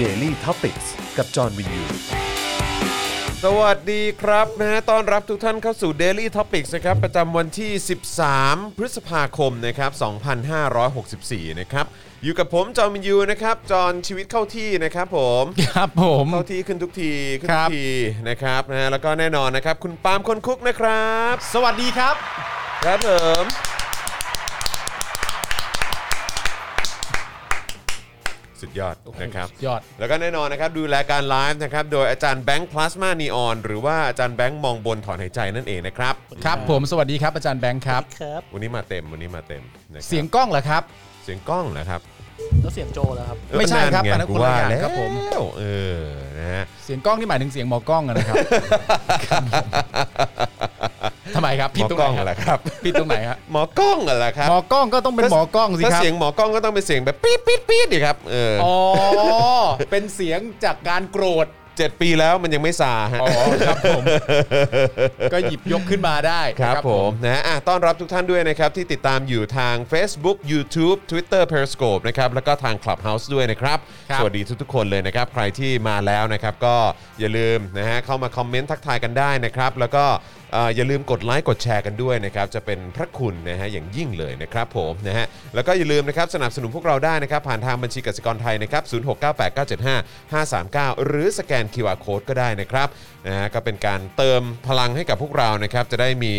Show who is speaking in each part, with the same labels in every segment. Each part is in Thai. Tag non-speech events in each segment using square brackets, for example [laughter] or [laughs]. Speaker 1: Daily t o p i c กกับจอห์นวินยู
Speaker 2: สวัสดีครับนะฮะต้อนรับทุกท่านเข้าสู่ Daily Topics นะครับ ประจำวันที่ 13 พฤษภาคมนะครับ 2564 นะครับ อยู่กับผมจอมินยูนะครับ จอนชีวิตเข้าที่นะครับผม
Speaker 3: ครับผม
Speaker 2: เข้าที่ขึ้นทุกทีขึ้น
Speaker 3: ค
Speaker 2: ทุ
Speaker 3: รับ
Speaker 2: กทีนะครับนะฮะแล้วก็แน่นอนนะครับ คุณปาล์มคนคุกนะครับ
Speaker 3: สวัสดีครับ
Speaker 2: ครับผมสุดยอดนะครับ
Speaker 3: สุดยอด
Speaker 2: แล้วก็แน่นอนนะครับดูแลการไลฟ์นะครับ โดยอาจารย์แบงค์พลาสมานีออนหรือว่าอาจารย์แบงค์มองบนถอนหายใจนั่นเองนะครับ
Speaker 3: ครับผมสวัสดีครับอาจารย์แบงค์ครับ
Speaker 4: ครับ
Speaker 2: วันนี้มาเต็มวันนี้มาเต็มนะครับ
Speaker 3: เสียงกล้องเหรอครับ
Speaker 2: เสียงกล้องเหรอครับ
Speaker 4: แล้วเสียงโจแล้วครับ
Speaker 2: เออ
Speaker 3: ไม่ใช่ครับ
Speaker 2: ไง
Speaker 3: อันนั้น
Speaker 2: กู
Speaker 3: คนละ
Speaker 2: ว่า
Speaker 3: อย่าง
Speaker 2: แล้
Speaker 3: คว รับผม
Speaker 2: เออนะฮะ
Speaker 3: เสียงกล้องที่หมายถึงเสียงหมอกล้องอะนะครับ ทำไมครับ
Speaker 2: ห
Speaker 3: ผิด
Speaker 2: มอ
Speaker 3: ตรง
Speaker 2: ก
Speaker 3: ไห
Speaker 2: ล้อง
Speaker 3: น
Speaker 2: เหรอ
Speaker 3: ครับ
Speaker 2: ครับ
Speaker 3: ผิดตรงไหนครับ
Speaker 2: หมอกล้องเหรอครับ
Speaker 3: หมอกล้องก็ต้องเป็นหมอกล้องสิ
Speaker 2: ถ้า
Speaker 3: ครับ
Speaker 2: เสียงหมอกล้องก็ต้องเป็นเสียงแบบปี๊ดปี๊ดปี๊ดดิครับเออ
Speaker 3: อ๋อเป็นเสียงจากการโกรธ
Speaker 2: เจ็ดปีแล้วมันยังไม่ซาฮะ
Speaker 3: อ๋อครับผม
Speaker 2: [laughs]
Speaker 3: ก็หยิบยกขึ้นมาได้
Speaker 2: ครับผมนะฮะอ่ะต้อนรับทุกท่านด้วยนะครับ ที่ติดตามอยู่ทาง Facebook YouTube Twitter Periscope นะครับ แล้วก็ทาง Clubhouse ด้วยนะครับ สวัสดีทุกๆคนเลยนะครับ ใครที่มาแล้วนะครับ ก็อย่าลืมนะฮะเข้ามาคอมเมนต์ทักทายกันได้นะครับ แล้วก็เอ่ออย่าลืมกดไลค์กดแชร์กันด้วยนะครับ จะเป็นพระคุณนะฮะอย่างยิ่งเลยนะครับผมนะฮะแล้วก็อย่าลืมนะครับสนับสนุนพวกเราได้นะครับ ผ่านทางบัญชีกสิกรไทยนะครับ0698975539 หรือสแกน QR Code ก็ได้นะครับนะฮะก็เป็นการเติมพลังให้กับพวกเรานะครับ จะได้มี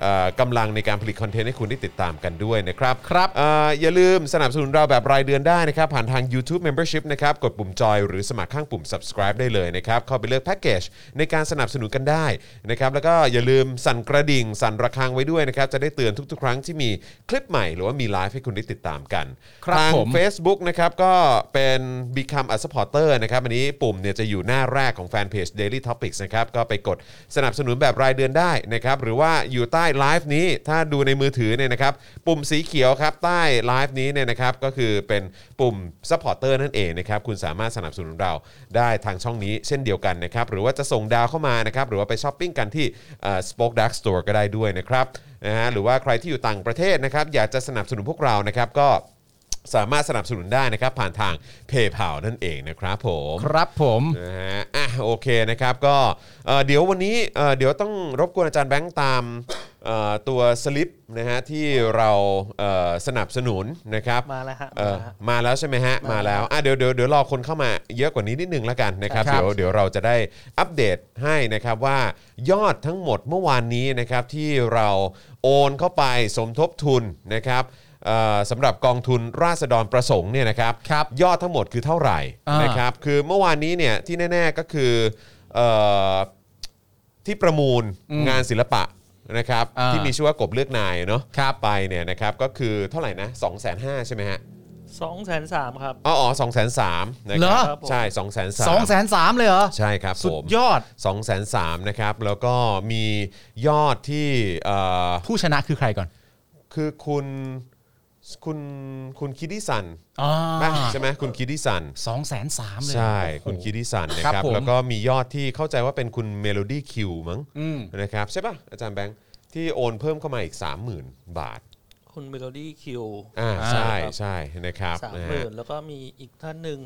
Speaker 2: เอ่อกำลังในการผลิตคอนเทนต์ให้คุณได้ติดตามกันด้วยนะครับ
Speaker 3: ครับ
Speaker 2: เอ่ออย่าลืมสนับสนุนเราแบบรายเดือนได้นะครับ ผ่านทาง YouTube Membership นะครับ กดปุ่มจอยหรือสมัครข้างปุ่ม subscribe ได้เลยนะครับ เข้าไปเลือกแพ็กเกจในการสนับสนุนกันได้นะครับ แล้วก็อย่าลืมสั่นกระดิ่ง สั่นระฆังไว้ด้วยนะครับ จะได้เตือนทุกๆ ครั้งที่มีคลิปใหม่ หรือว่ามีไลฟ์ให้คุณได้ติดตามกัน
Speaker 3: ครับ
Speaker 2: ทาง
Speaker 3: ผม
Speaker 2: Facebook นะครับก็เป็น Become a supporter นะครับอันนี้ปุ่มเนี่ยจะอยู่หน้าแรกของแฟนเพจ Daily Topics นะครับก็ไปกดสนับสนุนแบบรายเดือนได้นะครับหรือว่าอยู่ใต้ไลฟ์นี้ถ้าดูในมือถือเนี่ยนะครับปุ่มสีเขียวครับใต้ไลฟ์นี้เนี่ยนะครับก็คือเป็นปุ่ม supporter นั่นเองนะครับคุณสามารถสนับสนุนเราได้ทางช่องนี้เช่นเดียวกันนะครับหรือว่าจะส่งดาวเข้ามานะครับหรือว่าไปช้อปปิ้งกันที่เอ่อ Spoke Dark Store ก็ได้ด้วยนะครับนะฮะหรือว่าใครที่อยู่ต่างประเทศนะครับอยากจะสนับสนุนพวกเรานะครับก็ สามารถสนับสนุนได้นะครับ ผ่านทางเพย์เพานั่นเองนะครับผม
Speaker 3: ครับผม
Speaker 2: นะฮะอ่ะโอเคนะครับก็เอ่อเดี๋ยววันนี้เอ่อเดี๋ยวต้องรบกวนอาจารย์แบงค์ตามเอ่อตัวสลิปนะฮะที่เราเอ่อสนับสนุนนะครับ
Speaker 4: มาแล้วฮะ
Speaker 2: เอ่อ
Speaker 4: มา
Speaker 2: มา
Speaker 4: แล้วฮะ
Speaker 2: แล้วใช่ไหมฮะมาแล้วอ่ะเดี๋ยวเดี๋ยวเดี๋ยวรอคนเข้ามาเยอะกว่านี้นิดนึงแล้วกันนะครับ
Speaker 3: ครับ
Speaker 2: เดี๋ยวเดี๋ยวเราจะได้อัปเดตให้นะครับว่ายอดทั้งหมดเมื่อวานนี้นะครับที่เราโอนเข้าไปสมทบทุนนะครับเอ่อสำหรับกองทุนราษฎรประสงค์เนี่ยนะครับ
Speaker 3: ครับ
Speaker 2: ยอดทั้งหมดคือเท่าไหร่
Speaker 3: อ่าน
Speaker 2: นะครับ คือเมื่อวานนี้เนี่ยที่แน่ ๆก็คือเออที่ประมูลงานศิลปะนะครับ
Speaker 3: อ่า
Speaker 2: ที่มีชื่อว่ากบเลือกนายเนาะ
Speaker 3: ครับ
Speaker 2: ไปเนี่ยนะครับก็คือเท่าไหร่นะ2 5 0 0 0ใช่ไหมฮะ
Speaker 4: สองแสนสามครับ
Speaker 2: อ๋อสองแสนสามนะค
Speaker 3: เหร
Speaker 2: รั
Speaker 3: อ
Speaker 2: บใช่2องแสนสาม
Speaker 3: สองแสนสามเลยเหรอ
Speaker 2: ใช่ครับ
Speaker 3: สุ
Speaker 2: ผ
Speaker 3: ด
Speaker 2: ม
Speaker 3: ยอด
Speaker 2: สองแสนสามนะครับ แล้วก็มียอดที่เอ่อ
Speaker 3: ผู้ชนะคือใครก่อน
Speaker 2: คือคุณคุณคุณคิดดิสัน
Speaker 3: อ่า
Speaker 2: ป่ะใช่ไหมคุณคิดดิสัน
Speaker 3: สองแสนสามเลย
Speaker 2: ใช่ คุณคิดิสันนะค
Speaker 3: ค
Speaker 2: รั
Speaker 3: รับ บผม
Speaker 2: แล้วก็มียอดที่เข้าใจว่าเป็นคุณเมโลดี้คิวมั้ง
Speaker 3: อืม
Speaker 2: นะครับ ใช่ป่ะ อาจารย์แบงค์ ที่โอนเพิ่มเข้ามาอีก 30,000 บาท
Speaker 4: คุณเมโลดี้คิว
Speaker 2: อ่า
Speaker 3: อ่า
Speaker 2: ใช่ใช่นะครับ
Speaker 4: สาม
Speaker 2: นะ
Speaker 4: ห
Speaker 2: ฮะ
Speaker 4: มื่นแล้วก็มีอีกท่านหนึ่ง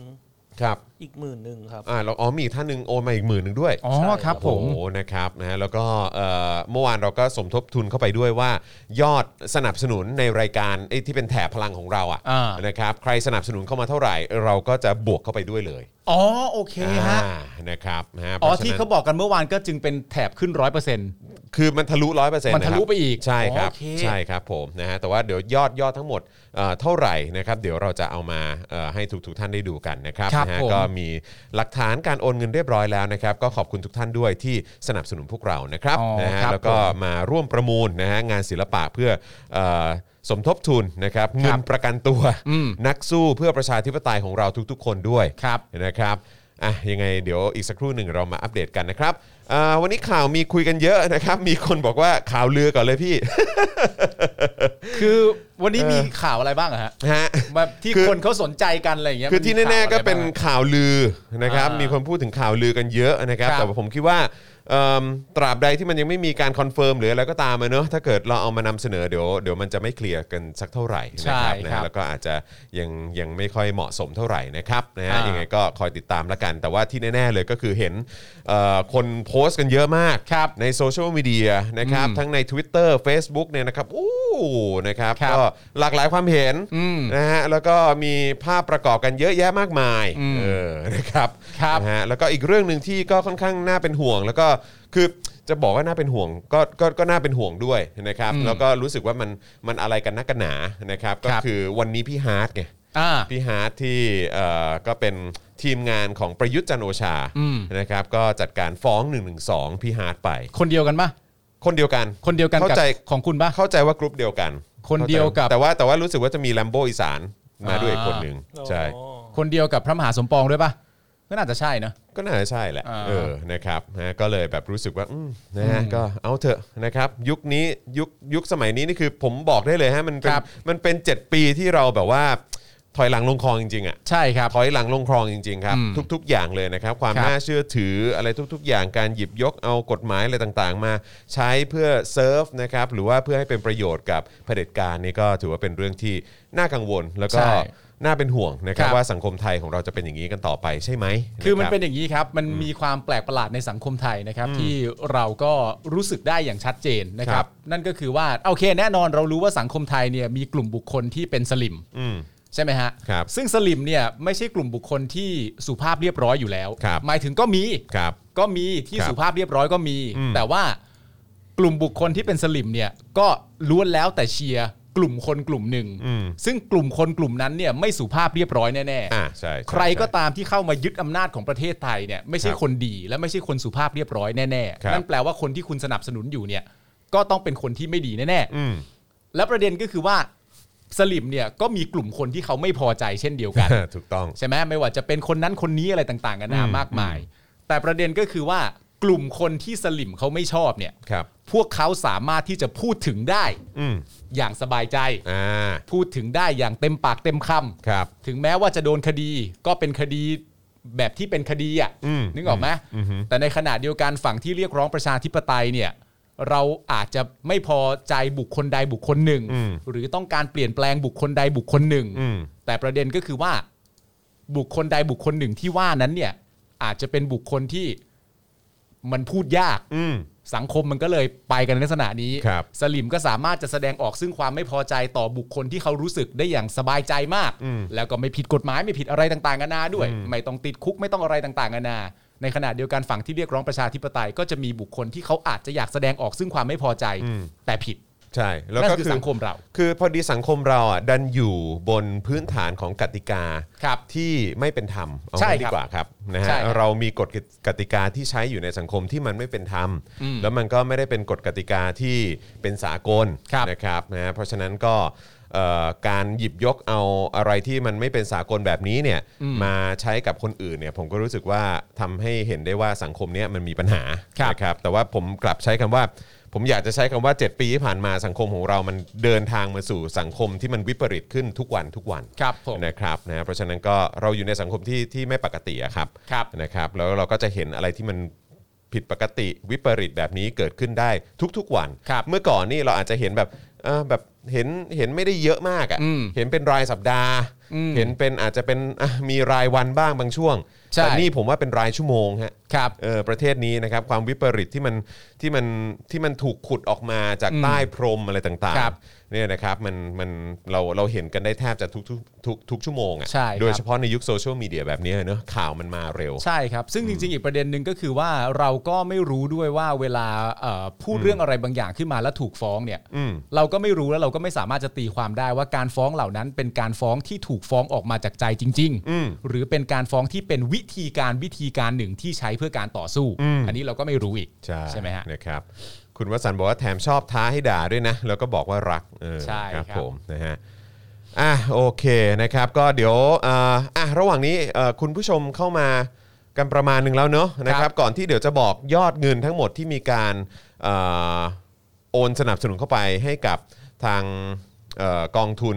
Speaker 2: ครับ
Speaker 4: อีกหมื่นหนึ่งครับ
Speaker 2: อ่าแล้วอ๋อมีอีกท่านหนึ่งโอนมาอีกหมื่นหนึ่งด้วย
Speaker 3: อ๋อครับผม
Speaker 2: โอ้โหนะครับนะฮะแล้วก็เอ่อเมื่อวานเราก็สมทบทุนเข้าไปด้วยว่า ยอดสนับสนุนในรายการไอ้ที่เป็นแถบพลังของเรา
Speaker 3: อ่า
Speaker 2: อะ่ะ
Speaker 3: น
Speaker 2: นะครับใครสนับสนุนเข้ามาเท่าไหร่ เราก็จะบวกเข้าไปด้วยเลย
Speaker 3: อ๋อโอเคฮะ
Speaker 2: อ่านะครับนะฮะ
Speaker 3: อ๋อ
Speaker 2: พระฉะนั้น
Speaker 3: ที่เขาบอกกันเมื่อวานก็จึงเป็นแถบขึ้นร้อยเปอร์เซ็นต์
Speaker 2: คือมันทะลุร้อยเปอร์เซ็นต์
Speaker 3: มันทะลุไปอีก
Speaker 2: ใช่ครับ
Speaker 3: โอเค
Speaker 2: ใช่ครับผมนะฮะแต่ว่าเดี๋ยวยอดยอดทั้งหมดเอ่อเท่าไหร่นะครับเดี๋ยวเราจะเอามาเอ่อให้ทุกๆท่านได้ดูกันนะครับ
Speaker 3: ครับ
Speaker 2: นะฮะ
Speaker 3: ผม
Speaker 2: ก็มีหลักฐานการโอนเงินเรียบร้อยแล้วนะครับ ก็ขอบคุณทุกท่านด้วยที่สนับสนุนพวกเรานะครับ
Speaker 3: อ๋อ
Speaker 2: นะฮะ
Speaker 3: ครับ
Speaker 2: แล้วก็มาร่วมประมูลนะฮะงานศิลปะเพื่อเอ่อสมทบทุนนะครับเงินประกันตัว
Speaker 3: อืม
Speaker 2: นักสู้เพื่อประชาธิปไตยของเราทุกๆ คนด้วย
Speaker 3: ครับ
Speaker 2: นะครับ อ่ะ ยังไงเดี๋ยวอีกสักครู่หนึ่งเรามาอัปเดตกันนะครับอ่าวันนี้ข่าวมีคุยกันเยอะนะครับ มีคนบอกว่าข่าวลือก่อนเลยพี่ [laughs]
Speaker 3: คือวันนี้มีข่าวอะไรบ้างอะฮะ
Speaker 2: ฮะ
Speaker 3: แบบที่
Speaker 2: คือ
Speaker 3: คนเขาสนใจกันอะไรอย่างเงี้ย
Speaker 2: คือที่
Speaker 3: มัมี
Speaker 2: แน่ ๆ ก็
Speaker 3: ข่าวอะไร
Speaker 2: เป็น
Speaker 3: บ้างอะ
Speaker 2: ข่าวลือนะครับ
Speaker 3: อ่ามี
Speaker 2: มีคนพูดถึงข่าวลือกันเยอะนะครับ
Speaker 3: ครับ
Speaker 2: แต่ว่าผมคิดว่า เอิ่มตราบใดที่มันยังไม่มีการคอนเฟิร์มหรืออะไรก็ตามอะเนอะถ้าเกิดเราเอามานำเสนอเดี๋ยวเดี๋ยวมันจะไม่เคลียร์กันสักเท่าไหร่นะครับ
Speaker 3: ใช่
Speaker 2: นะครับ ฮะแล้วก็อาจจะยังยังไม่ค่อยเหมาะสมเท่าไหร่นะครับนะฮะ
Speaker 3: อ่ายั
Speaker 2: ยังไงก็คอยติดตามละกัน แต่ว่าที่แน่ ๆ เลยก็คือเห็นเอ่อคนโพสต์กันเยอะมากในโซเชียลมีเดียนะครับ
Speaker 3: อืม
Speaker 2: ทั้งใน Twitter Facebook เนี่ยนะครับอู้นะครับ
Speaker 3: ครับ
Speaker 2: ก็หลากหลายความเห็น
Speaker 3: อืม
Speaker 2: นะฮะแล้วก็มีภาพประกอบกันเยอะแยะมากมาย
Speaker 3: อืม
Speaker 2: เออ [laughs] นะครับ
Speaker 3: ครับ
Speaker 2: นะฮะแล้วก็อีกเรื่องหนึ่งที่ก็ค่อนข้างน่าเป็นห่วง แล้วก็คือจะบอกว่าน่าเป็นห่วงก็ก็ก็น่าเป็นห่วงด้วยนะครับ
Speaker 3: อืม
Speaker 2: แล้วก็รู้สึกว่ามันมันอะไรกันนักกันหนานะครับก็
Speaker 3: ครับ
Speaker 2: คือวันนี้พี่ฮาร์ดไง
Speaker 3: อ่า
Speaker 2: พี่ฮาร์ดที่เอ่อก็เป็นทีมงานของประยุทธ์จันทร์โอชา
Speaker 3: อืม
Speaker 2: นะครับก็จัดการฟ้อง1นึพี่ฮาร์ดไป
Speaker 3: คนเดียวกันปะ
Speaker 2: คนเดียวกัน
Speaker 3: คนเดียวกันกับ
Speaker 2: เข้าใจ
Speaker 3: ของคุณปะ
Speaker 2: เข้าใจว่ากรุ๊ปเดียวกัน
Speaker 3: คนเดียวกับ
Speaker 2: แต่ว่าแต่ว่ารู้สึกว่าจะมีแลมโบอีสานมาด้วยอีกคนหนึ่งใช่
Speaker 4: อ๋อ
Speaker 3: คนเดียวกับพระมหาสมปองด้วยปะก็น่าจะใช่เนอะ
Speaker 2: ก็น่าจะใช่แหละ
Speaker 3: อ่า
Speaker 2: เออ นะครับนะก็เลยแบบรู้สึกว่า อืมนะฮะ ก็เอาเถอะนะครับ ยุคนี้ยุคยุคสมัยนี้นี่คือผมบอกได้เลยฮะ มันเป็น
Speaker 3: ครับ
Speaker 2: มันเป็น 7 ปีที่เราแบบว่าถอยหลังลงคลองจริงๆอ่ะ
Speaker 3: ใช่ครับ
Speaker 2: ถอยหลังลงคลองจริงๆครับ
Speaker 3: อืม
Speaker 2: ทุก ๆ อย่างเลยนะครับ ความ
Speaker 3: ครับ
Speaker 2: น่าเชื่อถืออะไรทุก ๆ อย่างการหยิบยกเอากฎหมายอะไรต่างๆ มาใช้เพื่อเซิร์ฟนะครับหรือว่าเพื่อให้เป็นประโยชน์กับเผด็จการนี่ก็ถือว่าเป็นเรื่องที่น่ากังวล แล้วก็
Speaker 3: ใช่
Speaker 2: น่าเป็นห่วงนะครับ
Speaker 3: ครับ
Speaker 2: ว่าสังคมไทยของเราจะเป็นอย่างนี้กันต่อไปใช่ไหม
Speaker 3: คือมันะ
Speaker 2: รับ
Speaker 3: เป็นอย่างนี้ครับ มันมีความแปลกประหลาดในสังคมไทยนะครับ ที่เราก็รู้สึกได้อย่างชัดเจนนะค
Speaker 2: ครั
Speaker 3: รับ บ นั่นก็คือว่าโอเคแน่นอนเรารู้ว่าสังคมไทยเนี่ยมีกลุ่มบุคคลที่เป็นสลิม
Speaker 2: อืม
Speaker 3: ใช่ไหมฮะ
Speaker 2: ครับ
Speaker 3: ซึ่งสลิมเนี่ยไม่ใช่กลุ่มบุคคลที่สุภาพเรียบร้อยอยู่แล้ว
Speaker 2: ครับ
Speaker 3: หมายถึงก็มี
Speaker 2: ครับ
Speaker 3: ก็มีที่
Speaker 2: ครับ
Speaker 3: สุภาพเรียบร้อยก็มี
Speaker 2: อืม
Speaker 3: แต่ว่ากลุ่มบุคคลที่เป็นสลิมเนี่ยก็ล้วนแล้วแต่เชียร์กลุ่มคนกลุ่มหนึ่ง
Speaker 2: อืม
Speaker 3: ซึ่งกลุ่มคนกลุ่มนั้นเนี่ยไม่สุภาพเรียบร้อยแน่ๆ
Speaker 2: อ่าใช่ช่
Speaker 3: ใครก็
Speaker 2: ใช่
Speaker 3: ตามที่เข้ามายึดอำนาจของประเทศไทยเนี่ยไม่ใช่
Speaker 2: ครับ
Speaker 3: คนดีและไม่ใช่คนสุภาพเรียบร้อยแน่
Speaker 2: ครับ
Speaker 3: ๆนั่นแปลว่าคนที่คุณสนับสนุนอยู่เนี่ยก็ต้องเป็นคนที่ไม่ดีแน่
Speaker 2: อืม [laughs]
Speaker 3: ๆและประเด็นก็คือว่าสลิมเนี่ยก็มีกลุ่มคนที่เขาไม่พอใจเช่นเดียวกัน
Speaker 2: ถูกต้อง
Speaker 3: ใช่ไหมไม่ว่าจะเป็นคนนั้นคนนี้อะไรต่างๆกันานา
Speaker 2: อืม
Speaker 3: มากมาย แต่ประเด็นก็คือว่ากลุ่มคนที่สลิมเขาไม่ชอบเนี่ย
Speaker 2: ครับ
Speaker 3: พวกเขาสามารถที่จะพูดถึงได้
Speaker 2: อืม
Speaker 3: อย่างสบายใจ
Speaker 2: อ่า
Speaker 3: พูดถึงได้อย่างเต็มปากเต็มคำ
Speaker 2: ครับ
Speaker 3: ถึงแม้ว่าจะโดนคดีก็เป็นคดีแบบที่เป็นคดีอ่ะ
Speaker 2: อืม
Speaker 3: นึกออกไหม
Speaker 2: อืมอืม
Speaker 3: แต่ในขณะเดียวกันฝั่งที่เรียกร้องประชาธิปไตยเนี่ย เราอาจจะไม่พอใจบุคคลใดบุคคลหนึ่ง
Speaker 2: อืม
Speaker 3: หรือต้องการเปลี่ยนแปลงบุคคลใดบุคคลหนึ่ง
Speaker 2: อืม
Speaker 3: แต่ประเด็นก็คือว่า บุคคลใดบุคคลหนึ่งที่ว่านั้นเนี่ย อาจจะเป็นบุคคลที่มันพูดยาก
Speaker 2: อืม
Speaker 3: สังคมมันก็เลยไปกันในลักษณะนี้
Speaker 2: ครับ
Speaker 3: สลิมก็สามารถจะแสดงออกซึ่งความไม่พอใจต่อบุคคลที่เขารู้สึกได้อย่างสบายใจมาก แล้วก็ไม่ผิดกฎหมายไม่ผิดอะไรต่างๆกันานาด้วย ไม่ต้องติดคุกไม่ต้องอะไรต่างๆกันานา ในขณะเดียวกันฝั่งที่เรียกร้องประชาธิปไตยก็จะมีบุคคลที่เขาอาจจะอยากแสดงออกซึ่งความไม่พอใจ แต่ผิด
Speaker 2: ใช่ แล้ว
Speaker 3: นั่น
Speaker 2: ก็
Speaker 3: คือ
Speaker 2: คือ
Speaker 3: สังคมเรา
Speaker 2: คือพอดีสังคมเราอ่ะดันอยู่บนพื้นฐานของกติกา
Speaker 3: ครับ
Speaker 2: ที่ไม่เป็นธรรมเอา
Speaker 3: ใช่
Speaker 2: ไว้
Speaker 3: ครับ
Speaker 2: ดีกว่าครับนะฮะ
Speaker 3: ใช่ครับ
Speaker 2: เรามีกฎกติกาที่ใช้อยู่ในสังคมที่มันไม่เป็นธรรม
Speaker 3: อืม
Speaker 2: แล้วมันก็ไม่ได้เป็นกฎกติกาที่เป็นสากล
Speaker 3: ครับ
Speaker 2: นะครับนะฮะเพราะฉะนั้นก็เอ่อการหยิบยกเอาอะไรที่มันไม่เป็นสากลแบบนี้เนี่ย
Speaker 3: อืม
Speaker 2: มาใช้กับคนอื่นเนี่ยผมก็รู้สึกว่าทำให้เห็นได้ว่าสังคมเนี้ยมันมีปัญหา
Speaker 3: ครับ
Speaker 2: นะครับแต่ว่าผมกลับใช้คำว่า ผมอยากจะใช้คำว่า 7 ปีที่ผ่านมาสังคมของเรามันเดินทางมาสู่สังคมที่มันวิปริตขึ้นทุกวันทุกวัน
Speaker 3: ครับผม
Speaker 2: นะ นะครับนะเพราะฉะนั้นก็เราอยู่ในสังคมที่ที่ไม่ปกติอะครับ
Speaker 3: ครับ
Speaker 2: นะครับ แล้วเราก็จะเห็นอะไรที่มันผิดปกติวิปริตแบบนี้เกิดขึ้นได้ทุกๆวัน
Speaker 3: ครับ
Speaker 2: เมื่อก่อนนี่เราอาจจะเห็นแบบเอ่อแบบเห็นเห็นไม่ได้เยอะมากอะ
Speaker 3: อืม
Speaker 2: เห็นเป็นรายสัปดาห์
Speaker 3: อืม
Speaker 2: เห็นเป็นอาจจะเป็นอ่ะมีรายวันบ้างบางช่วง
Speaker 3: ใช่
Speaker 2: แต่นี่ผมว่าเป็นรายชั่วโมงฮะ
Speaker 3: ครับ
Speaker 2: เออประเทศนี้นะครับความวิปริตที่มันที่มันที่มันถูกขุดออกมาจาก
Speaker 3: อืม
Speaker 2: ใต้พรมอะไรต่าง
Speaker 3: ครับ
Speaker 2: ๆเนี่ยนะครับมันมันเราเราเห็นกันได้แทบจะทุกทุกทุกทุกชั่วโมงอะ
Speaker 3: ใช่ครับ
Speaker 2: โดยเฉพาะในยุคโซเชียลมีเดียแบบนี้เนอะข่าวมันมาเร็ว
Speaker 3: ใช่ครับ ซึ่งจริงๆ อีกประเด็นหนึ่งก็คือว่าเราก็ไม่รู้ด้วยว่าเวลาเอ่อพูดเรื่องอะไรบางอย่างขึ้นมาแล้วถูกฟ้องเนี่ย
Speaker 2: อืม
Speaker 3: เราก็ไม่รู้แล้วเราก็ไม่สามารถจะตีความได้ว่าการฟ้องเหล่านั้น เป็นการฟ้องที่ถูกฟ้องออกมาจากใจจริง
Speaker 2: อืม
Speaker 3: ๆ หรือเป็นการฟ้องที่เป็นวิธีการวิธีการหนึ่งที่ใช้เพื่อการต่อสู้
Speaker 2: อืม
Speaker 3: อันนี้เราก็ไม่รู้อีก
Speaker 2: ใช่
Speaker 3: ไหมฮะ
Speaker 2: นะครับคุณวสันต์บอกว่าแถมชอบท้าให้ด่าด้วยนะ แล้วก็บอกว่ารักเออ
Speaker 3: ใช่
Speaker 2: ครับ
Speaker 3: ครับ
Speaker 2: ผมนะฮะอ่ะโอเคนะครับ ก็เดี๋ยวอ่าอ่ะระหว่างนี้เอ่อคุณผู้ชมเข้ามากันประมาณหนึ่งแล้วเนอะนะค
Speaker 3: ค
Speaker 2: รั
Speaker 3: รั
Speaker 2: บบ ก่อนที่เดี๋ยวจะบอกยอดเงินทั้งหมดที่มีการเอ่อโอนสนับสนุนเข้าไปให้กับทางเอ่อกองทุน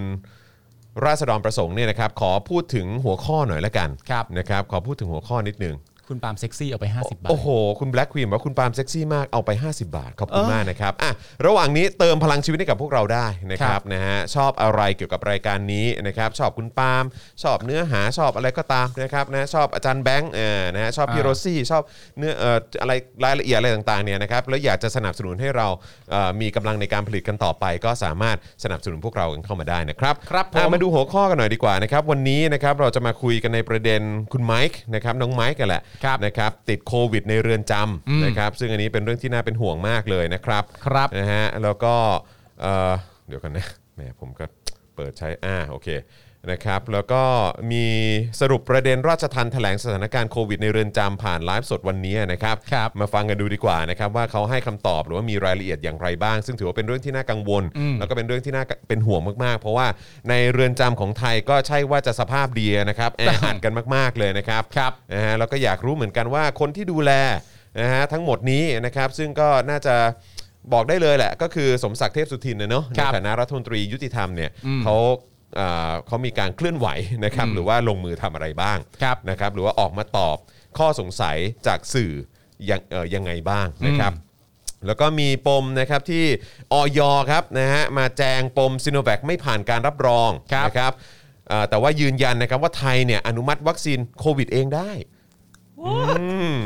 Speaker 2: ราษฎรประสงค์เนี่ยนะครับขอพูดถึงหัวข้อหน่อยละกัน
Speaker 3: ครับ
Speaker 2: นะครับขอพูดถึงหัวข้อนิดหนึง
Speaker 3: คุณปาล์มเซ็กซี่เอาไป 50 บาท
Speaker 2: โอ้โห คุณแบล็กควีนว่าคุณปาล์มเซ็กซี่มากเอาไป 50 บาท ขอบคุณมากนะครับอ่ะระหว่างนี้เติมพลังชีวิตให้กับพวกเราได้นะค
Speaker 3: ค
Speaker 2: รั
Speaker 3: รั
Speaker 2: บบ นะฮะชอบอะไรเกี่ยวกับรายการนี้นะครับชอบคุณปาล์มชอบเนื้อหาชอบอะไรก็ตามนะครับนะชอบอาจารย์แบงค์เออนะฮะชอบพี่โรซี่ชอบเนื้อเอ่ออะไรรายละเอียดอะไรต่างๆเนี่ยนะครับแล้วอยากจะสนับสนุนให้เราเอ่อมีกำลังในการผลิตกันต่อไป ก็สามารถสนับสนุนพวกเรากันเข้ามาได้นะครับ
Speaker 3: ครับผม
Speaker 2: อ่ะมาดู ดูหัวข้อกันหน่อยดีกว่านะครับวันนี้นะครับเราจะมาคุยกันในประเด็นคุณไมค์นะครับน้องไมค์กันแหละ
Speaker 3: ครับ
Speaker 2: นะครับติดโควิดในเรือนจำนะครับซึ่งอันนี้เป็นเรื่องที่น่าเป็นห่วงมากเลยนะครับ
Speaker 3: ครับ
Speaker 2: นะฮะแล้วก็เอ่อเดี๋ยวกันนะแหมผมก็เปิดใช้อ่าโอเคนะครับแล้วก็มีสรุปประเด็นราชทันแถลงสถานการณ์โควิดในเรือนจำผ่านไลฟ์สดวันนี้นะครับ
Speaker 3: ครับ
Speaker 2: มาฟังกันดูดีกว่านะครับว่าเขาให้คำตอบหรือว่ามีรายละเอียดอย่างไรบ้าง ซึ่งถือว่าเป็นเรื่องที่น่ากังวล แล้วก็เป็นเรื่องที่น่าเป็นห่วงมากๆ เพราะว่าในเรือนจำของไทยก็ใช่ว่าจะสภาพดี
Speaker 3: [laughs]
Speaker 2: นะครับแออัดกันมากๆเลยนะครับ
Speaker 3: ครับ
Speaker 2: นะฮะแล้วก็อยากรู้เหมือนกันว่าคนที่ดูแลนะฮะทั้งหมดนี้นะครับซึ่งก็น่าจะบอกได้เลยแหละ ก็คือสมศักดิ์เทพสุทินนะเนอะ
Speaker 3: ค
Speaker 2: ใน
Speaker 3: รับ
Speaker 2: ฐานะรัฐมนตรียุติธรรมเนี่ยเขาเอ่อเขามีการเคลื่อนไหวนะครับหรือว่าลงมือทำอะไรบ้าง
Speaker 3: ครับ
Speaker 2: นะครับหรือว่าออกมาตอบข้อสงสัยจากสื่อยังเอ่อยังไงบ้างนะครับ แล้วก็มีปมนะครับที่ออยครับนะฮะมาแจงปมซิโนแวคไม่ผ่านการรับรอง
Speaker 3: ครับ
Speaker 2: นะครับเอ่อแต่ว่ายืนยันนะครับว่าไทยเนี่ยอนุมัติวัคซีนโควิดเองได้อืม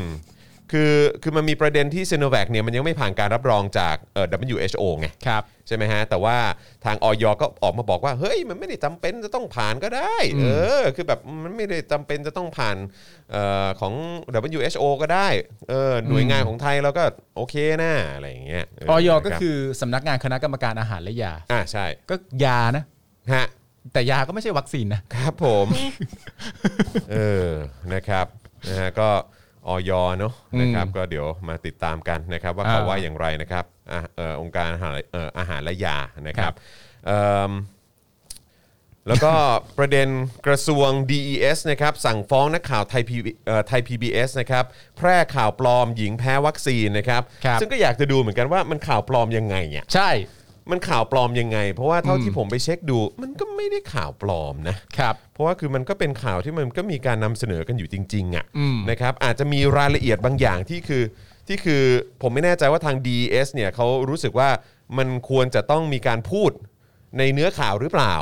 Speaker 2: คือคือมันมีประเด็นที่ซิโนแวคเนี่ยมันยังไม่ผ่านการรับรองจากเอ่อ WHO ไง
Speaker 3: ครับ
Speaker 2: ใช่ไหมฮะ แต่ว่าทางออยก็ออกมาบอกว่า เฮ้ย มันไม่ได้จำเป็นจะต้องผ่านก็ได้ เออ คือแบบมันไม่ได้จำเป็นจะต้องผ่านเออของ WHO ก็ได้ เออ หน่วยงานของไทยเราก็โอเคนะอะไรอย่างเงี้ยเ
Speaker 3: ออยก็
Speaker 2: รับ
Speaker 3: คือสำนักงานคณะกรรมการอาหารและยา
Speaker 2: อ่าใช่
Speaker 3: ก็ยานะ
Speaker 2: ฮะ
Speaker 3: แต่ยาก็ไม่ใช่วัคซีนนะ
Speaker 2: ครับผม เออ นะครับ นะฮะ ก็ออยเนอะนะครับ ก็เดี๋ยวมาติดตามกันนะครับ ว่าเขา
Speaker 3: อ่า
Speaker 2: ว่าอย่างไรนะครับอ่ะเอ่อองค์การอาหารเอ่ออาหารและยา นะครับ
Speaker 3: ครับ
Speaker 2: เอิ่ม แล้วก็ [laughs] ประเด็นกระทรวง DES นะครับสั่งฟ้องนักข่าวไทยพีไทย PBS นะครับแพร่ข่าวปลอมหญิงแพ้วัคซีนนะครับ
Speaker 3: ครับ
Speaker 2: ซึ่งก็อยากจะดูเหมือนกันว่ามันข่าวปลอมยังไงเนี่ย
Speaker 3: ใช่
Speaker 2: มันข่าวปลอมยังไง เพราะว่าเท่าที่ผมไปเช็คดู มันก็ไม่ได้ข่าวปลอมนะ
Speaker 3: ครับ
Speaker 2: เพราะว่าคือมันก็เป็นข่าวที่มันก็มีการนำเสนอกันอยู่จริงๆอะ
Speaker 3: อืม
Speaker 2: นะครับอาจจะมีรายละเอียดบางอย่างที่คือที่คือผมไม่แน่ใจว่าทาง DES เนี่ยเขารู้สึกว่ามันควรจะต้องมีการพูดในเนื้อข่าวหรือเปล่า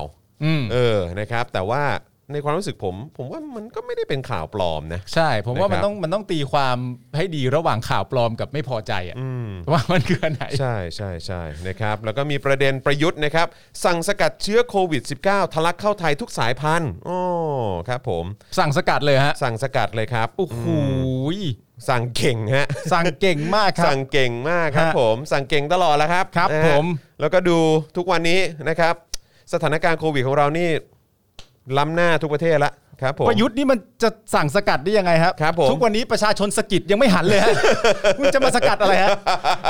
Speaker 3: อืม
Speaker 2: เออนะครับ แต่ว่าในความรู้สึกผม ผมว่ามันก็ไม่ได้เป็นข่าวปลอมนะ
Speaker 3: ใช่ ผมว่ามัน
Speaker 2: นะครับ
Speaker 3: ต้องมันต้องตีความให้ดีระหว่างข่าวปลอมกับไม่พอใจอะ
Speaker 2: อืม
Speaker 3: ว่ามันคืออันไหน
Speaker 2: ใช่ใช่ใช่นะครับแล้วก็มีประเด็นประยุทธ์นะครับสั่งสกัดเชื้อโควิด -19 ทะลักเข้าไทยทุกสายพันธุ์อ๋อครับผม
Speaker 3: สั่งสกัดเลยฮะ
Speaker 2: สั่งสกัดเลยครับ
Speaker 3: โอ้โหย
Speaker 2: สั่งเก่งฮะ
Speaker 3: สั่งเก่งมากครับ
Speaker 2: สั่งเก่งมากครับ
Speaker 3: ฮะ
Speaker 2: ผมสั่งเก่งตลอดแล้วครับ
Speaker 3: ครับ
Speaker 2: นะฮะ
Speaker 3: ผม
Speaker 2: แล้วก็ดูทุกวันนี้นะครับ สถานการณ์โควิดของเรานี่ล้ำหน้าทุกประเทศละครับผม
Speaker 3: ประยุทธ์นี่มันจะสั่งสกัดได้ยังไงครับ
Speaker 2: ครับผม
Speaker 3: ทุกวันนี้ประชาชนสะกิดยังไม่หันเลย
Speaker 2: [laughs]
Speaker 3: ฮะ มึงจะมาสกัดอะไรฮะ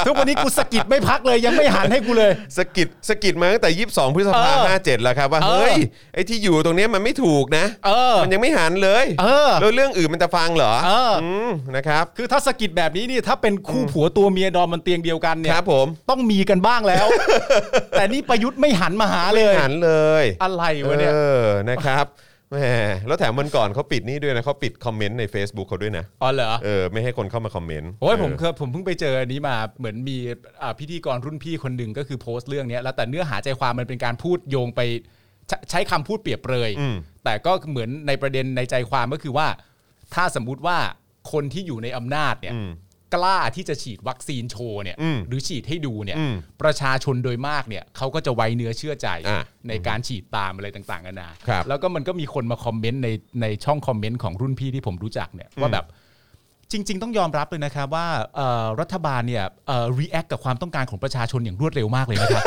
Speaker 3: ทุกวันนี้กูสะกิดไม่พักเลยยังไม่หันให้กูเลย
Speaker 2: สะกิดสะกิดมาตั้งแต่ 22 พฤษภา
Speaker 3: เออ
Speaker 2: ห้าเจ็ดแล้วครับว่า
Speaker 3: เออ
Speaker 2: เฮ้ยไอ้ที่อยู่ตรงเนี้ยมันไม่ถูกนะ
Speaker 3: เออ
Speaker 2: มันยังไม่หันเลย
Speaker 3: เออ
Speaker 2: แล้วเรื่องอื่นมันจะฟังเหรอ
Speaker 3: เอออื
Speaker 2: มนะครับ
Speaker 3: คือถ้าสะกิดแบบนี้นี่ถ้าเป็นคู่ผัวตัวเมียดอมมันเตียงเดียวกันเนี่
Speaker 2: ค
Speaker 3: ย
Speaker 2: รับผม
Speaker 3: ต้องมีกันบ้างแล้ว
Speaker 2: [laughs]
Speaker 3: แต่นี่ประยุทธ์ไม่หันมาหาเลย
Speaker 2: หันเลย
Speaker 3: อะไรวะเนี่ย
Speaker 2: เออนะครับแหมแล้วแถมวันก่อนเขาปิดนี่ด้วยนะเขาปิดคอมเมนต์ใน Facebook เขาด้วยนะ
Speaker 3: อ๋อเหรอ
Speaker 2: เออไม่ให้คนเข้ามาคอมเมนต์
Speaker 3: โอ้ยผมเคยผมเพิ่งไปเจออันนี้มาเหมือนมีอ่าพิธีกรรุ่นพี่คนหนึ่งก็คือโพสต์เรื่องเนี้ยแล้วแต่เนื้อหาใจความมันเป็นการพูดโยงไปใช้ใช้คำพูดเปรียบเปรย
Speaker 2: อืม
Speaker 3: แต่ก็เหมือนในประเด็นในใจความก็คือว่า ถ้าสมมุติว่าคนที่อยู่ในอำนาจเนี่ย
Speaker 2: อืม
Speaker 3: กล้าที่จะฉีดวัคซีนโชว์เนี่ย
Speaker 2: อืม
Speaker 3: หรือฉีดให้ดูเนี่ย
Speaker 2: อืม
Speaker 3: ประชาชนโดยมากเนี่ยเขาก็จะไว้เนื้อเชื่อใจ
Speaker 2: อ่ะ
Speaker 3: ในการฉีดตามอะไรต่างๆกันานา
Speaker 2: ครับ
Speaker 3: แล้วก็มันก็มีคนมาคอมเมนต์ในในช่องคอมเมนต์ของรุ่นพี่ที่ผมรู้จักเนี่ยว่าแบบจริง ๆ ต้องยอมรับเลยนะครับว่าเอ่อรัฐบาลเนี่ยเอ่อ react กับความต้องการของประชาชนอย่างรวดเร็วมากเลยนะครับ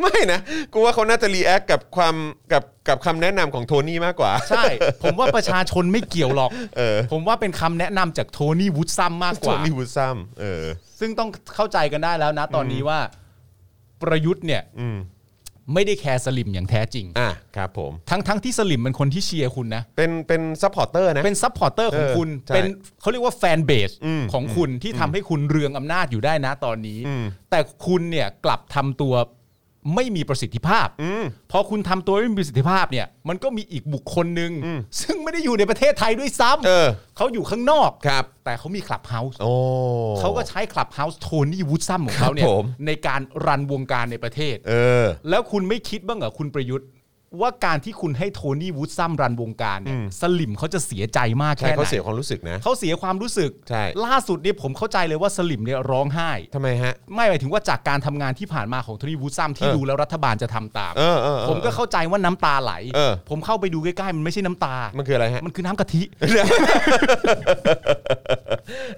Speaker 2: ไม่นะกูว่าเขาน่าจะรีแอคกับความกับกับคำแนะนำของโทนี่มากกว่า
Speaker 3: ใช่ ผมว่าประชาชนไม่เกี่ยวหรอก
Speaker 2: เออ
Speaker 3: ผมว่าเป็นคำแนะนำจากโทนี่วูดซัมมากก
Speaker 2: โท
Speaker 3: ว่า
Speaker 2: นี่วูดซัมเออ
Speaker 3: ซึ่งต้องเข้าใจกันได้แล้วนะตอนนี้ว่าประยุทธ์เนี่ย
Speaker 2: อืม
Speaker 3: ไม่ได้แคร์สลิมอย่างแท้จริง
Speaker 2: อ่ะครับผม
Speaker 3: ทั้งทั้งที่สลิมเป็นคนที่เชียร์คุณนะ
Speaker 2: เป็นเป็นซัพพอร์เตอร์นะ
Speaker 3: เป็นซัพพอร์เตอร์ของคุณ
Speaker 2: เออใช่
Speaker 3: เป็นเขาเรียกว่าแฟนเบส
Speaker 2: อืม
Speaker 3: ของคุณที่ทำให้คุณเรืองอำนาจอยู่ได้นะตอนนี้
Speaker 2: อืม
Speaker 3: แต่คุณเนี่ยกลับทำตัว ไม่มีประสิทธิภาพ
Speaker 2: อืม
Speaker 3: พอคุณทำตัวไม่มีประสิทธิภาพเนี่ย มันก็มีอีกบุคคลหนึ่ง
Speaker 2: อืม
Speaker 3: ซึ่งไม่ได้อยู่ในประเทศไทยด้วยซ้
Speaker 2: เออ
Speaker 3: ำเขาอยู่ข้างนอก
Speaker 2: ครับ
Speaker 3: แต่เขามีคลับเฮาส์
Speaker 2: โอ้
Speaker 3: เขาก็ใช้คลับเฮาส์โทนี่วูดซัมของเขาเนี่
Speaker 2: ค
Speaker 3: ย
Speaker 2: รับผม
Speaker 3: ในการรันวงการในประเทศ
Speaker 2: เออ
Speaker 3: แล้วคุณไม่คิดบ้างเหรอคุณประยุทธ์ ว่าการที่คุณให้โทนี่วูดซัมรันวงการเนี่ย
Speaker 2: อืม
Speaker 3: สลิมเขาจะเสียใจมาก
Speaker 2: ใช่
Speaker 3: แค่ไห
Speaker 2: เขา
Speaker 3: น
Speaker 2: เสียความรู้สึกนะ
Speaker 3: เขาเสียความรู้สึก
Speaker 2: ใช่
Speaker 3: ล่าสุดเนี่ยผมเข้าใจเลยว่าสลิมเนี่ยร้องไห้
Speaker 2: ทำไมฮะ
Speaker 3: ไม่หมายถึงว่าจากการทำงานที่ผ่านมาของโทนี่วูดซัมที่
Speaker 2: เออ
Speaker 3: ดูแล้วรัฐบาลจะทำตาม
Speaker 2: เออเออออ
Speaker 3: ผมก็เข้าใจว่าน้ำตาไหล
Speaker 2: เออ
Speaker 3: ผมเข้าไปดูใกล้ๆ มันไม่ใช่น้ำตา
Speaker 2: มันคืออะไรฮะ
Speaker 3: มันคือน้ำกะทิ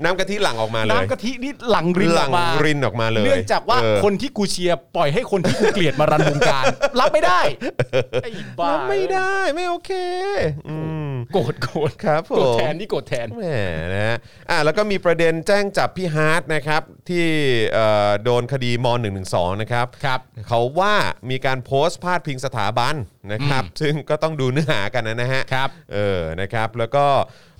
Speaker 2: น้ำกะทิหลั่งออกมาเลย
Speaker 3: น้ำกะทินี่หลังริน
Speaker 2: ห
Speaker 3: อ
Speaker 2: ลั่
Speaker 3: อง กมา
Speaker 2: รินออกมาเลย
Speaker 3: เนื่องจากว่า
Speaker 2: เออ
Speaker 3: คนที่กูเชียร์ปล่อยให้คนที่กูเกลียดมารันวงการ รับไม่ได้ไอ้บ้า
Speaker 2: รับไม่ได้ไม่โอเค อืม
Speaker 3: โกรธโกรธ
Speaker 2: ครับผม
Speaker 3: โกรธแทนนี่โกรธแทน
Speaker 2: แหมนะฮะอ่ะแล้วก็มีประเด็นแจ้งจับพี่ฮาร์ดนะครับ ที่เอ่อโดนคดีม .112 นะครับ
Speaker 3: ครับ
Speaker 2: เขาว่ามีการโพสต์พาดพิงสถาบันนะครับ ซึ่งก็ต้องดูเนื้อหากันนะฮะ
Speaker 3: ครับ
Speaker 2: เออนะครับ แล้วก็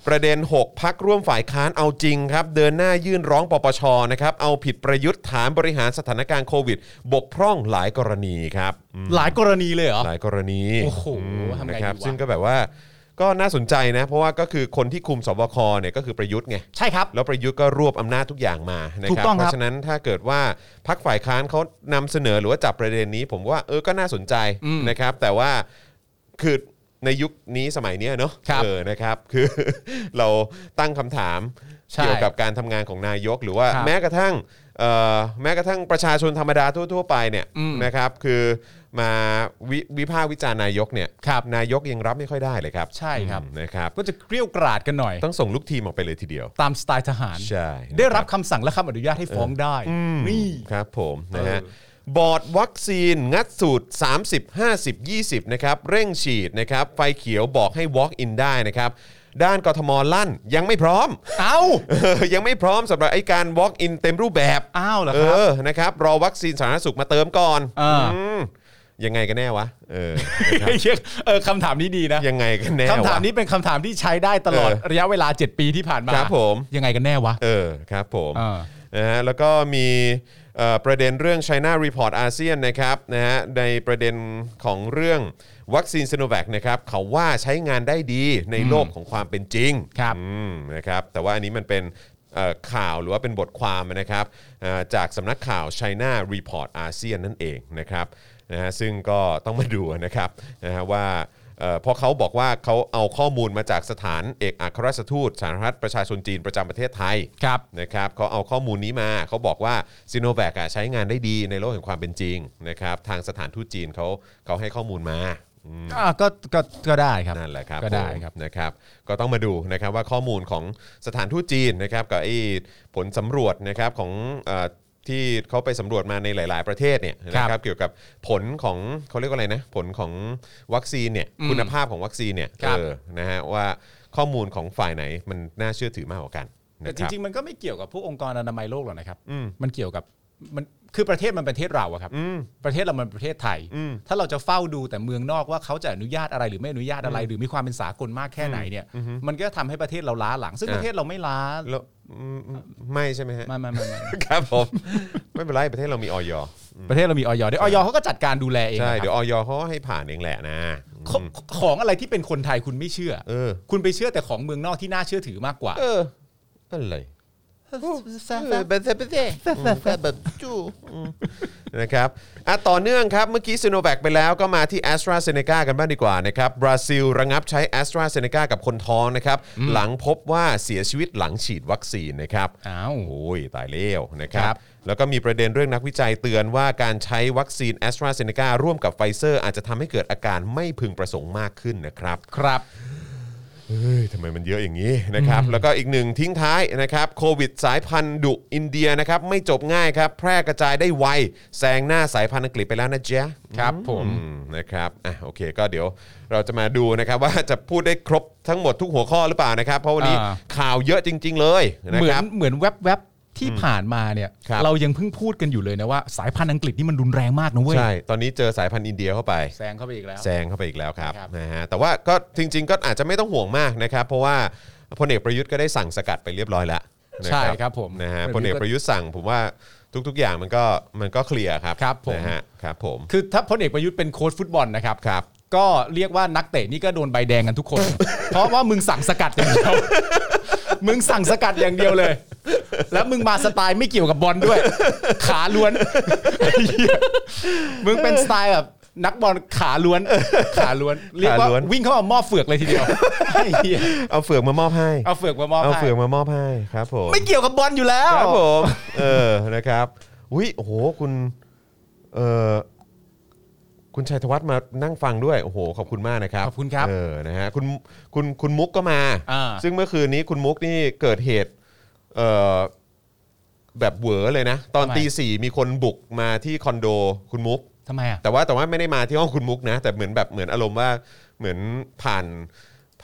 Speaker 2: ประเด็น 6 พักร่วมฝ่ายค้านเอาจริงครับ เดินหน้ายื่นร้องปปชนะครับ เอาผิดประยุทธ์ฐานบริหารสถานการณ์โควิด บกพร่องหลายกรณีครับอืม
Speaker 3: หลายกรณีเลยเหรอ
Speaker 2: หลายกรณี
Speaker 3: โอ้โห
Speaker 2: ม
Speaker 3: ทำไงดีวะ
Speaker 2: นะครับซึ่งก็แบบว่าก็น่าสนใจนะ เพราะว่าก็คือคนที่คุมสบคเนี่ยก็คือประยุทธ์ไง
Speaker 3: ใช่ครับ
Speaker 2: แล้วประยุทธ์ก็รวบอำนาจทุกอย่างมานะ
Speaker 3: ถู
Speaker 2: ครั
Speaker 3: กต้อง
Speaker 2: เพ
Speaker 3: ครับ
Speaker 2: ราะฉะนั้นถ้าเกิดว่าพักฝ่ายค้านเขานำเสนอหรือว่าจับประเด็นนี้ ผมว่าเออก็น่าสนใจนะครับ แต่ว่าคือในยุคนี้สมัยเนี้ยเนาะ
Speaker 3: ครับ
Speaker 2: เออนะครับ [laughs] คือ เราตั้งคำถาม
Speaker 3: ใช่
Speaker 2: เกี่ยวกับการทำงานของนายก หรือว่า
Speaker 3: ครับ
Speaker 2: แม้กระทั่งเอ่อแม้กระทั่งประชาชนธรรมดาทั่ว ๆ ไปเนี่ย
Speaker 3: อืม
Speaker 2: นะครับ คือมาวิวิพากษ์วิจารณ์นายกเนี่ย
Speaker 3: ครับ
Speaker 2: นายกยังรับไม่ค่อยได้เลยครับ
Speaker 3: ใช่ครับ
Speaker 2: อืมนะครับ
Speaker 3: ก็จะเกลี้ยวกราดกันหน่อย
Speaker 2: ต้องส่งลูกทีมออกไปเลยทีเดียว
Speaker 3: ตามสไตล์ทหาร
Speaker 2: ใช่
Speaker 3: ได้รับคำสั่งและคำอนุญาตให้ฟ้องได้ นี่
Speaker 2: ครับผมนะฮะ
Speaker 3: เออบ
Speaker 2: อร์ดวัคซีน งัดสูตร 30 50 20 นะครับ เร่งฉีดนะครับ ไฟเขียวบอกให้ walk in ได้นะครับ ด้านกทมลั่นยังไม่พร้อม [laughs]
Speaker 3: เอ้า
Speaker 2: ยังไม่พร้อมสำหรับไอ้การ walk in เต็มรูปแบบ
Speaker 3: อ้าวเหรอ
Speaker 2: เอ
Speaker 3: ครั
Speaker 2: อ
Speaker 3: บ
Speaker 2: นะครับ รอวัคซีนสาธารณสุขมาเติมก่อน
Speaker 3: อ่า
Speaker 2: มยังไงกันแน่วะเออ
Speaker 3: [laughs] เออคำถามนี้ดีนะ
Speaker 2: ยังไงกันแน่วะ
Speaker 3: คำถามนี้เป็นคำถามที่ใช้ได้ตลอด
Speaker 2: เออ
Speaker 3: ระยะเวลา 7 ปีที่ผ่านมา
Speaker 2: ครับผม
Speaker 3: ยังไงกันแน่วะ
Speaker 2: เออครับผม
Speaker 3: อ่า
Speaker 2: นะฮะแล้วก็มีเอ่อประเด็นเรื่อง China Report อาเซียนนะครับนะฮะในประเด็นของเรื่องวัคซีนซ i โนแว c นะครับเขาว่าใช้งานได้ดีในโลกของความเป็นจริง
Speaker 3: ครับ
Speaker 2: อืมนะครับแต่ว่าอันนี้มันเป็นเอ่อข่าวหรือว่าเป็นบทความนะครับเอ่อจากสำนักข่าว China Report อาเซียนนั่นเองนะครับนะฮะซึ่งก็ต้องมาดูนะครับนะฮะว่า เอ่อเพราะเขาบอกว่าเขาเอาข้อมูลมาจากสถานเอกอัครราชทูตสาธารณรัฐประชาชนจีนประจำประเทศไทย
Speaker 3: ครับ
Speaker 2: นะครับเขาเอาข้อมูลนี้มาเขาบอกว่าซีโนแวคใช้งานได้ดีในโลกแห่งความเป็นจริงนะครับทางสถานทูตจีนเขาเขาให้ข้อมูลมาอืม
Speaker 3: อ่ะก็ก็ก็ได้ครับ
Speaker 2: นั่นแหละครับ
Speaker 3: ก็ได้
Speaker 2: ผม
Speaker 3: ครับ
Speaker 2: นะครับ ก็ต้องมาดูนะครับว่าข้อมูลของสถานทูตจีนนะครับกับไอ้ผลสำรวจนะครับของเอ่อที่เขาไปสำรวจมาในหลาย ๆ ประเทศเนี่ยนะครับเกี่ยวกับผลของเขาเรียกว่าอะไรนะผลของวัคซีนเนี่ยคุณภาพของวัคซีนเนี่ย
Speaker 3: ครับ
Speaker 2: เออ นะฮะว่าข้อมูลของฝ่ายไหนมันน่าเชื่อถือมากกว่ากัน
Speaker 3: แต่
Speaker 2: นะ
Speaker 3: จ
Speaker 2: ครับ
Speaker 3: ริง ๆ มันก็ไม่เกี่ยวกับพวกองค์กรอนามัยโลกหรอกนะครับ
Speaker 2: อืม
Speaker 3: มันเกี่ยวกับมันคือประเทศมันเป็นประเทศเราอะครับ
Speaker 2: อืม
Speaker 3: ประเทศเรามันประเทศไทย
Speaker 2: อืม
Speaker 3: ถ้าเราจะเฝ้าดูแต่เมืองนอกว่าเขาจะอนุญาตอะไรหรือไม่อนุญาตอะไร หรือมีความเป็นสากลมากแค่ไหนเนี่ย มันก็ทำให้ประเทศเราล้าหลัง ซึ่ง
Speaker 2: อ่ะ
Speaker 3: ประเทศเราไม่ล้า
Speaker 2: แล้วอืมไม่ใช่ไหมฮะ
Speaker 3: ไม่ไม่ไม่ไม่
Speaker 2: ครับผม ไม่เป็นไรประเทศเรามีออย
Speaker 3: ประเทศเรามีออยเดี๋ยวออยเขาก็จัดการดูแลเอง
Speaker 2: ใช่
Speaker 3: นะครับ
Speaker 2: เดี๋ยวออยเขาให้ผ่านเองแหละนะ
Speaker 3: ขของอะไรที่เป็นคนไทยคุณไม่เชื่อ
Speaker 2: เออ
Speaker 3: คุณไปเชื่อแต่ของเมืองนอกที่น่าเชื่อถือมากกว่า
Speaker 2: เอออะไร
Speaker 5: แบบแบบแบบแบบจู้
Speaker 2: นะครับอ่ะต่อเนื่องครับ เมื่อกี้ซ i โนแว c ไปแล้วก็มาที่ a s t r a z เซ e c a กันบ้างดีกว่านะครับ บราซิลระงับใช้ a s t r a z เซ e c a กับคนท้องนะครับ หลังพบว่าเสียชีวิตหลังฉีดวัคซีนนะครับ
Speaker 3: อ้าว
Speaker 2: โอ้ย ตายเลี้ยวนะครั
Speaker 3: ครับ บ
Speaker 2: แล้วก็มีประเด็นเรื่องนักวิจัยเตือนว่าการใช้วัคซีนแอสตราเซเนการ่วมกับไฟเซอร์ อาจจะทำให้เกิดอาการไม่พึงประสงค์มากขึ้นนะครับ
Speaker 3: ครับ
Speaker 2: เฮ้ยทำไมมันเยอะอย่างนี้นะครับ แล้วก็อีกหนึ่งทิ้งท้ายนะครับโควิดสายพันธุ์ดุอินเดียนะครับ ไม่จบง่ายครับ แพร่กระจายได้ไวแซงหน้าสายพันธุ์อังกฤษไปแล้วนะเจ๊ะ
Speaker 3: ครับผม
Speaker 2: อืนะครับอ่ะโอเคก็เดี๋ยวเราจะมาดูนะครับ ว่าจะพูดได้ครบทั้งหมดทุกหัวข้อหรือเปล่านะครับ เพราะวันนี้
Speaker 3: อ่า
Speaker 2: ข่าวเยอะจริง ๆ เลยนะ
Speaker 3: เหมื
Speaker 2: ค
Speaker 3: อน
Speaker 2: รับ
Speaker 3: เหมือนแวบๆที่ผ่านมาเนี่ย
Speaker 2: ครับ
Speaker 3: เรายังเพิ่งพูดกันอยู่เลยนะว่า สายพันธุ์อังกฤษนี่มันรุนแรงมากนะเว้ย
Speaker 2: ใช่ ตอนนี้เจอสายพันธุ์อินเดียเข้าไป
Speaker 3: แซงเข้าไปอีกแล้ว
Speaker 2: แซงเข้าไปอีกแล้วครับ
Speaker 3: ครับ
Speaker 2: นะฮะแต่ว่าก็จริง ๆ ก็อาจจะไม่ต้องห่วงมากนะครับ เพราะว่าพลเอกประยุทธ์ก็ได้สั่งสกัดไปเรียบร้อยแล้วนะ
Speaker 3: ใช่ครับผม
Speaker 2: นะฮะพลเอกประยุทธ์สั่งผมว่า ทุกๆอย่างมันก็มันก็เคลียร์ครับ
Speaker 3: ครับผม
Speaker 2: นะฮะครับผม
Speaker 3: คือถ้าพลเอกประยุทธ์เป็นโค้ชฟุตบอลนะครับ
Speaker 2: ครับ
Speaker 3: ก็เรียกว่านักเตะนี่ก็โดนใบแดงกันทุกคน [laughs] เพราะว่ามึงสั่งสกัดอย่างเดียว [laughs] มึงสั่งสกัดอย่างเดียวเลย แล้วมึงมาสไตล์ไม่เกี่ยวกับบอลด้วย ขาล้วน [laughs] ไอ้เหี้ยมึงเป็นสไตล์แบบนักบอลขาล้วน ขาล้วน เรียกว่า
Speaker 2: ขาล้วน
Speaker 3: วิ่งเข้ามามอบเฟือกเลยที
Speaker 2: [laughs]
Speaker 3: เดียวไอ้เหี้ย
Speaker 2: เอาเฟือกมามอบให้
Speaker 3: เอาเฟือกมามอบ
Speaker 2: เอา
Speaker 3: ให้
Speaker 2: เฟือกมามอบให้ครับผม
Speaker 3: ไม่เกี่ยวกับบอลอยู่แล้ว
Speaker 2: ครับผม [laughs] เออนะครับอุ้ยโอ้โหคุณเออคุณชัยธวัฒน์มานั่งฟังด้วยโอ้โหขอบคุณมากนะครับ
Speaker 3: ขอบคุณครับ
Speaker 2: เออนะฮะคุณคุณคุณมุกก็มา
Speaker 3: อ่า
Speaker 2: ซึ่งเมื่อคืนนี้คุณมุกนี่เกิดเหตุเออแบบเหวอเลยนะ ตอน
Speaker 3: ทำไม
Speaker 2: ตีสี่มีคนบุกมาที่คอนโดคุณมุก
Speaker 3: ทำไมอ่ะ
Speaker 2: แต่ว่าแต่ว่าไม่ได้มาที่ห้องคุณมุกนะ แต่เหมือนแบบเหมือนอารมณ์ว่าเหมือนผ่าน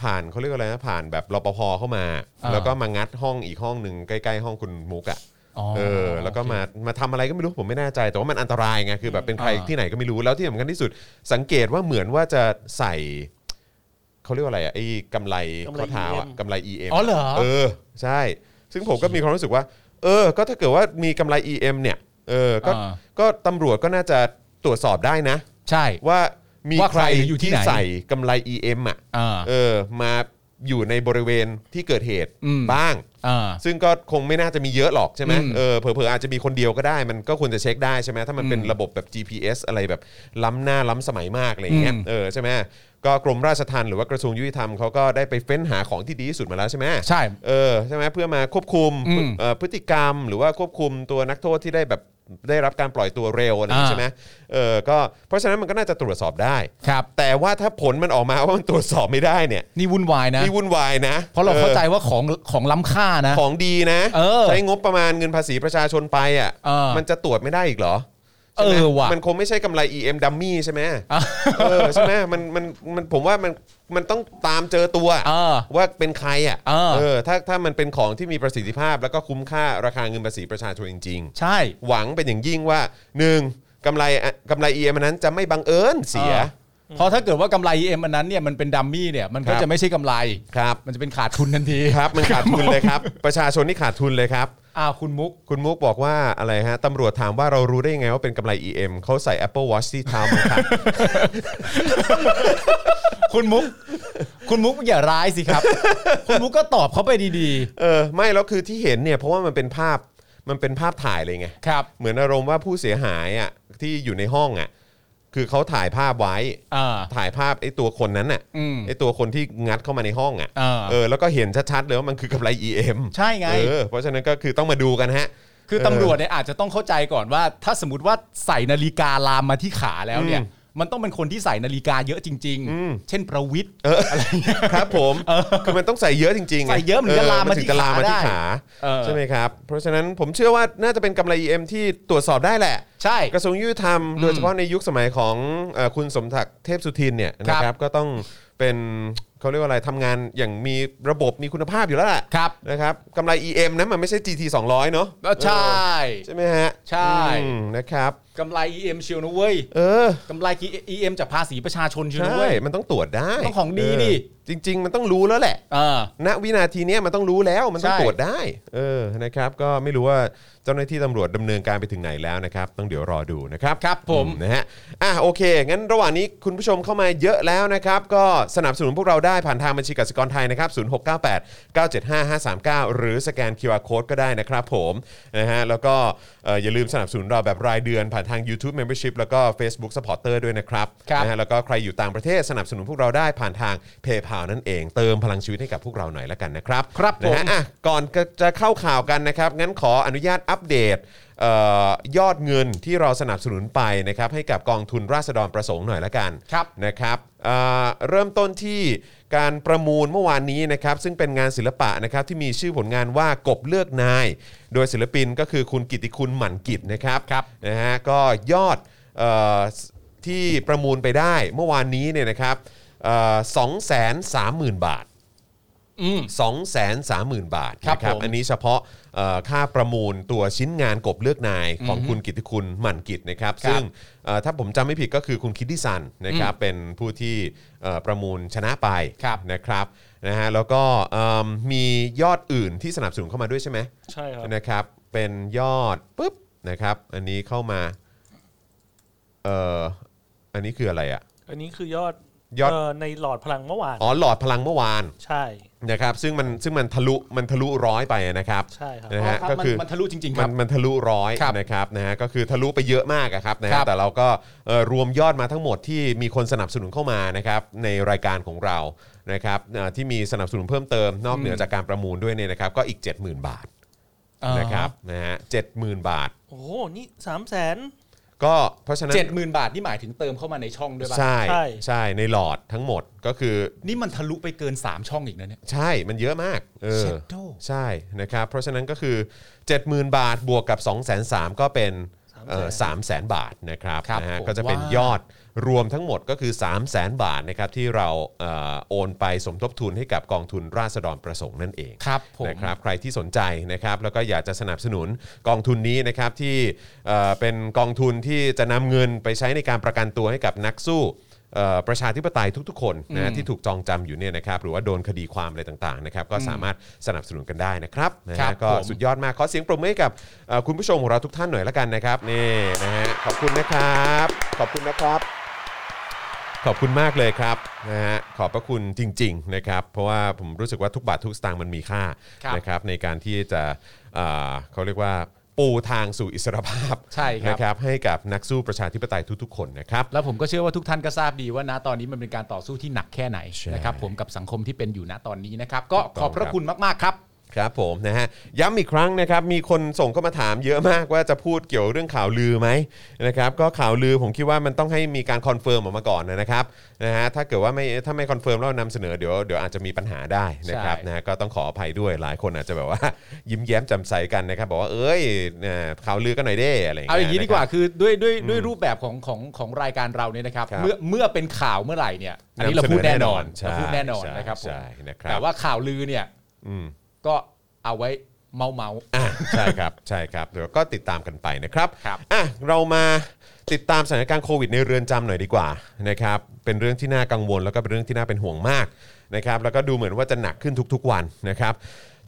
Speaker 2: ผ่านเขาเรียกว่าอะไรนะผ่านแบบรปภเข้ามา
Speaker 3: อ่า
Speaker 2: แล้วก็มางัดห้องอีกห้องหนึ่งใกล้ๆห้องคุณมุกอ่ะ
Speaker 3: อ๋อ
Speaker 2: เออ แล้วก็มามาทำอะไรก็ไม่รู้ผมไม่แน่ใจ แต่ว่ามันอันตรายไงคือแบบเป็นใคร
Speaker 3: อ่า
Speaker 2: ที่ไหนก็ไม่รู้แล้วที่สำคัญที่สุด สังเกตว่าเหมือนว่าจะใส่เขาเรียกว่าอะไรอะไอ้กำไรข้อเท้าอะกำไร EM
Speaker 3: อ๋อเหรอ
Speaker 2: เออใช่ ซึ่งผมก็มีความรู้สึกว่า เออ ก็ถ้าเกิดว่ามีกำไร EM เนี่ย เออ ก็
Speaker 3: อ่า
Speaker 2: ก็ตำรวจก็น่าจะตรวจสอบได้นะ
Speaker 3: ใช่
Speaker 2: ว่ามี
Speaker 3: ว่า
Speaker 2: ใค
Speaker 3: ใค
Speaker 2: ร
Speaker 3: รอยู่ที่
Speaker 2: ที่
Speaker 3: ไหน
Speaker 2: ใส่กำไร EM อ่ะ
Speaker 3: อ่า
Speaker 2: เออ มาอยู่ในบริเวณที่เกิดเหตุ
Speaker 3: อืม
Speaker 2: บ้าง
Speaker 3: อ่า
Speaker 2: ซึ่งก็คงไม่น่าจะมีเยอะหรอกใช่ไหม
Speaker 3: อืม
Speaker 2: เออ เผลอๆอาจจะมีคนเดียวก็ได้ มันก็ควรจะเช็คได้ใช่ไหมถ้ามันเป็น
Speaker 3: อืม
Speaker 2: ระบบแบบ GPS อะไรแบบล้ำหน้าล้ำสมัยมากอะไรอย่างเงี้ย
Speaker 3: อืม
Speaker 2: เออ ใช่ไหมก็กรมราชทัณฑ์หรือว่ากระทรวงยุติธรรมเขาก็ได้ไปเฟ้นหาของที่ดีที่สุดมาแล้วใช่ไหม
Speaker 3: ใช่
Speaker 2: เออใช่ไหมเพื่อมาควบคุม
Speaker 3: อืม
Speaker 2: เอ่อพฤติกรรม หรือว่าควบคุมตัวนักโทษที่ได้แบบได้รับการปล่อยตัวเร็วอะไรอย่างนี้
Speaker 3: อ่า
Speaker 2: ใช่ไหมเออก็เพราะฉะนั้นมันก็น่าจะตรวจสอบได้
Speaker 3: ครับ
Speaker 2: แต่ว่าถ้าผลมันออกมาว่ามันตรวจสอบไม่ได้เนี่ย
Speaker 3: นี่วุ่นวายนะ
Speaker 2: นี่วุ่นวายนะ
Speaker 3: เพราะเราเข้าใจว่าของของล้ำค่านะ
Speaker 2: ของดีนะ
Speaker 3: เออ
Speaker 2: ใช้งบประมาณเงินภาษีประชาชนไปอ่ะ
Speaker 3: เออ
Speaker 2: มันจะตรวจไม่ได้อีกเหรอ
Speaker 3: เออ
Speaker 2: ใช่ไหม
Speaker 3: ว่ะ
Speaker 2: มันคงไม่ใช่กำไร EM ดัมมี่ใช่ไหม
Speaker 3: อ่ะ
Speaker 2: เออใช่ไหมมันมันมันผมว่ามันมันต้องตามเจอตัว
Speaker 3: เออ
Speaker 2: ว่าเป็นใครอ่ะ
Speaker 3: เออ
Speaker 2: ถ้าถ้ามันเป็นของที่มีประสิทธิภาพ แล้วก็คุ้มค่าราคาเงินภาษีประชาชนจริง
Speaker 3: ใช่
Speaker 2: ๆ หวังเป็นอย่างยิ่งว่าหนึ่งกำไรอ่ะกำไรเอ็มนนั้นจะไม่บังเอิญเสีย
Speaker 3: ออเพราะถ้าเกิดว่ากำไร EM อันนั้นเนี่ยมันเป็นดัมมี่เนี่ยมันก็
Speaker 2: ครับ
Speaker 3: จะไม่ใช่กำไร
Speaker 2: ครับ
Speaker 3: มันจะเป็นขาดทุนทันที
Speaker 2: ครับมันขาดทุนเลยครับ ประชาชนนี่ขาดทุนเลยครับ
Speaker 3: อ้าวคุณมุก
Speaker 2: คุณมุกบอกว่าอะไรฮะตำรวจถามว่าเรารู้ได้ยังไงว่าเป็นกำไร EM เขาใส่ Apple Watch ที่เท้ามั้งครับ
Speaker 3: คุณมุก คุณมุกอย่าร้ายสิครับ
Speaker 2: [laughs]
Speaker 3: คุณมุกก็ตอบเขาไปดี
Speaker 2: เออไม่แล้วคือที่เห็นเนี่ยเพราะว่ามันเป็นภาพมันเป็นภาพถ่ายเลยไง
Speaker 3: ๆ ครับ
Speaker 2: เหมือนอารมณ์ว่าผู้เสียหายอ่ะที่อยู่ในห้องอ่ะคือเขาถ่ายภาพไว้
Speaker 3: อ่า
Speaker 2: ถ่ายภาพไอ้ตัวคนนั้นน่ะ
Speaker 3: อืม
Speaker 2: ไอ้ตัวคนที่งัดเข้ามาในห้องอ่ะ
Speaker 3: อ่า
Speaker 2: เออแล้วก็เห็นชัดๆเลยว่ามันคือกำไร EM
Speaker 3: ใช่ไง
Speaker 2: เออเพราะฉะนั้นก็คือต้องมาดูกันฮะ
Speaker 3: คือตำรวจเนี่ยอาจจะต้องเข้าใจก่อนว่า ถ้าสมมติว่าใส่นาฬิกาลามมาที่ขาแล้วเนี่ย
Speaker 2: อืม
Speaker 3: มันต้องเป็นคนที่ใส่นาฬิกาเยอะจริง
Speaker 2: อืม
Speaker 3: ๆ เช่นประวิทย์
Speaker 2: เอออะไรครับผมคือมันต้องใส่เยอะจริงๆไง
Speaker 3: ใส่เยอะมันถึงจะลามมาที่
Speaker 2: ถึงจะลามมาที่
Speaker 3: ขาได้
Speaker 2: ขา
Speaker 3: เออ
Speaker 2: ใช่ไหมครับเพราะฉะนั้นผมเชื่อว่าน่าจะเป็นกำไร EM ที่ตรวจสอบได้แหละ
Speaker 3: ใช่
Speaker 2: กระทรวงยุติธรรมโดยเฉพาะในยุคสมัยของเอ่อคุณสมศักดิ์เทพสุทินเนี่ยนะค
Speaker 3: ครั
Speaker 2: รับบ ก็ต้องเป็นเขาเรียกว่าอะไรทำงานอย่างมีระบบมีคุณภาพอยู่แล้วแหละ
Speaker 3: ครับ
Speaker 2: นะครับกำไร EM นะมันไม่ใช่ GT 200 เนาะ
Speaker 3: ก็ใช่
Speaker 2: เออใช่ไหมฮะ
Speaker 3: ใช่
Speaker 2: อืมนะครับ
Speaker 3: กำไร EM เชียวนะเว้ย
Speaker 2: เออก
Speaker 3: ำไร EM จากภาษีประชาชนเชียวนะ
Speaker 2: ใช่
Speaker 3: เว้ย
Speaker 2: มันต้องตรวจได้
Speaker 3: ต้องของดี
Speaker 2: เ
Speaker 3: ดิ
Speaker 2: จริง ๆ มันต้องรู้แล้วแหละ
Speaker 3: เออ
Speaker 2: ณวินาทีเนี้ยมันต้องรู้แล้วมันต้อง
Speaker 3: ใช่
Speaker 2: ตรวจได้ เออนะครับ ก็ไม่รู้ว่าเจ้าหน้าที่ตำรวจดำเนินการไปถึงไหนแล้วนะครับ ต้องเดี๋ยวรอดูนะครับ
Speaker 3: ครับผม
Speaker 2: อืนะฮะอ่ะโอเค งั้นระหว่างนี้คุณผู้ชมเข้ามาเยอะแล้วนะครับ ก็สนับสนุนพวกเราได้ผ่านทางบัญชีกสิกรไทยนะครับ 0698 975 539 หรือสแกน QR Code ก็ได้นะครับผมนะฮะแล้วก็เอ่ออย่าลืมสนับสนุนเราแบบรายเดือนผ่านทาง YouTube Membership แล้วก็ Facebook Supporter ด้วยนะครับ
Speaker 3: ครับ
Speaker 2: นะฮะแล้วก็ใครอยู่ต่างประเทศสนับสนุนพวกเราได้ผ่านทาง PayPal นั่นเอง เติมพลังชีวิตให้กับพวกเราหน่อยละกันนะครับ
Speaker 3: ครับผ
Speaker 2: นะ
Speaker 3: ม
Speaker 2: ฮะ อ่ะก่อนจะเข้าข่าวกันนะครับ งั้นขออนุญาตอัปเดตเออยอดเงินที่เราสนับสนุนไปนะครับให้กับกองทุนราษฎรประสงค์หน่อยละกัน
Speaker 3: ครับ
Speaker 2: นะครับเอ่อเริ่มต้นที่การประมูลเมื่อวานนี้นะครับซึ่งเป็นงานศิลปะนะครับที่มีชื่อผลงานว่ากบเลือกนาย โดยศิลปินก็คือคุณกิติคุณหมั่นกิจนะครับนะฮะก็ยอดเออที่ประมูลไปได้เมื่อวานนี้เนี่ยนะครับสองแสนสามหมื่นบาท
Speaker 3: อืม
Speaker 2: 230,000 บาท
Speaker 3: ครับ
Speaker 2: นะครับ
Speaker 3: ผม
Speaker 2: อันนี้เฉพาะเอ่อค่าประมูลตัวชิ้นงานกบเลือกนายของคุณกิตติคุณหมั่นกิจนะครับ
Speaker 3: ครับ
Speaker 2: ซึ่งเอ่อถ้าผมจำไม่ผิดก็คือคุณคิดดิซันนะครับ เป็นผู้ที่เอ่อประมูลชนะไป
Speaker 3: ครับ
Speaker 2: นะครับนะฮะแล้วก็เอิ่มมียอดอื่นที่สนับสนุนเข้ามาด้วยใช่ไหม
Speaker 4: ใช่ครับ
Speaker 2: นะครับ เป็นยอดปุ๊บ นะครับ อันนี้เข้ามาเอ่ออันนี้คืออะไรอ่ะ
Speaker 4: อันนี้คือยอด
Speaker 2: ยอด
Speaker 4: เในหลอดพลังเมื่อวาน
Speaker 2: อ๋อหลอดพลังเมื่อวาน
Speaker 4: ใช่
Speaker 2: นะครับซึ่งมันซึ่งมันทะลุมันทะลุร้อยไปนะครับ
Speaker 4: ใช่ครับ
Speaker 2: นะฮะ
Speaker 3: ครับ
Speaker 2: ก็
Speaker 3: มัน
Speaker 2: คือ
Speaker 3: มันทะลุจริงๆค
Speaker 2: มั
Speaker 3: รับ
Speaker 2: นมันทะลุร้อย
Speaker 3: ครับ
Speaker 2: นะครับนะฮะก็คือทะลุไปเยอะมากอะครับนะ
Speaker 3: ค
Speaker 2: ฮะ
Speaker 3: รับ
Speaker 2: แต่เราก็เอ่อรวมยอดมาทั้งหมดที่มีคนสนับสนุนเข้ามานะครับในรายการของเรานะครับเอ่อที่มีสนับสนุนเพิ่มเติมนอกเหนือ
Speaker 3: ม
Speaker 2: จากการประมูลด้วยเนี่ยนะครับก็อีก 70,000 บาทนะครับนะฮะเจ็ดหมื่นบาท
Speaker 4: โอ้โห นี่สามแสน
Speaker 2: ก็เพราะฉะนั้น
Speaker 3: เจ็ดหมื่นบาทนี่หมายถึงเติมเข้ามาในช่องด้วยป่ะ
Speaker 2: ใช่
Speaker 4: ใช่
Speaker 2: ใช่ในหลอดทั้งหมดก็คือ
Speaker 3: นี่มันทะลุไปเกินสามช่องอีกนะเนี่ย
Speaker 2: ใช่มันเยอะมากเออ
Speaker 3: Shadow
Speaker 2: ใช่นะครับเพราะฉะนั้นก็คือ 70,000 บาทบวกกับ 2 3 0 0 0ก็เป็น
Speaker 4: 300,000
Speaker 2: สามแสนบาทนะครับ
Speaker 3: ครับ
Speaker 2: นะฮะ
Speaker 3: ผม
Speaker 2: ก็จะเป็น
Speaker 3: ว้าย ย
Speaker 2: อดรวมทั้งหมดก็คือ 3 0 0แสนบาทนะครับที่เราเอ่อโอนไปสมทบทุนให้กับกองทุนราษฎรประสงค์นั่นเอง
Speaker 3: ครับผม
Speaker 2: นะครับใครที่สนใจนะครับแล้วก็อยากจะสนับสนุนกองทุนนี้นะครับที่เอ่อเป็นกองทุนที่จะนำเงินไปใช้ในการประกันตัวให้กับนักสู้เอ่อประชาธิปไตยทุกๆ คนนะที่ถูกจองจำอยู่เนี่ยนะครับหรือว่าโดนคดีความอะไรต่างๆนะครับก็สามารถสนับสนุนกันได้นะครับนะ
Speaker 3: ครั
Speaker 2: ฮะ
Speaker 3: บ
Speaker 2: ก็
Speaker 3: ผม
Speaker 2: สุดยอดมากขอเสียงปรบมือให้กับเอ่อคุณผู้ชมของเราทุกท่านหน่อยละกันนะครับนี่นะฮะขอบคุณนะครับ ขอบคุณนะครับ ขอบคุณมากเลยครับนะฮะขอบพระคุณจริง ๆ นะครับ เพราะว่าผมรู้สึกว่าทุกบาททุกสตางค์มันมีค่า
Speaker 3: ครับ
Speaker 2: นะครับในการที่จะเอ่อเขาเรียกว่าปูทางสู่อิสรภาพ
Speaker 3: ใช่ครับ
Speaker 2: นะครับให้กับนักสู้ประชาธิปไตยทุก ๆ คนนะครับ
Speaker 3: แล้วผมก็เชื่อว่าทุกท่านก็ทราบดีว่าณตอนนี้มันเป็นการต่อสู้ที่หนักแค่ไหน
Speaker 2: ใช่
Speaker 3: นะครับผมกับสังคมที่เป็นอยู่ณตอนนี้นะครับก็ขอบพระคุณมากๆครับ
Speaker 2: ครับผมนะฮะย้ำอีกครั้งนะครับมีคนส่งเข้ามาถามเยอะมากว่าจะพูดเกี่ยวเรื่องข่าวลือไหมนะครับก็ข่าวลือผมคิดว่ามันต้องให้มีการคอนเฟิร์มออกมาก่อนนะครับนะฮะถ้าเกิดว่าไม่ถ้าไม่คอนเฟิร์มแล้วนำเสนอเดี๋ยวเดี๋ยวอาจจะมีปัญหาได้นะครับ
Speaker 3: ใช่
Speaker 2: นะฮะก็ต้องขออภัยด้วยหลายคนอาจจะแบบว่า [laughs] ยิ้มแย้มแจ่มใสกันนะครับบอกว่าเอ้ยเอ่อข่าวลือกันหน่อยเด้อะไรอย่าง
Speaker 3: เอา
Speaker 2: เงี้ย
Speaker 3: อย่างนี้
Speaker 2: นะ
Speaker 3: ดี
Speaker 2: ค
Speaker 3: ก
Speaker 2: รับ
Speaker 3: ว่าคือด้วยด้วยด้วยรูปแบบของของของรายการเราเนี่ยนะครับ
Speaker 2: ครับ
Speaker 3: เมื่อเมื่อเป็นข่าวเมื่อไหร่เนี่ยอันนี้เรา
Speaker 2: นำเสนอ
Speaker 3: พูดแน่นอน
Speaker 2: แน่นอนใช่ใช่
Speaker 3: เราพูดแน่นอนนะครับผม
Speaker 2: ใช่นะครับ
Speaker 3: แต่ว่าข่าวลือเนี่ย
Speaker 2: อืม
Speaker 3: ก็เอาไว้เมาเมา
Speaker 2: อ่ะ [laughs] ใช่ครับ ใช่ครับเดี๋ยวก็ติดตามกันไปนะครับ
Speaker 3: ครับ
Speaker 2: อ่ะเรามาติดตามสถานการณ์โควิดในเรือนจำหน่อยดีกว่านะครับเป็นเรื่องที่น่ากังวล แล้วก็เป็นเรื่องที่น่าเป็นห่วงมากนะครับแล้วก็ดูเหมือนว่าจะหนักขึ้นทุกๆวันนะครับ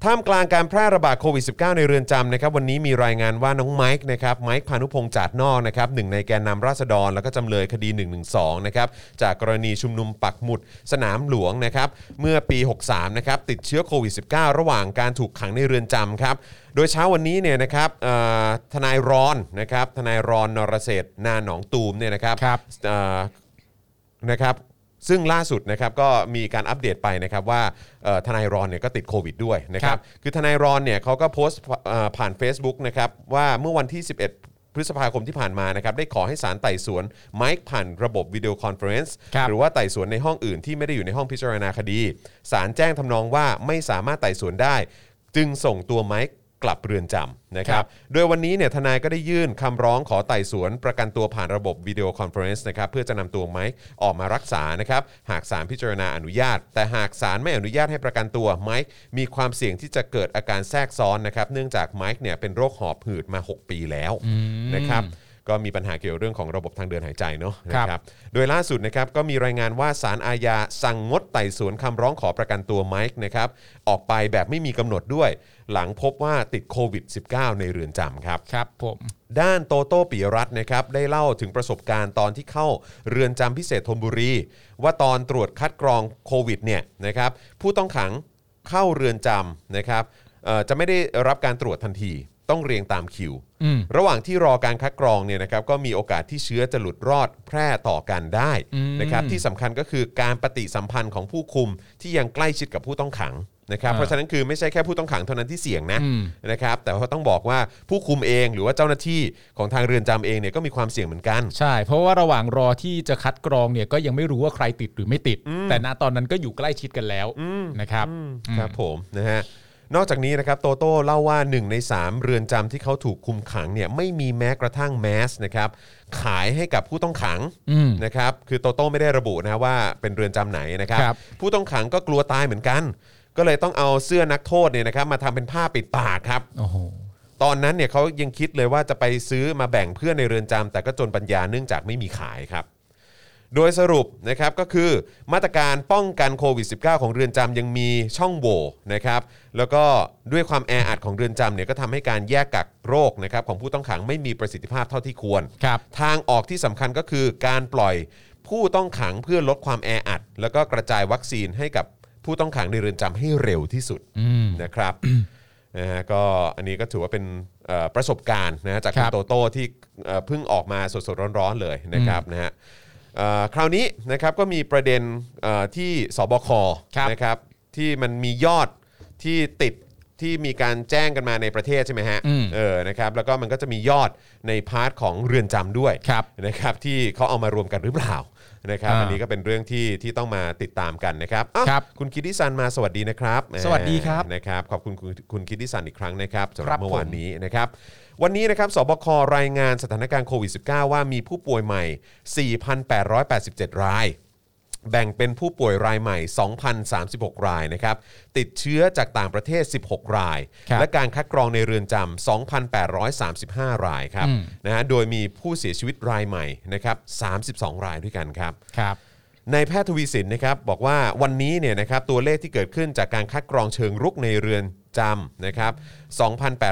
Speaker 2: ท่ามกลางการแพร่ระบาดโควิด -19 ในเรือนจำนะครับวันนี้มีรายงานว่าน้องไมค์นะครับไมค์พานุพงษ์จาดนอกนะครับหนึ่งในแกนนำราษฎร แล้วก็จำเลยคดี 112นะครับจากกรณีชุมนุมปักหมุดสนามหลวงนะครับเมื่อปี 63นะครับติดเชื้อโควิด -19 ระหว่างการถูกขังในเรือนจำครับ โดยเช้าวันนี้เนี่ยนะครับเอ่อทนายรอนนะครับทนายรอนนรเศรษฐ์นาหนองตูมเนี่ยนะครับ
Speaker 3: ครับ
Speaker 2: เอ่อนะครับซึ่งล่าสุดนะครับก็มีการอัปเดตไปนะครับว่าเอ่อทนายรอนเนี่ยก็ติดโควิดด้วยนะครับคือทนายรอนเนี่ยเขาก็โพสต์เอ่อผ่าน Facebook นะครับว่าเมื่อวันที่ 11 พฤษภาคมที่ผ่านมานะครับได้ขอให้ศาลไต่สวนไมค์ผ่านระบบวิดีโอคอนเฟอเรนซ์
Speaker 3: ครับ
Speaker 2: หรือว่าไต่สวนในห้องอื่นที่ไม่ได้อยู่ในห้องพิจารณาคดีศาลแจ้งทำนองว่าไม่สามารถไต่สวนได้ จึงส่งตัวไมค์กลับเรือนจำนะครับ โดยวันนี้เนี่ยทนายก็ได้ยื่นคำร้องขอไต่สวนประกันตัวผ่านระบบวิดีโอคอนเฟอเรนซ์นะครับเพื่อจะนำตัวไมค์ออกมารักษานะครับ หากศาลพิจารณาอนุญาต แต่หากศาลไม่อนุญาตให้ประกันตัวไมค์มีความเสี่ยงที่จะเกิดอาการแทรกซ้อนนะครับ เนื่องจากไมค์เนี่ยเป็นโรคหอบหืดมา 6 ปีแล้วนะครับ ก็มีปัญหาเกี่ยวเรื่องของระบบทางเดินหายใจเนาะ
Speaker 3: ครับ
Speaker 2: นะครับ โดยล่าสุดนะครับก็มีรายงานว่าสารอาญาสั่งงดไต่สวนคำร้องขอประกันตัวไมค์นะครับออกไปแบบไม่มีกำหนดด้วย หลังพบว่าติดโควิด -19 ในเรือนจำครับ
Speaker 3: ครับผม
Speaker 2: ด้านโตโต้ปิยรัตน์นะครับได้เล่าถึงประสบการณ์ตอนที่เข้าเรือนจำพิเศษธนบุรี ว่าตอนตรวจคัดกรองโควิดเนี่ยนะครับผู้ต้องขังเข้าเรือนจำนะครับเอ่อจะไม่ได้รับการตรวจทันที ต้องเรียงตามคิว
Speaker 3: อืม
Speaker 2: ระหว่างที่รอการคัดกรองเนี่ยนะครับก็มีโอกาสที่เชื้อจะหลุดรอดแพร่ต่อกันได้
Speaker 3: อืม
Speaker 2: นะครับที่สำคัญก็คือการปฏิสัมพันธ์ของผู้คุมที่ยังใกล้ชิดกับผู้ต้องขังนะครับ
Speaker 3: อ่า
Speaker 2: เพราะฉะนั้นคือไม่ใช่แค่ผู้ต้องขังเท่านั้นที่เสี่ยงนะ
Speaker 3: อืม
Speaker 2: นะครับแต่ว่าต้องบอกว่าผู้คุมเองหรือว่าเจ้าหน้าที่ของทางเรือนจำเองเนี่ยก็มีความเสี่ยงเหมือนกัน
Speaker 3: ใช่ เพราะว่าระหว่างรอที่จะคัดกรองเนี่ยก็ยังไม่รู้ว่าใครติดหรือไม่ติด แต่ณตอนนั้นก็อยู่ใกล้ชิดกันแล้วนะครับ
Speaker 2: ครับผมนะฮะนอกจากนี้นะครับโตโต้เล่าว่า 1 ใน 3 เรือนจำที่เขาถูกคุมขังเนี่ยไม่มีแม้กระทั่งแมสนะครับขายให้กับผู้ต้องขัง
Speaker 3: อืม
Speaker 2: นะครับคือโตโต้ไม่ได้ระบุนะว่าเป็นเรือนจำไหนนะครับ
Speaker 3: ครับ
Speaker 2: ผู้ต้องขังก็กลัวตายเหมือนกัน ก็เลยต้องเอาเสื้อนักโทษเนี่ยนะครับมาทำเป็นผ้าปิดปากครับ
Speaker 3: โอ้โห
Speaker 2: ตอนนั้นเนี่ยเขายังคิดเลยว่าจะไปซื้อมาแบ่งเพื่อนในเรือนจำแต่ก็จนปัญญาเนื่องจากไม่มีขายครับ โดยสรุปนะครับก็คือมาตรการป้องกันโควิด -19 ของเรือนจำยังมีช่องโหว่นะครับแล้วก็ด้วยความแออัดของเรือนจำเนี่ยก็ทำให้การแยกกักโรคนะครับของผู้ต้องขังไม่มีประสิทธิภาพเท่าที่ควร
Speaker 3: ครับ
Speaker 2: ทางออกที่สำคัญก็คือการปล่อยผู้ต้องขังเพื่อลดความแออัด แล้วก็กระจายวัคซีนให้กับผู้ต้องขังในเรือนจำให้เร็วที่สุดนะครับ [coughs] นะฮะก็อันนี้ก็ถือว่าเป็นเอ่อประสบการณ์นะฮะจากคุณ
Speaker 3: ครับ
Speaker 2: โตโต้ที่เอ่อเพิ่งออกมาสดๆร้อนๆเลยนะครับนะฮะเอ่อคราวนี้นะครับก็มีประเด็นเอ่อที่สบค
Speaker 3: ครับ
Speaker 2: นะครับที่มันมียอดที่ติดที่มีการแจ้งกันมาในประเทศใช่ไหมฮะ
Speaker 3: อืม
Speaker 2: เออ นะครับ แล้วก็มันก็จะมียอดในพาร์ทของเรือนจำด้วย
Speaker 3: ครับ
Speaker 2: นะครับ ที่เขาเอามารวมกันหรือเปล่า นะครับ
Speaker 3: อ่า
Speaker 2: อันนี้ก็เป็นเรื่องที่ที่ต้องมาติดตามกันนะครับอ้าว
Speaker 3: ครับ
Speaker 2: คุณคิดดิซันมาสวัสดีนะครับ
Speaker 3: สวัสดีครับ
Speaker 2: นะครับ ขอบคุณคุณคุณคิดดิซันอีกครั้งนะครับสำห
Speaker 3: ครั
Speaker 2: รับบ เมื่อวาน
Speaker 3: ผม
Speaker 2: นี้นะครับ วันนี้นะครับ สบค รายงานสถานการณ์โควิด -19 ว่ามีผู้ป่วยใหม่ 4,887 ราย แบ่งเป็นผู้ป่วยรายใหม่ 2,036 รายนะครับ ติดเชื้อจากต่างประเทศ 16 ราย
Speaker 3: ครับ
Speaker 2: และการคัดกรองในเรือนจำ 2,835 รายครับ
Speaker 3: อืม
Speaker 2: นะฮะ โดยมีผู้เสียชีวิตรายใหม่นะครับ 32 รายด้วยกันครับ
Speaker 3: ครับ
Speaker 2: นายแพทย์ทวีสินนะครับบอกว่าวันนี้เนี่ยนะครับตัวเลขที่เกิดขึ้นจากการคัดกรองเชิงรุกในเรือนจำนะครับ 2,835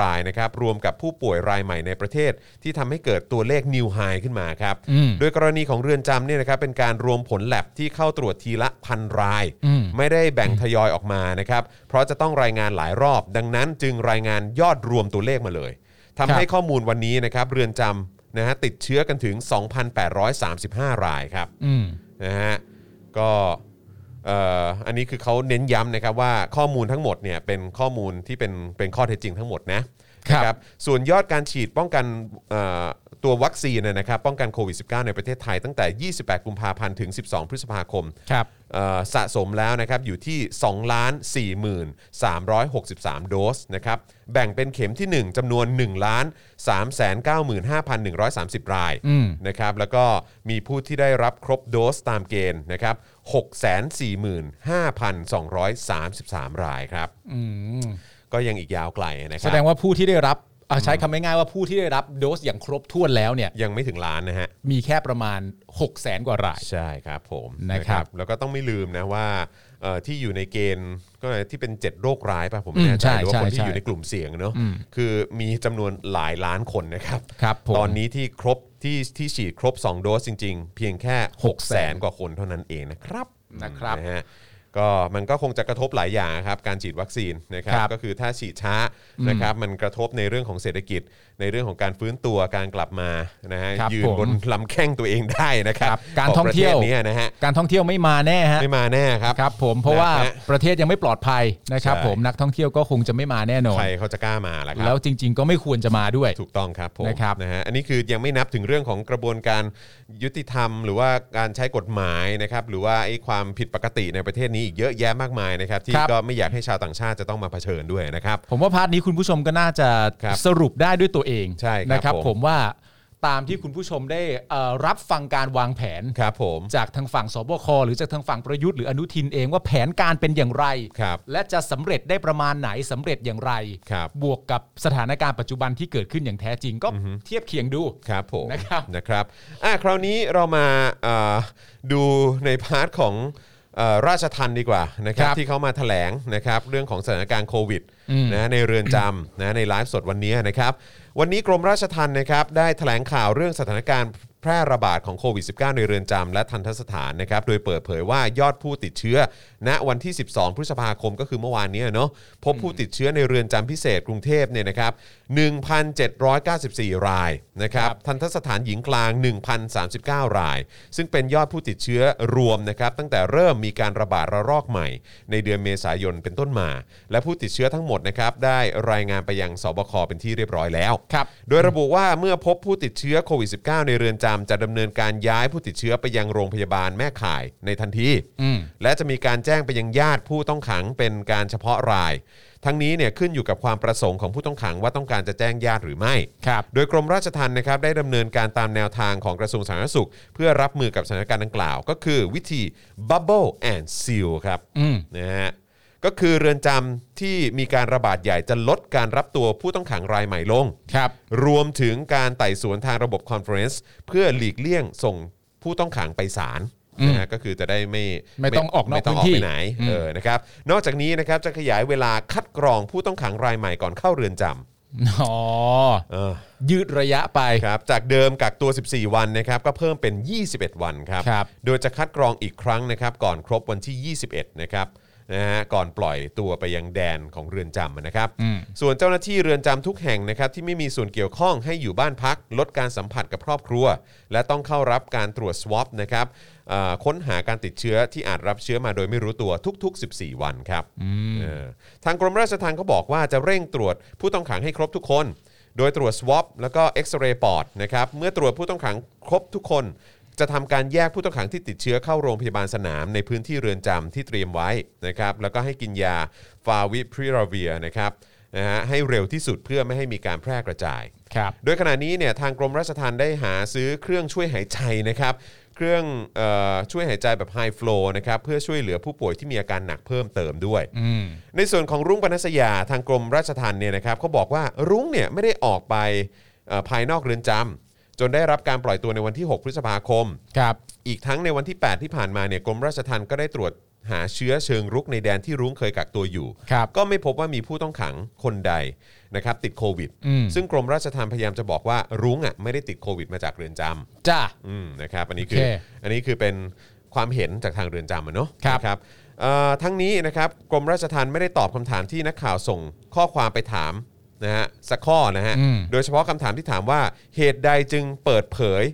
Speaker 2: รายนะครับรวมกับผู้ป่วยรายใหม่ในประเทศ ที่ทำให้เกิดตัวเลขนิวไฮขึ้นมาครับ
Speaker 3: อืม
Speaker 2: โดยกรณีของเรือนจำเนี่ยนะครับเป็นการรวมผลแลบที่เข้าตรวจทีละพันราย
Speaker 3: อืม
Speaker 2: ไม่ได้แบ่งทยอยออกมานะครับเพราะจะต้องรายงานหลายรอบ ดังนั้นจึงรายงานยอดรวมตัวเลขมาเลยทำให้ข้อมูลวันนี้นะครับเรือนจำนะฮะติดเชื้อกันถึง 2,835 รายครับ
Speaker 3: อืม
Speaker 2: นะฮะก็เอ่ออันนี้คือเขาเน้นย้ำนะครับว่าข้อมูลทั้งหมดเนี่ยเป็นข้อมูลที่เป็นเป็นข้อเท็จจริงทั้งหมดนะครับ นะส่วนยอดการฉีดป้องกันเอ่อตัววัคซีนเนยนะครับป้องกันโควิด -19 ในประเทศไทยตั้งแต่ 28 กุมภาพันธ์ถึง 12 พฤษภาคม
Speaker 3: ครับ
Speaker 2: เอ่อสะสมแล้วนะครับอยู่ที่ 2 4 3 6 3 โดสนะครับแบ่งเป็นเข็มที่ 1จำนวน 1 3 9 5 1 3 0 ราย
Speaker 3: อืม
Speaker 2: นะครับแล้วก็มีผู้ที่ได้รับครบโดสตามเกณฑ์นะครับ645,233 รายครับก็ยังอีกยาวไกลนะค
Speaker 3: แส
Speaker 2: รั
Speaker 3: ดงว่าผู้ที่ได้รับเอาใช้คำง่ายๆว่าผู้ที่ได้รับโดสอย่างครบถ้วนแล้วเนี่ย
Speaker 2: ยังไม่ถึงล้านนะฮะ
Speaker 3: มีแค่ประมาณ 6 0 0แสนกว่าราย
Speaker 2: ใช่ครับผม
Speaker 3: นะครับ
Speaker 2: แล้วก็ต้องไม่ลืมนะว่าเอ่อที่อยู่ในเกณฑ์ก็อะไรที่เป็น 7 โรคร้ายป่ะผมไม่แน่ใจ
Speaker 3: อืมใช่
Speaker 2: หรือว่าคน
Speaker 3: ใช่
Speaker 2: ที่
Speaker 3: ใช่
Speaker 2: อยู่ในกลุ่มเสี่ยงเนอะคือมีจำนวนหลายล้านคนนะครับ
Speaker 3: ครับผม
Speaker 2: ตอนนี้ที่ครบที่ที่ฉีดครบ 2 โดสจริง ๆ เพียงแค่6 0 0 0 0 0 กว่าคนเท่านั้นเองนะครับ
Speaker 3: นะครับ
Speaker 2: นะฮะก็มันก็คงจะกระทบหลายอย่างครับการฉีดวัคซีนนะครับ
Speaker 3: ครับ
Speaker 2: ก็คือถ้าฉีดช้านะครับมันกระทบในเรื่องของเศรษฐกิจ ในเรื่องของการฟื้นตัวการกลับมานะฮะ
Speaker 3: ครับ
Speaker 2: ยืน
Speaker 3: ผม
Speaker 2: บนลำแข้งตัวเองได้นะครับ
Speaker 3: ครับการท่องเที่ย
Speaker 2: ป
Speaker 3: ว
Speaker 2: ระศนี้นะฮะ
Speaker 3: การท่องเที่ยวไม่มาแน่ฮะ
Speaker 2: ไม่มาแน่ครับ
Speaker 3: ครับ ผมเพราะว่า
Speaker 2: นะฮะ
Speaker 3: ประเทศยังไม่ปลอดภัยนะครับ
Speaker 2: ใช่
Speaker 3: ผมนักท่องเที่ยวก็คงจะไม่มาแน่นอน
Speaker 2: ใครเขาจะกล้ามาล่ะค
Speaker 3: แล้
Speaker 2: รับ
Speaker 3: วจริง ๆ ก็ไม่ควรจะมาด้วย
Speaker 2: ถูกต้องครับผม
Speaker 3: นะครับ
Speaker 2: นะฮะอันนี้คือยังไม่นับถึงเรื่องของกระบวนการยุติธรรม หรือว่าการใช้กฎหมายนะครับ หรือว่าไอ้ความผิดปกติในประเทศนี้อีกเยอะแยะมากมายนะครับ ที่ก็ไม่อยากให้ชาวต่างชาติจะต้องมาเผชิญด้วยนะครับ
Speaker 3: ผมว่าพาร์ทนี้คุณผู้ชมก็น่าจะ
Speaker 2: ครับ
Speaker 3: สรุปได้ด้วยตัวเอง
Speaker 2: ใช่ครับ
Speaker 3: นะครับ
Speaker 2: ผม
Speaker 3: ผมว่าตามที่คุณผู้ชมได้เอ่อรับฟังการวางแผน
Speaker 2: ครับผม
Speaker 3: จากทางฝั่งสบคหรือจากทางฝั่งประยุทธ์หรืออนุทินเองว่าแผนการเป็นอย่างไร
Speaker 2: ครับ
Speaker 3: และจะสำเร็จได้ประมาณไหนสำเร็จอย่างไร
Speaker 2: ครับ
Speaker 3: บวกกับสถานการณ์ปัจจุบันที่เกิดขึ้นอย่างแท้จริงก็เทียบเคียงดู
Speaker 2: ครับผม
Speaker 3: นะครับ
Speaker 2: นะครับอ่ะคราวนี้เรามาเอ่อดูในพาร์ทของเอ่อราชทันดีกว่านะครับ
Speaker 3: ครับ
Speaker 2: ที่เขามาแถลงนะครับเรื่องของสถานการณ์โควิด
Speaker 3: อืม
Speaker 2: นะในเรือนจำ นะในไลฟ์สดวันนี้นะครับวันนี้กรมราชทัณฑ์นะครับได้แถลงข่าวเรื่องสถานการณ์แพร่ระบาดของโควิด -19 ในเรือนจำและทันทสถานนะครับโดยเปิดเผยว่ายอดผู้ติดเชื้อ ณวันที่ 12 พฤษภาคมก็คือเมื่อวานเนี้ยเนาะพบผู้ติดเชื้อในเรือนจำพิเศษกรุงเทพเนี่ยนะครับ1,794 รายนะครับ
Speaker 3: ครับ
Speaker 2: ทันทสถานหญิงกลาง 1,039 ราย ซึ่งเป็นยอดผู้ติดเชื้อรวมนะครับตั้งแต่เริ่มมีการระบาดระลอกใหม่ ในเดือนเมษายนเป็นต้นมา และผู้ติดเชื้อทั้งหมดนะครับได้รายงานไปยังสบคเป็นที่เรียบร้อยแล้ว
Speaker 3: ครับ
Speaker 2: โดยระบุว่าเมื่อพบผู้ติดเชื้อโควิด -19 ในเรือนจำจะดำเนินการย้ายผู้ติดเชื้อไปยังโรงพยาบาลแม่ข่ายในทันที
Speaker 3: อืม
Speaker 2: และจะมีการแจ้งไปยังญาติผู้ต้องขังเป็นการเฉพาะราย ทั้งนี้เนี่ยขึ้นอยู่กับความประสงค์ของผู้ต้องขังว่าต้องการจะแจ้งญาติหรือไม่
Speaker 3: ครับ
Speaker 2: โดยกรมราชทัณฑ์นะครับได้ดำเนินการตามแนวทางของกระทรวงสาธารณสุข เพื่อรับมือกับสถานการณ์ดังกล่าว ก็คือวิธี Bubble and Seal ครับ
Speaker 3: อืม
Speaker 2: นะฮะก็คือเรือนจำที่มีการระบาดใหญ่จะลดการรับตัวผู้ต้องขังรายใหม่ลง
Speaker 3: ครับ
Speaker 2: รวมถึงการไต่สวนทางระบบคอนเฟอเรนซ์เพื่อหลีกเลี่ยงส่ง ผู้ต้องขังไปศาล
Speaker 3: อืม
Speaker 2: นะฮะก็คือจะได้ไม่
Speaker 3: ไม่ต้องออกนอก
Speaker 2: ไม่ต้ง
Speaker 3: พื้นที่
Speaker 2: ไปไหน
Speaker 3: อืม
Speaker 2: เออนะครับนอกจากนี้นะครับจะขยายเวลาคัดกรองผู้ต้องขังรายใหม่ก่อนเข้าเรือนจ
Speaker 3: อ๋อ
Speaker 2: ำเออ
Speaker 3: ยืดระยะไป
Speaker 2: ครับจากเดิมกักตัว 14 วันนะครับก็เพิ่มเป็น 21 วันครับ
Speaker 3: ครับ
Speaker 2: โดยจะคัดกรองอีกครั้งนะครับก่อนครบวันที่ 21 นะครับนะฮะก่อนปล่อยตัวไปยังแดนของเรือนจำนะครับ ส่วนเจ้าหน้าที่เรือนจำทุกแห่งนะครับที่ไม่มีส่วนเกี่ยวข้องให้อยู่บ้านพัก ลดการสัมผัสกับครอบครัว และต้องเข้ารับการตรวจ swab นะครับเอ่อค้นหาการติดเชื้อที่อาจรับเชื้อมาโดยไม่รู้ตัวทุก ๆ 14 วันครับเออทางกรมราชทัณฑ์เขาบอกว่าจะเร่งตรวจผู้ต้องขังให้ครบทุกคน โดยตรวจ swab แล้วก็เอ็กซเรย์ปอดนะครับ เมื่อตรวจผู้ต้องขังครบทุกคน จะทำการแยกผู้ต้องขังที่ติดเชื้อเข้าโรงพยาบาลสนามในพื้นที่เรือนจำที่เตรียมไว้นะครับ แล้วก็ให้กินยาฟาวิพริราเวียนะครับนะฮะให้เร็วที่สุดเพื่อไม่ให้มีการแพร่กระจาย
Speaker 3: ครับ
Speaker 2: โดยขณะนี้เนี่ยทางกรมราชทัณฑ์ได้หาซื้อเครื่องช่วยหายใจนะครับ เครื่องเออช่วยหายใจแบบไฮฟลูนะครับเพื่อช่วยเหลือผู้ป่วยที่มีอาการหนักเพิ่มเติมด้วย
Speaker 3: อืม
Speaker 2: ในส่วนของรุ้งปนัสยาทางกรมราชทัณฑ์เนี่ยนะครับเขาบอกว่ารุ้งเนี่ยไม่ได้ออกไปเอ่อภายนอกเรือนจำจนได้รับการปล่อยตัวในวันที่ 6 พฤษภาคม
Speaker 3: ครับ
Speaker 2: อีกทั้งในวันที่ 8 ที่ผ่านมาเนี่ยกรมราชทัณฑ์ก็ได้ตรวจหาเชื้อเชิงรุกในแดนที่รุ้งเคยกักตัวอยู่
Speaker 3: ครับ
Speaker 2: ก็ไม่พบว่ามีผู้ต้องขังคนใดนะครับติดโควิด
Speaker 3: อืม
Speaker 2: ซึ่งกรมราชทัณฑ์พยายามจะบอกว่ารุ้งอ่ะไม่ได้ติดโควิดมาจากเรือนจำ
Speaker 3: จ้า
Speaker 2: อืมนะครับอันนี้คือ
Speaker 3: โอเค
Speaker 2: อันนี้คือเป็นความเห็นจากทางเรือนจำอะเนาะ
Speaker 3: ครับ
Speaker 2: นะเอ่อทั้งนี้นะครับกรมราชทัณฑ์ไม่ได้ตอบคำถามที่นักข่าวส่งข้อความไปถามนะฮะสักข้อนะฮะ
Speaker 3: อืม
Speaker 2: โดยเฉพาะคำถามที่ถามว่าเหตุใดจึงเปิดเผย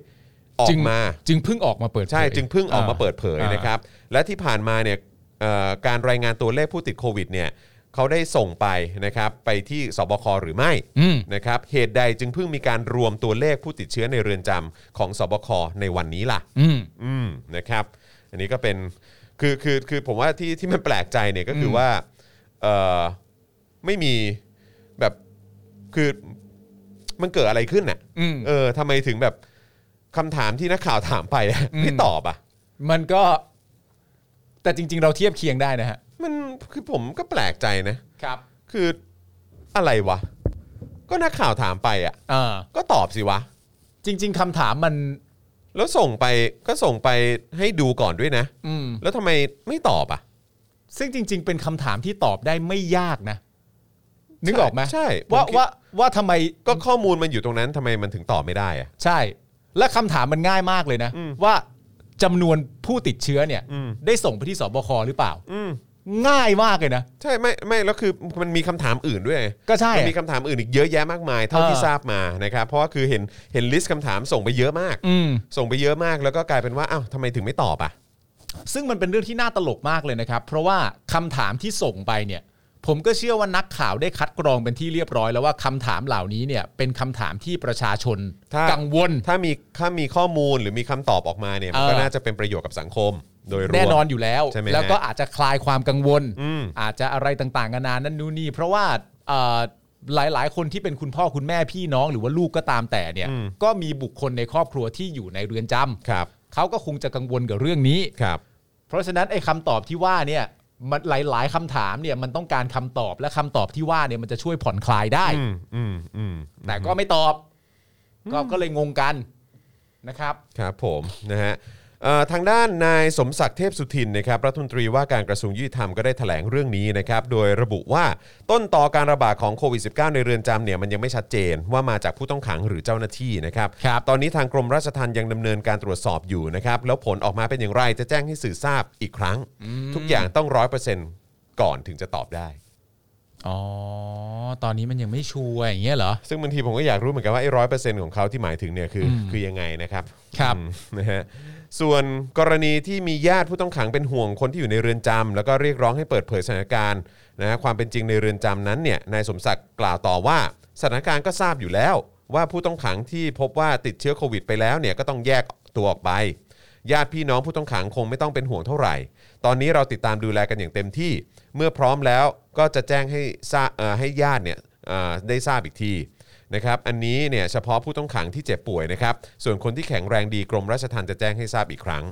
Speaker 2: ออก
Speaker 3: จึง
Speaker 2: มา
Speaker 3: จึงเพิ่งออกมาเปิดเผย
Speaker 2: ใช่จึงเพิ่งออกมาเปิดเผย
Speaker 3: อ่า
Speaker 2: นะครับและที่ผ่านมาเนี่ยเอ่อการรายงานตัวเลขผู้ติดโควิดเนี่ยเขาได้ส่งไปนะครับไปที่สบคหรือไม่
Speaker 3: อืม
Speaker 2: นะครับเหตุใดจึงเพิ่งมีการรวมตัวเลขผู้ติดเชื้อในเรือนจำของสบคในวันนี้ล่ะ
Speaker 3: อืม
Speaker 2: อืมนะครับ อันนี้ก็เป็นคือคือคือผมว่าที่ที่มันแปลกใจเนี่ยก็คืออว่าเออไม่มีแบบคือมันเกิดอะไรขึ้นน่ะ
Speaker 3: อืม
Speaker 2: เออทำไมถึงแบบคำถามที่นักข่าวถามไปอะ
Speaker 3: อืม
Speaker 2: ไม่ตอบอ่ะ
Speaker 3: มันก็ แต่จริง ๆ เราเทียบเคียงได้นะฮะ
Speaker 2: มันคือผมก็แปลกใจนะครับ คืออะไรวะ ก็นักข่าวถามไปอ่ะ
Speaker 3: อ่า
Speaker 2: ก็ตอบสิวะ
Speaker 3: จริง ๆคำถามมัน
Speaker 2: แล้วส่งไปก็ส่งไปให้ดูก่อนด้วยนะ
Speaker 3: อืม
Speaker 2: แล้วทำไมไม่ตอบอ่ะ
Speaker 3: ซึ่งจริง ๆ เป็นคำถามที่ตอบได้ไม่ยากนะ นึกออกไหม
Speaker 2: ใช่ผม
Speaker 3: ว่า
Speaker 2: คิด
Speaker 3: ว่าว่าทำไม
Speaker 2: ก็ข้อมูลมันอยู่ตรงนั้นทำไมมันถึงตอบไม่ได้อะ
Speaker 3: ใช่ และคำถามมันง่ายมากเลยนะ
Speaker 2: อืม
Speaker 3: ว่าจำนวนผู้ติดเชื้อเนี่ย
Speaker 2: อืม
Speaker 3: ได้ส่งไปที่สบคหรือเปล่า
Speaker 2: อืม
Speaker 3: ง่ายมากเลยนะ
Speaker 2: ใช่ไม่ไม่แล้วคือมันมีคำถามอื่นด้วยไง
Speaker 3: ก็ใช่
Speaker 2: มั
Speaker 3: อะ
Speaker 2: มีคำถามอื่นอีกเยอะแยะมากมายเท่าที่
Speaker 3: เออ
Speaker 2: ทราบมานะครับเพราะว่าคือเห็นเห็นลิสต์คำถามส่งไปเยอะมาก
Speaker 3: อืม
Speaker 2: ส่งไปเยอะมากแล้วก็กลายเป็นว่าอ้าวทำไมถึงไม่ตอบอ่ะ
Speaker 3: ซึ่งมันเป็นเรื่องที่น่าตลกมากเลยนะครับ เพราะว่าคำถามที่ส่งไปเนี่ย ผมก็เชื่อว่านักข่าวได้คัดกรองเป็นที่เรียบร้อยแล้วว่าคำถามเหล่านี้เนี่ย เป็นคำถามที่ประชาชน
Speaker 2: ถ้า
Speaker 3: กังวล
Speaker 2: ถ้ามีถ้ามีข้อมูลหรือมีคำตอบออกมาเนี่ยมันก็
Speaker 3: เออ
Speaker 2: น่าจะเป็นประโยชน์กับสังคม โดยรวม
Speaker 3: แน่นอนอยู่แล้ว
Speaker 2: ใช่ไหมฮะ
Speaker 3: แล้วก็อาจจะคลายความกังวล
Speaker 2: อืม
Speaker 3: อาจจะอะไรต่างๆนานานั่นนู่นนี่เพราะว่าเอ่อหลายๆ คนที่เป็นคุณพ่อคุณแม่พี่น้องหรือว่าลูกก็ตามแต่เนี่ย ก็มีบุคคลในครอบครัวที่อยู่ในเรือนจำ
Speaker 2: ครับ
Speaker 3: เขาก็คงจะกังวลกับเรื่องนี้
Speaker 2: ครับ
Speaker 3: เพราะฉะนั้นไอ้คำตอบที่ว่าเนี่ยมันหลาย ๆคำถามเนี่ยมันต้องการคำตอบและคำตอบที่ว่าเนี่ยมันจะช่วยผ่อนคลายได้
Speaker 2: อืมอืมอืม
Speaker 3: แต่ก็ไม่ตอบ ก็ก็เลยงงกันนะครับ
Speaker 2: ครับผมนะฮะเอ่อทางด้านนายสมศักดิ์เทพสุทินนะครับรัฐมนตรีว่าการกระทรวงยุติธรรมก็ได้แถลงเรื่องนี้นะครับโดยระบุว่าต้นต่อการระบาดของโควิด -19 ในเรือนจำเนี่ยมันยังไม่ชัดเจนว่ามาจากผู้ต้องขังหรือเจ้าหน้าที่นะครับ
Speaker 3: ครับ
Speaker 2: ตอนนี้ทางกรมราชทัณฑ์ยังดำเนินการตรวจสอบอยู่นะครับแล้วผลออกมาเป็นอย่างไรจะแจ้งให้สื่อทราบอีกครั้ง ทุกอย่างต้องร้อยเปอร์เซ็นต์ก่อนถึงจะตอบได้
Speaker 3: อ๋อตอนนี้มันยังไม่ชัวร์อย่างเงี้ยเหรอ
Speaker 2: ซึ่งบางทีผมก็อยากรู้เหมือนกันว่าไอ้ร้อยเปอร์เซ็นต์ของเขาที่หมายถึงเนี่ยคืออคือยังไงนะครับ
Speaker 3: ครับ
Speaker 2: อืมนะฮะส่วนกรณีที่มีญาติผู้ต้องขังเป็นห่วงคนที่อยู่ในเรือนจำแล้วก็เรียกร้องให้เปิดเผยสถานการณ์นะฮะความเป็นจริงในเรือนจำนั้นเนี่ยนายสมศักดิ์กล่าวต่อว่าสถานการณ์ก็ทราบอยู่แล้ว ว่าผู้ต้องขังที่พบว่าติดเชื้อโควิดไปแล้วเนี่ยก็ต้องแยกตัวออกไป ญาติพี่น้องผู้ต้องขังคงไม่ต้องเป็นห่วงเท่าไหร่ ตอนนี้เราติดตามดูแลกันอย่างเต็มที่ เมื่อพร้อมแล้วก็จะแจ้งให้ทราบเอ่อให้ญาติเนี่ยเอ่อได้ทราบอีกทีนะครับอันนี้เนี่ยเฉพาะผู้ต้องขังที่เจ็บป่วยนะครับ ส่วนคนที่แข็งแรงดีกรมราชทัณฑ์จะแจ้งให้ทราบอีกครั้ง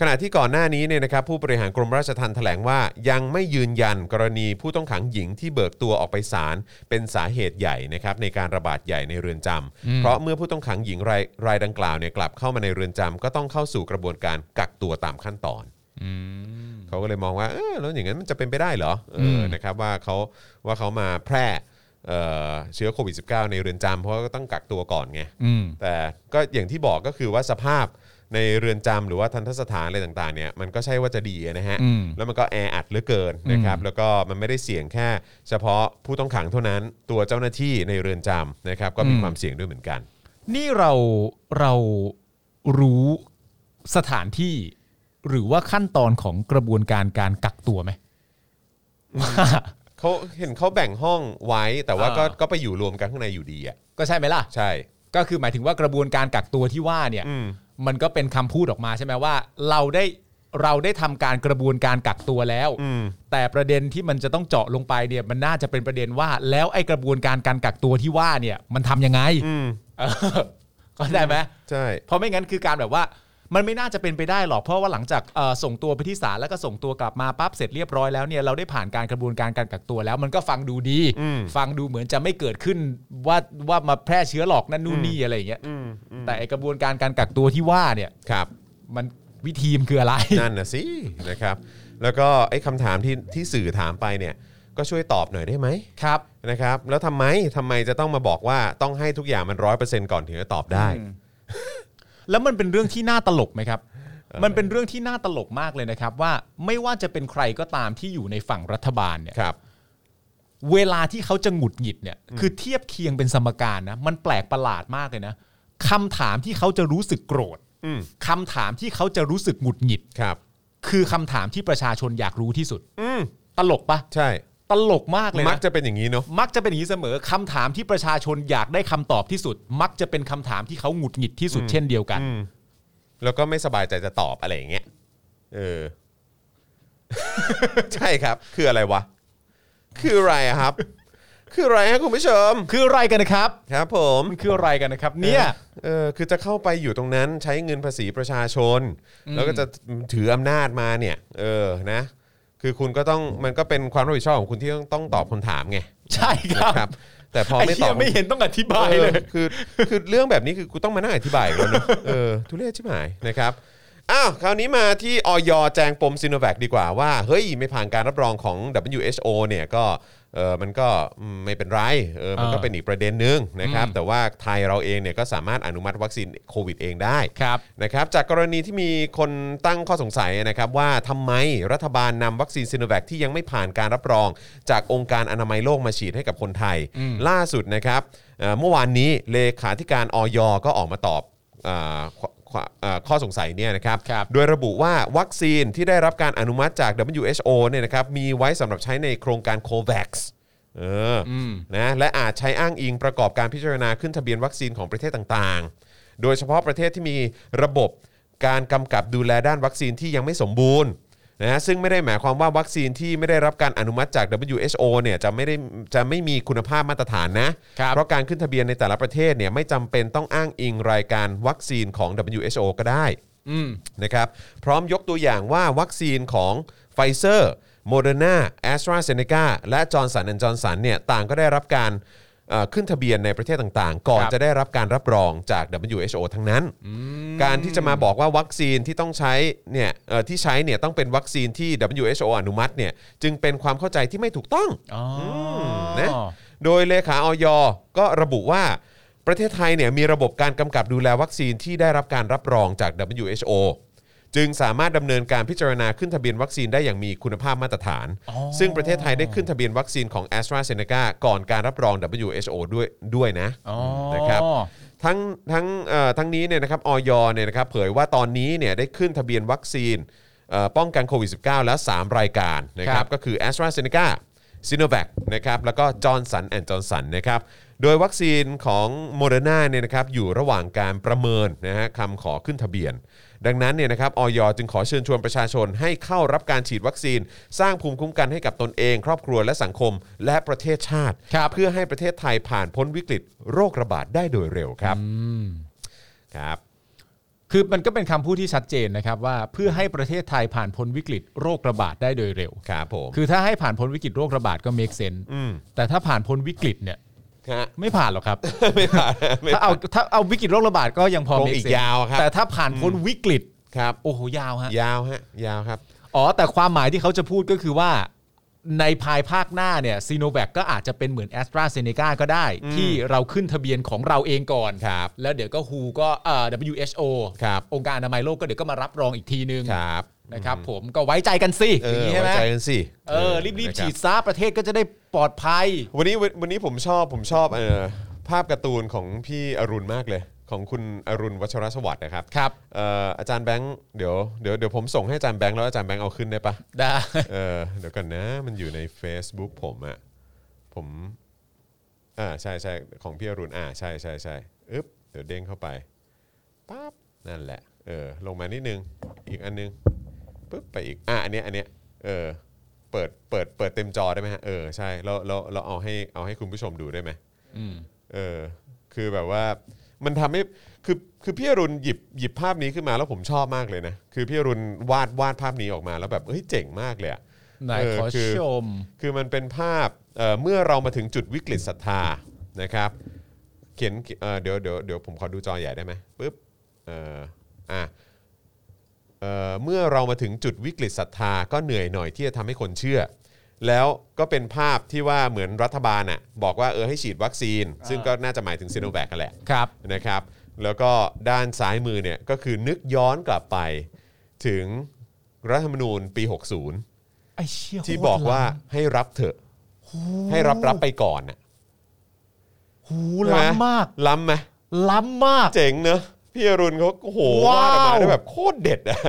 Speaker 2: ขณะที่ก่อนหน้านี้เนี่ยนะครับผู้บริหารกรมราชทัณฑ์แถลงว่า ยังไม่ยืนยันกรณีผู้ต้องขังหญิงที่เบิกตัวออกไปศาลเป็นสาเหตุใหญ่นะครับในการระบาดใหญ่ในเรือนจำเพราะเมื่อผู้ต้องขังหญิงรายรายดังกล่าวเนี่ยกลับเข้ามาในเรือนจำก็ต้องเข้าสู่กระบวนการกักตัวตามขั้นตอน
Speaker 3: อืม
Speaker 2: เขาก็เลยมองว่าเออแล้วอย่างนั้นมันจะเป็นไปได้เหรอเออ
Speaker 3: ม
Speaker 2: นะครับว่าเขาว่าเขามาแพร่เอ่อเชื้อโควิด -19 ในเรือนจำเพราะว่าก็ต้องกักตัวก่อนไง
Speaker 3: อืม
Speaker 2: แต่ก็อย่างที่บอกก็คือว่าสภาพในเรือนจำหรือว่าทันทสถานอะไรต่างๆเนี่ยมันก็ใช่ว่าจะดีนะฮะ
Speaker 3: อืม
Speaker 2: แล้วมันก็แออัดเหลือเกินนะครับแล้วก็มันไม่ได้เสี่ยงแค่ เฉพาะผู้ต้องขังเท่านั้นตัวเจ้าหน้าที่ในเรือนจำนะครับก็มี
Speaker 3: อืม
Speaker 2: ความเสี่ยงด้วยเหมือนกัน
Speaker 3: นี่เราเรารู้สถานที่ หรือว่าขั้นตอนของกระบวนการการกักตัวไหมว่า
Speaker 2: เขาเห็นเขาแบ่งห้องไว้แต่ว่าก็
Speaker 3: อ่า
Speaker 2: ก็ไปอยู่รวมกันข้างในอยู่ดีอ่ะ
Speaker 3: ก็ใช่ไหมล่ะ
Speaker 2: ใช่
Speaker 3: ก็คือหมายถึงว่ากระบวนการกักตัวที่ว่าเนี่ย
Speaker 2: อืม
Speaker 3: มันก็เป็นคำพูดออกมาใช่ไหมว่า เราได้เราได้ทำการกระบวนการกักตัวแล้ว
Speaker 2: อืม
Speaker 3: แต่ประเด็นที่มันจะต้องเจาะลงไปเนี่ยมันน่าจะเป็นประเด็นว่า แล้วไอ้กระบวนการการกักตัวที่ว่าเนี่ยมันทำยังไง
Speaker 2: อืม
Speaker 3: เออเข้าใจไหม
Speaker 2: ใช่
Speaker 3: เพราะไม่งั้นคือการแบบว่ามันไม่น่าจะเป็นไปได้หรอก เพราะว่าหลังจากเอ่อส่งตัวไปที่ศาลแล้วก็ส่งตัวกลับมาปั๊บเสร็จเรียบร้อยแล้วเนี่ยเราได้ผ่านการกระบวนการการกักตัวแล้ว มันก็ฟังดูดี
Speaker 2: อืม
Speaker 3: ฟังดูเหมือนจะไม่เกิดขึ้นว่าว่ามาแพร่เชื้อหลอกนั่นนู่นนี่อะไรอย่างเงี้ย
Speaker 2: อืมอืม
Speaker 3: แต่ไอ้กระบวนการการกักตัวที่ว่าเนี่ย
Speaker 2: ครับ
Speaker 3: มันวิธีมนคืออะไร
Speaker 2: นั่นนะสินะครับ แล้วก็ไอ้คำถามที่ที่สื่อถามไปเนี่ย ก็ช่วยตอบหน่อยได้ไหม
Speaker 3: ครับ
Speaker 2: นะครับ แล้วทำไมทำไมจะต้องมาบอกว่าต้องให้ทุกอย่างมันร้อยเปอร์เซ็นต์ก่อนถึงจะตอบได้
Speaker 3: อืมแล้วมันเป็นเรื่องที่น่าตลกไหมครับ มันเป็นเรื่องที่น่าตลกมากเลยนะครับ ว่าไม่ว่าจะเป็นใครก็ตามที่อยู่ในฝั่งรัฐบาลเนี่ย
Speaker 2: ครับ
Speaker 3: เวลาที่เขาจะหงุดหงิดเนี่ยคือเทียบเคียงเป็นสมการนะมันแปลกประหลาดมากเลยนะคำถามที่เขาจะรู้สึกโกรธ
Speaker 2: อืม
Speaker 3: คำถามที่เขาจะรู้สึกหงุดหงิด
Speaker 2: ครับ
Speaker 3: คือคำถามที่ประชาชนอยากรู้ที่สุด
Speaker 2: อืม
Speaker 3: ตลกปะ
Speaker 2: ใช่
Speaker 3: ตลกมากเลย
Speaker 2: มัก
Speaker 3: นะ
Speaker 2: จะเป็นอย่างนี้เนาะ
Speaker 3: มักจะเป็นอย่างนี้เสมอคำถามที่ประชาชนอยากได้คำตอบที่สุด มักจะเป็นคำถามที่เขาหงุดหงิดที่สุดเช่นเดียวกัน
Speaker 2: อืมแล้วก็ไม่สบายใจจะตอบอะไรอย่างเงี้ยเออ [laughs] ใช่ครับ คืออะไรวะ คืออะไรอะครับ คืออะไรฮะคุณผู้ชม
Speaker 3: คืออะไรกันนะครับ
Speaker 2: ครับผม
Speaker 3: มันคืออะไรกันนะครับ เนี่ย
Speaker 2: เออคือจะเข้าไปอยู่ตรงนั้นใช้เงินภาษีประชาชน แล้วก็จะถืออำนาจมาเนี่ย เออนะ คือคุณก็ต้องมันก็เป็นความรับผิดชอบของคุณที่ต้องต้องตอบคำถามไง
Speaker 3: ใช่ค
Speaker 2: นะค
Speaker 3: รั
Speaker 2: รั
Speaker 3: บบ
Speaker 2: แต่พอ
Speaker 3: ไอ้
Speaker 2: ไม่ต
Speaker 3: เหี้
Speaker 2: อย บ
Speaker 3: ไม่เห็นต้องอธิบาย
Speaker 2: เออ
Speaker 3: เลย
Speaker 2: คือคือเรื่องแบบนี้คือกูต้องมานั่งอธิบายอีก
Speaker 3: [laughs]
Speaker 2: แล้วเนอะเออทุเรศชิบหายนะครับอ้าวคราวนี้มาที่ออยแจงปมซีโนแวคดีกว่าว่า เฮ้ย ไม่ผ่านการรับรองของ WHO เนี่ยก็เออมันก็อืมไม่เป็นไรเออมันก็
Speaker 3: เออ
Speaker 2: เป็นอีกประเด็นนึงนะครับ แต่ว่าไทยเราเองเนี่ยก็สามารถอนุมัติวัคซีนโควิดเองได้
Speaker 3: ครับ
Speaker 2: นะครับจากกรณีที่มีคนตั้งข้อสงสัยนะครับว่าทำไมรัฐบาลนำวัคซีนซิโนแวคที่ยังไม่ผ่านการรับรอง จากองค์การอนามัยโลกมาฉีดให้กับคนไทย ล่าสุดนะครับเอ่อเมื่อวานนี้เลขาธิการออยก็ออกมาตอบเออข้อข้อเอ่อข้อสงสัยเนี่ยนะครับ
Speaker 3: ครับ
Speaker 2: โดยระบุว่าวัคซีนที่ได้รับการอนุมัติจาก WHO เนี่ยนะครับมีไว้สำหรับใช้ในโครงการ COVAX เอออนะและอาจใช้อ้างอิงประกอบการพิจารณาขึ้นทะเบียนวัคซีนของประเทศต่างๆ โดยเฉพาะประเทศที่มีระบบการกำกับดูแลด้านวัคซีนที่ยังไม่สมบูรณ์นะซึ่งไม่ได้หมายความว่าวัคซีนที่ไม่ได้รับการอนุมัติจาก WHO เนี่ยจะไม่ได้จะไม่มีคุณภาพมาตรฐานนะครับ เพราะการขึ้นทะเบียนในแต่ละประเทศเนี่ยไม่จำเป็นต้องอ้างอิงรายการวัคซีนของ WHO ก็ได้
Speaker 3: อืม
Speaker 2: นะครับพร้อมยกตัวอย่างว่าวัคซีนของไฟเซอร์โมเดอร์นาแอสตราเซเนกาและจอร์นสันแอนจอร์นสันเนี่ยต่างก็ได้รับการเอ่อขึ้นทะเบียนในประเทศต่างๆ ก่อน
Speaker 3: ครับ
Speaker 2: จะได้รับการรับรองจาก WHO ทั้งนั้น การที่จะมาบอกว่าวัคซีนที่ต้องใช้เนี่ยเอ่อที่ใช้เนี่ยต้องเป็นวัคซีนที่ WHO อนุมัติเนี่ยจึงเป็นความเข้าใจที่ไม่ถูกต้อง นะโดยเลขาออยก็ระบุว่าประเทศไทยเนี่ยมีระบบการกำกับดูแลวัคซีนที่ได้รับการรับรองจาก WHO จึงสามารถดำเนินการพิจารณาขึ้นทะเบียนวัคซีนได้อย่างมีคุณภาพมาตรฐาน
Speaker 3: อ๋อ
Speaker 2: ซึ่งประเทศไทยได้ขึ้นทะเบียนวัคซีนของ a s t r a z e ซ e c a ก่อนการรับรอง WHO ด้วยด้วยนะ
Speaker 3: อ๋อ
Speaker 2: นะครับ ทั้งทั้งเอ่อทั้งนี้เนี่ยนะครับออยเนี่ยนะครับเผยว่าตอนนี้เนี่ยได้ขึ้นทะเบียนวัคซีนเอ่อป้องกันโควิด -19 แล้ว 3 รายการนะค
Speaker 3: ครั
Speaker 2: รับบ ก็คือ a s t r a z e ซ e c a s i n o v a c นะครับแล้วก็ Johnson Johnson นะครับโดยวัคซีนของ m o d e r n a เนี่ยนะครับอยู่ระหว่างการประเมินนะฮะคำขอขึ้นทะเบียน ดังนั้นเนี่ยนะครับออยจึงขอเชิญชวนประชาชนให้เข้ารับการฉีดวัคซีน สร้างภูมิคุ้มกันให้กับตนเอง ครอบครัวและสังคมและประเทศชาติ
Speaker 3: ครับ
Speaker 2: เพื่อให้ประเทศไทยผ่านพ้นวิกฤตโรคระบาดได้โดยเร็วครับ ครับ
Speaker 3: คือมันก็เป็นคำพูดที่ชัดเจนนะครับว่าเพื่อให้ประเทศไทยผ่านพ้นวิกฤตโรคระบาดได้โดยเร็ว
Speaker 2: ครับผม
Speaker 3: คือถ้าให้ผ่านพ้นวิกฤตโรคระบาดก็เม e เซน
Speaker 2: อืม
Speaker 3: แต่ถ้าผ่านพ้นวิกฤตเนี่ย
Speaker 2: ฮะ [laughs]
Speaker 3: ไม่ผ่านหรอกครับ
Speaker 2: ไม่
Speaker 3: [laughs]
Speaker 2: ผ่านไม่
Speaker 3: ถ้าเอาถ้าเอาวิกฤตโรคระบาดก็ยังพอ
Speaker 2: คง
Speaker 3: เม e
Speaker 2: อีก
Speaker 3: เซน
Speaker 2: ยาวครับ
Speaker 3: แต่ถ้าผ่านพ้นวิกฤต
Speaker 2: ครับ
Speaker 3: โอ้โหยาวฮะ
Speaker 2: ยาวฮะ ยาวครับ
Speaker 3: อ๋อ แต่ความหมายที่เขาจะพูดก็คือว่า ในภายภาคหน้าเนี่ยซีโนแวคก็อาจจะเป็นเหมือนแอสตราเซเนกาก็ได้ ที่เราขึ้นทะเบียนของเราเองก่อน
Speaker 2: ครับ
Speaker 3: แล้วเดี๋ยวก็ฮูก็เอ่อ WHO
Speaker 2: ครับ
Speaker 3: องค์การอนามัยโลกก็เดี๋ยวก็มารับรองอีกทีนึง
Speaker 2: ครับ
Speaker 3: นะครับผมก็ไว้ใจกันสิ
Speaker 2: เอ
Speaker 3: อย่า
Speaker 2: อ
Speaker 3: งนี้ใช่
Speaker 2: ไว้
Speaker 3: ไหม
Speaker 2: ใจกันสิ
Speaker 3: เออรีบๆ
Speaker 2: นะค
Speaker 3: ฉี
Speaker 2: รั
Speaker 3: ดซะประเทศก็จะได้ปลอดภัย
Speaker 2: วันนี้วันนี้ผมชอบผมชอบเออภาพการ์ตูนของพี่อรุณมากเลย ของคุณอรุณวัชรสวัสดิ์นะครับ
Speaker 3: ครับ
Speaker 2: เอ่ออาจารย์แบงค์เดี๋ยวเดี๋ยวเดี๋ยวผมส่งให้อาจารย์แบงค์แล้วอาจารย์แบงค์เอาขึ้นได้ปะ
Speaker 3: ได้ [laughs]
Speaker 2: เออเดี๋ยวก่อนนะมันอยู่ใน Facebook ผมอะผมอ่าใช่ใช่ของพี่อรุณอ่าใช่ใช่ใช่อึ๊บเดี๋ยวเด้งเข้าไปปั๊บนั่นแหละเออลงมานิดนึง อีกอันนึงปึ๊บไปอีกอ่ะอันเนี้ยอันเนี้ยเออเปิดเปิดเปิดเต็มจอได้ไหมฮะเออใช่เราเราเราเอาให้เอาให้คุณผู้ชมดูได้ไหมเออคือแบบว่ามันทำให้คือคือพี่อรุณหยิบหยิบภาพนี้ขึ้นมาแล้วผมชอบมากเลยนะคือพี่อรุณวาดวาดภาพนี้ออกมาแล้วแบบเฮ้ยเจ๋งมากเลยอะ
Speaker 3: ไหนขอ
Speaker 2: เออคือ
Speaker 3: ชม
Speaker 2: คือมันเป็นภาพเอ่อเมื่อเรามาถึงจุดวิกฤตศรัทธานะครับ เขียนเอ่อเดี๋ยวเดี๋ยวเดี๋ยวผมขอดูจอใหญ่ได้ไหมปึ๊บเอ่ออ่ะเอ่อเมื่อเรามาถึงจุดวิกฤตศรัทธาก็เหนื่อยหน่อยที่จะทำให้คนเชื่อ แล้วก็เป็นภาพที่ว่าเหมือนรัฐบาลน่ะบอกว่าเออให้ฉีดวัคซีน ซึ่งก็น่าจะหมายถึงซีโนแวคกันแหละ
Speaker 3: ครับ
Speaker 2: นะครับแล้วก็ด้านซ้ายมือเนี่ยก็คือนึกย้อนกลับไปถึงรัฐธรรมนูญปี 60
Speaker 3: ไอ้เชี่ย
Speaker 2: ที่บอกว่าให้รับเถอะ ให้รับรับไปก่อนน่ะ
Speaker 3: หู
Speaker 2: ใช่ไห
Speaker 3: ล้ำมาก
Speaker 2: ล้ำไหม
Speaker 3: ล้ำมาก
Speaker 2: เจ๋งเนอะพี่อรุณเขาโอ้โห
Speaker 3: ว้าว
Speaker 2: าว ดออกมาได้แบบโคตรเด็ดอะ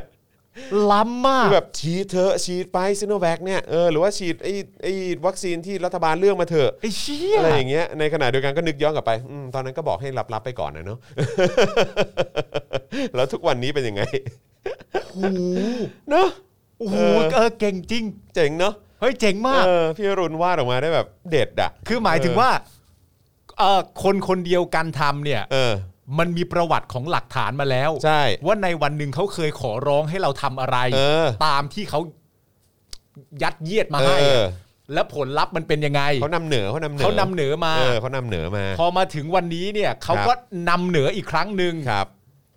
Speaker 3: ล้ำมาก
Speaker 2: คือแบบฉีดเถอะฉีดไปซิโนแวคเนี่ยเออหรือว่าฉีดไอ้ไอ้วัคซีนที่รัฐบาลเลือกมาเถอะ
Speaker 3: ไอ้เชี่ย
Speaker 2: อะไรอย่างเงี้ยในขณะเดียวกันก็นึกย้อนกลับไปอมตอนนั้นก็บอกให้รับรับไปก่อนนะเนา [laughs] ะ แล้วทุกวันนี้เป็นยังไงเนาะ
Speaker 3: โอ้โหเออเก่งจริง
Speaker 2: เจ๋งเนาะ
Speaker 3: เฮ้ยเจ๋งมาก
Speaker 2: เออพี่อรุณวาดออกมาได้แบบเด็ดอะ
Speaker 3: คือหมายถึงว่าเออคนคนเดียวกันทำเนี่ย
Speaker 2: เออ
Speaker 3: มันมีประวัติของหลักฐานมาแล้ว
Speaker 2: ใช่
Speaker 3: ว่าในวันหนึ่งเขาเคยขอร้องให้เราทำอะไร
Speaker 2: เออ
Speaker 3: ตามที่เขายัดเยียดมา
Speaker 2: เอ
Speaker 3: ให้อะ
Speaker 2: อ
Speaker 3: แล้วผลลัพธ์มันเป็นยังไง
Speaker 2: เขานำเหนือเขานำเหนือ
Speaker 3: เขานำเหนือมา
Speaker 2: เออเขานำเหนือมา
Speaker 3: พอมาถึงวันนี้เนี่ย เขา
Speaker 2: ครับ
Speaker 3: ก็นำเหนืออีกครั้งหนึ่ง
Speaker 2: ครับ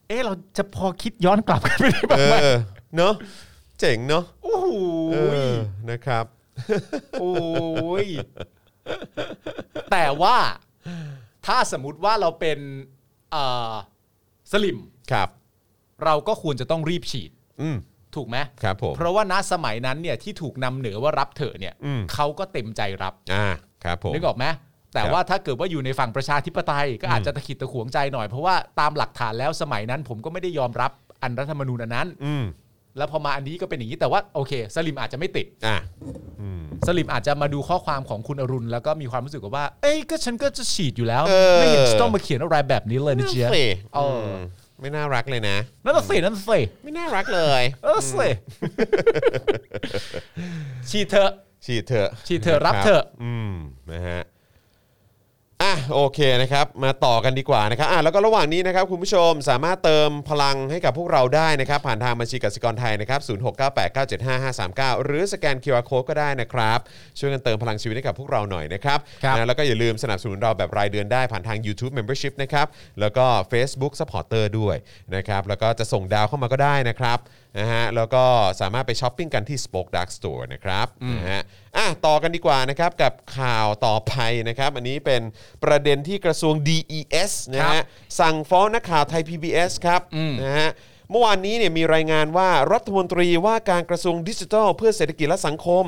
Speaker 3: เอ๊ะเราจะพอคิดย้อนกลับกันไปได้บ้าง
Speaker 2: เอ
Speaker 3: ไหม
Speaker 2: อเนาะเจ๋งเนาะ
Speaker 3: โอ้โห
Speaker 2: เออนะครับ
Speaker 3: โอ้ยแต่ว่าถ้าสมมติว่าเราเป็นเอ่อสลิม
Speaker 2: ครับ
Speaker 3: เราก็ควรจะต้องรีบฉีด
Speaker 2: อืม
Speaker 3: ถูกไหม
Speaker 2: ครับผม
Speaker 3: เพราะว่าณสมัยนั้นเนี่ยที่ถูกนำเหนือว่ารับเถอะเนี่ย
Speaker 2: อืม
Speaker 3: เขาก็เต็มใจรับ
Speaker 2: อ่าครับผม
Speaker 3: นึกออกไหมแต่ว่าถ้าเกิดว่าอยู่ในฝั่งประชาธิปไตย ก็อาจจะตะขิดตะขวงใจหน่อย เพราะว่าตามหลักฐานแล้วสมัยนั้น ผมก็ไม่ได้ยอมรับอันรัฐธรรมนูญอันนั้น
Speaker 2: อืม
Speaker 3: แล้วพอมาอันนี้ก็เป็นอย่างนี้แต่ว่าโอเค สลิมอาจจะไม่ติด
Speaker 2: อ่ะอืม
Speaker 3: สลิมอาจจะมาดูข้อความของคุณอรุณ แล้วก็มีความรู้สึกว่า เอ้ยก็ฉันก็จะฉีดอยู่แล้ว
Speaker 2: เออ
Speaker 3: ไม่เห็นจะต้องมาเขียนอะไรแบบนี้เลยนะเจี๊ยบ
Speaker 2: สิ
Speaker 3: เอออื
Speaker 2: มไม่น่ารักเลยนะ
Speaker 3: นั่นน่ะสินั่นน่ะสิ
Speaker 2: ไม่น่ารักเลย
Speaker 3: เออสิฉีดเถอะ
Speaker 2: ฉีดเถอะ
Speaker 3: ฉีดเถอะรับเถอะ
Speaker 2: นคบอืมนะฮะอ่ะโอเคนะครับ มาต่อกันดีกว่านะครับอ่ะแล้วก็ระหว่างนี้นะครับ คุณผู้ชมสามารถเติมพลังให้กับพวกเราได้นะครับ ผ่านทางบัญชีกสิกรไทยนะครับ0698975539 หรือสแกน QR Code ก็ได้นะครับ ช่วยกันเติมพลังชีวิตให้กับพวกเราหน่อยนะครับ
Speaker 3: ครับ
Speaker 2: นะแล้วก็อย่าลืมสนับสนุนเราแบบรายเดือนได้ผ่านทาง YouTube Membership นะครับ แล้วก็ Facebook Supporter ด้วยนะครับแล้วก็จะส่งดาวเข้ามาก็ได้นะครับนะฮะแล้วก็สามารถไปช้อปปิ้งกันที่ Spoke Dark Store นะครับนะฮะอ่ะต่อกันดีกว่านะครับกับข่าวต่อไปนะครับ อันนี้เป็นประเด็นที่กระทรวง DES นะฮะสั่งฟ้องนักข่าวไทย PBS ครับนะฮะเมื่อวานนี้เนี่ยมีรายงานว่ารัฐมนตรีว่าการกระทรวงดิจิทัล เพื่อเศรษฐกิจและสังคม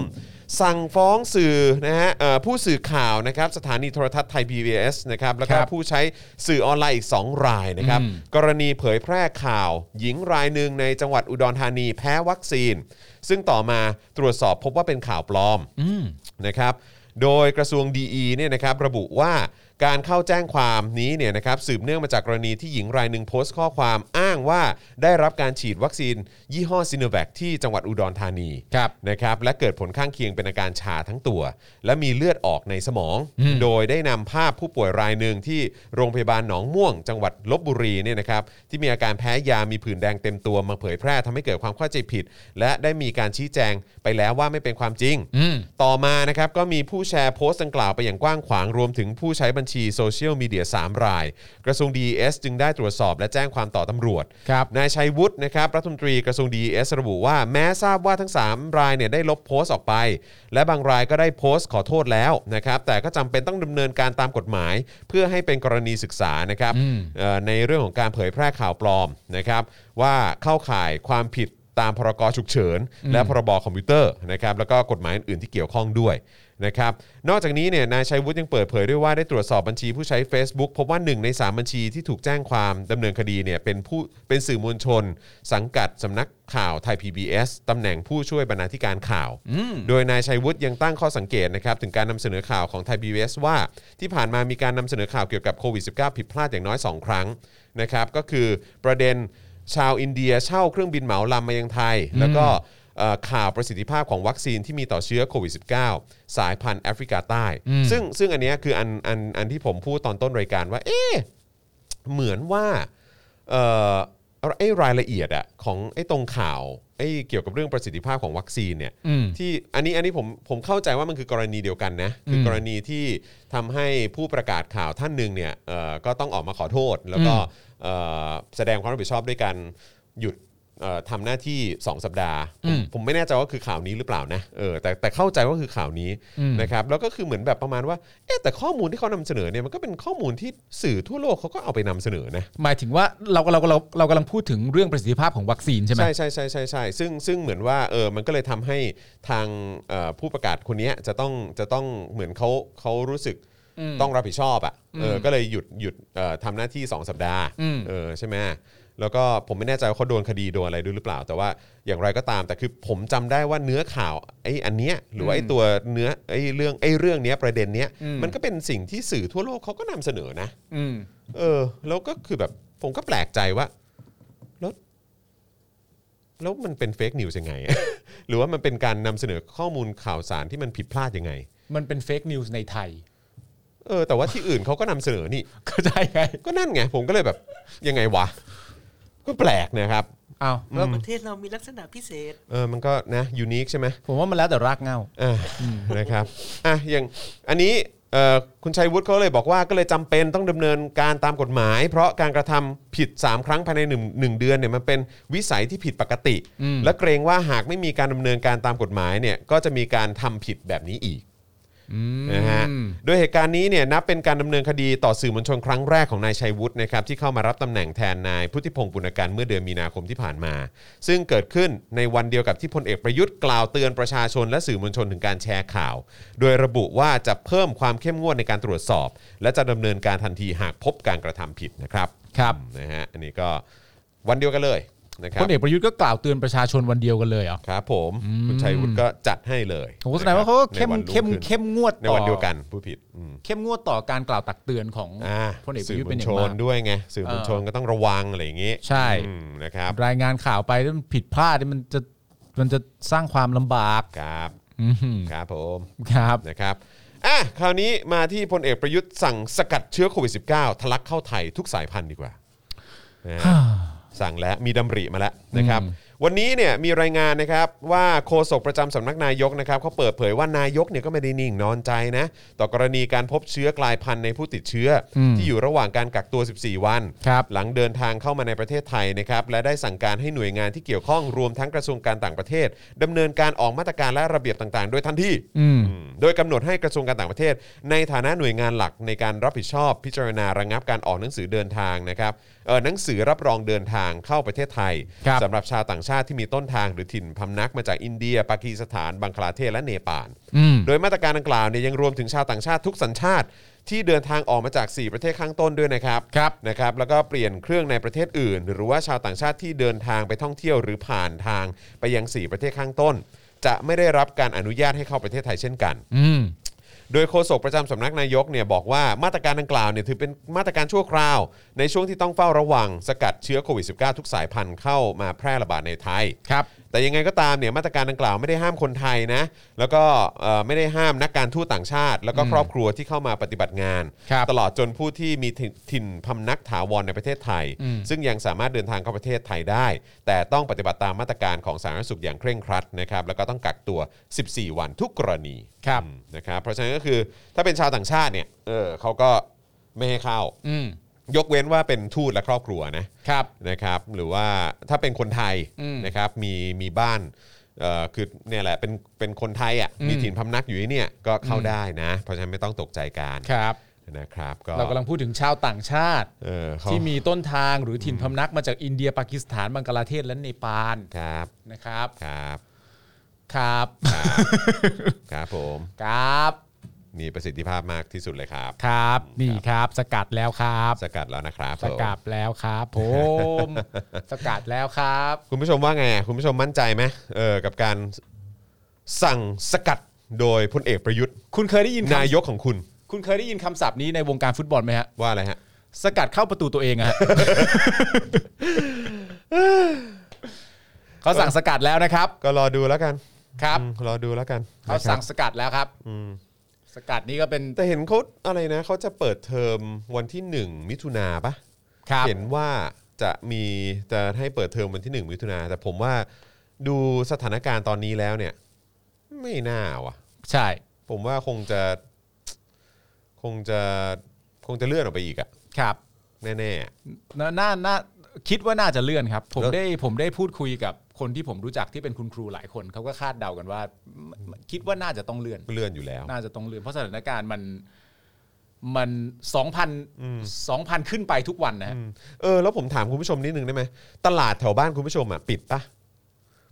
Speaker 2: สั่งฟ้องสื่อนะฮะเอ่อผู้สื่อข่าวนะครับสถานีโทรทัศน์ไทย PBS นะครับแล้วก็
Speaker 3: ครับ
Speaker 2: ผู้ใช้สื่อออนไลน์อีก 2 รายนะครับ กรณีเผยแพร่ข่าว หญิงรายหนึ่งในจังหวัดอุดรธานีแพ้วัคซีน ซึ่งต่อมาตรวจสอบพบว่าเป็นข่าวปลอม นะครับ โดยกระทรวงดีเนี่ยนะครับระบุว่า การเข้าแจ้งความนี้เนี่ยนะครับสืบเนื่องมาจากกรณีที่หญิงรายหนึ่งโพสต์ข้อความอ้างว่าได้รับการฉีดวัคซีน ยี่ห้อซิโนแวคที่จังหวัดอุดรธานี
Speaker 3: ครับ
Speaker 2: นะครับและเกิดผลข้างเคียงเป็นอาการชาทั้งตัว และมีเลือดออกในสมอง โดยได้นำภาพผู้ป่วยรายหนึ่งที่โรงพยาบาลหนองม่วง จังหวัดลบบุรีเนี่ยนะครับที่มีอาการแพ้ยามีผื่นแดงเต็มตัวมาเผยแพร่ทำให้เกิดความเข้าใจผิด และได้มีการชี้แจงไปแล้วว่าไม่เป็นความจริง
Speaker 3: อืม
Speaker 2: ต่อมานะครับก็มีผู้แชร์โพสต์ดังกล่าวไปอย่างกว้างขวางรวมถึงผู้ใช้บัญชีโซเชียลมีเดีย 3 ราย กระทรวง DES จึงได้ตรวจสอบและแจ้งความต่อตำรวจ
Speaker 3: ครับ
Speaker 2: นายชัยวุฒินะครับรัฐมนตรีกระทรวง DES ระบุว่าแม้ทราบว่าทั้ง 3 รายเนี่ยได้ลบโพสต์ออกไป และบางรายก็ได้โพสต์ขอโทษแล้วนะครับแต่ก็จำเป็นต้องดำเนินการตามกฎหมาย เพื่อให้เป็นกรณีศึกษานะครับเอ่อในเรื่องของการเผยแพร่ข่าวปลอมนะครับว่าเข้าข่ายความผิด ตามพรกฉุกเฉิน และพรบคอมพิวเตอร์นะครับแล้วก็กฎหมายอื่นๆที่เกี่ยวข้องด้วยนะครับนอกจากนี้เนี่ยนายชัยวุฒิยังเปิดเผยด้วยว่าได้ตรวจสอบบัญชีผู้ใช้ Facebook พบว่า 1 ใน 3 บัญชีที่ถูกแจ้งความดำเนินคดีเนี่ยเป็นผู้เป็นสื่อมวลชน สังกัดสำนักข่าวไทย PBS ตำแหน่งผู้ช่วยบรรณาธิการข่าว โดยนายชัยวุฒิยังตั้งข้อสังเกตนะครับถึงการนำเสนอข่าวของไทย PBS ว่าที่ผ่านมามีการนำเสนอข่าวเกี่ยวกับโควิด -19 ผิดพลาดอย่างน้อยสองครั้งนะครับก็คือประเด็น ชาวอินเดียเช่าเครื่องบินเหมาลำมายังไทย แล้วก็เอ่อข่าวประสิทธิภาพของวัคซีนที่มีต่อเชื้อโควิด -19 สายพันธุ์แอฟริกาใต้ ซึ่งซึ่งอันเนี้ยคืออันอันอันที่ผมพูดตอนต้นรายการว่า เอ๊ะเหมือนว่าเอ่อไอ้รายละเอียดอะของไอ้ตรงข่าวไอ้เกี่ยวกับเรื่องประสิทธิภาพของวัคซีนเนี่ย
Speaker 3: อืม
Speaker 2: ที่อันนี้อันนี้ผมผมเข้าใจว่ามันคือกรณีเดียวกันนะ คือ
Speaker 3: ม
Speaker 2: กรณีที่ทำให้ผู้ประกาศข่าวท่านหนึ่งเนี่ยเอ่อก็ต้องออกมาขอโทษ แล้วก็
Speaker 3: อืม
Speaker 2: เอ่อแสดงความรับผิดชอบด้วยการหยุดเอ่อทำหน้าที่ 2 สัปดาห์ผ
Speaker 3: อืม
Speaker 2: มผมไม่แน่ใจว่าคือข่าวนี้หรือเปล่านะเออแต่แต่เข้าใจว่าคือข่าวนี้นะครับแล้วก็คือเหมือนแบบประมาณว่าเอ๊ะแต่ข้อมูลที่เขานำเสนอเนี่ยมันก็เป็นข้อมูลที่สื่อทั่วโลกเขาก็เอาไปนำเสนอนะ
Speaker 3: หมายถึงว่าเราเราเราเรากำลังพูดถึงเรื่องประสิทธิภาพของวัคซีนใช่ไหม
Speaker 2: ใช่ใช่ใช่ใช่ใช่ซึ่งซึ่งเหมือนว่าเออมันก็เลยทำให้ทางเอ่อผู้ประกาศคนเนี้ยจะต้องจะต้องเหมือนเขาเขารู้สึกต้องรับผิดชอบอ่ะเอออก็เลยหยุดหยุดเอ่อทำหน้าที่ 2 สัปดาห์
Speaker 3: อืม
Speaker 2: เออใช่ไหมแล้วก็ผมไม่แน่ใจว่าเขาโดนคดีโดนอะไรด้วยหรือเปล่า แต่ว่าอย่างไรก็ตามแต่คือผมจำได้ว่าเนื้อข่าวไอ้อันเนี้ยหรือว่าไอ้ตัวเนื้อไอ้เรื่องไอ้เรื่องเนี้ยประเด็นเนี้ยมันก็เป็นสิ่งที่สื่อทั่วโลกเขาก็นำเสนอนะ
Speaker 3: อืม
Speaker 2: เออแล้วก็คือแบบผมก็แปลกใจว่าแล้วแล้วมันเป็นเฟกนิวส์ยังไง [laughs] หรือว่ามันเป็นการนำเสนอข้อมูลข่าวสารที่มันผิดพลาดยังไง
Speaker 3: มันเป็นเฟกนิวส์ในไทย
Speaker 2: เออ แต่ว่าที่อื่นเขาก็นำเสนอนี่
Speaker 3: ก็ใช่ไง
Speaker 2: ก็นั่นไง ผมก็เลยแบบยังไงวะ ก็แปลกนะครับ
Speaker 3: อ้าว
Speaker 4: ว่าประเทศเรามีลักษณะพิเศษ
Speaker 2: เออมันก็นะยูนิคใช่ไหม
Speaker 3: ผมว่ามันแล้วแต่รากเหง้า
Speaker 2: อ่ะนะครับอ่ะอย่างอันนี้เอ่อคุณชัยวุฒิเขาเลยบอกว่าก็เลยจำเป็นต้องดำเนินการตามกฎหมาย เพราะการกระทำผิด 3 ครั้งภายใน1งเดือนเนี่ยมันเป็นวิสัยที่ผิดปกติ และเกรงว่าหากไม่มีการดำเนินการตามกฎหมายเนี่ยก็จะมีการทำผิดแบบนี้อีก นะฮะโดยเหตุการณ์นี้เนี่ยนับเป็นการดำเนินคดีต่อสื่อมวลชนครั้งแรกของนายชัยวุฒินะครับที่เข้ามารับตำแหน่งแทนนายพุทธิพงศ์ปุณการเมื่อเดือนมีนาคมที่ผ่านมา ซึ่งเกิดขึ้นในวันเดียวกับที่พลเอกประยุทธ์กล่าวเตือนประชาชนและสื่อมวลชนถึงการแชร์ข่าว โดยระบุว่าจะเพิ่มความเข้มงวดในการตรวจสอบ และจะดำเนินการทันทีหากพบการกระทำผิดนะครับ
Speaker 3: ครับ
Speaker 2: นะฮะอันนี้ก็วันเดียวกันเลยนะครับ
Speaker 3: พลเอกประยุทธ์ก็กล่าวเตือนประชาชนวันเดียวกันเลยเหรอ
Speaker 2: ครับผมคุณชัยวุฒิก็จัดให้เลย
Speaker 3: ผมก็แสดงว่าเขาก็เข้ม
Speaker 2: ในนรุ่ง
Speaker 3: เข้ม
Speaker 2: ขึ้น
Speaker 3: เข้มงวด
Speaker 2: ใน
Speaker 3: ต่อ
Speaker 2: วันเดียวกันผู้ผิดอืม
Speaker 3: เข้มงวดต่อการกล่าวตักเตือนของ
Speaker 2: อ่า
Speaker 3: พลเอกป
Speaker 2: สื่อ
Speaker 3: ระยุทธ์
Speaker 2: ม
Speaker 3: เป็
Speaker 2: วล
Speaker 3: นอย่า
Speaker 2: ช
Speaker 3: ง
Speaker 2: น
Speaker 3: มาก
Speaker 2: ด้วยไงสื่อมวลชนก็ต้องระวังอะไรอย่างงี้
Speaker 3: ใช่
Speaker 2: อืมนะครับ
Speaker 3: รายงานข่าวไปแล้วมันผิดพลาดนี่มันจะมันจะสร้างความลำบาก
Speaker 2: ครับ
Speaker 3: อื้อหือ
Speaker 2: ครับผม
Speaker 3: ครับ
Speaker 2: นะครับอ่ะคราวนี้มาที่พลเอกประยุทธ์สั่งสกัดเชื้อโควิด -19 ทะลักเข้าไทยทุกสายพันธุ์ดีกว่านะฮะ สั่งแล้วมีดำริมาแล้วนะครับ วันนี้เนี่ยมีรายงานนะครับว่าโฆษกประจำสำนักนายกนะครับเขาเปิดเผยว่านายกเนี่ยก็ไม่ได้นิ่งนอนใจนะต่อกรณีการพบเชื้อกลายพันธุ์ในผู้ติดเชื้ออที่อยู่ระหว่างการกักตัว 14 วัน
Speaker 3: ครับ
Speaker 2: หลังเดินทางเข้ามาในประเทศไทยนะครับและได้สั่งการให้หน่วยงานที่เกี่ยวข้องรวมทั้งกระทรวงการต่างประเทศดำเนินการออกมาตรการและระเบียบต่างๆ โดยทันที
Speaker 3: อืม
Speaker 2: อืมโดยกำหนดให้กระทรวงการต่างประเทศ ในฐานะหน่วยงานหลักในการรับผิดชอบ พิจารณาระงงับการออกหนังสือเดินทางนะครับเออหนังสือรับรองเดินทางเข้าประเทศไทย
Speaker 3: ครับ
Speaker 2: สำหรับชาวต่างชาติที่มีต้นทางหรือถิ่นพำนักมาจากอินเดีย ปากีสถาน บังคลาเทศและเนปาล
Speaker 3: อืม
Speaker 2: โดยมาตรการดังกล่าวเนี่ยยังรวมถึงชาวต่างชาติทุกสัญชาติ ที่เดินทางออกมาจาก 4 ประเทศข้างต้นด้วยนะครับ
Speaker 3: ครับ
Speaker 2: นะครับแล้วก็เปลี่ยนเครื่องในประเทศอื่น หรือว่าชาวต่างชาติที่เดินทางไปท่องเที่ยวหรือผ่านทางไปยัง 4 ประเทศข้างต้น จะไม่ได้รับการอนุญาตให้เข้าประเทศไทยเช่นกัน
Speaker 3: อืม
Speaker 2: โดยโฆษกประจำสำนักนายกเนี่ยบอกว่ามาตรการดังกล่าวเนี่ยถือเป็นมาตรการชั่วคราว ในช่วงที่ต้องเฝ้าระวังสกัดเชื้อโควิด -19 ทุกสายพันธุ์เข้ามาแพร่ระบาดในไทย
Speaker 3: ครับ
Speaker 2: แต่ยังไงก็ตามเนี่ยมาตรการดังกล่าวไม่ได้ห้ามคนไทยนะแล้วก็เอ่อไม่ได้ห้ามนักการทูตต่างชาติ แล้วก็ครอบครัวที่เข้ามาปฏิบัติงาน
Speaker 3: ครับ
Speaker 2: ตลอดจนผู้ที่มีถิ่นถิ่นพำนักถาวรในประเทศไทย
Speaker 3: อืม
Speaker 2: ซึ่งยังสามารถเดินทางเข้าประเทศไทยได้ แต่ต้องปฏิบัติตามมาตรการของสาธารณสุขอย่างเคร่งครัดนะครับแล้วก็ต้องกักตัว 14 วันทุกกรณี
Speaker 3: ครับ
Speaker 2: อืมนะครับเพราะฉะนั้นก็คือถ้าเป็นชาวต่างชาติเนี่ยเออเขาก็ไม่ให้เข้า
Speaker 3: อืม
Speaker 2: ยกเว้นว่าเป็นทูตและครอบครัวนะ
Speaker 3: ครับ
Speaker 2: นะครับหรือว่าถ้าเป็นคนไทย
Speaker 3: อืม
Speaker 2: นะครับมีมีบ้านเอ่อคือเนี่ยแหละเป็นเป็นคนไทยอ่ะ
Speaker 3: อืม
Speaker 2: มีถิ่นพำนักอยู่ที่เนี่ยก็เข้าได้นะ เพราะฉะนั้นไม่ต้องตกใจกัน
Speaker 3: ครับ
Speaker 2: นะครับก็
Speaker 3: เรากำลังพูดถึงชาวต่างชาติ
Speaker 2: เออเขา
Speaker 3: ที่มีต้นทางหรือถิ่นพำนักมาจากอินเดียปากีสถานบังกลาเทศและเนปาล
Speaker 2: ครับ
Speaker 3: นะครับ
Speaker 2: ครับ
Speaker 3: ครับ
Speaker 2: ครับผม
Speaker 3: ครับ
Speaker 2: มีประสิทธิภาพมากที่สุดเลยครับ
Speaker 3: ครับนี่ครับสกัดแล้วครับ
Speaker 2: สกัดแล้วนะครับ
Speaker 3: สกัดแล้วครับ
Speaker 2: [laughs]
Speaker 3: ผมสกัดแล้วครับ
Speaker 2: ผมคุณผู้ชมว่าไงคุณผู้ชมมั่นใจไหมเออกับการสั่งสกัดโดยพลเอกประยุทธ์
Speaker 3: คุณเคยได้ยิน
Speaker 2: นายกของคุณ
Speaker 3: คุณเคยได้ยินคำศัพท์นี้ในวงการฟุตบอลไหมฮะ
Speaker 2: ว่าอะไรฮะ
Speaker 3: สกัดเข้าประตูตัวเองอะฮะ เขาสั่งสกัดแล้วนะครับ
Speaker 2: ก็รอดูแล้วกัน
Speaker 3: ครับ
Speaker 2: อืมรอดูแล้วกัน
Speaker 3: เขา
Speaker 2: นะครับ
Speaker 3: สั่งสกัดแล้วครับสกัดนี้ก็เป็น
Speaker 2: แต่เห็นเขาอะไรนะเขาจะเปิดเทอมวันที่ 1 มิถุนาปะ
Speaker 3: ครับ
Speaker 2: เห็นว่าจะมีจะให้เปิดเทอมวันที่ 1 มิถุนาแต่ผมว่าดูสถานการณ์ตอนนี้แล้วเนี่ย ไม่น่าว่ะ
Speaker 3: ใช่
Speaker 2: ผมว่าคงจะ คงจะคงจะเลื่อนออกไปอีกอะ
Speaker 3: ครับ
Speaker 2: แน่ ๆอะ
Speaker 3: น่าน่าน่าคิดว่าน่าจะเลื่อนครับ ผม
Speaker 2: แล้ว
Speaker 3: ได้ผมได้พูดคุยกับคนที่ผมรู้จักที่เป็นคุณครูหลายคนเขาก็คาดเดากันว่า คิดว่าน่าจะต้องเลื่อน
Speaker 2: เลื่อนอยู่แล้ว
Speaker 3: น่าจะต้องเลื่อนเพราะสถานการณ์มันมันสองพันสองพันขึ้นไปทุกวันนะฮะ
Speaker 2: เออแล้วผมถามคุณผู้ชมนิดนึงได้ไหมตลาดแถวบ้านคุณผู้ชมอะปิดปะ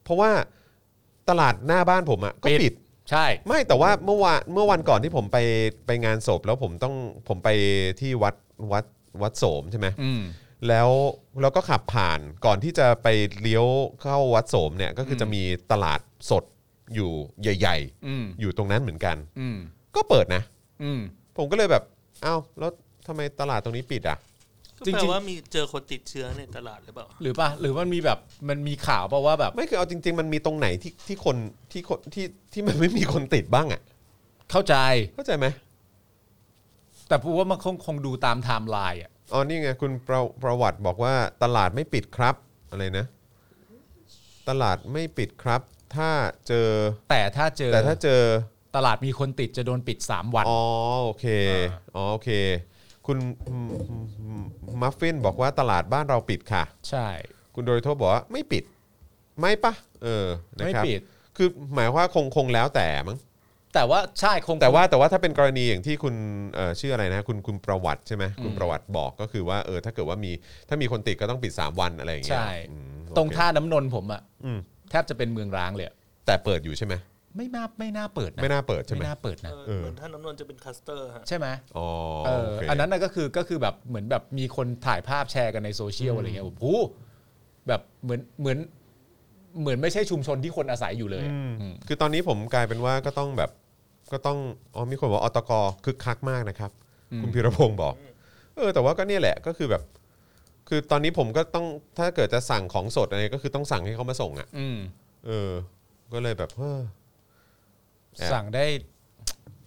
Speaker 2: เพราะว่าตลาดหน้าบ้านผมอะก็ปิด
Speaker 3: ใช่
Speaker 2: ไม่แต่ว่าเมื่อวานเมื่อวันก่อนที่ผมไปไปงานศพแล้วผมต้องผมไปที่วัดวัดวัดโสมใช่ไหม
Speaker 3: อืม
Speaker 2: แล้วเราก็ขับผ่านก่อนที่จะไปเลี้ยวเข้าวัดโสมเนี่ยก็คือจะมีตลาดสดอยู่ใหญ่
Speaker 3: อืม
Speaker 2: ๆ อยู่ตรงนั้นเหมือนกัน
Speaker 3: อืม
Speaker 2: ก็เปิดนะ
Speaker 3: อืม
Speaker 2: ผมก็เลยแบบเอ้าแล้วทำไมตลาดตรงนี้ปิดอ่ะ
Speaker 4: ก็
Speaker 3: จริงๆ
Speaker 4: แปลว่ามีเจอคนติดเชื้อในตลาดหรือเปล่า
Speaker 3: หรือป่ะหรือมันมีแบบมันมีข่าวเปล่าว่าแบบ
Speaker 2: ไม่คือเอาจริง ๆ มันมีตรงไหนที่ที่คนที่คนที่ที่มันไม่มีคนติดบ้างอ่ะ
Speaker 3: เข้าใจ
Speaker 2: เข้าใจไหม
Speaker 3: แต่พูดว่ามันคงคงดูตามไทม์ไลน์อ่ะ
Speaker 2: อ๋อนี่ไงคุณประประวัติบอกว่าตลาดไม่ปิดครับอะไรนะ ตลาดไม่ปิดครับ ถ้าเจอ
Speaker 3: แต่ถ้าเจอ
Speaker 2: แต่ถ้าเจอ
Speaker 3: ตลาดมีคนติดจะโดนปิด 3 วัน
Speaker 2: อ๋อโอเคอ๋อโอเค คุณมัฟฟินบอกว่าตลาดบ้านเราปิดค่ะ
Speaker 3: ใช่
Speaker 2: คุณโดยทั่วบอกว่าไม่ปิด ไม่ปะเออนะครับ
Speaker 3: ไม่ปิด
Speaker 2: คือหมายว่าคงคงแล้วแต่มั้ง
Speaker 3: แต่ว่าใช่คง
Speaker 2: แต่ว่าแต่ว่าถ้าเป็นกรณีอย่างที่คุณเอ่อชื่ออะไรนะคุณคุณประวัติใช่ไหมคุณประวัติบอกก็คือว่าเออถ้าเกิดว่ามีถ้ามีคนติดก็ต้องปิด 3 วันอะไรอย่างเงี้ย
Speaker 3: ใช่
Speaker 2: อืม
Speaker 3: ตรง
Speaker 2: โอเค
Speaker 3: ท่าน้ำนนท์ผมอ่ะ
Speaker 2: อืม
Speaker 3: แทบจะเป็นเมืองร้างเลยอะ
Speaker 2: แต่เปิดอยู่ใช่ไหม
Speaker 3: ไม่น่าไม่น่าเปิดนะ
Speaker 2: ไม่น่าเปิดใช่ไหม
Speaker 3: ไม่น่าเปิดนะ
Speaker 4: เออ
Speaker 2: เออ
Speaker 4: เหมือนท่านน้ำนนท์จะเป็นคลัสเตอร์ฮะ
Speaker 3: ใช่ไหม
Speaker 2: อ๋อ
Speaker 3: เออ
Speaker 2: โเค
Speaker 3: อันนั้นน่ะก็คือก็คือแบบเหมือนแบบมีคนถ่ายภาพแชร์กันในโซเชียลอะไรเงี้ยผมโอ้โหแบบเหมือนเหมือนเหมือนไม่ใช่ชุมชนที่คนอาศัยอยู่เลยอะ
Speaker 2: อืม
Speaker 3: อืม
Speaker 2: คือตอนนี้ผมกลายเป็นว่าก็ต้องแบบก็ต้องอ๋อมีคนบอกว่าอตกคึกคักมากนะครับ คุณพิรพงศ์บอก เออ แต่ว่าก็เนี่ยแหละก็คือแบบ คือตอนนี้ผมก็ต้องถ้าเกิดจะสั่งของสดอะไรก็คือต้องสั่งให้เขามาส่งอ่ะ
Speaker 3: อืม
Speaker 2: เออ ก็เลยแบบเฮ้อ แอบ
Speaker 3: สั่งได้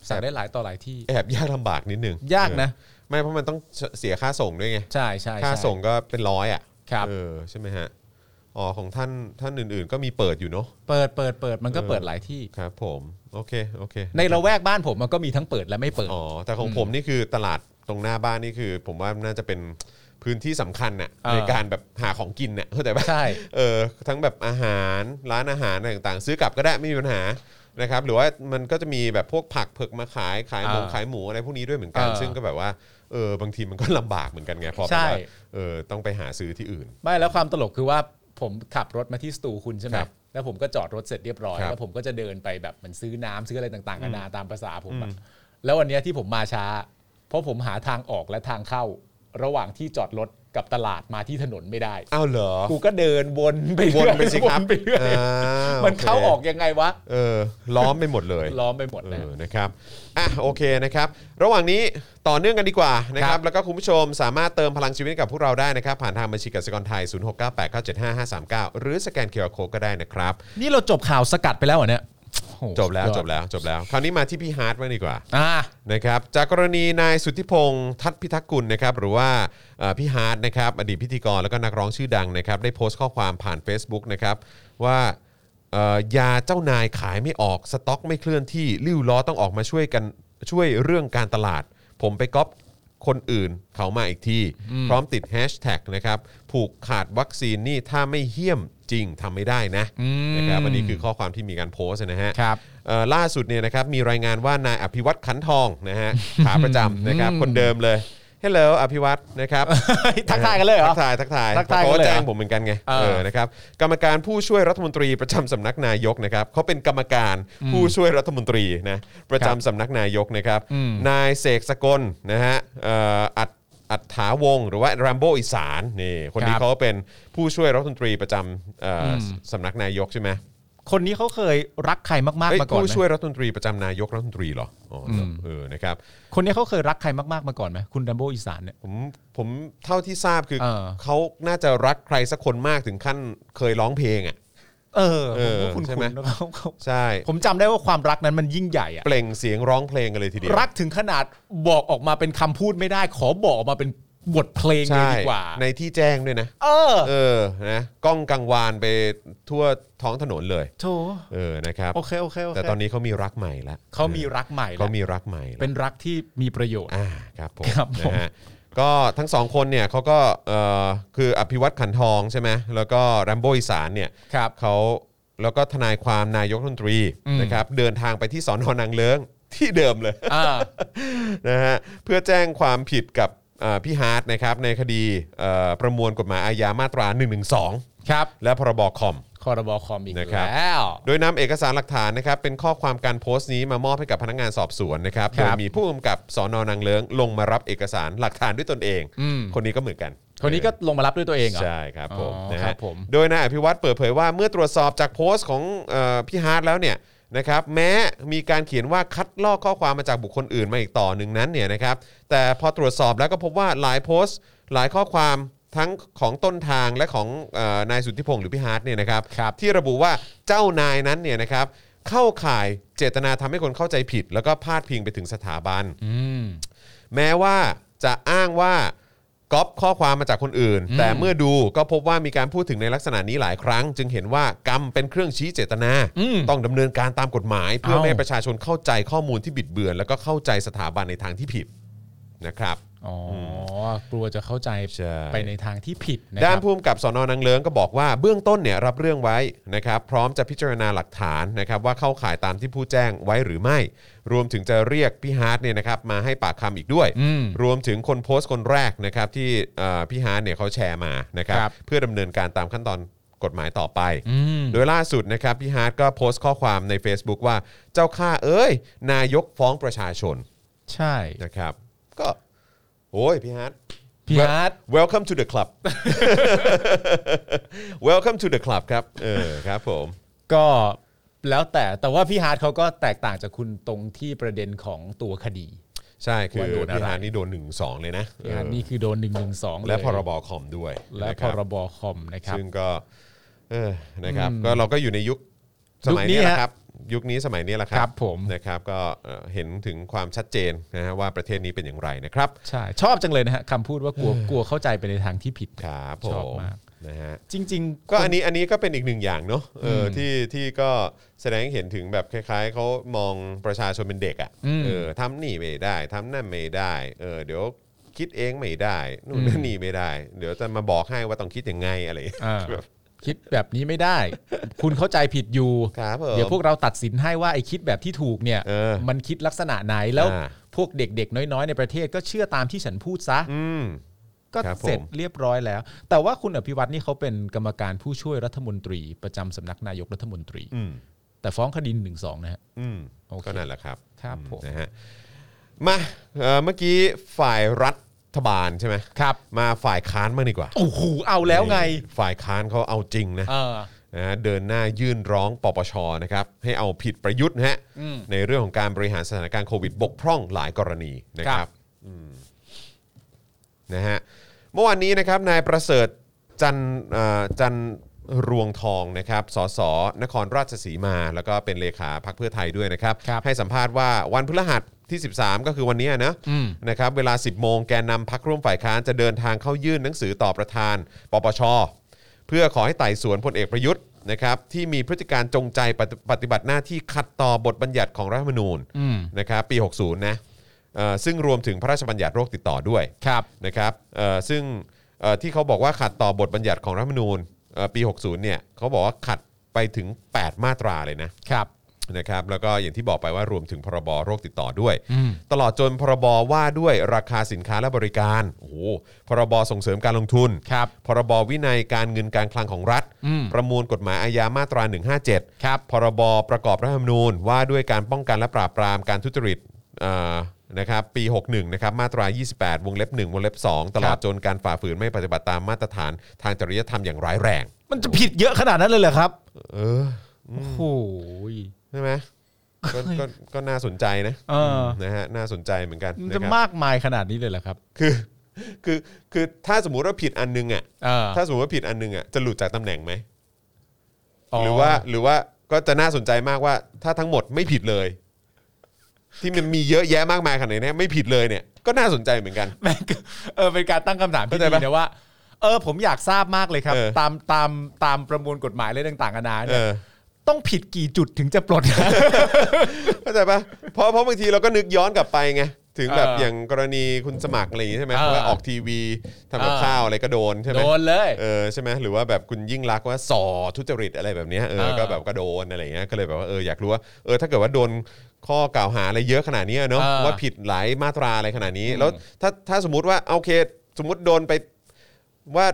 Speaker 3: สั่งได้หลายต่อหลายที่
Speaker 2: แอบยากลำบากนิดนึง
Speaker 3: ยากนะ
Speaker 2: เออไม่เพราะมันต้องเสียค่าส่งด้วยไง
Speaker 3: ใช่ใช่ใช่
Speaker 2: ค่าส่งก็เป็นร้อยอ่ะ
Speaker 3: ครับ
Speaker 2: เออใช่ไหมฮะอ๋อของท่านท่านอื่นๆ ก็มีเปิดอยู่เนาะ
Speaker 3: เปิดเปิดเปิดมันก็เปิดหลายที่
Speaker 2: ครับ ผม โอเคโอเค
Speaker 3: ในละแวกบ้านผมมันก็มีทั้งเปิดและไม่เปิด
Speaker 2: อ๋อแต่ของ
Speaker 3: อืม
Speaker 2: ผมนี่คือตลาดตรงหน้าบ้านนี่คือ ผมว่าน่าจะเป็นพื้นที่สำคัญน่ะ
Speaker 3: เออ
Speaker 2: ในการแบบหาของกินน่ะเข้าใจปะ
Speaker 3: ใช่
Speaker 2: เออทั้งแบบอาหารร้านอาหารอะไรต่างๆ ซื้อกลับก็ได้ไม่มีปัญหานะครับ หรือว่ามันก็จะมีแบบพวกผักเผือกมาขายขายหมู
Speaker 3: เออ
Speaker 2: ขายหมูอะไรพวกนี้ด้วยเหมือนกัน
Speaker 3: เออ
Speaker 2: ซึ่งก็แบบว่าเออบางทีมันก็ลำบากเหมือนกันไงพอแบ
Speaker 3: ใช่
Speaker 2: บว่าเออต้องไปหาซื้อที่อื่น
Speaker 3: ไม่แล้วความตลกคือว่าผมขับรถมาที่สตูคุณใช่ไหม
Speaker 2: ครับ
Speaker 3: แล้วผมก็จอดรถเสร็จเรียบร้อย
Speaker 2: ครับ
Speaker 3: แล้วผมก็จะเดินไปแบบเหมันซื้อน้ำซื้ออะไรต่างๆนานาตามภาษาผมอะแล้ววันเนี้ยที่ผมมาช้า เพราะผมหาทางออกและทางเข้า ระหว่างที่จอดรถ กับตลาดมาที่ถนนไม่ได้
Speaker 2: อ้าวเหรอ
Speaker 3: กูก็เดินวนไป
Speaker 2: ว
Speaker 3: เรื่
Speaker 2: น
Speaker 3: อย
Speaker 2: ไปสิครับ
Speaker 3: วนไปเรื่อย
Speaker 2: อ่า
Speaker 3: มันเข้า
Speaker 2: โค
Speaker 3: ออกยังไงวะ
Speaker 2: เออล้อมไปหมดเลย
Speaker 3: ล้อมไปหมด
Speaker 2: เอ
Speaker 3: นะ
Speaker 2: อนะครับ อ่ะ โอเคนะครับ ระหว่างนี้ต่อเนื่องกันดีกว่านะครับ
Speaker 3: ครับ
Speaker 2: แล้วก็คุณผู้ชมสามารถเติมพลังชีวิตให้กับพวกเราได้นะครับ ผ่านทางบัญชีกสิกรไทย 0698975539 หรือสแกนเคอร์โคก็ได้นะครับ
Speaker 3: นี่เราจบข่าวสกัดไปแล้วเหรอเนี่ยโอ้โห
Speaker 2: จบแล้ว
Speaker 3: สุดย
Speaker 2: จ
Speaker 3: อด
Speaker 2: บแล้วจบแล้ว คราวนี้มาที่พี่ฮาร์ดบ้างดีกว่า
Speaker 3: อ่า
Speaker 2: นะครับจากกรณีนายสุทธิพงศ์ทัตพิทักษ์กุลนะครับหรือว่าเอ่อพี่ฮาร์ดนะครับอดีตพิธีกรแล้วก็นักร้องชื่อดังนะครับได้โพสต์ข้อความผ่าน Facebook นะครับว่าเอ่อยาเจ้านายขายไม่ออกสต็อกไม่เคลื่อนที่ริ้วล้อต้องออกมาช่วยกันช่วยเรื่องการตลาด ผมไปก๊อปคนอื่นเขามาอีกทีพร้อมติดแฮชแท็กนะครับผูกขาดวัคซีนนี่ถ้าไม่เหี้ยมจริงทำไม่ได้นะ
Speaker 3: ม
Speaker 2: นะครับอันนี้คือข้อความที่มีการโพสต์นะฮะ
Speaker 3: ครับ
Speaker 2: เอ่อล่าสุดเนี่ยนะครับมีรายงานว่านายอภิวัตขันทองนะ
Speaker 3: [laughs]
Speaker 2: ฮะ ขาประจำนะครับคนเดิมเลยฮัลโหลอภิวัตนะครับ
Speaker 3: [laughs] ทักทายกันเลยเหรอ
Speaker 2: ทักทายทักทาย
Speaker 3: ทักทาย
Speaker 2: เพระ
Speaker 3: กันเลยเหรอ
Speaker 2: แจ้งผมเหมือนกันไง
Speaker 3: เออ
Speaker 2: เออนะครับกรรมการผู้ช่วยรัฐมนตรีประจำสำนักนายกนะครับเขาเป็นกรรมการผู้ช่วยรัฐมนตรีนะประจำสำนักนายกนะครับ
Speaker 3: อืม
Speaker 2: นายเสกสกลนะฮะเอ่ออัดอัฏฐาวงศ์หรือว่าแรมโบอีสานนี่คนนี้เขาก็เป็นผู้ช่วยรัฐมนตรีประจำเอ่ออสำนักนายกใช่ไหม
Speaker 3: คนนี้เขาเคยรักใครมาก
Speaker 2: เอ้ย
Speaker 3: ๆมาก่อนไห
Speaker 2: ผู้ช่ว
Speaker 3: ม
Speaker 2: ยรัฐมนตรีประจำนายกรัฐมนตรีเหรออ๋ออเออนะครับ
Speaker 3: คนนี้เขาเคยรักใครมากๆมาก่อนไหมคุณดัมโบอีสานเนี่ย
Speaker 2: ผมผมเท่าที่ทราบคือ
Speaker 3: เออ
Speaker 2: เขาน่าจะรักใครสักคนมากถึงขั้นเคยร้องเพลงอ่ะ
Speaker 3: เออ
Speaker 2: เออ
Speaker 3: ผม
Speaker 2: ใช่
Speaker 3: ก็
Speaker 2: ไหม
Speaker 3: คุ้นๆแล้วเขาเขา
Speaker 2: ใช่
Speaker 3: ผมจำได้ว่าความรักนั้นมันยิ่งใหญ่อะ
Speaker 2: เปล่งเสียงร้องเพลงกันเลยทีเดียว
Speaker 3: รักถึงขนาดบอกออกมาเป็นคำพูดไม่ได้ ขอบอกออกมาเป็นบทเพลงเลย
Speaker 2: ใช่
Speaker 3: ดีกว่า
Speaker 2: ในที่แจ้งด้วยนะ
Speaker 3: เออ
Speaker 2: เออนะกล้องกังวานไปทั่วท้องถนนเลย
Speaker 3: โถ
Speaker 2: เออนะครับ
Speaker 3: โอเคโอเคโอเค
Speaker 2: แต่ตอนนี้เขามีรักใหม่แล้ว
Speaker 3: เขามีรักใหม่แล้ว
Speaker 2: เขามีรักใหม่แล้ว
Speaker 3: เป็นรักที่มีประโยชน์
Speaker 2: อ่าครับผม
Speaker 3: ครับผม
Speaker 2: นะฮะก็ทั้งสองคนเนี่ยเขาก็เอ่อคืออภิวัตขันทองใช่ไหมแล้วก็แรมโบอีสานเนี่ย
Speaker 3: ครับ
Speaker 2: เขาแล้วก็ทนายความนายกรัฐมนตรี
Speaker 3: อืม
Speaker 2: นะครับเดินทางไปที่สอนอนางเลิ้งที่เดิมเลย [laughs]
Speaker 3: อ่า
Speaker 2: นะฮะเพื่อแจ้งความผิดกับอ่าพี่ฮาร์ดนะครับในคดีเอ่อประมวลกฎหมายอาญามาตรา 112
Speaker 3: ครับ
Speaker 2: และพรบคอม
Speaker 3: คอรบคอมอีก
Speaker 2: นะครับ
Speaker 3: แล้ว
Speaker 2: โดยนำเอกสารหลักฐานนะครับเป็นข้อความการโพสต์นี้มามอบให้กับพนักงานสอบสวนนะครับ
Speaker 3: ค
Speaker 2: โด
Speaker 3: รั
Speaker 2: ย
Speaker 3: บ
Speaker 2: มีผู้กำกับสอนอนางเลิ้งลงมารับเอกสารหลักฐานด้วยตนเอง
Speaker 3: อืม
Speaker 2: คนนี้ก็เหมือนกัน
Speaker 3: คนนี้ก็ลงมารับด้วยตัวเองเหรอ
Speaker 2: ใช่ครับผม
Speaker 3: อ๋อ
Speaker 2: นะ
Speaker 3: ครั
Speaker 2: ฮะ
Speaker 3: บผม
Speaker 2: โดยนายอภิวัตรเปิดเผยว่าเมื่อตรวจสอบจากโพสต์ของเอ่อพี่ฮาร์ดแล้วเนี่ยนะครับแม้มีการเขียนว่าคัดลอกข้อความมาจากบุคคลอื่นมาอีกต่อหนึ่งนั้นเนี่ยนะครับแต่พอตรวจสอบแล้วก็พบว่าหลายโพสต์ หลายข้อความทั้งของต้นทางและของเอ่อนายสุทธิพงศ์หรือพี่ฮาร์ดเนี่ยนะครับ
Speaker 3: ครับ
Speaker 2: ที่ระบุว่าเจ้านายนั้นเนี่ยนะครับเข้าข่ายเจตนาทำให้คนเข้าใจผิด แล้วก็พาดพิงไปถึงสถาบัน
Speaker 3: อืม
Speaker 2: แม้ว่าจะอ้างว่าก๊อปข้อความมาจากคนอื่น แต่เมื่อดูก็พบว่ามีการพูดถึงในลักษณะนี้หลายครั้ง จึงเห็นว่ากรรมเป็นเครื่องชี้เจตนา
Speaker 3: อืม
Speaker 2: ต้องดำเนินการตามกฎหมาย เพื่อ
Speaker 3: เอ้า
Speaker 2: ไม่ให้ประชาชนเข้าใจข้อมูลที่บิดเบือน แล้วก็เข้าใจสถาบันในทางที่ผิดนะครับ
Speaker 3: อ๋ออกลัวจะเข้าใจ
Speaker 2: ใช่
Speaker 3: ไปในทางที่ผิดนะค
Speaker 2: ด้า
Speaker 3: รั
Speaker 2: น
Speaker 3: บ
Speaker 2: ผู้กำกับสอนอนังเลิงก็บอกว่าเบื้องต้นเนี่ยรับเรื่องไว้นะครับพร้อมจะพิจารณาหลักฐานนะครับว่าเข้าข่ายตามที่ผู้แจ้งไว้หรือไม่ รวมถึงจะเรียกพี่ฮาร์ดเนี่ยนะครับมาให้ปากคำอีกด้วย
Speaker 3: อืม
Speaker 2: รวมถึงคนโพสต์คนแรกนะครับที่เอ่อพี่ฮาร์ดเนี่ยเขาแชร์มานะครับ
Speaker 3: ครับ
Speaker 2: เพื่อดำเนินการตามขั้นตอนกฎหมายต่อไป
Speaker 3: อืม
Speaker 2: โดยล่าสุดนะครับพี่ฮาร์ดก็โพสต์ข้อความใน Facebook ว่าเจ้าข้าเอ้ย นายกฟ้องประชาชน
Speaker 3: ใช่
Speaker 2: นะครับก็โอ้ยพี่ฮาร์ด
Speaker 3: พี่ฮาร์ด
Speaker 2: Welcome to the club [laughs] Welcome to the club ครับ เออครับผม
Speaker 3: ก็แล้วแต่แต่ว่าพี่ฮาร์ดเขาก็แตกต่างจากคุณตรงที่ประเด็นของตัวคดี
Speaker 2: ใช่คือ
Speaker 3: ว่าโดนอะไร
Speaker 2: พี่ฮาร์ดนี่โดน1นึสองเลยนะ
Speaker 3: พี่ฮาร์ดนี่คือโดน1นึสอง
Speaker 2: และพรบคอมด้วย
Speaker 3: และ
Speaker 2: น
Speaker 3: พ
Speaker 2: คบ
Speaker 3: รบคอมนะครับ
Speaker 2: ซึ่งก็เออนะครับก็เราก็อยู่ในยุคสมัย
Speaker 3: ยุคนี้
Speaker 2: นี้แหละ
Speaker 3: ฮะ
Speaker 2: ครับ ยุคนี้สมัยนี้แหละครั
Speaker 3: ครับผม
Speaker 2: นะครับก็เอ่อเห็นถึงความชัดเจนนะฮะว่าประเทศนี้เป็นอย่างไรนะครับ
Speaker 3: ใช่ชอบจังเลยนะฮะคำพูดว่ากลัวกลัวเข้าใจไปในทางที่ผิด
Speaker 2: ครับผ
Speaker 3: ชอบ
Speaker 2: ม
Speaker 3: มาก
Speaker 2: นะฮะ
Speaker 3: จริง ๆ
Speaker 2: ก็อันนี้อันนี้ก็เป็นอีกหนึ่งอย่างเนาะเอออที่ที่ก็แสดงให้เห็นถึงแบบคล้าย ๆเขามองประชาชนเป็นเด็กอะ่ะ
Speaker 3: อืม
Speaker 2: เออทำนี่ไม่ได้ทำนั่นไม่ได้เออเดี๋ยวคิดเองไม่ได้นู่นนั่นนี่ไม่ได้ เดี๋ยวจะมาบอกให้ว่าต้องคิดยังไงอะไรอย่างเงี้ย
Speaker 3: อ่า
Speaker 2: แบบ
Speaker 3: คิดแบบนี้ไม่ได้ คุณเข้าใจผิดอยู่
Speaker 2: ครับผม
Speaker 3: เดี๋ยวพวกเราตัดสินให้ว่าไอ้คิดแบบที่ถูกเนี่ย
Speaker 2: เออ
Speaker 3: มันคิดลักษณะไหนแล้ว
Speaker 2: อ่า
Speaker 3: พวกเด็กๆ น้อยๆ ในประเทศก็เชื่อตามที่ฉันพูดซะ
Speaker 2: อืม
Speaker 3: ก็
Speaker 2: ครับผม
Speaker 3: เสร็จเรียบร้อยแล้ว แต่ว่าคุณอภิวัตนี่เขาเป็นกรรมการผู้ช่วยรัฐมนตรี ประจำสำนักนายกรัฐมนตรี
Speaker 2: อืม
Speaker 3: แต่ฟ้องคดีหนึ่งสองนะฮะ
Speaker 2: อืม
Speaker 3: โอเค
Speaker 2: ก็นั่นแหละครับ
Speaker 3: ครับผม
Speaker 2: นะฮะมาเอ่อเมื่อกี้ฝ่ายรัฐ ฐบาลใช่ไหม
Speaker 3: ครับ
Speaker 2: มาฝ่ายค้านมางดีกว่า
Speaker 3: โอ้โหเอาแล้วไง
Speaker 2: ฝ่ายค้านเขาเอาจริงนะ
Speaker 3: เออ
Speaker 2: นะฮะเดินหน้ายื่นร้องปปชนะครับให้เอาผิดประยุทธ์นะฮะ
Speaker 3: อืม
Speaker 2: ในเรื่องของการบริหารสถานการณ์โควิดบกพร่องหลายกรณีนะค
Speaker 3: ครั
Speaker 2: รับบ อืมนะฮะเมื่อวานนี้นะครับนายประเสริฐจันเอ่อจันรวงทองนะครับสสนครราชสีมา แล้วก็เป็นเลขาพักเพื่อไทยด้วยนะครับ ให้สัมภาษณ์ว่าวันพฤหัสที่ 13 ก็คือวันเนี้ยนะ
Speaker 3: อืม
Speaker 2: นะครับเวลา 10 โมงแกนนำพักร่วมฝ่ายค้านจะเดินทางเข้ายื่นหนังสือต่อประธาน ปปช เพื่อขอให้ไต่สวนพลเอกประยุทธ์นะครับที่มีพฤติการจงใจปฏิปฏิบัติหน้าที่ขัดต่อบทบัญญัติของรัฐธรรมนูญ
Speaker 3: อืม
Speaker 2: นะครับปี 60 นะเอ่อซึ่งรวมถึงพระราชบัญญัติโรคติดต่อด้วย
Speaker 3: ครับ
Speaker 2: นะครับเอ่อซึ่งเอ่อที่เขาบอกว่าขัดต่อบทบัญญัติของรัฐธรรมนูญเอ่อปี 60 เนี่ยเขาบอกว่าขัดไปถึง 8 มาตราเลยนะ
Speaker 3: ครับ
Speaker 2: นะครับแล้วก็อย่างที่บอกไปว่ารวมถึงพรบโรคติดต่อด้วย
Speaker 3: อืม
Speaker 2: ตลอดจนพรบว่าด้วยราคาสินค้าและบริการโอ้โหพรบส่งเสริมการลงทุน
Speaker 3: ครับ
Speaker 2: พรบวินัยการเงินการคลังของรัฐ
Speaker 3: อืม
Speaker 2: ประมวลกฎหมายอาญามาตรา 157
Speaker 3: ครับ
Speaker 2: พรบประกอบรัฐธรรมนูญว่าด้วยการป้องกันและปราบปรามการทุจริตเอ่อนะครับปี 61นะครับมาตรา 28 วงเล็บ 1 วงเล็บ 2 ตลอด
Speaker 3: ครับ
Speaker 2: จนการฝ่าฝืนไม่ปฏิบัติตามมาตรฐานทางจริยธรรมอย่างร้ายแรง
Speaker 3: มันจะผิดเยอะขนาดนั้นเลยเหรอครับ
Speaker 2: เออ
Speaker 3: โอ้โห
Speaker 2: ใช่ไหมก็ก็ก็น่าสนใจนะ
Speaker 3: เออ
Speaker 2: นะฮะน่าสนใจเหมือนกัน
Speaker 3: มัน
Speaker 2: นะ
Speaker 3: จะ
Speaker 2: ครับ
Speaker 3: มากมายขนาดนี้เลยเหรอครับ
Speaker 2: คือคือคือถ้าสมมุติว่าผิดอันนึงอ่ะ
Speaker 3: เออ
Speaker 2: ถ้าสมมติว่าผิดอันนึงอ่ะจะหลุดจากตำแหน่งไหมห
Speaker 3: ห
Speaker 2: รือว่าหรือว่าก็จะน่าสนใจมากว่า ถ้าทั้งหมดไม่ผิดเลย ที่มันมีเยอะแยะมากมายขนาดนี้ไม่ผิดเลยเนี่ยก็น่าสนใจเหมือนกัน
Speaker 3: แม่งก็เออเป็นการตั้งคำถามที่
Speaker 2: เข้าใจ
Speaker 3: ดี
Speaker 2: ปะ
Speaker 3: นะว่า เออผมอยากทราบมากเลยครับ
Speaker 2: เออ
Speaker 3: ตามตามตามประมวลกฎหมายเรื่องต่างๆนานา
Speaker 2: เอ
Speaker 3: เนี่ย
Speaker 2: อ
Speaker 3: ต้องผิดกี่จุดถึงจะปลด
Speaker 2: เข้าใจปะเพราะเพราะบางทีเราก็นึกย้อนกลับไปไงถึงแบบ
Speaker 3: เออ
Speaker 2: อ
Speaker 3: อย่าง
Speaker 2: กรณีคุณสมัครอะไรอย่างงี้ใช่ไหม
Speaker 3: เออ
Speaker 2: ว่าออกทีวีทำกับ
Speaker 3: เออ
Speaker 2: ข้าวอะไรก็โดนใช่ไหม
Speaker 3: โดนเลย
Speaker 2: เออใช่ไหมหรือว่าแบบคุณยิ่งรักษณ์ว่าส่อทุจริตอะไรแบบเนี้ยเอ
Speaker 3: เอ
Speaker 2: อ
Speaker 3: อ
Speaker 2: ก็แบบก็โดนอะไรเงี้ยก็เลยแบบว่าเอออยากรู้ว่าเออถ้าเกิดว่าโดนข้อกล่าวหาอะไรเยอะขนาดเนี้ยเนาะ
Speaker 3: เออ
Speaker 2: ว่าผิดหลายมาตราอะไรขนาดนี้
Speaker 3: อืม
Speaker 2: แล้วถ้าถ้าสมมติว่าโอเค สมมติโดนไปว่า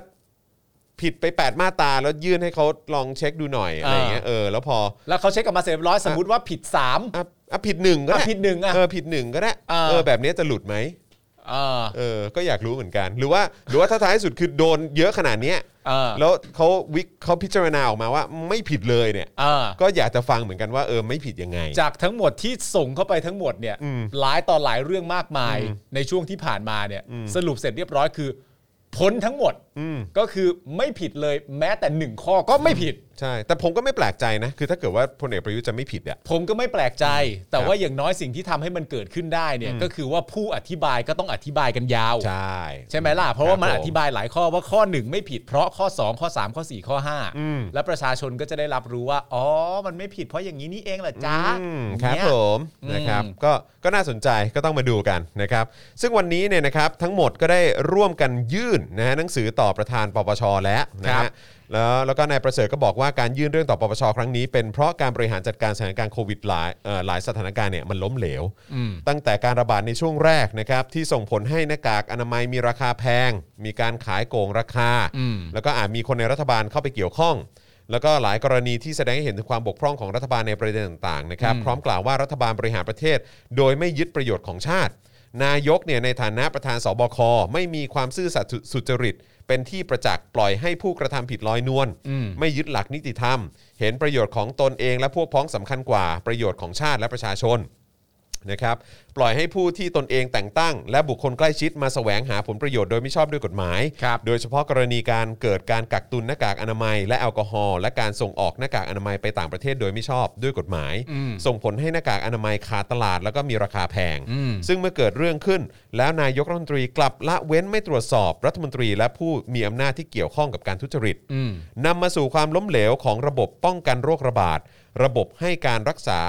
Speaker 2: ผิดไป 8 มาตราแล้วยื่นให้เขาลองเช็คดูหน่อยอะไรเงี้ยเออแล้วพอ
Speaker 3: แล้วเขาเช็คกลับมาเสร็จเรียบร้อยสมมติว่าผิดสาม
Speaker 2: อ่ะอ่ะผิดหนึ่งก็
Speaker 3: อ่ะ
Speaker 2: ได้
Speaker 3: ผิดหนึ่งอ่ะ
Speaker 2: เออผิดหนึ่งก็ได้
Speaker 3: เออ
Speaker 2: เออแบบเนี้ยจะหลุดไหม
Speaker 3: เออ
Speaker 2: เออก็อยากรู้เหมือนกัน หรือว่าหรือว่าถ้าท้ายสุดคือโดนเยอะขนาดเนี้ย
Speaker 3: เออ
Speaker 2: แล้วเขาวิเขาพิจารณาออกมาว่าไม่ผิดเลยเนี่ย
Speaker 3: เออ
Speaker 2: ก็อยากจะฟังเหมือนกันว่าเออไม่ผิดยังไง
Speaker 3: จากทั้งหมดที่ส่งเข้าไปทั้งหมดเนี่ย
Speaker 2: อืม
Speaker 3: หลายต่อหลายเรื่องมากมาย
Speaker 2: อืม
Speaker 3: ในช่วงที่ผ่านมาเนี่ย
Speaker 2: อืม
Speaker 3: สรุปเสร็จเรียบร้อยคือพ้นทั้งหมด
Speaker 2: อืม
Speaker 3: ก็คือไม่ผิดเลยแม้แต่หนึ่งข้อก็ไม่ผิด
Speaker 2: ใช่ แต่ผมก็ไม่แปลกใจนะ คือถ้าเกิดว่าพลเอกประยุทธ์จะไม่ผิดอ่ะ
Speaker 3: ผมก็ไม่แปลกใจ แต่
Speaker 2: ครับ
Speaker 3: ว่าอย่างน้อยสิ่งที่ทำให้มันเกิดขึ้นได้เนี่ย
Speaker 2: อืม
Speaker 3: ก็คือว่าผู้อธิบายก็ต้องอธิบายกันยาว
Speaker 2: ใช่
Speaker 3: ใช่ไหมล่ะ เพราะว่ามัน
Speaker 2: ค
Speaker 3: อบ
Speaker 2: ผ
Speaker 3: ธิบายหลายข้อว่าข้อหนึ่งไม่ผิดเพราะข้อสองข้อสามข้อสี่ข้อห้า
Speaker 2: อืม
Speaker 3: และประชาชนก็จะได้รับรู้ว่าอ๋อมันไม่ผิดเพราะอย่างนี้นี่เองเหรอจ้า
Speaker 2: อืมครับ
Speaker 3: เนี่ย
Speaker 2: ผม
Speaker 3: อืม
Speaker 2: นะครับก็ก็น่าสนใจก็ต้องมาดูกันนะครับ ซึ่งวันนี้เนี่ยนะครับทั้งหมดก็ได้ร่วมกันยื่นนะฮะหนังสือต่อประธานปปชแล้วนะ
Speaker 3: ครั
Speaker 2: ฮะ
Speaker 3: บ
Speaker 2: แล้วแล้วก็นายประเสริฐก็บอกว่าการยื่นเรื่องต่อปปชครั้งนี้เป็นเพราะการบริหารจัดการสถานการณ์โควิดหลายเอ่อหลายสถานการณ์เนี่ยมันล้มเหลว
Speaker 3: อืม
Speaker 2: ตั้งแต่การระบาดในช่วงแรกนะครับที่ส่งผลให้หน้ากากอนามัยมีราคาแพง มีการขายโกงราคา
Speaker 3: อืม
Speaker 2: แล้วก็อาจมีคนในรัฐบาลเข้าไปเกี่ยวข้อง แล้วก็หลายกรณีที่แสดงให้เห็นถึงความบกพร่องของรัฐบาลในประเด็นต่างๆนะครับ
Speaker 3: อืม
Speaker 2: พร้อมกล่าวว่ารัฐบาลบริหารประเทศ โดยไม่ยึดประโยชน์ของชาติ นายกเนี่ยในฐานะประธานสบค ไม่มีความซื่อสัตย์สุจริต เป็นที่ประจักษ์ปล่อยให้ผู้กระทำผิดลอยนวล
Speaker 3: อืม
Speaker 2: ไม่ยึดหลักนิติธรรม เห็นประโยชน์ของตนเองและพวกพ้องสำคัญกว่าประโยชน์ของชาติและประชาชนนะครับ ปล่อยให้ผู้ที่ตนเองแต่งตั้ง และบุคคลใกล้ชิดมาแสวงหาผลประโยชน์โดยไม่ชอบด้วยกฎหมาย
Speaker 3: ครับ
Speaker 2: โดยเฉพาะกรณีการเกิดการกักตุนหน้ากากอนามัย และแอลกอฮอล์และการส่งออกหน้ากากอนามัยไปต่างประเทศโดยไม่ชอบด้วยกฎหมาย
Speaker 3: อืม
Speaker 2: ส่งผลให้หน้ากากอนามัยขาดตลาดแล้วก็มีราคาแพง
Speaker 3: อืม
Speaker 2: ซึ่งเมื่อเกิดเรื่องขึ้น แล้วนายกรัฐมนตรีกลับละเว้นไม่ตรวจสอบรัฐมนตรี และผู้มีอำนาจที่เกี่ยวข้องกับการทุจริต
Speaker 3: อืม
Speaker 2: นำมาสู่ความล้มเหลวของระบบป้องกันโรคระบาด ระบบให้การรักษา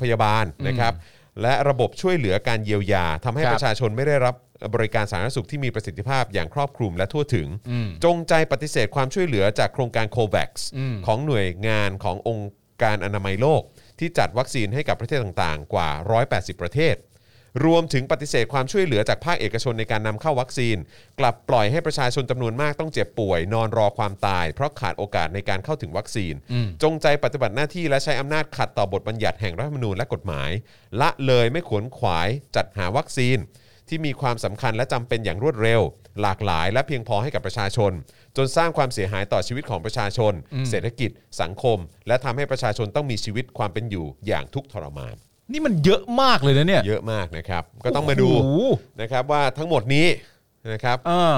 Speaker 2: พยาบาลนะครับ และระบบช่วยเหลือการเยียวยาทำให้
Speaker 3: ครั
Speaker 2: ป
Speaker 3: บ
Speaker 2: ระชาชนไม่ได้รับบริการสาธารณสุขที่มีประสิทธิภาพอย่างครอบคลุมและทั่วถึง
Speaker 3: อืม
Speaker 2: จงใจปฏิเสธความช่วยเหลือจากโครงการโควัค
Speaker 3: อืม
Speaker 2: ของหน่วยงานขององค์การอนามัยโลก ที่จัดวัคซีนให้กับประเทศต่างๆ กว่า 180 ประเทศ รวมถึงปฏิเสธความช่วยเหลือจากภาคเอกชนในการนำเข้าวัคซีน กลับปล่อยให้ประชาชนจำนวนมากต้องเจ็บป่วย นอนรอความตาย เพราะขาดโอกาสในการเข้าถึงวัคซีน
Speaker 3: อืม
Speaker 2: จงใจปฏิบัติหน้าที่และใช้อำนาจขัดต่อบทบัญญัติแห่งรัฐธรรมนูญและกฎหมาย ละเลยไม่ขวนขวายจัดหาวัคซีน ที่มีความสำคัญและจำเป็นอย่างรวดเร็ว หลากหลาย และเพียงพอให้กับประชาชน จนสร้างความเสียหายต่อชีวิตของประชาชน เศรษฐกิจ สังคม และทำให้ประชาชนต้องมีชีวิตความเป็นอยู่อย่างทุกข์ทรมาน
Speaker 3: นี่มันเยอะมากเลยนะเนี่ย
Speaker 2: เยอะมากนะครับ ก็ต้องมาดู
Speaker 3: โอ้โห
Speaker 2: นะครับว่าทั้งหมดนี้นะครับ
Speaker 3: เออ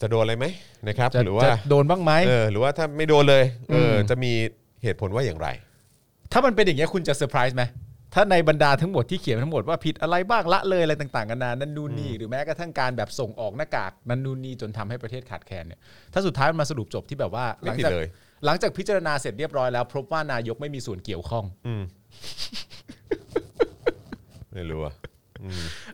Speaker 2: จะโดนอะไรไหมนะครับ
Speaker 3: จะ
Speaker 2: หรือว่า
Speaker 3: จะโดนบ้างไหม
Speaker 2: เออหรือว่าถ้าไม่โดนเลยเอออ
Speaker 3: ม
Speaker 2: จะมีเหตุผลว่าอย่างไร
Speaker 3: ถ้ามันเป็นอย่างเงี้ยคุณจะเซอร์ไพรส์ไหมถ้าในบรรดาทั้งหมดที่เขียนทั้งหมดว่าผิดอะไรบ้างละเลยอะไรต่างๆกันานานั่นนู่นนี่หรือแม้กระทั่งการแบบส่งออกหน้ากากนั่นนู่นนี่จนทำให้ประเทศขาดแคลนเนี่ยถ้าสุดท้ายมันมาสรุปจบที่แบบว่า
Speaker 2: ไม่
Speaker 3: หลัง
Speaker 2: ผิด
Speaker 3: จาก
Speaker 2: เลย
Speaker 3: หลังจากพิจารณาเสร็จเรียบร้อยแล้วพบว่านายกไม่มีส่วนเกี่ยวข้อง
Speaker 2: [laughs] ไม่รู้อะ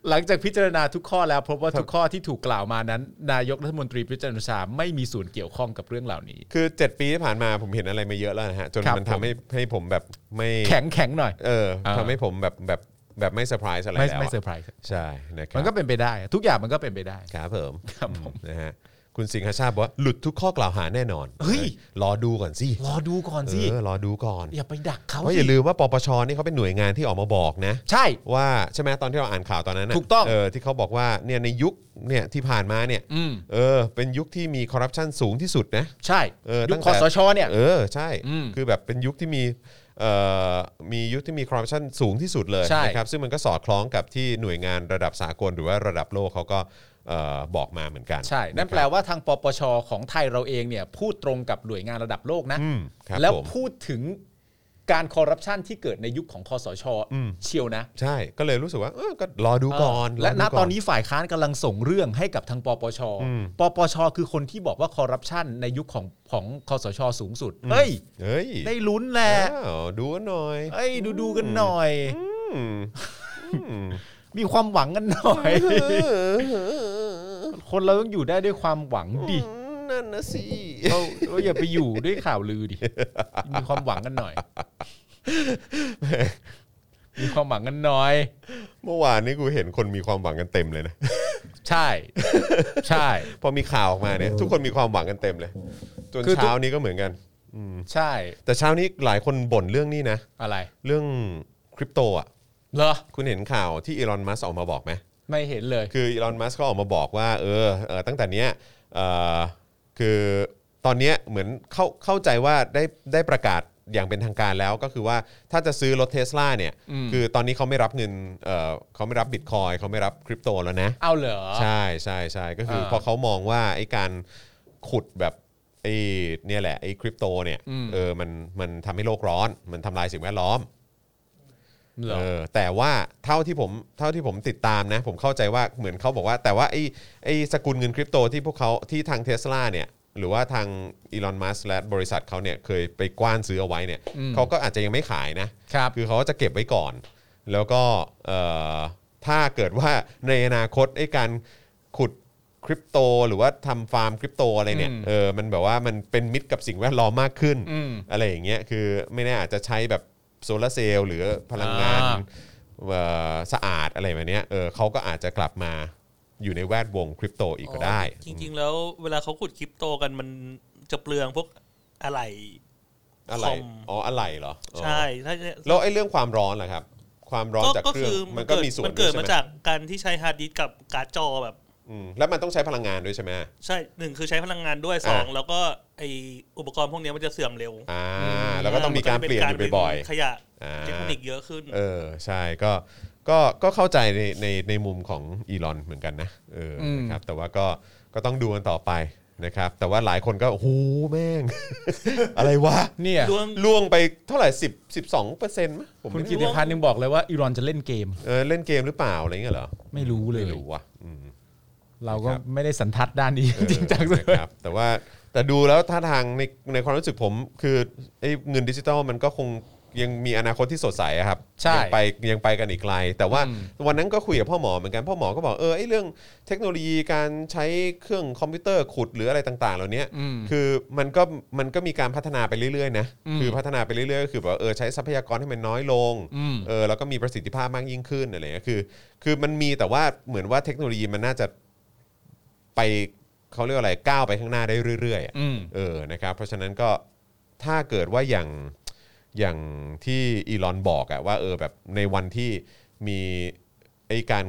Speaker 3: หลังจากพิจารณาทุกข้อแล้วพบว่าทุกข้อที่ถูกกล่าวมานั้น นายกรัฐมนตรีพิจารณาชาไม่มีส่วนเกี่ยวข้องกับเรื่องเหล่านี้
Speaker 2: คือ 7 ปีที่ผ่านมาผมเห็นอะไรมาเยอะแล้วนะฮะ จน
Speaker 3: ครับ
Speaker 2: มัน
Speaker 3: ผม
Speaker 2: ทำให้ให้ผมแบบไม่
Speaker 3: แข็งแข็งๆหน่อย
Speaker 2: เออ
Speaker 3: เออ
Speaker 2: ทำให้ผมแบบแบบแบบไม่เซอร์ไพรส์อะไร
Speaker 3: ไม่
Speaker 2: แล้ว
Speaker 3: ไม่
Speaker 2: อะ
Speaker 3: เซอร์ไพรส์
Speaker 2: ใช่นะครั
Speaker 3: มันก็เป็นไปได้ ทุกอย่างมันก็เป็นไปได้
Speaker 2: ครับผม
Speaker 3: ครับผม
Speaker 2: นะฮะคุณสิงหาชาติบอกว่าหลุดทุกข้อกล่าวหาแน่นอน
Speaker 3: เฮ้ย
Speaker 2: รอดูก่อนสิ
Speaker 3: รอดูก่อนสิ
Speaker 2: เออรอดูก่อน
Speaker 3: อย่าไปดักเขา
Speaker 2: เพราะ
Speaker 3: สิ
Speaker 2: อย่าลืมว่าปปชนี่เขาเป็นหน่วยงานที่ออกมาบอกนะ
Speaker 3: ใช่
Speaker 2: ว่าใช่ไหมตอนที่เราอ่านข่าวตอนนั้นนะ
Speaker 3: ถูกต้อง
Speaker 2: เออที่เขาบอกว่าเนี่ยในยุคเนี่ยที่ผ่านมาเนี่ย
Speaker 3: อืม
Speaker 2: เออเป็นยุคที่มีคอร์รัปชันสูงที่สุดนะ
Speaker 3: ใช่
Speaker 2: เออ
Speaker 3: ยุ
Speaker 2: ตั้
Speaker 3: ค
Speaker 2: ง
Speaker 3: คอ
Speaker 2: แต่
Speaker 3: สชเนี่ย
Speaker 2: เออใช่
Speaker 3: อืม
Speaker 2: คือแบบเป็นยุคที่มีเอ่อมียุคที่มีคอร์รัปชันสูงที่สุดเลย
Speaker 3: ใช่
Speaker 2: นะครับซึ่งมันก็สอดคล้องกับที่หน่วยงานระดับสากลหรือว่าระดับโลกเขาก็เอ่อบอกมาเหมือนกัน
Speaker 3: ใช่ นั่นแปล
Speaker 2: ะครับ
Speaker 3: ว่าทางปปชของไทยเราเองเนี่ย พูดตรงกับหน่วยงานระดับโลกนะ
Speaker 2: อืมครับ
Speaker 3: แล้ว
Speaker 2: ผม
Speaker 3: พูดถึงการคอร์รัปชันที่เกิดในยุคของคอสช
Speaker 2: อืม
Speaker 3: เชียวนะ
Speaker 2: ใช่ก็เลยรู้สึกว่าเออก็รอดูก่อน
Speaker 3: เออและ
Speaker 2: ร
Speaker 3: ณ
Speaker 2: ดูก่
Speaker 3: ตอนนี้ฝ่ายค้านกำลังส่งเรื่องให้กับทางปปช ปปช คือคนที่บอกว่าคอร์รัปชันในยุคของของคอสชสูงสุด เฮ้ย
Speaker 2: เฮ้ย
Speaker 3: ได้ลุ้นแหละ
Speaker 2: อ้าวดูกันหน่อย
Speaker 3: เอ้ยดูดูๆกันหน่อย
Speaker 2: อืม
Speaker 3: มีความหวังกันหน่อย คนเราต้องอยู่ได้ด้วยความหวังดิ
Speaker 2: นั่นนะสิ
Speaker 3: เราเราอย่าไปอยู่ด้วยข่าวลือดิ มีความหวังกันหน่อย มีความหวังกันหน่อย
Speaker 2: เมื่อวานนี้กูเห็นคนมีความหวังกันเต็มเลยนะ [laughs]
Speaker 3: ใช่ ใช่
Speaker 2: พอมีข่าวออกมาเนี่ยทุกคนมีความหวังกันเต็มเลยจน
Speaker 3: คือทุก
Speaker 2: เช้านี้ก็เหมือนกัน
Speaker 3: ใช่
Speaker 2: แต่เช้านี้หลายคนบ่นเรื่องนี้นะ
Speaker 3: อะไร
Speaker 2: เรื่องคริปโตอ่ะ
Speaker 3: เหรอ
Speaker 2: คุณเห็นข่าวที่อีลอนมัสออกมาบอกไหม
Speaker 3: ไม่เห็นเลย
Speaker 2: คืออีลอนมัสก็ออกมาบอกว่าเออเออตั้งแต่เนี้ยเออคือตอนเนี้ยเหมือนเข้าเข้าใจว่าได้ได้ประกาศอย่างเป็นทางการแล้วก็คือว่าถ้าจะซื้อรถเทสลาเนี่ย
Speaker 3: อืม
Speaker 2: คือตอนนี้เขาไม่รับเงินเออเขาไม่รับบิตคอยเขาไม่รับคริปโตแล้วนะ
Speaker 3: เอาเหรอ
Speaker 2: ใช่ใช่ใช่ก็คืออาพอเขามองว่าไอ้การขุดแบบไอ้เนี่ยแหละไอ้คริปโตเนี่ย
Speaker 3: อืม
Speaker 2: เออมันมันทำให้โลกร้อน มันทำลายสิ่งแวดล้อม
Speaker 3: เหรอ
Speaker 2: เออแต่ว่าเท่าที่ผมเท่าที่ผมติดตามนะ ผมเข้าใจว่าเหมือนเขาบอกว่า แต่ว่าไอ้ไอ้สกุลเงินคริปโตที่พวกเขาที่ทางเทสลาเนี่ยหรือว่าทางอีลอนมัสและบริษัทเขาเนี่ยเคยไปกว้านซื้อเอาไว้เนี่ย
Speaker 3: อืม
Speaker 2: เขาก็อาจจะยังไม่ขายนะ
Speaker 3: ครับ
Speaker 2: คือเขาจะเก็บไว้ก่อน แล้วก็เอ่อถ้าเกิดว่าในอนาคตไอ้การขุดคริปโต หรือว่าทำฟาร์มคริปโตอะไรเนี่ย
Speaker 3: อืม
Speaker 2: เออมันแบบว่ามันเป็นมิตรกับสิ่งแวดล้อมมากขึ้น
Speaker 3: อืม
Speaker 2: อะไรอย่างเงี้ยคือไม่แน่อาจจะใช้แบบโซลาร์เซลล์หรือพลังงาน
Speaker 3: อ่า
Speaker 2: เอ่อสะอาดอะไรแบบเนี้ยเออเขาก็อาจจะกลับมาอยู่ในแวดวงคริปโตอีกก็ได้
Speaker 4: จริง ๆ แล้วเวลาเขาขุดคริปโตกันมันจะเปลืองพวกอะไร
Speaker 2: อะไร
Speaker 4: คอม
Speaker 2: อ๋ออะไรเหรออ๋อ
Speaker 4: ใช่ถ้า
Speaker 2: แล้วไอ้เรื่องความร้อนล่ะครับ ความร้อนจากเครื่องมันก็
Speaker 4: เกิด
Speaker 2: มีส่วน
Speaker 4: มันเกิด
Speaker 2: ด้วย
Speaker 4: มา
Speaker 2: ใช่ไหม
Speaker 4: จากการที่ใช้ฮาร์ดดิสก์กับการ์ดจอแบบ
Speaker 2: อืมแล้วมันต้องใช้พลังงานด้วยใช่ไหม
Speaker 4: ใช่หนึ่งคือใช้พลังงานด้วยสอง
Speaker 2: อ่า
Speaker 4: แล้วก็ไออุปกรณ์พวกเนี้ยมันจะเสื่อมเร็ว
Speaker 2: อ่าแล้วก็ต้องมีการเปลี่ยนอยู่บ่อย
Speaker 4: ขยะ
Speaker 2: อ่า
Speaker 4: เทคนิคเยอะขึ้น
Speaker 2: ๆเออใช่ก็ก็ก็เข้าใจในในในมุมของอีลอนเหมือนกันนะเอออ
Speaker 3: ม
Speaker 2: นะครับแต่ว่าก็ก็ต้องดูกันต่อไปนะครับ แต่ว่าหลายคนก็โอ้โหแม่ง [laughs] อะไรวะ
Speaker 3: เนี่ย
Speaker 4: รวม
Speaker 2: ล่วงไปเท่าไหร่ 10 12เปอร์เซ็นต์มั้ยผม
Speaker 3: คุณ
Speaker 2: ไม่
Speaker 3: กิติพันธ์ยังบอกเลยว่าอีรอนจะเล่นเกม
Speaker 2: เออเล่นเกมหรือเปล่า อะไรเงี้ยเหรอ
Speaker 3: ไม่รู้เลย
Speaker 2: ไม่รู้ว่ะอืม
Speaker 3: เราก็
Speaker 2: ครับ
Speaker 3: ไม่ได้สันทัดด้านนี้ จริงจัง
Speaker 2: เอ
Speaker 3: เล
Speaker 2: อย นะครับแต่ว่าแต่ดูแล้วท่าทางในในความรู้สึกผมคือไอ้เงินดิจิทัลมันก็คงยังมีอนาคตที่สดใสอะครับ
Speaker 3: ใช่
Speaker 2: ยังไปยังไปกันอีกไกล แต่ว่า
Speaker 3: อืม
Speaker 2: วันนั้นก็คุยกับพ่อหมอเหมือนกันพ่อหมอก็บอกเออไอ้เรื่องเทคโนโลยีการใช้เครื่องคอมพิวเตอร์ขุดหรืออะไรต่างๆ เหล่านี้
Speaker 3: อืม
Speaker 2: คือมันก็มันก็มีการพัฒนาไปเรื่อยๆนะ
Speaker 3: อืม
Speaker 2: คือพัฒนาไปเรื่อยๆก็คือแบบว่าเออใช้ทรัพยากรให้มันน้อยลง
Speaker 3: อืม
Speaker 2: เออแล้วก็มีประสิทธิภาพมากยิ่งขึ้นอะไรเงี้ยคือ คือมันมีแต่ว่าเหมือนว่าเทคโนโลยีมันน่าจะไปเขาเรียกว่าอะไรก้าวไปข้างหน้าได้เรื่อยๆอะ
Speaker 3: อืม
Speaker 2: เออนะครับเพราะฉะนั้นก็ถ้าเกิดว่าอย่างอย่างที่อีลอนบอกอะว่าเออแบบในวันที่มีไอการ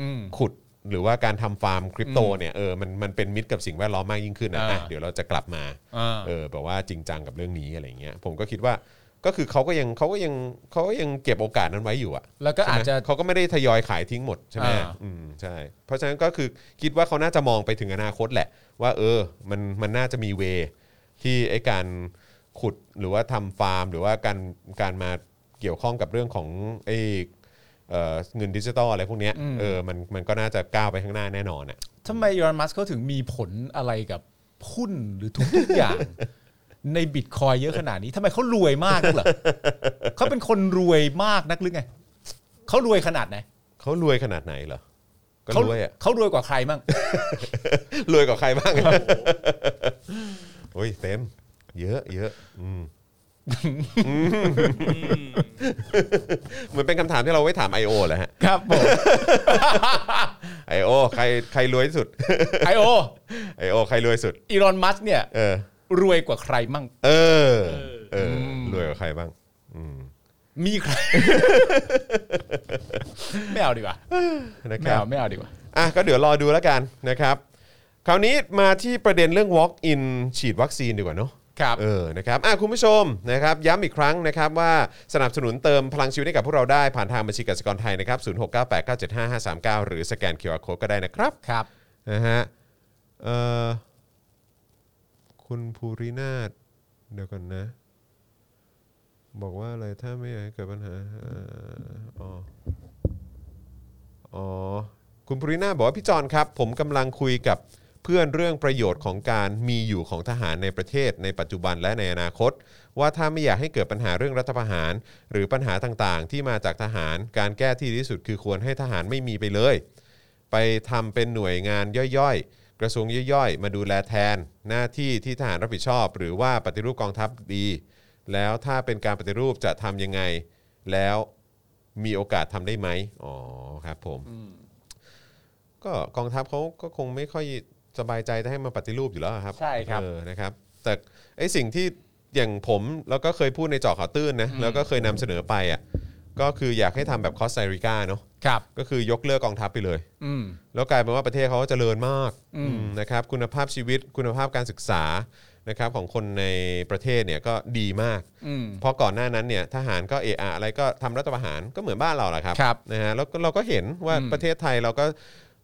Speaker 3: อืม
Speaker 2: ขุดหรือว่าการทำฟาร์มคริปโต
Speaker 3: อืม
Speaker 2: เนี่ยเออมันมันเป็นมิตรกับสิ่งแวดล้อมมากยิ่งขึ้นนะ
Speaker 3: อ่า
Speaker 2: อ่ะเดี๋ยวเราจะกลับมา
Speaker 3: อ่า
Speaker 2: เออแบบว่าจริงจังกับเรื่องนี้อะไรเงี้ยผมก็คิดว่าก็คือเขาก็ยังเขาก็ยังเขาก็ยังเก็บโอกาสนั้นไว้อยู่อ่ะ
Speaker 3: แล้วก็อาจจะ
Speaker 2: ใช่ไหมเขาก็ไม่ได้ทยอยขายทิ้งหมดใช่ไหม
Speaker 3: อ่า
Speaker 2: อืมใช่เพราะฉะนั้นก็คือคิดว่าเขาน่าจะมองไปถึงอนาคตแหละ ว่าเออมันมันน่าจะมีเวที่ไอ้การขุดหรือว่าทำฟาร์ม หรือว่าการการมาเกี่ยวข้องกับเรื่องของไอ้ เอ่อเงินดิจิตอลอะไรพวกเนี้ยเออมันมันก็น่าจะก้าวไปข้างหน้าแน่นอนอ่ะ
Speaker 3: ทำไมยอนมัสเขาถึงมีผลอะไรกับหุ้นหรือทุกๆ
Speaker 2: [laughs]
Speaker 3: อย่าง ในบิตคอยเยอะขนาดนี้ทำไมเขารวยมากนักเหร
Speaker 2: [laughs]
Speaker 3: อ เขาเป็นคนรวยมากนักหรือไงเขารวยขนาดไหน
Speaker 2: เขารวยขนาดไหนเหรอก็
Speaker 3: เขา
Speaker 2: รวยอ่ะ
Speaker 3: เขารวยกว่าใครมั่ง
Speaker 2: รวยกว่าใครบ้างอะโอ้ยเต็ม เยอะเยอะอืมเหมือนเป็นคำถามที่เราไว้ถาม I.O. แหละฮะ
Speaker 3: ครับผม [laughs]
Speaker 2: I.O. ใครใครรวยที่สุด
Speaker 3: ไอโอ
Speaker 2: I.O. ใครรวยสุด
Speaker 3: อีรอนมัสเนี่ย
Speaker 2: เออ
Speaker 3: รวยกว่าใครมั่ง
Speaker 2: เออ เอ
Speaker 3: เอ
Speaker 2: อ
Speaker 3: อ
Speaker 2: รวยกว่าใครบ้าง อืม
Speaker 3: มีใคร ไม่เอาดีกว่า
Speaker 2: นะค
Speaker 3: ไม่
Speaker 2: รับ
Speaker 3: เอาไม่เอาดีกว่า
Speaker 2: อ่ะก็เดี๋ยวรอดูแล้วกันนะครับ คราวนี้มาที่ประเด็นเรื่อง Walk-in ฉีดวัคซีนดีกว่าเนาะ
Speaker 3: ครับ
Speaker 2: เออนะครับอ่ะคุณผู้ชมนะครับย้ำอีกครั้งนะครับว่าสนับสนุนเติมพลังชีวิตให้กับพวกเราได้ผ่านทางบัญชีกสิกรไทยนะครับ0698975539 หรือสแกน QR Code ก็ได้นะครับ
Speaker 3: ครับ
Speaker 2: นะฮะเอ่อคุณภูรินาถเดี๋ยวก่อนนะ บอกว่าอะไรถ้าไม่อยากให้เกิดปัญหาเอ่ออ๋อ อ๋อ คุณปรินาบอกว่าพี่จอนครับ ผมกำลังคุยกับเพื่อนเรื่องประโยชน์ของการมีอยู่ของทหารในประเทศ ในปัจจุบันและในอนาคต ว่าถ้าไม่อยากให้เกิดปัญหาเรื่องรัฐประหาร หรือปัญหาต่างๆ ที่มาจากทหาร การแก้ที่ดีที่สุดคือควรให้ทหารไม่มีไปเลย ไปทำเป็นหน่วยงานย่อยๆ กระทรวงย่อยๆ มาดูแลแทน หน้าที่ที่ทหารรับผิดชอบ หรือว่าปฏิรูปกองทัพดี แล้วถ้าเป็นการปฏิรูปจะทำยังไง แล้วมีโอกาสทำได้ไหมอ๋อครับผม ก็กองทัพเขาก็คงไม่ค่อยสบายใจจะให้มาปฏิรูปอยู่แล้วครับ
Speaker 3: ใช่ครับ
Speaker 2: เออนะครับ แต่ไอ้สิ่งที่อย่างผมแล้วก็เคยพูดในเจอข่าวตื้นนะแล้วก็เคยนำเสนอไปอ่ะก็คืออยากให้ทำแบบคอสไตาริกาเนาะ
Speaker 3: ครับ
Speaker 2: ก็คือยกเลิกกองทัพไปเลย
Speaker 3: อืม
Speaker 2: แล้วกลายเป็นว่าประเทศเขาก็เจริญมาก
Speaker 3: อืม
Speaker 2: อืมนะครับคุณภาพชีวิตคุณภาพการศึกษานะครับของคนในประเทศเนี่ยก็ดีมาก
Speaker 3: อืม
Speaker 2: เพราะก่อนหน้านั้นเนี่ยทหารก็เออะอะไรก็ทำรัฐประหารก็เหมือนบ้านเราแหละครับ
Speaker 3: ครับ
Speaker 2: นะฮะแล้วก็เราก็เห็นว่า
Speaker 3: อืม
Speaker 2: ประเทศไทยเราก็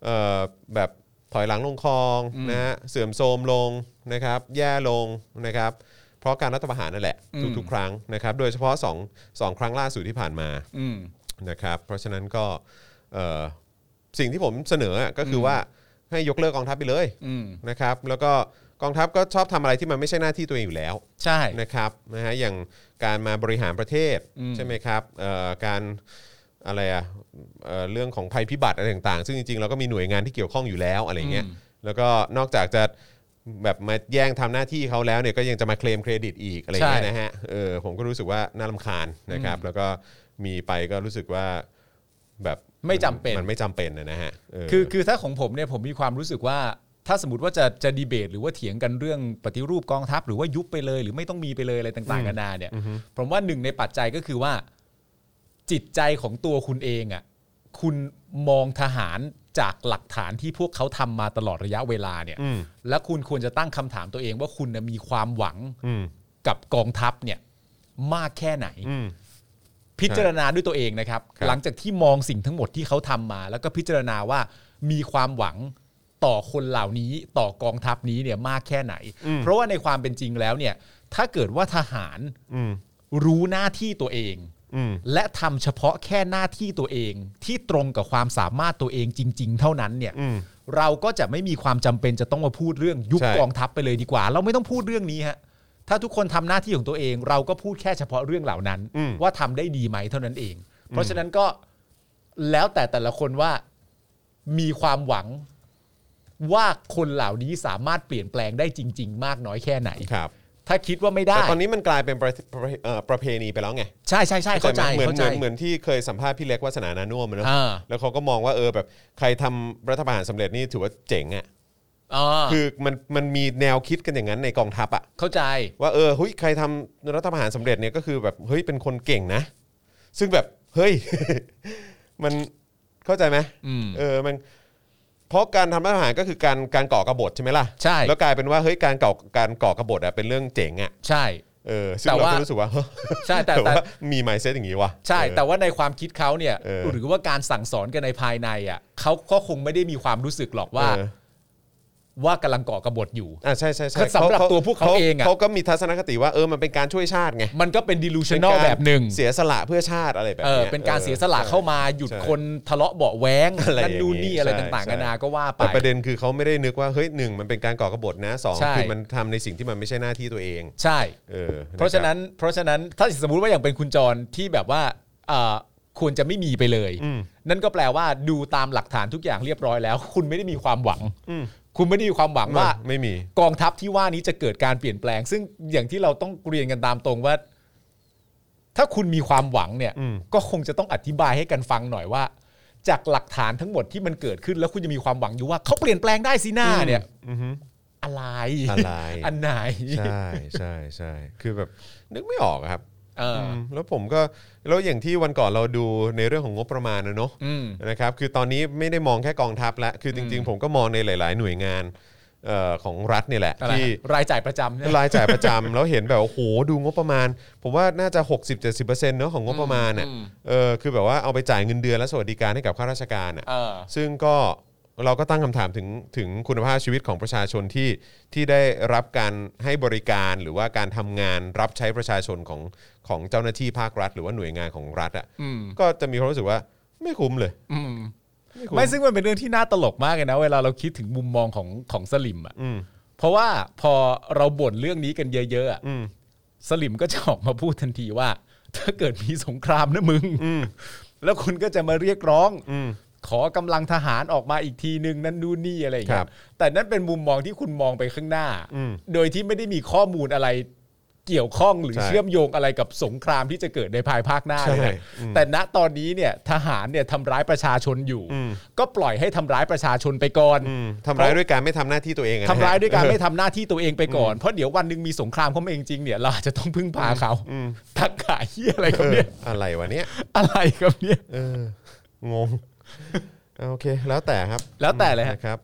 Speaker 2: เอ่อแบบถอยหลังลงคลอง
Speaker 3: อืม
Speaker 2: นะฮะเสื่อมโทรมลงนะครับแย่ลงนะครับเพราะการรัฐประหารนั่นแหละ
Speaker 3: อืม
Speaker 2: ทุกๆครั้งนะครับโดยเฉพาะสองสองครั้งล่าสุดที่ผ่านมา
Speaker 3: อืม
Speaker 2: นะครับเพราะฉะนั้นก็เอ่อสิ่งที่ผมเสนออะก็คืออ
Speaker 3: ม
Speaker 2: ว่าให้ยกเลิกกองทัพไปเลย
Speaker 3: อืม
Speaker 2: นะครับแล้วก็กองทัพก็ชอบทำอะไรที่มันไม่ใช่หน้าที่ตัวเองอยู่แล้ว
Speaker 3: ใช่
Speaker 2: นะครับนะฮะอย่างการมาบริหารประเทศ
Speaker 3: อืม
Speaker 2: ใช่ไหมครับเอ่อการอะไรอะเอ่อเรื่องของภัยพิบัติอะไรต่างๆ ซึ่งจริงๆเราก็มีหน่วยงานที่เกี่ยวข้องอยู่แล้วอะไรเงี้ยแล้วก็นอกจากจะแบบมาแย่งทำหน้าที่เขาแล้วเนี่ยก็ยังจะมาเคลมเครดิตอีกอะไรเงี้ยนะฮะเออผมก็รู้สึกว่าน่ารำคาญนะครับแล้วก็มีไปก็รู้สึกว่า แบบ
Speaker 3: ไม่จำเป็น
Speaker 2: มันไม่จำเป็นนะนะฮะเ
Speaker 3: คือคือถ้าของผมเนี่ยผมมีความรู้สึกว่า ถ้าสมมติว่าจะจะดีเบต หรือว่าเถียงกันเรื่องปฏิรูปกองทัพ หรือว่ายุบไปเลย หรือไม่ต้องมีไปเลยอะไรต่างๆกันานาเนี่ย ผมว่าหนึ่งในปัจจัยก็คือว่า จิตใจของตัวคุณเองอะ่ะคุณมองทหารจากหลักฐานที่พวกเขาทำมาตลอดระยะเวลาเนี่ย
Speaker 2: อืม
Speaker 3: และคุณควรจะตั้งคำถามตัวเองว่าคุณน่ะมีความหวัง
Speaker 2: อืม
Speaker 3: กับกองทัพเนี่ยมากแค่ไหน
Speaker 2: อืม
Speaker 3: พิจารณาด้วยตัวเองนะครับ
Speaker 2: ครับ
Speaker 3: หลังจากที่มองสิ่งทั้งหมดที่เขาทำมา แล้วก็พิจารณาว่ามีความหวังต่อคนเหล่านี้ต่อกองทัพนี้เนี่ยมากแค่ไหน เพราะว่าในความเป็นจริงแล้วเนี่ย ถ้าเกิดว่าทหาร
Speaker 2: อืม
Speaker 3: รู้หน้าที่ตัวเอง
Speaker 2: อืม
Speaker 3: และทำเฉพาะแค่หน้าที่ตัวเอง ที่ตรงกับความสามารถตัวเองจริง ๆ เท่านั้นเนี่ย
Speaker 2: อืม
Speaker 3: เราก็จะไม่มีความจำเป็นจะต้องมาพูดเรื่องยุบ
Speaker 2: ใช่
Speaker 3: กองทัพไปเลยดีกว่า เราไม่ต้องพูดเรื่องนี้ฮะถ้าทุกคนทำหน้าที่ของตัวเอง เราก็พูดแค่เฉพาะเรื่องเหล่านั้น ว่าทำได้ดีไหมเท่านั้นเอง เพราะฉะนั้นก็แล้วแต่แต่ละคนว่ามีความหวังว่าคนเหล่านี้สามารถเปลี่ยนแปลงได้จริง ๆ มากน้อยแค่ไหน
Speaker 2: ครับ
Speaker 3: ถ้าคิดว่าไม่ได้
Speaker 2: แต่ตอนนี้มันกลายเป็นประประเอ่อประเพณีไปแล้วไง
Speaker 3: ใช่ใช่ใช่เข้าใจ
Speaker 2: ไหมเหมือน
Speaker 3: เข้า
Speaker 2: เห
Speaker 3: ใจ
Speaker 2: มือนเหมือนที่เคยสัมภาษณ์พี่เล็กวาสนานานุ่มอะเนอะ
Speaker 3: อ่า
Speaker 2: แล้วเขาก็มองว่าเออแบบใครทำรัฐประหารสำเร็จนี่ถือว่าเจ๋งอ่ะ
Speaker 3: อ่า
Speaker 2: คือมันมันมีแนวคิดกันอย่างนั้นในกองทัพอ่ะ
Speaker 3: เข้าใจ
Speaker 2: ว่าเออเฮ้ยใครทำรัฐประหารสำเร็จเนี่ยก็คือแบบเฮ้ยเป็นคนเก่งนะ ซึ่งแบบเฮ้ย [laughs] มัน เข้าใจไหม
Speaker 3: อืม
Speaker 2: เออมันเพราะการทำรัฐประหารก็คือการการก่อกบฏใช่ไหมล่ะ
Speaker 3: ใช่
Speaker 2: แล้วกลายเป็นว่าเฮ้ยการก่อการก่อกบฏอะเป็นเรื่องเจ๋งอะ
Speaker 3: ใช่
Speaker 2: เออซึ่ง
Speaker 3: แต่
Speaker 2: เรา
Speaker 3: ว่า
Speaker 2: ก็รู้สึกว่า
Speaker 3: ใช่
Speaker 2: [laughs]
Speaker 3: แต่
Speaker 2: แต่
Speaker 3: แต่
Speaker 2: ว่ามี mindset อย่างนี้วะ
Speaker 3: ใช่
Speaker 2: เออ
Speaker 3: แต่ว่าในความคิดเขาเนี่ย
Speaker 2: เออ
Speaker 3: หรือว่าการสั่งสอนกันในภายในอ่ะเขาก็คงไม่ได้มีความรู้สึกหรอกว่า
Speaker 2: เออ
Speaker 3: ว่ากำลังก่อกบฏอยู่
Speaker 2: อ่าใช่ใช่ใช่
Speaker 3: ก็สำหรับตัวพวกเขาเองอะ
Speaker 2: เขาก็มีทัศนคติว่าเออมันเป็นการช่วยชาติไง
Speaker 3: มันก็เป็น
Speaker 2: เป็
Speaker 3: delusional
Speaker 2: การ
Speaker 3: แบบหนึ่ง
Speaker 2: เสียสละเพื่อชาติอะไรแบบ
Speaker 3: เออ
Speaker 2: นี้ย
Speaker 3: เป็นการเสียสละ
Speaker 2: ออ
Speaker 3: เข้ามาหยุด
Speaker 2: ใช่
Speaker 3: คนทะเลาะเบาะแว้ง
Speaker 2: อะไร
Speaker 3: นั่น
Speaker 2: อย่าง
Speaker 3: นู่น
Speaker 2: นี้
Speaker 3: นี่อะไร
Speaker 2: ใช่
Speaker 3: ต่าง
Speaker 2: ใช่
Speaker 3: ๆนานาก็ว่าไป
Speaker 2: แต่ประเด็นคือเขาไม่ได้นึกว่าเฮ้ยหนึ่งมันเป็นการก่อกบฏนะสอง
Speaker 3: ใช่
Speaker 2: คือมันทำในสิ่งที่มันไม่ใช่หน้าที่ตัวเอง
Speaker 3: ใช่
Speaker 2: เออ
Speaker 3: เพราะฉะนั้นเพราะฉะนั้นถ้าสมมติว่าอย่างเป็นคุณจรที่แบบว่าเอ่อควรจะไม่มีไปเลย นั่นก็แปลว่าดูตามหลักฐานทุกอย่างเรียบร้อยแล้ว คุณไม่ได้มีความหวัง คุณไม่ได้มีความหวัง
Speaker 2: ว่า
Speaker 3: ว่า
Speaker 2: ไม่มี
Speaker 3: กองทัพที่ว่านี้จะเกิดการเปลี่ยนแปลง ซึ่งอย่างที่เราต้องเรียนกันตามตรงว่า ถ้าคุณมีความหวังเนี่ย
Speaker 2: อืม
Speaker 3: ก็คงจะต้องอธิบายให้กันฟังหน่อยว่า จากหลักฐานทั้งหมดที่มันเกิดขึ้นแล้วคุณจะมีความหวังอยู่ว่าเขาเปลี่ยนแปลงได้สิหน้าเนี่ย
Speaker 2: อือฮึ
Speaker 3: อะไร
Speaker 2: อะไร
Speaker 3: อันไหน
Speaker 2: ใช่ใช่ใช่คือแบบนึกไม่ออกอะครับ
Speaker 3: เออ
Speaker 2: มแล้วผมก็แล้วอย่างที่วันก่อนเราดูในเรื่องของงบประมาณนะเนอะ
Speaker 3: อืม
Speaker 2: นะครับคือตอนนี้ไม่ได้มองแค่กองทัพละคือจริง ๆ ผมก็มองในหลาย ๆ หน่วยงานเออของรัฐเนี่ยแหละ
Speaker 3: อะไร
Speaker 2: ที่
Speaker 3: ฮะรายจ่ายประจำเนี่ย
Speaker 2: รายจ่ายประจำ แล้วเห็นแบบโอ้โหดูงบประมาณ ผมว่าน่าจะ 60-70%เนอะของงบประมาณน่ะ
Speaker 3: อืม
Speaker 2: เออคือแบบว่าเอาไปจ่ายเงินเดือนและสวัสดิการให้กับข้าราชการอ่ะ
Speaker 3: เออ
Speaker 2: ซึ่งก็เราก็ตั้งคำถามถึงถึงคุณภาพชีวิตของประชาชนที่ที่ได้รับการให้บริการหรือว่าการทำงานรับใช้ประชาชนของของเจ้าหน้าที่ภาครัฐ หรือว่าหน่วยงานของรัฐอ่ะ
Speaker 3: อืม
Speaker 2: ก็จะมีความรู้สึกว่าไม่คุ้มเลย
Speaker 3: อืมไม่ซึ่งมันเป็นเรื่องที่น่าตลกมากเลยนะ เวลาเราคิดถึงมุมมองของของสลิมอ่ะ
Speaker 2: อืม
Speaker 3: เพราะว่าพอเราบ่นเรื่องนี้กันเยอะๆอะ
Speaker 2: อืม
Speaker 3: สลิมก็จะออกมาพูดทันทีว่า ถ้าเกิดมีสงครามนะมึงแล้วคุณก็จะมาเรียกร้อง
Speaker 2: อืม
Speaker 3: ขอกำลังทหารออกมาอีกทีนึงนั่นนู่นนี่อะไรอย่างเงี้
Speaker 2: ครับ
Speaker 3: ยแต่นั่นเป็นมุมมองที่คุณมองไปข้างหน้า
Speaker 2: อืม
Speaker 3: โดยที่ไม่ได้มีข้อมูลอะไรเกี่ยวข้องหรือ
Speaker 2: ใช่
Speaker 3: เชื่อมโยงอะไรกับสงครามที่จะเกิดในภายภาคหน้าเลย
Speaker 2: ใช่
Speaker 3: นะ
Speaker 2: อืม
Speaker 3: แต่ณตอนนี้เนี่ยทหารเนี่ยทำร้ายประชาชนอยู่
Speaker 2: อืม
Speaker 3: ก็ปล่อยให้ทำร้ายประชาชนไปก่อน
Speaker 2: อืมทำร้ายด้วยการไม่ทำหน้าที่ตัวเองอะนะฮะ
Speaker 3: ทำร้ายด้วยการไม่ทำหน้าที่ตัวเองไปก่อน เพราะเดี๋ยววันหนึ่งมีสงครามเขามาเองจริงเนี่ยเราอาจจะต้องพึ่งพาเขาทักขายเหียอะไรค
Speaker 2: เอ
Speaker 3: รับ
Speaker 2: อ
Speaker 3: เนี่ย
Speaker 2: อะไรวะเนี่ย
Speaker 3: อะไรครับเนี่ย
Speaker 2: เอองง [laughs] เอาโอเค แล้วแต่ครับ
Speaker 3: แล้วแต่เลยฮะ
Speaker 2: นะครับ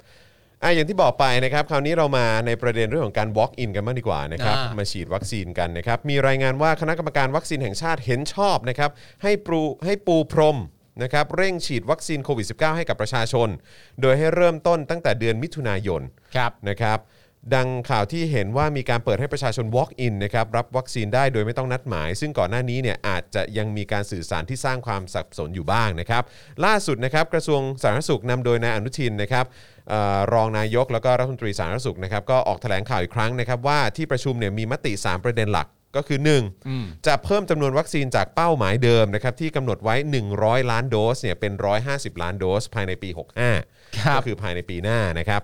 Speaker 2: อ่ะอย่างที่บอกไปนะครับ คราวนี้เรามาในประเด็นเรื่องของการ walk in กันบ้างดีกว่านะครับ
Speaker 3: อ่าม
Speaker 2: มาฉีดวัคซีนกันนะครับ มีรายงานว่าคณะกรรมการวัคซีนแห่งชาติเห็นชอบนะครับ ให้ปูให้ปูพรมนะครับเร่งฉีดวัคซีนโควิด -19 ให้กับประชาชน โดยให้เริ่มต้นตั้งแต่เดือนมิถุนายน
Speaker 3: ครับ
Speaker 2: นะครับดังข่าวที่เห็นว่ามีการเปิดให้ประชาชน walk in นะครับรับวัคซีนได้โดยไม่ต้องนัดหมาย ซึ่งก่อนหน้านี้เนี่ยอาจจะยังมีการสื่อสารที่สร้างความสับสนอยู่บ้างนะครับล่าสุดนะครับกระทรวงสาธารณสุขนำโดยนายอนุทินนะครับเออรองนายกแล้วก็รัฐมนตรีสาธารณสุขนะครับก็ออกแถลงข่าวอีกครั้งนะครับว่าที่ประชุมเนี่ยมีมติ 3 ประเด็นหลักก็คือ 1 จะเพิ่มจำนวนวัคซีนจากเป้าหมายเดิมนะครับที่กำหนดไว้ 100 ล้านโดสเนี่ยเป็น 150 ล้านโดส ภายในปี 65
Speaker 3: ครับ
Speaker 2: ก็คือ คือภายในปีหน้านะครับ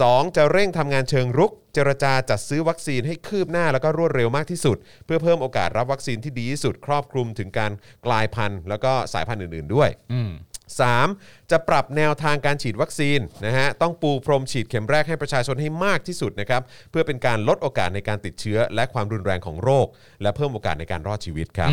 Speaker 2: สองจะเร่งทำงานเชิงรุก เจรจาจัดซื้อวัคซีนให้คืบหน้าแล้วก็รวดเร็วมากที่สุด เพื่อเพิ่มโอกาสรับวัคซีนที่ดีที่สุด ครอบคลุมถึงการกลายพันธุ์ แล้วก็สายพันธุ์อื่นๆด้วย 3. จะปรับแนวทางการฉีดวัคซีนนะฮะต้องปูพรมฉีดเข็มแรกให้ประชาชนให้มากที่สุดนะครับเพื่อเป็นการลดโอกาสในการติดเชื้อ และความรุนแรงของโรค และเพิ่มโอกาสในการรอดชีวิตครับ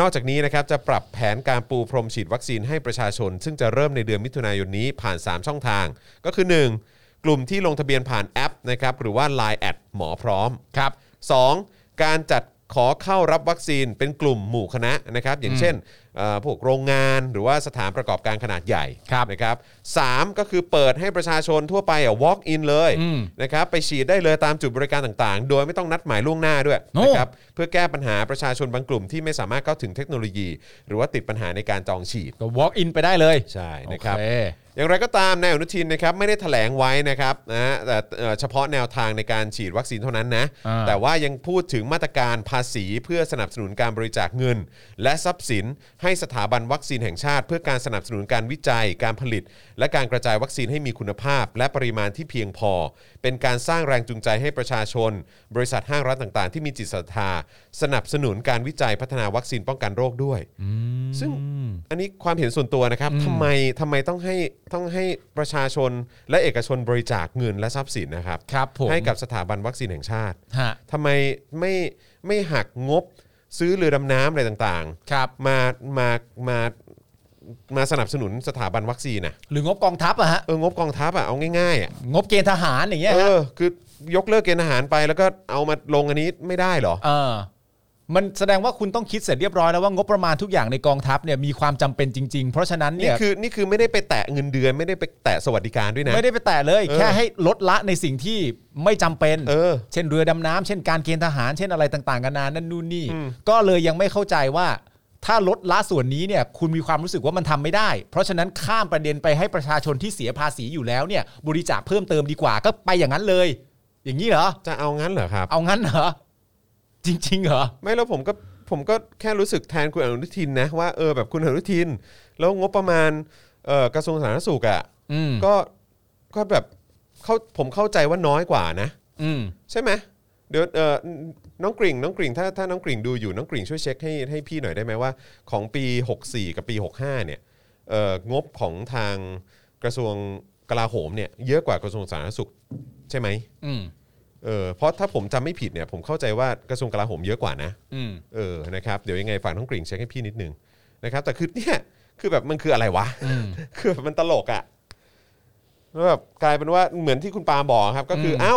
Speaker 2: นอกจากนี้นะครับจะปรับแผนการปูพรมฉีดวัคซีนให้ประชาชน ซึ่งจะเริ่มในเดือนมิถุนายนนี้ผ่าน 3 ช่องทาง ก็คือ 1. กลุ่มที่ลงทะเบียนผ่านแอปนะครับหรือว่า Line แอดหมอพร้อม
Speaker 3: ครับ
Speaker 2: สองการจัดขอเข้ารับวัคซีนเป็นกลุ่มหมู่คณะนะครับ อย่างเช่นเอ่อพวกโรงงานหรือว่าสถานประกอบการขนาดใหญ่
Speaker 3: ครับ
Speaker 2: นะครับสามก็คือเปิดให้ประชาชนทั่วไปอ่ะ walk in เลย
Speaker 3: อืม
Speaker 2: นะครับไปฉีดได้เลยตามจุดบริการต่างๆ โดยไม่ต้องนัดหมายล่วงหน้าด้วย
Speaker 3: โอ้
Speaker 2: นะครับเพื่อแก้ปัญหาประชาชนบางกลุ่มที่ไม่สามารถเข้าถึงเทคโนโลยี หรือว่าติดปัญหาในการจองฉีด
Speaker 3: ก็ walk in ไปได้เลย
Speaker 2: ใช่นะครับ
Speaker 3: โอเ
Speaker 2: อย่างไรก็ตามนายอนุทินนะครับไม่ได้แถลงไว้นะครับนะฮะแต่เอ่อเฉพาะแนวทางในการฉีดวัคซีนเท่านั้นนะ
Speaker 3: อ่า
Speaker 2: แต่ว่ายังพูดถึงมาตรการภาษีเพื่อสนับสนุนการบริจาคเงิน และทรัพย์สินให้สถาบันวัคซีนแห่งชาติ เพื่อการสนับสนุนการวิจัย การผลิต และการกระจายวัคซีนให้มีคุณภาพ และปริมาณที่เพียงพอ เป็นการสร้างแรงจูงใจให้ประชาชน บริษัทห้างร้านต่างๆ ที่มีจิตศรัทธา สนับสนุนการวิจัยพัฒนาวัคซีนป้องกันโรคด้วย ซึ่งอันนี้ความเห็นส่วนตัวนะครับทำไมทำไมต้องให้ต้องให้ประชาชนและเอกชนบริจาคเงินและทรัพย์สินนะครับ
Speaker 3: ครับผม
Speaker 2: ให้กับสถาบันวัคซีนแห่งชาติ
Speaker 3: ฮะ
Speaker 2: ทำไมไม่ไม่หักงบซื้อเรือดำน้ำอะไรต่าง
Speaker 3: ครับ
Speaker 2: ๆ มามามา มาสนับสนุนสถาบันวัคซีนนะ
Speaker 3: หรืองบกองทัพอะฮะ
Speaker 2: เอองบกองทัพอ่ะเอาง่ายๆอ่ะ
Speaker 3: งบเกณฑ์ทหารอย่างเงี้ย
Speaker 2: เอ
Speaker 3: ฮะ
Speaker 2: อคือยกเลิกเกณฑ์อาหารไปแล้วก็เอามาลงอันนี้ไม่ได้เหรอ
Speaker 3: เออ มันแสดงว่าคุณต้องคิดเสร็จเรียบร้อยแล้วว่างบประมาณทุกอย่างในกองทัพเนี่ยมีความจำเป็นจริง ๆ เพราะฉะนั้น
Speaker 2: นี่
Speaker 3: เนี่ย
Speaker 2: คือนี่คือไม่ได้ไปแตะเงินเดือนไม่ได้ไปแตะสวัสดิการด้วยนะ
Speaker 3: ไม่ได้ไปแตะเลย
Speaker 2: เออ
Speaker 3: แค่ให้ลดละในสิ่งที่ไม่จำเป็น
Speaker 2: เออ
Speaker 3: เช่นเรือดำน้ำเช่นการเกณฑ์ทหาร เช่นอะไรต่างๆกันานานั่นนู่นนี่
Speaker 2: อืม
Speaker 3: ก็เลยยังไม่เข้าใจว่า ถ้าลดละส่วนนี้เนี่ย คุณมีความรู้สึกว่ามันทำไม่ได้ เพราะฉะนั้นข้ามประเด็นไปให้ประชาชนที่เสียภาษีอยู่แล้วเนี่ย บริจาคเพิ่มเติมดีกว่าก็ไปอย่างนั้นเลย อย่างนี้เหรอ
Speaker 2: จะเอางั้นเหรอครับ
Speaker 3: เอางั้นเหรอ จริง ๆ เหรอ
Speaker 2: ไม่แล้วผมก็ผมก็แค่รู้สึกแทนคุณอนุทินนะว่าเออแบบคุณอนุทิน แล้วงบประมาณเอ่อกระทรวงสาธารณสุขอ่ะ
Speaker 3: อืม
Speaker 2: ก็ก็แบบเขาผมเข้าใจว่าน้อยกว่านะ
Speaker 3: อืม
Speaker 2: ใช่ไหมเดี๋ยวเอ่อน้องกริ่งน้องกริ่งถ้าถ้าน้องกริ่งดูอยู่น้องกริ่งช่วยเช็คให้ให้พี่หน่อยได้ไหมว่า ของปี 64 กับปี 65เนี่ยเอ่องบของทางกระทรวงกลาโหมเนี่ยเยอะกว่ากระทรวงสาธารณสุขใช่ไหม
Speaker 3: อืม
Speaker 2: เออเพราะถ้าผมจำไม่ผิดเนี่ยผมเข้าใจว่ากระทรวงกลาโหมเยอะกว่านะ
Speaker 3: อืม
Speaker 2: เออ นะครับ เดี๋ยวยังไงฝากน้องกริ่งเช็คให้พี่นิดนึงนะครับ แต่คือเนี่ย คือแบบมันคืออะไร [laughs] วะ คือแบบมันตลกอะแล้วแบบกลายเป็นว่าเหมือนที่คุณปาบอกครับ ก็คือ
Speaker 3: อืม
Speaker 2: เอ้า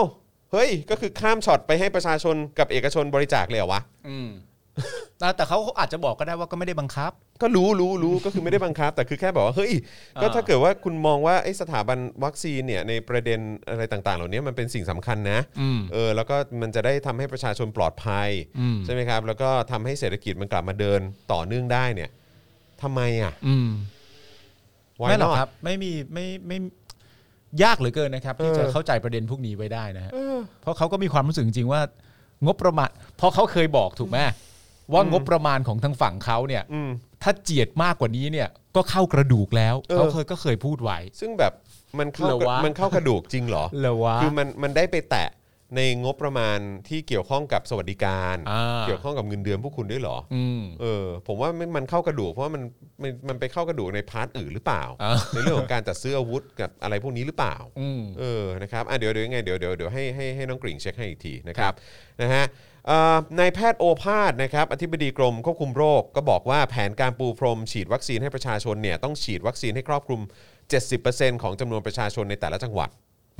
Speaker 2: เฮ้ย ก็คือข้ามช็อตไปให้ประชาชนกับเอกชนบริจาคเลยเหรอวะ
Speaker 3: อืม [laughs] แต่แต่เขาอาจจะบอกก็ได้ว่าก็ไม่ได้บังคับ
Speaker 2: ก็รู้รู้รู้ ก็คือไม่ได้บังคับ แต่คือแค่บอกว่า เฮ้ย ก็
Speaker 3: อ่า
Speaker 2: ถ้าเกิดว่าคุณมองว่าไอ้สถาบันวัคซีนเนี่ยในประเด็นอะไรต่าง ๆ เหล่านี้มันเป็นสิ่งสำคัญนะ
Speaker 3: อืม
Speaker 2: เออแล้วก็มันจะได้ทำให้ประชาชนปลอดภัย
Speaker 3: อืม
Speaker 2: ใช่ไหมครับ แล้วก็ทำให้เศรษฐกิจมันกลับมาเดินต่อเนื่องได้เนี่ยทำไมอ่ะ
Speaker 3: อืม
Speaker 2: Why
Speaker 3: ไม่หรอก
Speaker 2: not?
Speaker 3: ครับ ไม่มีไม่ไม่ยากเหลือเกินนะครับ ที่จะ
Speaker 2: เออ
Speaker 3: เข้าใจประเด็นพวกนี้ไว้ได้นะฮะ
Speaker 2: เออ
Speaker 3: เพราะเขาก็มีความรู้สึกจริงๆว่างบประมาณเพราะเขาเคยบอกถูกไหมว่างบประมาณของทางฝั่งเขาเนี่ย
Speaker 2: อืม
Speaker 3: ถ้าเจียดมากกว่านี้เนี่ย ก็เข้ากระดูกแล้ว
Speaker 2: เออ
Speaker 3: เขาเคยก็เคยพูดไว้
Speaker 2: ซึ่งแบบมันเข้า
Speaker 3: เหรอวะ
Speaker 2: มันเข้ากระดูกจริงเหรอ
Speaker 3: เลยวะ
Speaker 2: คือมันมันได้ไปแตะในงบประมาณที่เกี่ยวข้องกับสวัสดิการ
Speaker 3: อ่า
Speaker 2: เกี่ยวข้องกับเงินเดือนพวกคุณด้วยเหรอ
Speaker 3: อืม
Speaker 2: เออผมว่ามันมันเข้ากระดูกเพราะว่ามันมันมันไปเข้ากระดูกในพาร์ทอื่นหรือเปล่า
Speaker 3: อ่า
Speaker 2: ในเรื่องของการจัดซื้ออาวุธกับอะไรพวกนี้หรือเปล่า
Speaker 3: อืม
Speaker 2: เออ นะครับอ่ะเดี๋ยวเดี๋ยวยังไง เดี๋ยวเดี๋ยวเดี๋ยวให้ให้ให้น้องกริ่งเช็คให้อีกทีนะครับ นะฮะเอ่อนายแพทย์โอภาสนะครับ อธิบดีกรมควบคุมโรค ก็บอกว่าแผนการปูพรม ฉีดวัคซีนให้ประชาชนเนี่ย ต้องฉีดวัคซีนให้ครอบคลุม 70%ของจำนวนประชาชนในแต่ละจังหวัด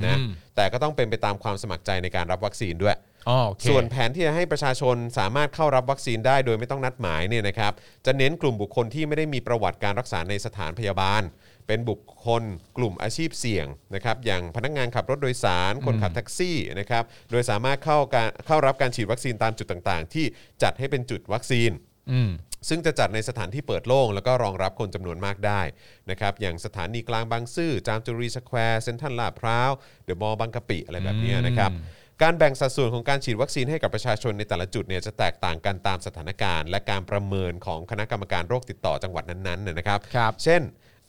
Speaker 2: นะ
Speaker 3: อืม
Speaker 2: แต่ก็ต้องเป็นไปตามความสมัครใจในการรับวัคซีนด้วย
Speaker 3: อ๋อโอเค
Speaker 2: ส่วนแผนที่จะให้ประชาชนสามารถเข้ารับวัคซีนได้โดยไม่ต้องนัดหมายเนี่ยนะครับจะเน้นกลุ่มบุคคลที่ไม่ได้มีประวัติการรักษาในสถานพยาบาล เป็นบุคคลกลุ่มอาชีพเสี่ยงนะครับอย่างพนักงานขับรถโดยสาร คนขับแท็กซี่นะครับโดยสามารถเข้าการเข้ารับการฉีดวัคซีนตามจุดต่างๆ ที่จัดให้เป็นจุดวัคซีน
Speaker 3: อืม
Speaker 2: ซึ่งจะจัดในสถานที่เปิดโล่ง แล้วก็รองรับคนจำนวนมากได้นะครับอย่างสถานีกลางบางซื่อจามจุรีสแควร์เซ็นทรัลลาดพร้าวเดอะมอลล์บางกะปิอะไรแบบเนี้ยนะครับ การแบ่งสัดส่วนของการฉีดวัคซีนให้กับประชาชนในแต่ละจุดเนี่ยจะแตกต่างกันตามสถานการณ์ และการประเมินของคณะกรรมการโรคติดต่อจังหวัดนั้นๆนะนะครับ
Speaker 3: ครับ
Speaker 2: เช่น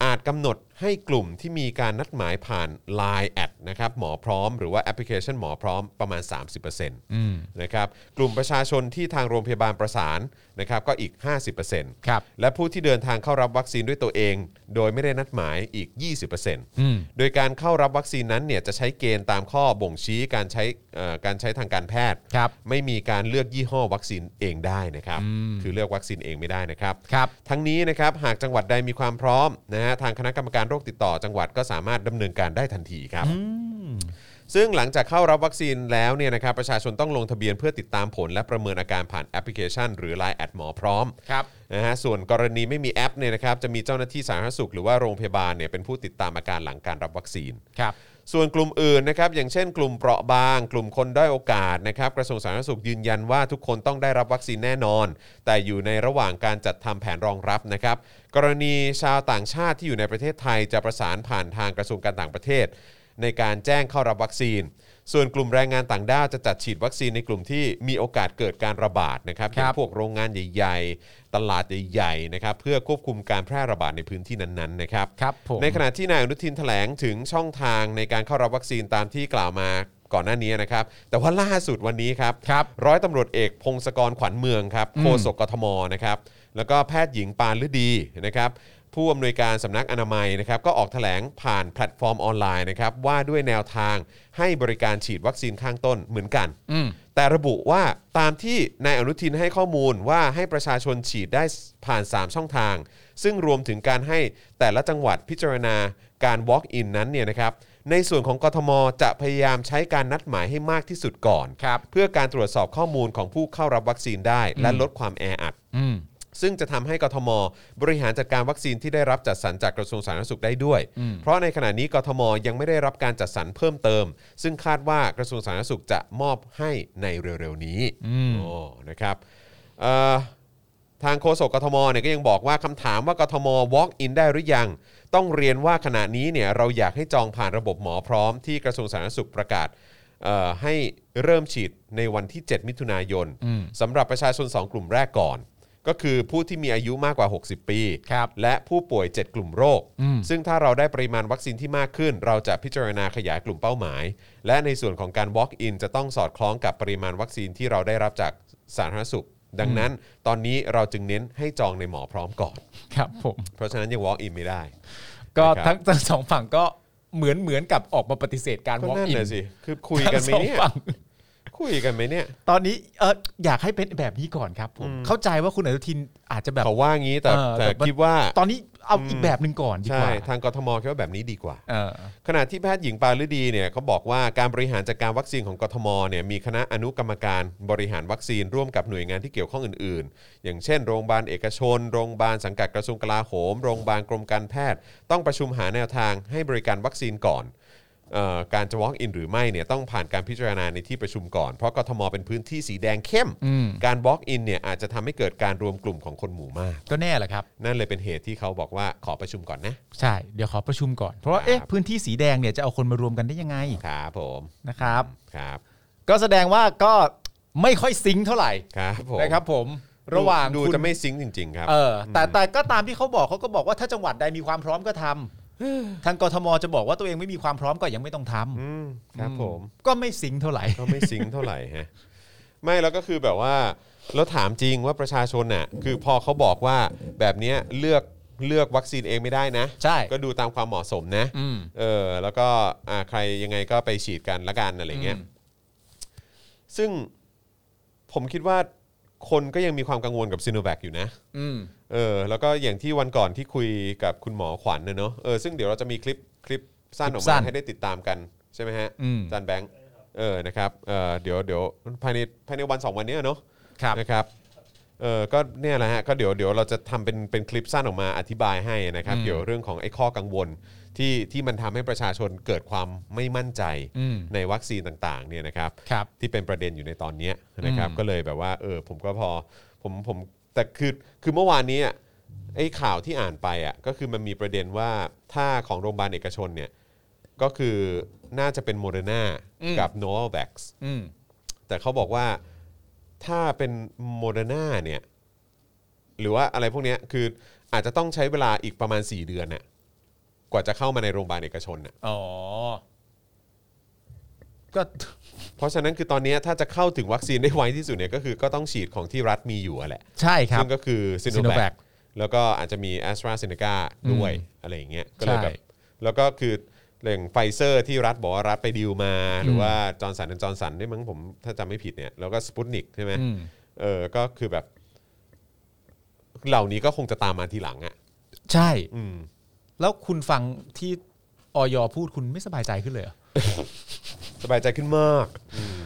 Speaker 2: อาจกำหนดให้กลุ่มที่มีการนัดหมายผ่าน Line แอดนะครับหมอพร้อมหรือว่าแอปพลิเคชันหมอพร้อมประมาณ 30%นะครับกลุ่มประชาชนที่ทางโรงพยาบาลประสานนะครับก็อีก 50%
Speaker 3: ครับ
Speaker 2: และผู้ที่เดินทางเข้ารับวัคซีนด้วยตัวเอง โดยไม่ได้นัดหมายอีก 20%
Speaker 3: อืม
Speaker 2: โดยการเข้ารับวัคซีนนั้นเนี่ยจะใช้เกณฑ์ตามข้อบ่งชี้การใช้เอ่อการใช้ทางการแพทย์
Speaker 3: ครับ
Speaker 2: ไม่มีการเลือกยี่ห้อวัคซีนเองได้นะครับ คือเลือกวัคซีนเองไม่ได้นะครับ
Speaker 3: ครับ
Speaker 2: ทั้งนี้นะครับหากจังหวัดใดมีความพร้อมนะฮะทางคณะกรรมการโรคติดต่อจังหวัดก็สามารถดำเนินการได้ทันทีครับ ซึ่งหลังจากเข้ารับวัคซีนแล้วเนี่ยนะครับประชาชนต้องลงทะเบียนเพื่อติดตามผล และประเมินอาการผ่านแอปพลิเคชัน หรือ Line แอดหมอพร้อม
Speaker 3: ครับ
Speaker 2: นะฮะส่วนกรณีไม่มีแอปเนี่ยนะครับจะมีเจ้าหน้าที่สาธารณสุข หรือว่าโรงพยาบาลเนี่ยเป็นผู้ติดตามอาการหลังการรับวัคซีน
Speaker 3: ครับ
Speaker 2: ส่วนกลุ่มอื่นนะครับอย่างเช่นกลุ่มเปราะบาง กลุ่มคนด้อยโอกาสนะครับกระทรวงสาธารณสุขยืนยันว่าทุกคนต้องได้รับวัคซีนแน่นอน แต่อยู่ในระหว่างการจัดทำแผนรองรับนะครับกรณีชาวต่างชาติที่อยู่ในประเทศไทยจะประสานผ่านทางกระทรวงการต่างประเทศ ในการแจ้งเข้ารับวัคซีน ส่วนกลุ่มแรงงานต่างด้าวจะจัดฉีดวัคซีนในกลุ่มที่มีโอกาสเกิดการระบาดนะครับ
Speaker 3: ครับ
Speaker 2: อย่างพวกโรงงานใหญ่ ๆ ตลาดใหญ่ๆนะครับเพื่อควบคุมการแพร่ระบาดในพื้นที่นั้นๆนะครับ
Speaker 3: ครับผม
Speaker 2: ในขณะที่นายอนุทินแถลงถึงช่องทางในการเข้ารับวัคซีนตามที่กล่าวมาก่อนหน้านี้นะครับ แต่ว่าล่าสุดวันนี้ครับ
Speaker 3: ครับ
Speaker 2: ร้อยตำรวจเอกพงศกรขวัญเมืองครับโฆษกกทมนะครับ แล้วก็แพทย์หญิงปานฤดีนะครับ ผู้อำนวยการสำนักอนามัยนะครับก็ออกแถลงผ่านแพลตฟอร์มออนไลน์นะครับว่าด้วยแนวทางให้บริการฉีดวัคซีนข้างต้นเหมือนกัน
Speaker 3: อืม
Speaker 2: แต่ระบุว่าตามที่นายอนุทินให้ข้อมูลว่าให้ประชาชนฉีดได้ผ่าน 3 ช่องทาง ซึ่งรวมถึงการให้แต่ละจังหวัดพิจารณาการ Walk-in นั้นเนี่ยนะครับ ในส่วนของกทม จะพยายามใช้การนัดหมายให้มากที่สุดก่อน
Speaker 3: ครับ
Speaker 2: เพื่อการตรวจสอบข้อมูลของผู้เข้ารับวัคซีนได้ และลดความแออัด
Speaker 3: อืม
Speaker 2: ซึ่งจะทำให้กทม บริหารจัดการวัคซีนที่ได้รับจัดสรรจากกระทรวงสาธารณสุขได้ด้วย
Speaker 3: อืม
Speaker 2: เพราะในขณะนี้กทมยังไม่ได้รับการจัดสรรเพิ่มเติม ซึ่งคาดว่ากระทรวงสาธารณสุขจะมอบให้ในเร็วๆนี้
Speaker 3: อืม
Speaker 2: โอ้นะครับเอ่อทางโฆษกกทมเนี่ยก็ยังบอกว่าคำถามว่ากทม walk in ได้หรือยัง ต้องเรียนว่าขณะนี้เนี่ยเราอยากให้จองผ่านระบบหมอพร้อมที่กระทรวงสาธารณสุขประกาศเอ่อให้เริ่มฉีดในวันที่ 7 มิถุนายน
Speaker 3: อืม
Speaker 2: สำหรับประชาชน 2 กลุ่มแรกก่อน ก็คือผู้ที่มีอายุมากกว่า 60 ปี
Speaker 3: ครับ
Speaker 2: และผู้ป่วย 7 กลุ่มโรค
Speaker 3: อืม
Speaker 2: ซึ่งถ้าเราได้ปริมาณวัคซีนที่มากขึ้น เราจะพิจารณาขยายกลุ่มเป้าหมาย และในส่วนของการ Walk-in จะต้องสอดคล้องกับปริมาณวัคซีนที่เราได้รับจากสาธารณสุข ดังนั้น ตอนนี้เราจึงเน้นให้จองในหมอพร้อมก่อน
Speaker 3: ครับผม
Speaker 2: เพราะฉะนั้นยัง Walk-in ไม่ได้
Speaker 3: ก็
Speaker 2: นะครับ
Speaker 3: ทั้ง [laughs] ทั้งสองฝั่งก็เหมือนเหมือนกับออกมาปฏิเสธการ
Speaker 2: ก็
Speaker 3: walk
Speaker 2: นั่น
Speaker 3: in
Speaker 2: น่ะสิ คือคุยกันไหม
Speaker 3: [laughs] ทั้งสอง
Speaker 2: เนี่ย
Speaker 3: ฝั่ง
Speaker 2: คุยกันไหมเนี่ย
Speaker 3: ตอนนี้เอออยากให้เป็นแบบนี้ก่อนครับผมเข้าใจว่าคุณอนุทินอาจจะแบบ
Speaker 2: เขาว่างี้แต่
Speaker 3: เออ
Speaker 2: แต่
Speaker 3: แต่มัน
Speaker 2: คิดว่า
Speaker 3: ตอนนี้เอาอีกแบบหนึ่งก่อนดีก
Speaker 2: ใช่
Speaker 3: ว่า
Speaker 2: ทางกทมคิดว่าแบบนี้ดีกว่า
Speaker 3: เออ
Speaker 2: ขณะที่แพทย์หญิงปาฤดีเนี่ยเขาบอกว่าการบริหารจัดการวัคซีนของกทมเนี่ยมีคณะอนุกรรมการบริหารวัคซีนร่วมกับหน่วยงานที่เกี่ยวข้องอื่น ๆ อย่างเช่นโรงพยาบาลเอกชน โรงพยาบาลสังกัดกระทรวงกลาโหม โรงพยาบาลกรมการแพทย์ ต้องประชุมหาแนวทางให้บริการวัคซีนก่อนเออการจะ walk in หรือไม่เนี่ยต้องผ่านการพิจารณาในที่ประชุมก่อน เพราะกทมเป็นพื้นที่สีแดงเข้ม
Speaker 3: อืม
Speaker 2: การ walk in เนี่ยอาจจะทำให้เกิดการรวมกลุ่มของคนหมู่มาก
Speaker 3: ก็แน่แหละครับ
Speaker 2: นั่นเลยเป็นเหตุที่เขาบอกว่าขอประชุมก่อนนะ
Speaker 3: ใช่เดี๋ยวขอประชุมก่อนเพราะว่าเอ๊ะพื้นที่สีแดงเนี่ยจะเอาคนมารวมกันได้ยังไง
Speaker 2: ครับผม
Speaker 3: นะครับ
Speaker 2: ครับ
Speaker 3: ก็แสดงว่าก็ไม่ค่อยซิงค์เท่าไหร่
Speaker 2: ครับผม
Speaker 3: นะครับผมระหว่าง
Speaker 2: ดู
Speaker 3: คุณ
Speaker 2: จะไม่ซิงค์จริง ๆ ครับ
Speaker 3: เออแต่แต่ก็ตามที่เขาบอกเขาก็บอกว่าถ้าจังหวัดใดมีความพร้อมก็ทำทางกทมจะบอกว่าตัวเองไม่มีความพร้อมก็ยังไม่ต้องทำ
Speaker 2: อืมครับผม
Speaker 3: ก็ไม่ซิงค์เท่าไหร่
Speaker 2: ก็ไม่ซิงค์เท่าไหร่ฮะ [laughs] ไม่แล้วก็คือแบบว่าแล้วถามจริงว่าประชาชนน่ะคือพอเขาบอกว่าแบบเนี้ยเลือกเลือกวัคซีนเองไม่ได้นะ
Speaker 3: ใช่
Speaker 2: ก็ดูตามความเหมาะสมนะ
Speaker 3: อืม
Speaker 2: เออแล้วก็อ่าใครยังไงก็ไปฉีดกันละกันอะไรเงี้ย
Speaker 3: อืม
Speaker 2: ซึ่งผมคิดว่าคนก็ยังมีความกังวลกับซีโนแวคอยู่นะ
Speaker 3: อืม
Speaker 2: เออแล้วก็อย่างที่วันก่อนที่คุยกับคุณหมอขวัญเนอะเนอะเออซึ่งเดี๋ยวเราจะมีคลิปคลิปสั้นออก
Speaker 3: สั้
Speaker 2: มาน ให้ได้ติดตามกัน ใช่ไหมฮะ
Speaker 3: อืม
Speaker 2: จานแบงค์เออนะครับเออเดี๋ยวเดี๋ยวภายในภายในวันสองวันเนี้ยเนอะ
Speaker 3: ครับ
Speaker 2: นะครับเออก็เนี่ยแหละฮะก็เดี๋ยวเดี๋ยวเราจะทำเป็นเป็นคลิปสั้นออกมาอธิบายให้นะครับเกี่ยวเรื่องของไอ้ข้อกังวลที่ที่มันทำให้ประชาชนเกิดความไม่มั่นใจ
Speaker 3: อืม
Speaker 2: ในวัคซีนต่างๆเนี่ยนะครับ
Speaker 3: ครับ
Speaker 2: ที่เป็นประเด็นอยู่ในตอนเนี้ยนะครับ
Speaker 3: อืม
Speaker 2: ก็เลยแบบว่าเออผมก็พอผมผมแต่คือคือเมื่อวานนี้อะไอ้ข่าวที่อ่านไปอ่ะก็คือมันมีประเด็นว่าถ้าของโรงพยาบาลเอกชนเนี่ยก็คือน่าจะเป็นโมเดอร์นา
Speaker 3: อืม
Speaker 2: กับโนว v ว x
Speaker 3: อืม
Speaker 2: แต่เขาบอกว่าถ้าเป็นโมเดอร์นาเนี่ยหรือว่าอะไรพวกเนี้ยคืออาจจะต้องใช้เวลาอีกประมาณ 4 เดือนน่ะกว่าจะเข้ามาในโรงพยาบาลเอกชนน่ะ
Speaker 3: อ๋อก็ [laughs]
Speaker 2: เพราะฉะนั้นคือตอนเนี้ยถ้าจะเข้าถึงวัคซีนได้ไวที่สุดเนี่ยก็คือก็ต้องฉีดของที่รัฐมีอยู่อะแหละ
Speaker 3: ใช่ครับ
Speaker 2: ซึ่งก็คือซิโนแว
Speaker 3: Sinovac
Speaker 2: คแล้วก็อาจจะมีแอสตราเซเนกาด้วยอะไรอย่างเงี้ยก็เลยแบบ
Speaker 3: ใช่
Speaker 2: แล้วก็คือเรื่องไฟเซอร์ที่รัฐบอกว่ารัฐไปดีลมา หรือว่าจอร์นสันจอร์นสันด้วยมั้งผมถ้าจำไม่ผิดเนี่ยแล้วก็สปุตนิกใช่ไหม
Speaker 3: อืม
Speaker 2: เออก็คือแบบ เหล่านี้ก็คงจะตามมาทีหลังอ่ะ
Speaker 3: ใช่
Speaker 2: อืม
Speaker 3: แล้วคุณฟังที่ออยพูดคุณไม่สบายใจขึ้นเลยเหรอ
Speaker 2: สบายใจขึ้นมากอืม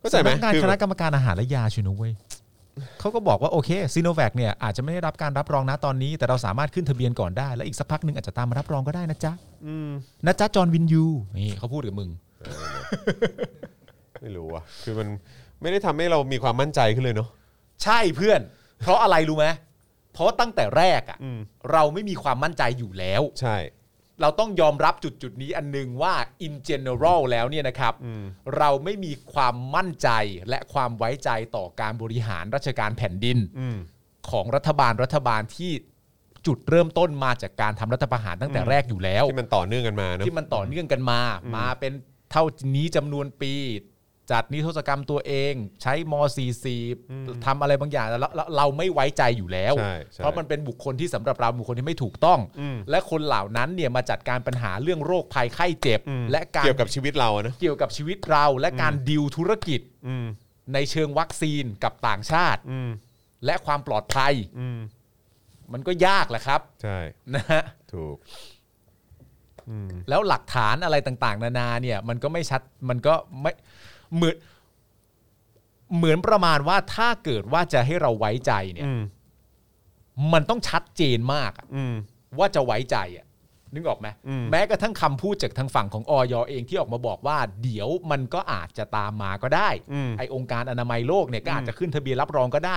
Speaker 2: เข้าใจไหม
Speaker 3: สำนักงาน
Speaker 2: คือ
Speaker 3: คณะกรรมการอาหารและยาชินุเว้ยเขาก็บอกว่าโอเคซีโนแวคเนี่ยอาจจะไม่ได้รับการรับรองนะตอนนี้ แต่เราสามารถขึ้นทะเบียนก่อนได้ และอีกสักพักหนึ่งอาจจะตามมารับรองก็ได้นะจ๊ะ
Speaker 2: อืม
Speaker 3: นะจ๊ะจอห์นวินยูนี่เขาพูดกับมึง
Speaker 2: ไม่รู้อ่ะคือมันไม่ได้ทำให้เรามีความมั่นใจขึ้นเลยเนาะ
Speaker 3: ใช่เพื่อน เพราะอะไรรู้ไหมเพราะตั้งแต่แรกอะ
Speaker 2: อืม
Speaker 3: เราไม่มีความมั่นใจอยู่แล้ว
Speaker 2: ใช่
Speaker 3: เราต้องยอมรับจุดจุดๆนี้อันหนึงว่า in general แล้วเนี่ยนะครับ
Speaker 2: อืม
Speaker 3: เราไม่มีความมั่นใจและความไว้ใจต่อการบริหารราชการแผ่นดิน
Speaker 2: อืม
Speaker 3: ของรัฐบาลรัฐบาลที่จุดเริ่มต้นมาจากการทำรัฐประหารตั้งแต่แรกอยู่แล้ว
Speaker 2: ที่มันต่อเนื่องกันมาเนอะ
Speaker 3: ที่มันต่อเนื่องกันมา มาเป็นเท่านี้จำนวนปี จัดนิทรรศกรรมตัวเอง ใช้ม .44 ทำอะไรบางอย่างแล้วเราเราไม่ไว้ใจอยู่แล้ว
Speaker 2: ใช่ใช่
Speaker 3: เพราะมันเป็นบุคคลที่สำหรับเราบุคคลที่ไม่ถูกต้อง
Speaker 2: อืม
Speaker 3: และคนเหล่านั้นเนี่ยมาจัดการปัญหาเรื่องโรคภัยไข้เจ็บ และการ
Speaker 2: เกี่ยวกับชีวิตเราอะนะ
Speaker 3: เกี่ยวกับชีวิตเราและการดิวธุรกิจ
Speaker 2: อืม
Speaker 3: ในเชิงวัคซีนกับต่างชาติ
Speaker 2: อืม
Speaker 3: และความปลอดภัย
Speaker 2: อืม
Speaker 3: มันก็ยากแหละครับ
Speaker 2: ใช่
Speaker 3: นะฮะ
Speaker 2: ถูก
Speaker 3: แล้วหลักฐานอะไรต่างๆ นานาเนี่ย มันก็ไม่ชัดมันก็ไม่เหมือนเหมือนประมาณว่าถ้าเกิดว่าจะให้เราไว้ใจเนี่ย
Speaker 2: อืม
Speaker 3: มันต้องชัดเจนมากอะ
Speaker 2: อืม
Speaker 3: ว่าจะไว้ใจอ่ะนึกออกไหม
Speaker 2: อืม
Speaker 3: แม้กระทั่งคำพูดจากทางฝั่งของออยเองที่ออกมาบอกว่า เดี๋ยวมันก็อาจจะตามมาก็ได้
Speaker 2: อืม
Speaker 3: ไอองค์การอนามัยโลกเนี่ยก็อาจจะขึ้นทะเบียนรับรองก็ได้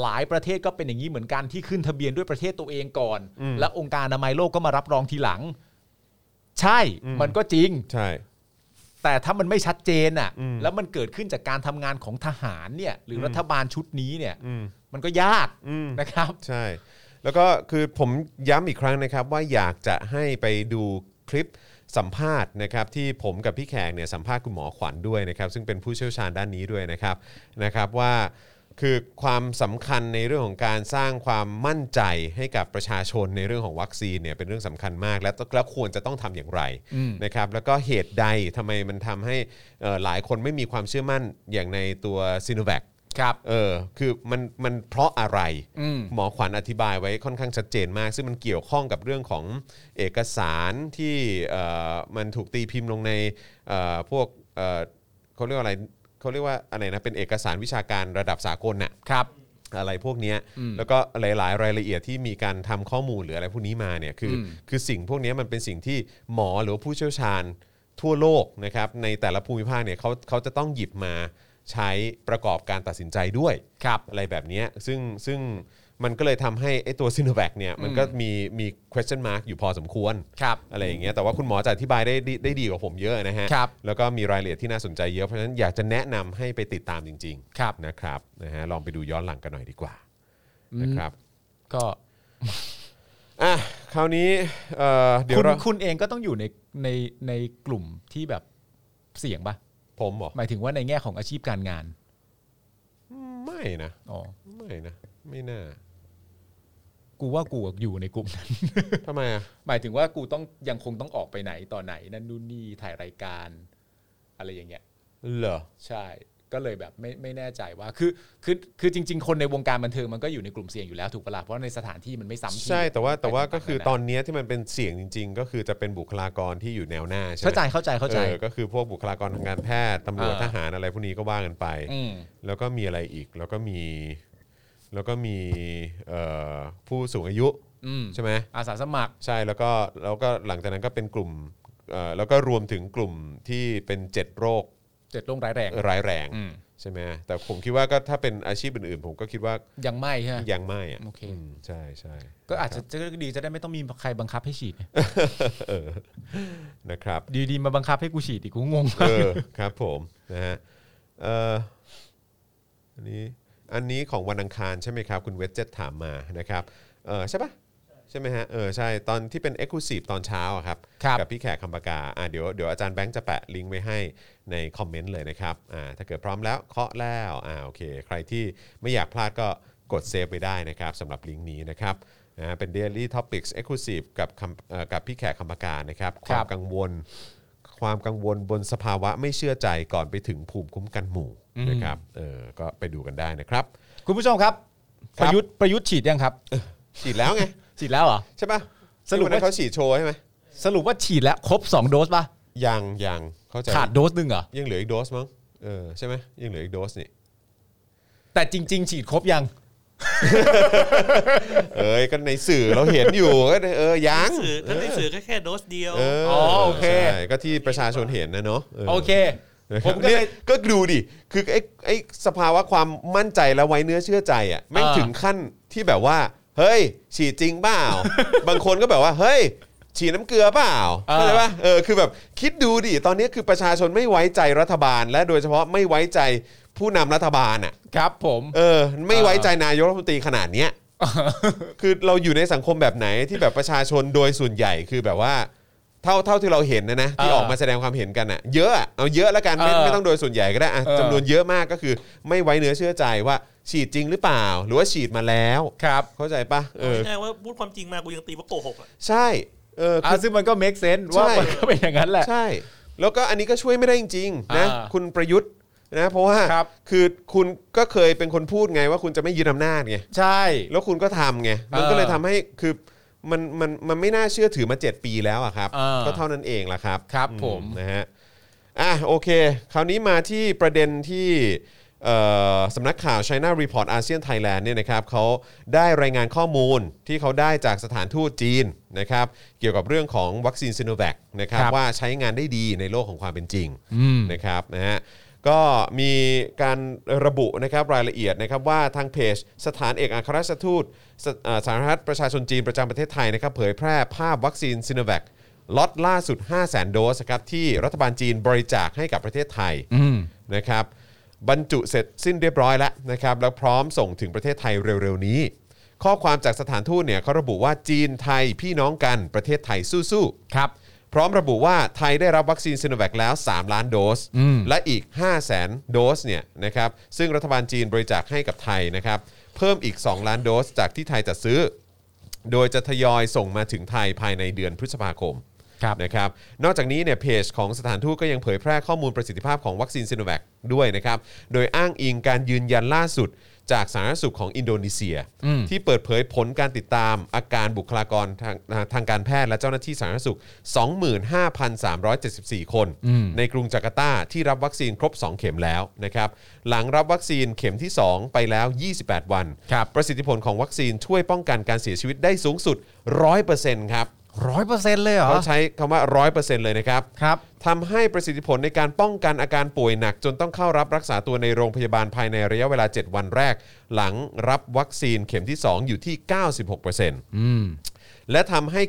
Speaker 3: หลายประเทศก็เป็นอย่างนี้เหมือนกันที่ขึ้นทะเบียนด้วยประเทศตัวเองก่อน
Speaker 2: อืม
Speaker 3: แล้วองค์การอนามัยโลกก็มารับรองทีหลัง ใช่
Speaker 2: อืม
Speaker 3: มันก็จริง
Speaker 2: ใช่
Speaker 3: แต่ถ้ามันไม่ชัดเจนอ่ะ
Speaker 2: อืม
Speaker 3: แล้วมันเกิดขึ้นจากการทำงานของทหารเนี่ย หรือรัฐบาลชุดนี้เนี่ย
Speaker 2: อืม
Speaker 3: มันก็ยาก
Speaker 2: อืม
Speaker 3: นะครับ
Speaker 2: ใช่ แล้วก็คือผมย้ำอีกครั้งนะครับว่าอยากจะให้ไปดูคลิปสัมภาษณ์นะครับที่ผมกับพี่แขกเนี่ยสัมภาษณ์คุณหมอขวัญด้วยนะครับ ซึ่งเป็นผู้เชี่ยวชาญด้านนี้ด้วยนะครับนะครับว่าคือความสำคัญในเรื่องของการสร้างความมั่นใจให้กับประชาชนในเรื่องของวัคซีนเนี่ยเป็นเรื่องสำคัญมาก และและควรจะต้องทำอย่างไร
Speaker 3: อืม
Speaker 2: นะครับแล้วก็เหตุใดทำไมมันทำให้เอ่อหลายคนไม่มีความเชื่อมั่นอย่างในตัวซีโนแวค
Speaker 3: ครับ
Speaker 2: เออคือมันมันเพราะอะไร
Speaker 3: อืม
Speaker 2: หมอขวัญอธิบายไว้ค่อนข้างชัดเจนมาก ซึ่งมันเกี่ยวข้องกับเรื่องของเอกสารที่เอ่อมันถูกตีพิมพ์ลงในเอ่อพวกเอ่อเขาเรียกว่าอะไรเขาเรียกว่าอะไรนะเป็นเอกสารวิชาการระดับสากลน่ะ
Speaker 3: ครับ
Speaker 2: อะไรพวกเนี้ย
Speaker 3: อืม
Speaker 2: แล้วก็หลาย ๆ รายละเอียดที่มีการทำข้อมูลหรืออะไรพวกนี้มาเนี่ยคืออ
Speaker 3: ม
Speaker 2: คือสิ่งพวกเนี้ยมันเป็นสิ่งที่หมอหรือว่าผู้เชี่ยวชาญทั่วโลกนะครับในแต่ละภูมิภาคเนี่ยเขาเขาจะต้องหยิบมาใช้ประกอบการตัดสินใจด้วย
Speaker 3: ครับ
Speaker 2: อะไรแบบเนี้ยซึ่งซึ่งมันก็เลยทำให้ไอ้ตัวซิโนแว c เนี่ยมันก็มีมี question mark อยู่พอสมควร
Speaker 3: ครับ
Speaker 2: อะไรอย่างเงี้ยแต่ว่าคุณหมอจะอธิบายได้ได้ได้ดีกว่าผมเยอะนะฮะ
Speaker 3: ครับ
Speaker 2: แล้วก็มีรายละเอียดที่น่าสนใจเยอะ เพราะฉะนั้นอยากจะแนะนำให้ไปติดตามจริง
Speaker 3: ครับ
Speaker 2: นะครับนะฮะลองไปดูย้อนหลังกันหน่อยดีกว่านะครับ
Speaker 3: ก็
Speaker 2: อ่ะคราวนี้เอ่อเดี๋ย
Speaker 3: คุ
Speaker 2: ว
Speaker 3: ณ
Speaker 2: เรา
Speaker 3: คุณเองก็ต้องอยู่ในในในกลุ่มที่แบบเสี่ยงปะ
Speaker 2: ผมเหรอ
Speaker 3: หมายถึงว่าในแง่ของอาชีพการงาน
Speaker 2: ไม่นะ
Speaker 3: อ๋อ
Speaker 2: ไม่นะ ไม่
Speaker 3: [laughs]
Speaker 2: น่า
Speaker 3: กูว่ากูอยู่ในกลุ่มนั้น [laughs]
Speaker 2: ทำไมอ่ะ
Speaker 3: หมายถึงว่ากูต้องยังคงต้องออกไปไหนต่อไหนนั่นนู่นนี่ถ่ายรายการ อะไรอย่างเงี้ย
Speaker 2: เหรอ
Speaker 3: ใช่ ก็เลยแบบไม่ไม่แน่ใจว่า คือ คือ คือจริง ๆ คนในวงการบันเทิงมันก็อยู่ในกลุ่มเสี่ยงอยู่แล้วถูกปะล่ะ เพราะในสถานที่มันไม่ซ้ำที่
Speaker 2: ใช่แต่ว่าแต่ว่าก็คือตอน
Speaker 3: ไป
Speaker 2: เนี้ยที่มันเป็นเสี่ยงจริง ๆ ก็คือจะเป็นบุคลากรที่อยู่แนวหน้าใช่
Speaker 3: ต่างๆ
Speaker 2: ไหม
Speaker 3: เข้าใจ เข้าใจ เข้าใจ
Speaker 2: เออก็คือพวกบุคลากรทางการแพทย์ตำรวจ
Speaker 3: อ่า
Speaker 2: ทหารอะไรพวกนี้ก็ว่ากันไป
Speaker 3: อืม
Speaker 2: แล้วก็มีอะไรอีก แล้วก็มี แล้วก็มีเอ่อผู้สูงอายุ
Speaker 3: อืม
Speaker 2: ใช่ไหม
Speaker 3: อาสาสมัคร
Speaker 2: ใช่แล้วก็แล้วก็หลังจากนั้นก็เป็นกลุ่มเอ่อแล้วก็รวมถึงกลุ่มที่เป็นเจ็ดโรค
Speaker 3: เจ็ดโรคร้ายแรง
Speaker 2: ร้ายแรง
Speaker 3: อืม
Speaker 2: ใช่ไหมแต่ผมคิดว่าก็ถ้าเป็นอาชีพอื่นๆ ผมก็คิดว่า
Speaker 3: ยังไม่ใช่ไหม
Speaker 2: ยังไม่อะ
Speaker 3: โอเค
Speaker 2: มใช่ใช่
Speaker 3: ก็อาจจะจะก็ดีจะได้ไม่ต้องมีใครบังคับให้ฉีด
Speaker 2: เออนะครับ
Speaker 3: [laughs] ดีดีๆมาบังคับให้กูฉีดอีกกูงง
Speaker 2: เออครับผมนะฮะเอ่ออันนี้อันนี้ของวันอังคารใช่ไหมครับ คุณเวจเจตถามมานะครับเออใช่ปะใช่ไหมฮะเออใช่ตอนที่เป็น e x c l u s i v e ตอนเช้าอะครับ
Speaker 3: ครับ
Speaker 2: กับพี่แขกคำปากาอ่ะเดี๋ยวเดี๋ยวอาจารย์แบงค์จะแปะลิงก์ไว้ให้ในคอมเมนต์เลยนะครับอ่าถ้าเกิดพร้อมแล้วเคาะแล้วอ่าโอเค ใครที่ไม่อยากพลาดก็กดเซฟไปได้นะครับสำหรับลิงก์นี้นะครับนะฮะเป็น Daily Topics Exclusive กับคำเอ่อกับพี่แขกคำปากานะครับค
Speaker 3: ครั
Speaker 2: วาม
Speaker 3: บ
Speaker 2: กังวล ความกังวลบนสภาวะไม่เชื่อใจก่อนไปถึงภูมิคุ้มกันหมู่นะครับ เออ ก็ไปดูกันได้นะครับ
Speaker 3: คุณผู้ชมครับ
Speaker 2: ค
Speaker 3: ป
Speaker 2: รับ
Speaker 3: ระยุทธ์ ประยุทธ์ฉีดยังครับ
Speaker 2: ฉีดแล้วไง
Speaker 3: ฉีดแล้วเหรอ
Speaker 2: ใช่ปะ
Speaker 3: สรุป
Speaker 2: ที่วันนั้น
Speaker 3: ว่า
Speaker 2: เขาฉีดโชว์ใช่ไหม
Speaker 3: สรุปว่าฉีดแล้วครบสองโดสป่ะ
Speaker 2: ยังยังเข้าใจ
Speaker 3: ขาดโดสหนึ่งเหรอ
Speaker 2: ยังเหลืออีกโดสมั้ง เออ ใช่ไหมยังเหลืออีกโดสนี่
Speaker 3: แต่จริง ๆ ฉีดครบยัง
Speaker 2: เอ้ยก็ในสื่อเราเห็นอยู่ก็เออ ยัง
Speaker 4: สื่อก็ในสื่อแค่แค่โดสเดียว
Speaker 2: เออ
Speaker 3: อโอเค
Speaker 2: ใช่ก็ที่ประชาชนเห็นนะเนาะ
Speaker 3: โอเค
Speaker 2: ผ
Speaker 3: ผม ม
Speaker 2: ก็
Speaker 3: ก็
Speaker 2: เนี่
Speaker 3: เลย ย
Speaker 2: ก็ดูดิ คือไอ้ไอ้สภาวะความมั่นใจและไว้เนื้อเชื่อใจอ่ะไม่ง
Speaker 3: อ่า
Speaker 2: ถึงขั้นที่แบบว่า เฮ้ย ฉีดจริงเปล่า บางคนก็แบบว่า เฮ้ย ฉีดน้ำเกลือเปล่าเข้าใจป่ะเออคือแบบคิดดูดิ ตอนนี้คือประชาชนไม่ไว้ใจรัฐบาล และโดยเฉพาะไม่ไว้ใจผู้นำรัฐบาลอ่ะ
Speaker 3: ครับผม
Speaker 2: เออไม่
Speaker 3: เออ
Speaker 2: ไว้ใจนายกรัฐมนตรีขนาดเนี้ยคือเราอยู่ในสังคมแบบไหนที่แบบประชาชนโดยส่วนใหญ่คือแบบว่า เท่าเท่าที่เราเห็นนะนะที่
Speaker 3: เออ
Speaker 2: ออกมาแสดงความเห็นกันอ่ะเยอะอะเอาเยอะแล้วกันไม่
Speaker 3: เออ
Speaker 2: ไม่ต้องโดยส่วนใหญ่ก็ได้อะ
Speaker 3: เออ
Speaker 2: จำนวนเยอะมากก็คือไม่ไว้เนื้อเชื่อใจว่าฉีดจริงหรือเปล่า หรือว่าฉีดมาแล้ว
Speaker 3: ครับ
Speaker 2: เข้าใจปะเออ
Speaker 4: ง่ายๆว่าพูดความจริงมากูยังตีว่าโกหกอ่ะ
Speaker 2: ใช่เออ
Speaker 3: อ่า
Speaker 2: คือ
Speaker 3: ซึ่งมันก็ make sense ว่า
Speaker 2: ใช่
Speaker 3: มันก็เป็นอย่างนั้นแหละ
Speaker 2: ใช่ แล้วก็อันนี้ก็ช่วยไม่ได้จริงๆนะ
Speaker 3: อ่า
Speaker 2: คุณประยุทธ์นะเพราะว่า
Speaker 3: ครับ
Speaker 2: คือคุณก็เคยเป็นคนพูดไงว่าคุณจะไม่ยึดอำนาจไง
Speaker 3: ใช่
Speaker 2: แล้วคุณก็ทำไง มัน
Speaker 3: เออ
Speaker 2: ก็เลยทำให้คือมันมันมันไม่น่าเชื่อถือมา 7 ปีแล้วอะครับ
Speaker 3: เออ
Speaker 2: ก็เท่านั้นเองล่ะครับ
Speaker 3: ครับ
Speaker 2: อื
Speaker 3: ผม
Speaker 2: นะฮะอ่ะโอเค คราวนี้มาที่ประเด็นที่เอ่อสำนักข่าว China Report ASEAN Thailand เนี่ยนะครับเขาได้รายงานข้อมูลที่เขาได้จากสถานทูตจีนนะครับเกี่ยวกับเรื่องของวัคซีนซิโนแวคนะครับ
Speaker 3: ครับ
Speaker 2: ว่าใช้งานได้ดีในโลกของความเป็นจริง
Speaker 3: อืม
Speaker 2: นะครับนะฮะก็มีการระบุนะครับรายละเอียดนะครับว่าทางเพจ สถานเอกอัครราชทูตสเอ่อสาธารณรัฐประชาชนจีนประจำประเทศไทยนะครับเผยแพร่ภาพวัคซีนซิโนแวคล็อตล่าสุด 5 0 0 0 0 0 โดสครับที่รัฐบาลจีนบริจาคให้กับประเทศไทย
Speaker 3: อืม
Speaker 2: นะครับบรรจุเสร็จสิ้นเรียบร้อยแล้วนะครับแล้วพร้อมส่งถึงประเทศไทยเร็วๆนี้ ข้อความจากสถานทูตเนี่ยเขาระบุว่าจีนไทยพี่น้องกันประเทศไทยสู้ๆ
Speaker 3: ครับ
Speaker 2: พร้อมระบุว่าไทยได้รับวัคซีนซิโนแวคแล้ว 3 ล้านโดส
Speaker 3: อืม
Speaker 2: และอีก 5 0 0แสนโดสเนี่ยนะครับซึ่งรัฐบาลจีนบริจาคให้กับไทยนะครับเพิ่มอีก 2 ล้านโดสจากที่ไทยจัดซื้อ โดยจะทยอยส่งมาถึงไทยภายในเดือนพฤษภาคม
Speaker 3: ครับ
Speaker 2: นะครับนอกจากนี้เนี่ยเพจของสถานทูตก็ยังเผยแพร่ข้อมูลประสิทธิภาพของวัคซีนซิโนแวคด้วยนะครับ โดยอ้างอิงการยืนยันล่าสุดจากสาธารณสุขของอินโดนีเซีย
Speaker 3: อืม
Speaker 2: ที่เปิดเผยผลการติดตามอาการบุคลากรทางทางการแพทย์และเจ้าหน้าที่สาธารณสุข 25,374 คน ในกรุงจาการ์ตาที่รับวัคซีนครบ 2 เข็มแล้วนะครับหลังรับวัคซีนเข็มที่ 2 ไปแล้ว 28 วัน
Speaker 3: ครับ
Speaker 2: ประสิทธิผลของวัคซีนช่วยป้องกันการเสียชีวิตได้สูงสุด 100%ครับ
Speaker 3: ร้อยเปอร์เซ็นต์เลยเหรอ
Speaker 2: เขาใช้คำว่า 100%เลยนะครับ
Speaker 3: ครับ
Speaker 2: ทำให้ประสิทธิผลในการป้องกันอาการป่วยหนัก จนต้องเข้ารับรักษาตัวในโรงพยาบาลภายในระยะเวลา 7 วันแรก หลังรับวัคซีนเข็มที่ 2 อยู่ที่ 96%
Speaker 3: อืม
Speaker 2: และทำให้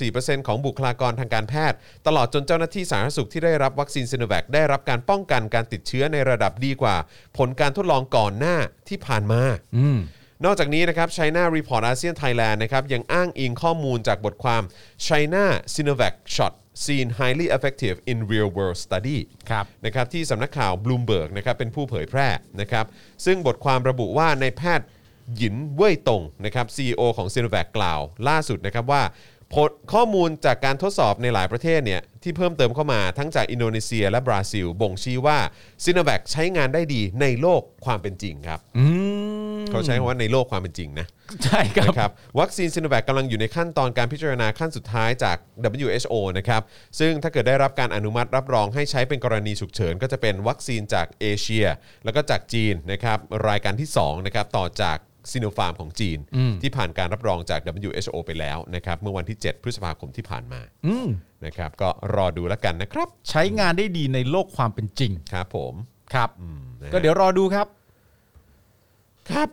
Speaker 2: 94%ของบุคลากรทางการแพทย์ ตลอดจนเจ้าหน้าที่สาธารณสุขที่ได้รับวัคซีนซิโนแวคได้รับการป้องกันการติดเชื้อในระดับดีกว่า ผลการทดลองก่อนหน้าที่ผ่านมา
Speaker 3: อืม
Speaker 2: นอกจากนี้นะครับ China Report ASEAN Thailand นะครับยังอ้างอิงข้อมูลจากบทความ China Sinovac Shot Seen Highly Effective in Real World Study
Speaker 3: ครับ
Speaker 2: นะครับที่สำนักข่าว Bloomberg นะครับเป็นผู้เผยแพร่นะครับซึ่งบทความระบุว่าในายแพทย์หยินเว่ยตงนะครับ CEO ของ s i n o v a c กล่าวล่าสุดนะครับว่าผลข้อมูลจากการทดสอบในหลายประเทศเนี่ยที่เพิ่มเติมเข้ามาทั้งจากอินโดนีเซียและบราซิล บ่งชี้ว่า s i n o v a c ใช้งานได้ดีในโลกความเป็นจริงครับ
Speaker 3: อืม
Speaker 2: เขาใช้คำว่าในโลกความเป็นจริงนะ
Speaker 3: ใช่ครับ
Speaker 2: นะครับวัคซีนซิโนแวคกำลังอยู่ในขั้นตอนการพิจารณาขั้นสุดท้ายจาก WHO นะครับซึ่งถ้าเกิดได้รับการอนุมัติรับรองให้ใช้เป็นกรณีฉุกเฉิน ก็จะเป็นวัคซีนจากเอเชีย แล้วก็จากจีนนะครับรายการที่2นะครับต่อจากซิโนฟาร์มของจีน ที่ผ่านการรับรองจาก WHO ไปแล้วนะครับเมื่อวันที่ 7 พฤษภาคมที่ผ่านมา
Speaker 3: อืม
Speaker 2: นะครับก็รอดูแล้วกันนะครับ
Speaker 3: ใช้งานได้ดีในโลกความเป็นจริง
Speaker 2: ครับผม
Speaker 3: ครับ
Speaker 2: นะฮะ
Speaker 3: ก็เดี๋ยวรอดูครับ
Speaker 2: ครับ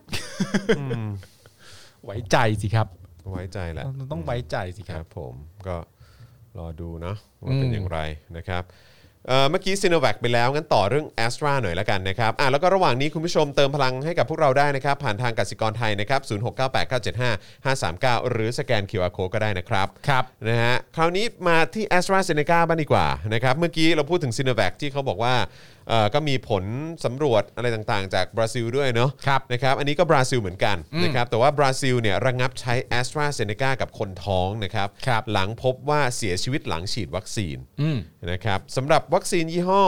Speaker 3: [laughs] ไว้ใจสิครับ
Speaker 2: ไว้ใจแหละ
Speaker 3: ต้องไว้ใจสิค
Speaker 2: ค
Speaker 3: รั
Speaker 2: รับ บผมก็รอดูเนาะว่าเป็นอย่างไรนะครับเอ่อเมื่อกี้ซีโนแวคไปแล้ว งั้นต่อเรื่อง a s t r a หน่อยละกันนะครับอ่ะแล้วก็ระหว่างนี้คุณผู้ชมเติมพลังให้กับพวกเราได้นะครับ ผ่านทางกสิกรไทยนะครับ 0698975539 หรือสแกน QR Code ก็ได้นะครับ
Speaker 3: ครับ
Speaker 2: นะฮะคราวนี้มาที่ a s t r a z เซ e c a บ้างดีกว่านะครับเมื่อกี้เราพูดถึง s i n o v a c ที่เขาบอกว่าเอ่อก็มีผลสำรวจอะไรต่างๆ จากบราซิลด้วยเนาะ
Speaker 3: ครับ
Speaker 2: นะครับอันนี้ก็บราซิลเหมือนกันนะครับแต่ว่าบราซิลเนี่ยระงงับใช้ a s t r a z เซ e c a กับคนท้องนะครับ
Speaker 3: ครับ
Speaker 2: หลังพบว่าเสียชีวิตหลังฉีดวัคซีน
Speaker 3: อืม
Speaker 2: นะครับสำหรับวัคซีนยี่ห้อ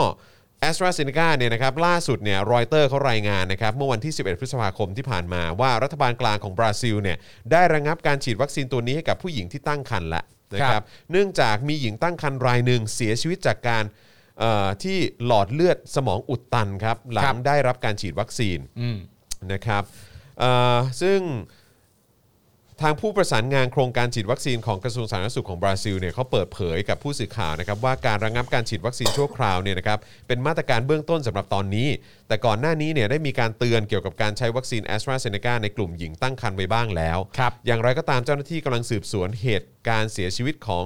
Speaker 2: a s t r a z เซ e c a เนี่ยนะครับล่าสุดเนี่ยรอยเตอร์เขารายงานนะครับเมื่อวันที่ 11 พฤษภาคมที่ผ่านมาว่ารัฐบาลกลางของบราซิลเนี่ยได้ระงงับการฉีดวัคซีนตัวนี้ให้กับผู้หญิงที่ตั้งครรภ์ละนะค
Speaker 3: ครั
Speaker 2: รับบ เนื่องจากมีหญิงตั้งครรภ์รายหนึ่งเสียชีวิตจากการเอ่อที่หลอดเลือดสมองอุดตันครับหลังได้รับการฉีดวัคซีน
Speaker 3: อืม
Speaker 2: นะครับเอ่อซึ่งทางผู้ประสานงานโครงการฉีดวัคซีนของกระทรวงสาธารณสุขของบราซิลเนี่ยเขาเปิดเผยกับผู้สื่อข่าวนะครับว่าการระงับการฉีดวัคซีนชั่วคราวเนี่ยนะครับเป็นมาตรการเบื้องต้นสำหรับตอนนี้ แต่ก่อนหน้านี้เนี่ยได้มีการเตือนเกี่ยวกับการใช้วัคซีนแอสตราเซเนกาในกลุ่มหญิงตั้งครรภ์ไว้บ้างแล้ว
Speaker 3: ครับ
Speaker 2: อย่างไรก็ตามเจ้าหน้าที่กำลังสืบสวนเหตุการเสียชีวิตของ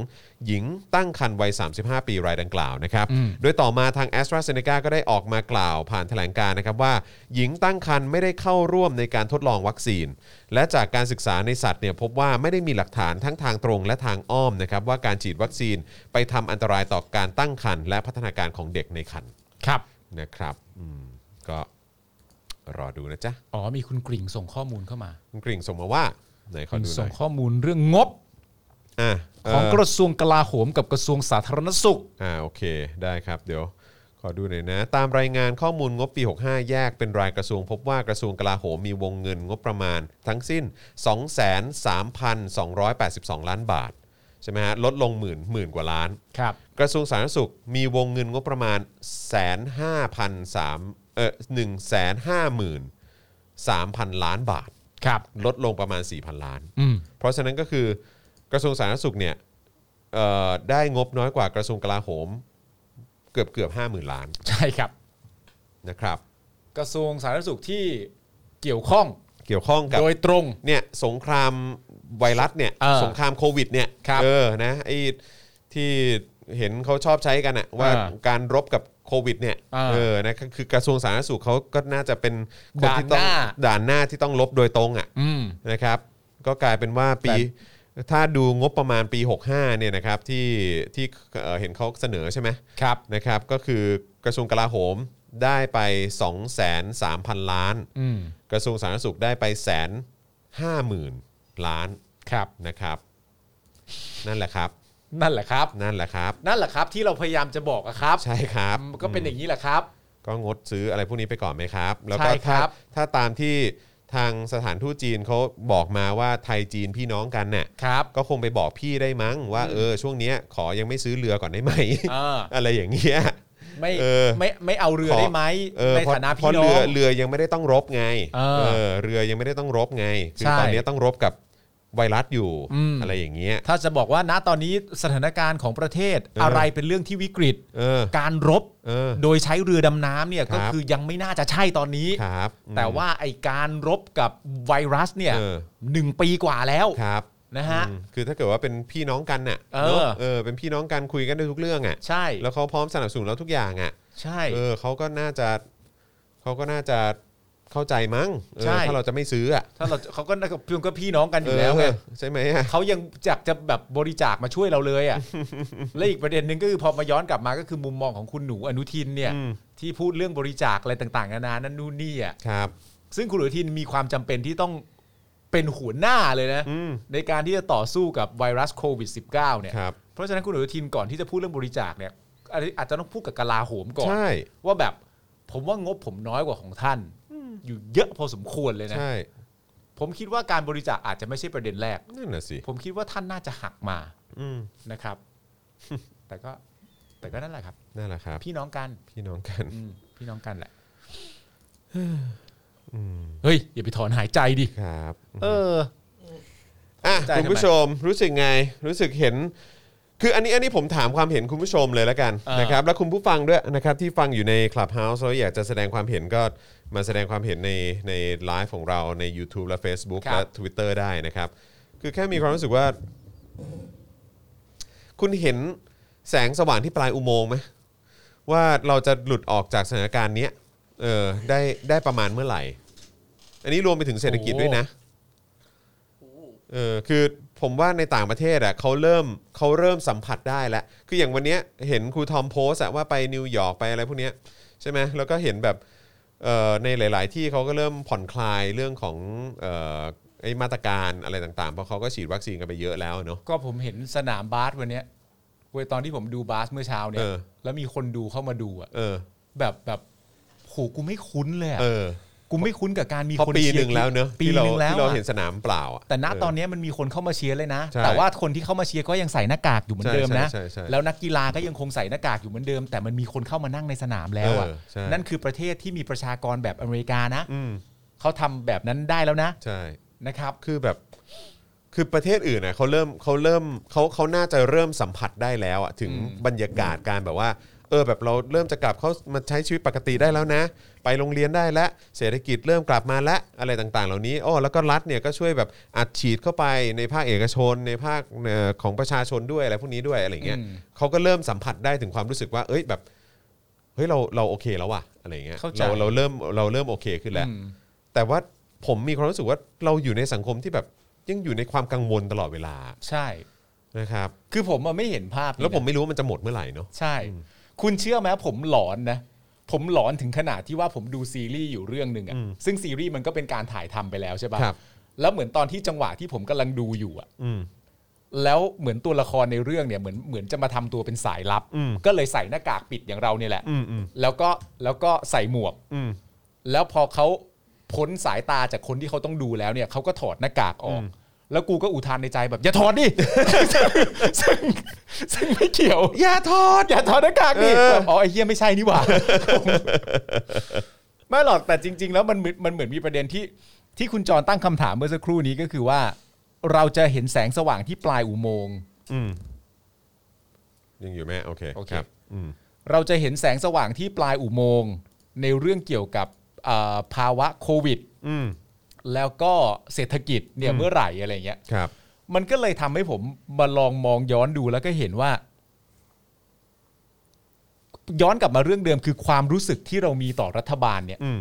Speaker 2: หญิงตั้งครรภ์วัย 35 ปีรายดังกล่าวนะครับ โดยต่อมาทาง a s t r a z เซ e c a ก็ได้ออกมากล่าวผ่านแถลงการณ์นะครับว่า หญิงตั้งครรภ์ไม่ได้เข้าร่วมในการทดลองวัคซีน และจากการศึกษาในสัตว์เนี่ยพบว่าไม่ได้มีหลักฐานทั้งทางตรงและทางอ้อมนะครับว่าการฉีดวัคซีนไปทำอันตรายต่อการตั้งครรภ์และพัฒนาการของเด็กในครรภ์
Speaker 3: ครับ
Speaker 2: นะครับอืมก็รอดูนะจ๊ะ
Speaker 3: อ๋อมีคุณกริ่งส่งข้อมูลเข้ามา
Speaker 2: คุณกริ่งส่งมาว่าไหนขอดูหน่
Speaker 3: ส่
Speaker 2: อง ย
Speaker 3: ข้อมูลเรื่องงบ
Speaker 2: อ่ะเ
Speaker 3: ของกระทรวงกลาโหมกับกระทรวงสาธารณสุข
Speaker 2: อ่าโอเคได้ครับเดี๋ยวขอดูหน่อยนะ ตามรายงานข้อมูลงบปี 65 แยกเป็นรายกระทรวง พบว่ากระทรวงกลาโหมมีวงเงินงบประมาณทั้งสิ้น 23,282 ล้านบาท ใช่ไหมฮะลดลงหมื่นหมื่นกว่าล้าน
Speaker 3: ครับ
Speaker 2: กระทรวงสาธารณสุขมีวงเงินงบประมาณแสนห้าพันสามเออหนึ่งแสนห้าหมื่นสามพันล้านบาท
Speaker 3: ครับ
Speaker 2: ลดลงประมาณ 4,000 ล้าน
Speaker 3: อืม
Speaker 2: เพราะฉะนั้นก็คือกระทรวงสาธารณสุขเนี่ยเอ่อได้งบน้อยกว่ากระทรวงกลาโหม เกือบเกือบห้าหมื่นล้าน
Speaker 3: ใช่ครับ
Speaker 2: นะครับ
Speaker 3: กระทรวงสาธารณสุขที่เกี่ยวข้อง
Speaker 2: เกี่ยวข้องกับ
Speaker 3: โดยตรง
Speaker 2: เนี่ยสงครามไวรัสเนี่ย
Speaker 3: เออ
Speaker 2: สงครามโควิดเนี่ย
Speaker 3: ครับ
Speaker 2: เออนะไอ้ที่เห็นเขาชอบใช้กันอะว่า
Speaker 3: เออ
Speaker 2: การรบกับโควิดเนี่ย
Speaker 3: เออ
Speaker 2: เออนะก็คือกระทรวงสาธารณสุขเขาก็น่าจะเป็นคนที่ต้อง
Speaker 3: ด่านหน้า
Speaker 2: ด่านหน้าที่ต้องลบโดยตรงอ่ะ
Speaker 3: อืม
Speaker 2: นะครับก็กลายเป็นว่าปี
Speaker 3: แต่
Speaker 2: ถ้าดูงบประมาณปี 65เนี่ยนะครับที่ที่เอ่อเห็นเขาเสนอใช่ไหม
Speaker 3: ครับ
Speaker 2: นะครับก็คือกระทรวงกลาโหมได้ไป 2 3 0 0 0 ล้าน
Speaker 3: อืม
Speaker 2: กระทรวงสาธารณสุขได้ไปแสนห้าหมื่นล้าน
Speaker 3: ครับ
Speaker 2: นะครับ นั่นแหละครับ
Speaker 3: นั่นแหละครับ
Speaker 2: นั่นแหละครับ
Speaker 3: นั่นแหละครับที่เราพยายามจะบอกอะครับ
Speaker 2: ใช่ครับ
Speaker 3: ก็เป็นอย่างนี้แหละครับ
Speaker 2: ก็งดซื้ออะไรพวกนี้ไปก่อนไหมครับ แล้วก็
Speaker 3: ใช่ครั
Speaker 2: ถ้า
Speaker 3: บ
Speaker 2: ถ้าตามที่ทางสถานทูตจีนเขาบอกมาว่าไทยจีนพี่น้องกันเนี่ย
Speaker 3: ครับ
Speaker 2: ก็คงไปบอกพี่ได้มั้งว่าเออช่วงเนี้ยขอยังไม่ซื้อเรือก่อนได้ไหม
Speaker 3: เออ
Speaker 2: [laughs] อะไรอย่างเงี้ย
Speaker 3: ไม่
Speaker 2: เออ
Speaker 3: ไม่ไม่เอาเรือ
Speaker 2: ขอ
Speaker 3: ได้ไหม
Speaker 2: เออ
Speaker 3: ใน
Speaker 2: เพราะ
Speaker 3: ฐานะ
Speaker 2: เพราะ
Speaker 3: พี่น้อ
Speaker 2: เรือง เรือยังไม่ได้ต้องรบไง
Speaker 3: เออ
Speaker 2: เรือยังไม่ได้ต้องรบไงคือ
Speaker 3: ใช่
Speaker 2: ตอนเนี้ยต้องรบกับไวรัสอยู่
Speaker 3: อืม
Speaker 2: อะไรอย่างเงี้ย
Speaker 3: ถ้าจะบอกว่าณตอนนี้สถานการณ์ของประเทศ
Speaker 2: เอออ
Speaker 3: อะไรเป็นเรื่องที่วิกฤต
Speaker 2: เออ
Speaker 3: การรบ
Speaker 2: เออ
Speaker 3: โดยใช้เรือดำน้ำเนี่ย
Speaker 2: ครับ
Speaker 3: ก็คือยังไม่น่าจะใช่ตอนนี้
Speaker 2: ครับ
Speaker 3: แต่ว่าไอการรบกับไวรัสเนี่ย
Speaker 2: เออ
Speaker 3: หนึ่งปีกว่าแล้ว
Speaker 2: ครับ
Speaker 3: นะฮะ
Speaker 2: อืมคือถ้าเกิดว่าเป็นพี่น้องกันน่ะ
Speaker 3: เออ
Speaker 2: เนอะเออเป็นพี่น้องกันคุยกันได้ทุกเรื่องอ่ะ
Speaker 3: ใช่
Speaker 2: แล้วเขาพร้อมสนับสนุนเราทุกอย่างอ่ะ
Speaker 3: ใช่
Speaker 2: เออเขาก็น่าจะเขาก็น่าจะเข้าใจมั้งเออ
Speaker 3: ใช่
Speaker 2: ถ้าเราจะไม่ซื้ออ่ะ
Speaker 3: ถ้าเราเขาก็น่าจะเพียงก็พี่น้องกันอยู่แล้วไง
Speaker 2: เใช่ไหมอ่ะ
Speaker 3: เขายังอยากจะแบบบริจาคมาช่วยเราเลยอ่ะ [laughs] และอีกประเด็นหนึ่งก็คือพอมาย้อนกลับมาก็คือมุมมองของคุณหนูอนุทินเนี่ย
Speaker 2: อืม
Speaker 3: ที่พูดเรื่องบริจาคอะไรต่างๆนานานั่นนู่นนี่อ่ะ
Speaker 2: ครับ
Speaker 3: ซึ่งคุณอนุทินมีความจำเป็นที่ต้องเป็นหัวหน้าเลยนะ
Speaker 2: อืม
Speaker 3: ในการที่จะต่อสู้กับไวรัสโควิด -19 เนี่ย
Speaker 2: ครับ
Speaker 3: เพราะฉะนั้นคุณอนุทินก่อนที่จะพูดเรื่องบริจาคเนี่ยอันนี้อาจจะต้องพูดกับกลาโหมก่อน
Speaker 2: ใช่
Speaker 3: ว่าแบบผมว่างบผมน้อยกว่าของท่าน อยู่เยอะพอสมควรเลยนะ
Speaker 2: ใช่
Speaker 3: ผมคิดว่าการบริจาคอาจจะไม่ใช่ประเด็นแรก
Speaker 2: นั่นน่ะสิ
Speaker 3: ผมคิดว่าท่านน่าจะหักมา
Speaker 2: อืม
Speaker 3: นะครับ [laughs] แต่ก็แต่ก็นั่นแหละครับ
Speaker 2: นั่นแหละครับ
Speaker 3: พี่น้องกัน
Speaker 2: พี่น้องกัน
Speaker 3: อืมพี่น้องกันแหละเฮ้ยอย่าไปถอนหายใจดิ
Speaker 2: ครับ
Speaker 3: เออ
Speaker 2: อ่ะ
Speaker 3: ใจ
Speaker 2: คุณผู้
Speaker 3: ทำไม
Speaker 2: ชมรู้สึกไง รู้สึกเห็น คืออันนี้อันนี้ผมถามความเห็นคุณผู้ชมเลยแล้วกัน
Speaker 3: เออ
Speaker 2: นะครับ และคุณผู้ฟังด้วยนะครับที่ฟังอยู่ใน Clubhouse แล้วอยากจะแสดงความเห็นก็มาแสดงความเห็นในในไลฟ์ของเราใน YouTube และ Facebook
Speaker 3: ครับ
Speaker 2: และ Twitter ได้นะครับ คือแค่มีความรู้สึกว่า คุณเห็นแสงสว่างที่ปลายอุโมงค์ไหมว่าเราจะหลุดออกจากสถานการณ์เนี้ยเออได้ได้ประมาณเมื่อไหร่ อันนี้รวมไปถึงเศรษฐกิจด้วยนะ เออคือผมว่าในต่างประเทศอ่ะเขาเริ่มเขาเริ่มสัมผัสได้แล้ว คืออย่างวันเนี้ยเห็นครูทอมโพสต์อะว่าไปนิวยอร์กไปอะไรพวกเนี้ยใช่ไหมแล้วก็เห็นแบบเอ่อในหลาย ๆ ที่เขาก็เริ่มผ่อนคลายเรื่องของเอ่อไอมาตรการอะไรต่างๆ เพราะเขาก็ฉีดวัคซีนกันไปเยอะแล้วเนาะ
Speaker 3: ก็ผมเห็นสนามบาสวันเนี้ยเว้ยตอนที่ผมดูบาสเมื่อเช้าเนี่
Speaker 2: เอย อ
Speaker 3: แล้วมีคนดูเข้ามาดูอะ
Speaker 2: เออ
Speaker 3: แบบแบบโหกูไม่คุ้นเลยอะ
Speaker 2: เออ
Speaker 3: กูไม่คุ้นกับการมี
Speaker 2: พอ
Speaker 3: คน
Speaker 2: ปี
Speaker 3: เชียร์
Speaker 2: หนึ่งแล้วเนอะ
Speaker 3: ปี
Speaker 2: ที่เรา
Speaker 3: หนึ่งแล้ว
Speaker 2: ที่เรา
Speaker 3: อะ
Speaker 2: เห็นสนามเปล่าอะ
Speaker 3: แต่ณตอนเนี้ยมันมีคนเข้ามาเชียร์เลยนะ
Speaker 2: ใช่
Speaker 3: แต่ว่าคนที่เข้ามาเชียร์ก็ยังใส่หน้ากากอยู่เหมือนเดิมนะ
Speaker 2: ใช่ใช่ใช่ใช่
Speaker 3: แล้วนักกีฬาก็ยังคงใส่หน้ากากอยู่เหมือนเดิม แต่มันมีคนเข้ามานั่งในสนามแล้วอะ
Speaker 2: เออใช่
Speaker 3: นั่นคือประเทศที่มีประชากรแบบอเมริกานะ
Speaker 2: อืม
Speaker 3: เขาทำแบบนั้นได้แล้วนะ
Speaker 2: ใช่
Speaker 3: นะครับ
Speaker 2: คือแบบคือประเทศอื่นนะเขาเริ่มเขาเริ่มเขาเขาน่าจะเริ่มสัมผัสได้แล้วอะถึงบรรยากาศการแบบว่า เออแบบเราเริ่มจะกลับเข้ามาใช้ชีวิตปกติได้แล้วนะ ไปโรงเรียนได้แล้วเศรษฐกิจเริ่มกลับมาและอะไรต่างๆ เหล่านี้อ้อแล้วก็รัฐเนี่ยก็ช่วยแบบอัดฉีดเข้าไปในภาคเอกชน ในภาคเอ่อของประชาชนด้วยอะไรพวกนี้ด้วยอะไรอย่างเงี้ย
Speaker 3: อืม
Speaker 2: เขาก็เริ่มสัมผัสได้ถึงความรู้สึกว่า เอ้ยแบบเฮ้ยเราเราโอเคแล้วว่ะอะไรอย่างเงี้ย
Speaker 3: เข้าใจ
Speaker 2: เราเราเริ่มเราเริ่มโอเคขึ้นแล้ว
Speaker 3: อืม
Speaker 2: แต่ว่า ผมมีความรู้สึกว่าเราอยู่ในสังคมที่แบบยังอยู่ในความกังวลตลอดเวลา
Speaker 3: ใช่
Speaker 2: นะครับ
Speaker 3: คือผมอะไม่เห็นภาพนี้นะ
Speaker 2: แล้วผมไม่รู้ว่ามันจะหมดเมื่อไหร่เนาะ
Speaker 3: ใช่ คุณเชื่อไหมผมหลอนนะ ผมหลอนถึงขนาดที่ว่าผมดูซีรีส์อยู่เรื่องหนึ่งอะ
Speaker 2: อืม
Speaker 3: ซึ่งซีรีส์มันก็เป็นการถ่ายทำไปแล้วใช่
Speaker 2: ครั
Speaker 3: ปะ่ะ
Speaker 2: บ
Speaker 3: แล้วเหมือนตอนที่จังหวะที่ผมกำลังดูอยู่อะ
Speaker 2: อืม
Speaker 3: แล้วเหมือนตัวละครในเรื่องเนี่ยเหมือนเหมือนจะมาทำตัวเป็นสายลับ
Speaker 2: อืม
Speaker 3: ก็เลยใส่หน้ากากปิดอย่างเราเนี่ยแหละ
Speaker 2: อืมอืม
Speaker 3: แล้วก็แล้วก็ใส่หมวก
Speaker 2: อืม
Speaker 3: แล้วพอเขาพ้นสายตาจากคนที่เขาต้องดูแล้วเนี่ยเขาก็ถอดหน้ากากออก
Speaker 2: อืม
Speaker 3: แล้วกูก็อุทานในใจแบบ อย่าถอดดิ [laughs] ซึ่งซึ่งไม่เกี่ยว อย่าถอด อย่าถอดหน้ากากดิ
Speaker 2: เออ
Speaker 3: แบบอ๋อไอ้เหี้ยไม่ใช่นี่ห [laughs] ว่า ไม่หรอกแต่จริง ๆ แล้วมันเหมือนมันเหมือนมีประเด็นที่ที่คุณจรตั้งคำถามเมื่อสักครู่นี้ก็คือว่า เราจะเห็นแสงสว่างที่ปลายอุโมงค์
Speaker 2: อืมยังอยู่ไหมโอเค
Speaker 3: โอเค
Speaker 2: รับอืม
Speaker 3: เราจะเห็นแสงสว่างที่ปลายอุโมงค์ในเรื่องเกี่ยวกับอ่าภาวะโควิด
Speaker 2: อืม
Speaker 3: แล้วก็เศรษฐกิจเนี่
Speaker 2: อื
Speaker 3: ย
Speaker 2: ม
Speaker 3: เมื่อไหร่อะไรเงี้ย
Speaker 2: ครับ
Speaker 3: มันก็เลยทำให้ผมมาลองมองย้อนดูแล้วก็เห็นว่า ย้อนกลับมาเรื่องเดิมคือความรู้สึกที่เรามีต่อรัฐบาลเนี่ย
Speaker 2: อืม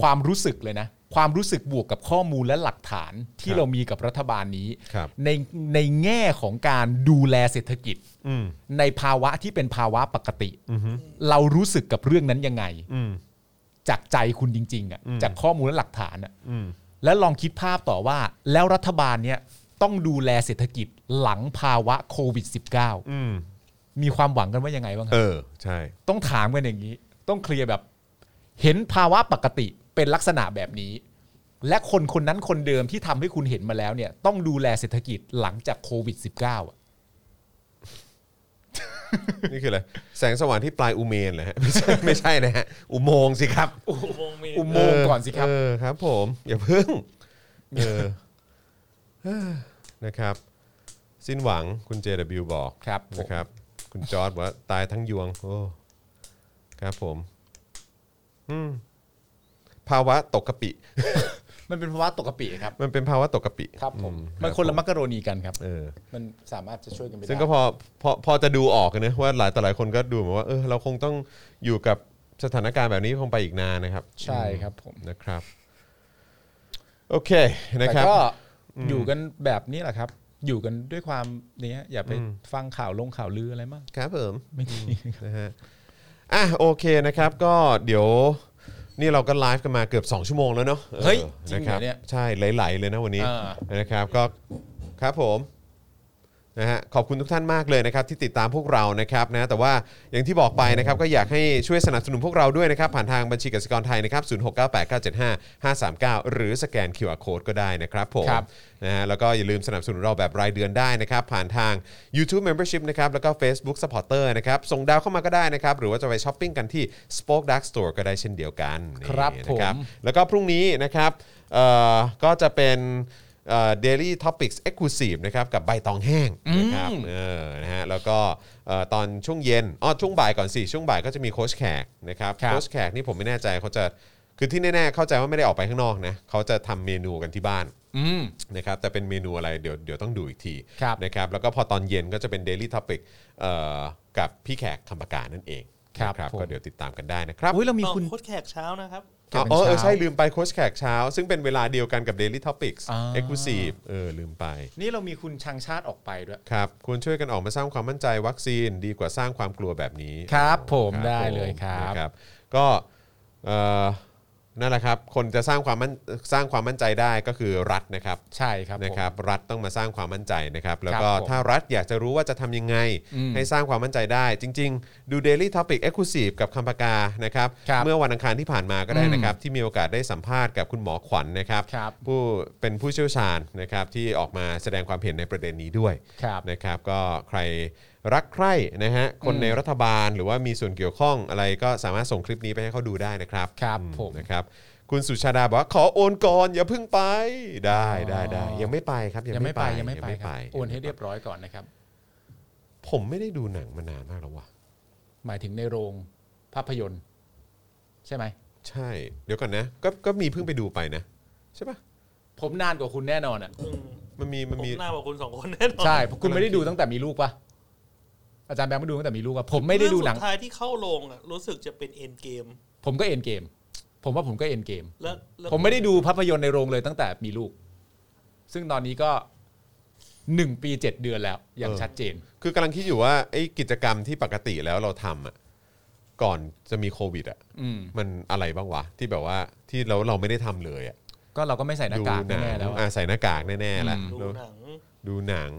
Speaker 3: ความรู้สึกเลยนะ ความรู้สึกบวกกับข้อมูลและหลักฐาน
Speaker 2: ค
Speaker 3: ที่
Speaker 2: รับ
Speaker 3: เรามีกับรัฐบาลนี้
Speaker 2: ครับ
Speaker 3: ในในแง่ของการดูแลเศรษฐกิจ
Speaker 2: อืม
Speaker 3: ในภาวะที่เป็นภาวะปกติ
Speaker 2: อืม
Speaker 3: เรารู้สึกกับเรื่องนั้นยังไง
Speaker 2: อืม
Speaker 3: จากใจคุณจริง ๆอะ
Speaker 2: อืม
Speaker 3: จากข้อมูลและหลักฐานอะ
Speaker 2: อืม
Speaker 3: แล้วลองคิดภาพต่อว่า แล้วรัฐบาลเนี่ยต้องดูแลเศรษฐกิจหลังภาวะโควิด
Speaker 2: อืม
Speaker 3: -19 มีความหวังกันว่ายังไงบ้างค
Speaker 2: เอ
Speaker 3: รับ
Speaker 2: อ ใช่
Speaker 3: ต้องถามกันอย่างนี้ ต้องเคลียร์แบบ เห็นภาวะปกติเป็นลักษณะแบบนี้ และคนคนนั้นคนเดิมที่ทำให้คุณเห็นมาแล้วเนี่ย ต้องดูแลเศรษฐกิจหลังจากโควิด -19 อ่ะ
Speaker 2: นี่คืออะไร แสงสว่างที่ปลายอุเมนเหรอฮะ [laughs] ไม่ใช่ไม่ใช่นะฮะ อุโมงค์สิครับ
Speaker 4: อุโมงค์มี
Speaker 3: อุโมงค์ก่อนสิครับ
Speaker 2: เออครับผม อย่าเพิ่ง เออเอ้อนะครับ สิ้นหวังคุณ JW บอก
Speaker 3: ครับผม
Speaker 2: นะครับ คุณจอร์ดว่าตายทั้งยวง โอ้ ครับผม อืม ภาวะตกกะปิ
Speaker 3: มันเป็นภาวะตกกระปีครับ
Speaker 2: มันเป็นภาวะตกกะปิ
Speaker 3: ครับผม
Speaker 2: อื
Speaker 3: มันคนละ
Speaker 2: รับ
Speaker 3: มักกะโรนีกันครับ
Speaker 2: เออ
Speaker 3: มันสามารถจะช่วยกันไปได้
Speaker 2: ซึ่งก็พอพอพอจะดูออกนะว่าหลายต่อหลายคนก็ดูเหมือนว่าเออเราคงต้องอยู่กับสถานการณ์แบบนี้คงไปอีกนานนะครับ
Speaker 3: ใช่ครับผม
Speaker 2: นะครับ โอเคนะ
Speaker 3: แต่
Speaker 2: ครับ
Speaker 3: ก็อยู่กันแบบนี้แหละครับ อยู่กันด้วยความเนี้ยอย่าไป
Speaker 2: อืม
Speaker 3: ฟังข่าวลงข่าวลืออะไรมาก
Speaker 2: ครับผม
Speaker 3: ไม่ดี
Speaker 2: นะฮะอ่ะโอเคนะครับ ก็เดี๋ยวนี่เราก็ไลฟ์กันมาเกือบ 2 ชั่วโมงแล้วเนาะออ
Speaker 3: เฮ้ยจริ
Speaker 2: นะ
Speaker 3: ง
Speaker 2: ค
Speaker 3: เหร
Speaker 2: รับ
Speaker 3: อเนี่ย
Speaker 2: ใช่ไหลๆเลยนะวันนี้
Speaker 3: อ่า
Speaker 2: นะครับก็ครับผม นะฮะขอบคุณทุกท่านมากเลยนะครับที่ติดตามพวกเรานะครับนะแต่ว่าอย่างที่บอกไปนะครับก็อยากให้ช่วยสนับสนุนพวกเราด้วยนะครับผ่านทางบัญชีกสิกรไทยนะครับศูนย์หกเหรือสแกน QR Code ก็ได้นะครับผม
Speaker 3: ครับ
Speaker 2: นะฮะแล้วก็อย่าลืมสนับสนุนเราแบบรายเดือนได้นะครับผ่านทาง YouTube Membership นะครับแล้วก็ Facebook Supporter นะครับส่งดาวเข้ามาก็ได้นะครับหรือว่าจะไปช้อปปิ้งกันที่ Spoke Dark Store ก็ได้เช่นเดียวกันนี่
Speaker 3: ครับ
Speaker 2: นะครั
Speaker 3: ผม
Speaker 2: แล้วก็พรุ่งนี้นะครับเอ่อก็จะเป็นเอ่อ Daily Topics Exclusive นะครับกับใบตองแห้งนะครับเออนะฮะแล้วก็เอ่อตอนช่วงเย็นอ๋อช่วงบ่ายก่อนสิช่วงบ่ายก็จะมีโค้ชแขกนะครับ
Speaker 3: ครับ
Speaker 2: โค้ชแขกนี่ผมไม่แน่ใจเขาจะคือที่แน่ๆเข้าใจว่าไม่ได้ออกไปข้างนอกนะเขาจะทำเมนูกันที่บ้าน
Speaker 3: อืม
Speaker 2: นะครับแต่เป็นเมนูอะไรเดี๋ยวเดี๋ยวต้องดูอีกที
Speaker 3: ครับ
Speaker 2: นะครับแล้วก็พอตอนเย็นก็จะเป็น Daily Topic เอ่อกับพี่แขกคำปากานั่นเอง
Speaker 3: ครับ
Speaker 2: นะ
Speaker 3: ผม
Speaker 2: ก็เดี๋ยวติดตามกันได้นะครับ
Speaker 3: อุ้ยเรามี
Speaker 4: ต่อ
Speaker 3: คุณ
Speaker 4: โคตรแขกเช้านะครับ
Speaker 2: อ๋อเออเออใช่ลืมไปโค้ชแขกเช้า ซึ่งเป็นเวลาเดียวกันกับ Daily Topics
Speaker 3: า
Speaker 2: Exclusive เออลืมไป
Speaker 3: นี่เรามีคุณชังชาติออกไปด้วย
Speaker 2: ครับควรช่วยกันออกมาสร้างความมั่นใจวัคซีนดีกว่าสร้างความกลัวแบบนี้
Speaker 3: ครับผม
Speaker 2: ครั
Speaker 3: ได้เลยครับ
Speaker 2: นะครับ ก็เอ่อนั่นแหละครับคนจะสร้างความมั่นสร้างความมั่นใจได้ก็คือรัฐนะครับ
Speaker 3: ใช่ครับผม
Speaker 2: นะครับรัฐต้องมาสร้างความมั่นใจนะครับ แล้วก็
Speaker 3: ครับผม
Speaker 2: ถ้ารัฐอยากจะรู้ว่าจะทำยังไง
Speaker 3: อืม
Speaker 2: ให้สร้างความมั่นใจได้ จริง ๆ ดู Daily Topic Exclusive กับคำปากานะครับ
Speaker 3: ครับ
Speaker 2: เมื่อวันอังคารที่ผ่านมาก็ได้
Speaker 3: อืม
Speaker 2: นะครับ ที่มีโอกาสได้สัมภาษณ์กับคุณหมอขวัญนะครับ
Speaker 3: ครับ
Speaker 2: ผู้เป็นผู้เชี่ยวชาญนะครับที่ออกมาแสดงความเห็นในประเด็นนี้ด้วย
Speaker 3: ครับ
Speaker 2: นะครับก็ใครรักใคร่นะฮะคน
Speaker 3: อืม
Speaker 2: ในรัฐบาลหรือว่ามีส่วนเกี่ยวข้องอะไรก็สามารถส่งคลิปนี้ไปให้เขาดูได้นะครับ
Speaker 3: ครับ
Speaker 2: อื
Speaker 3: ผม
Speaker 2: นะครับคุณสุชาดาบอกว่าขอโอนก่อนอย่าเพิ่งไปได้ได้ได้
Speaker 3: อ๋อ
Speaker 2: ยังไม่ไปครับ
Speaker 3: ยังไม่ไปยังไม่ไป
Speaker 2: ยัง
Speaker 3: ครับโอนให้เรียบร้อยก่อนนะครับ
Speaker 2: ผมไม่ได้ดูหนังมานานมากแล้วว่ะ
Speaker 3: หมายถึงในโรงภาพยนตร์ ใช่ไหม
Speaker 2: ใช่ เดี๋ยวก่อนนะก็ก็มีเพิ่งไปดูไปนะใช่ปะ
Speaker 3: ผมนานกว่าคุณแน่นอนอ่ะ
Speaker 4: อืม
Speaker 2: มันมีมัน
Speaker 4: ผม
Speaker 2: มี
Speaker 4: หน้ากว่าคุณสองคนแน่นอน
Speaker 3: ใช่เพราะคุณไม่ได้ดูตั้งแต่มีลูกปะอาจารย์แบงค์ไม่ดูตั้งแต่มีลูกปะผมไม่ได้ดูหนัง
Speaker 4: เรื่องสุดท้ายที่เข้าโรงอะรู้สึกจะเป็นเอ็นเกม
Speaker 3: ผมก็เอ็นเกม ผมว่าผมก็เอ็นเกม
Speaker 4: แล้วแล้ว
Speaker 3: ผมไม่ได้ดูภาพยนตร์ในโรงเลยตั้งแต่มีลูก ซึ่งตอนนี้ก็หนึ่งปีเจ็ดเดือนแล้ว อย่าง
Speaker 2: เออ
Speaker 3: ชัดเจน
Speaker 2: คือกำลังคิดอยู่ว่าไอ้กิจกรรมที่ปกติแล้วเราทำอ่ะก่อนจะมีโควิดอ่ะ
Speaker 3: อืม
Speaker 2: มันอะไรบ้างวะ ที่แบบว่าที่เราเราไม่ได้ทำเลยอ่ะ
Speaker 3: ก็เราก็ไม่ใส่หน้า
Speaker 2: ดู
Speaker 3: กาก
Speaker 2: หนัง
Speaker 3: แน่ๆแล้ว
Speaker 2: อ่ะ
Speaker 3: อะ
Speaker 2: ใส่หน้ากากแน่ๆแหละ
Speaker 3: อืม
Speaker 4: ดู
Speaker 2: แล้ว
Speaker 4: หนัง
Speaker 2: ดูหนัง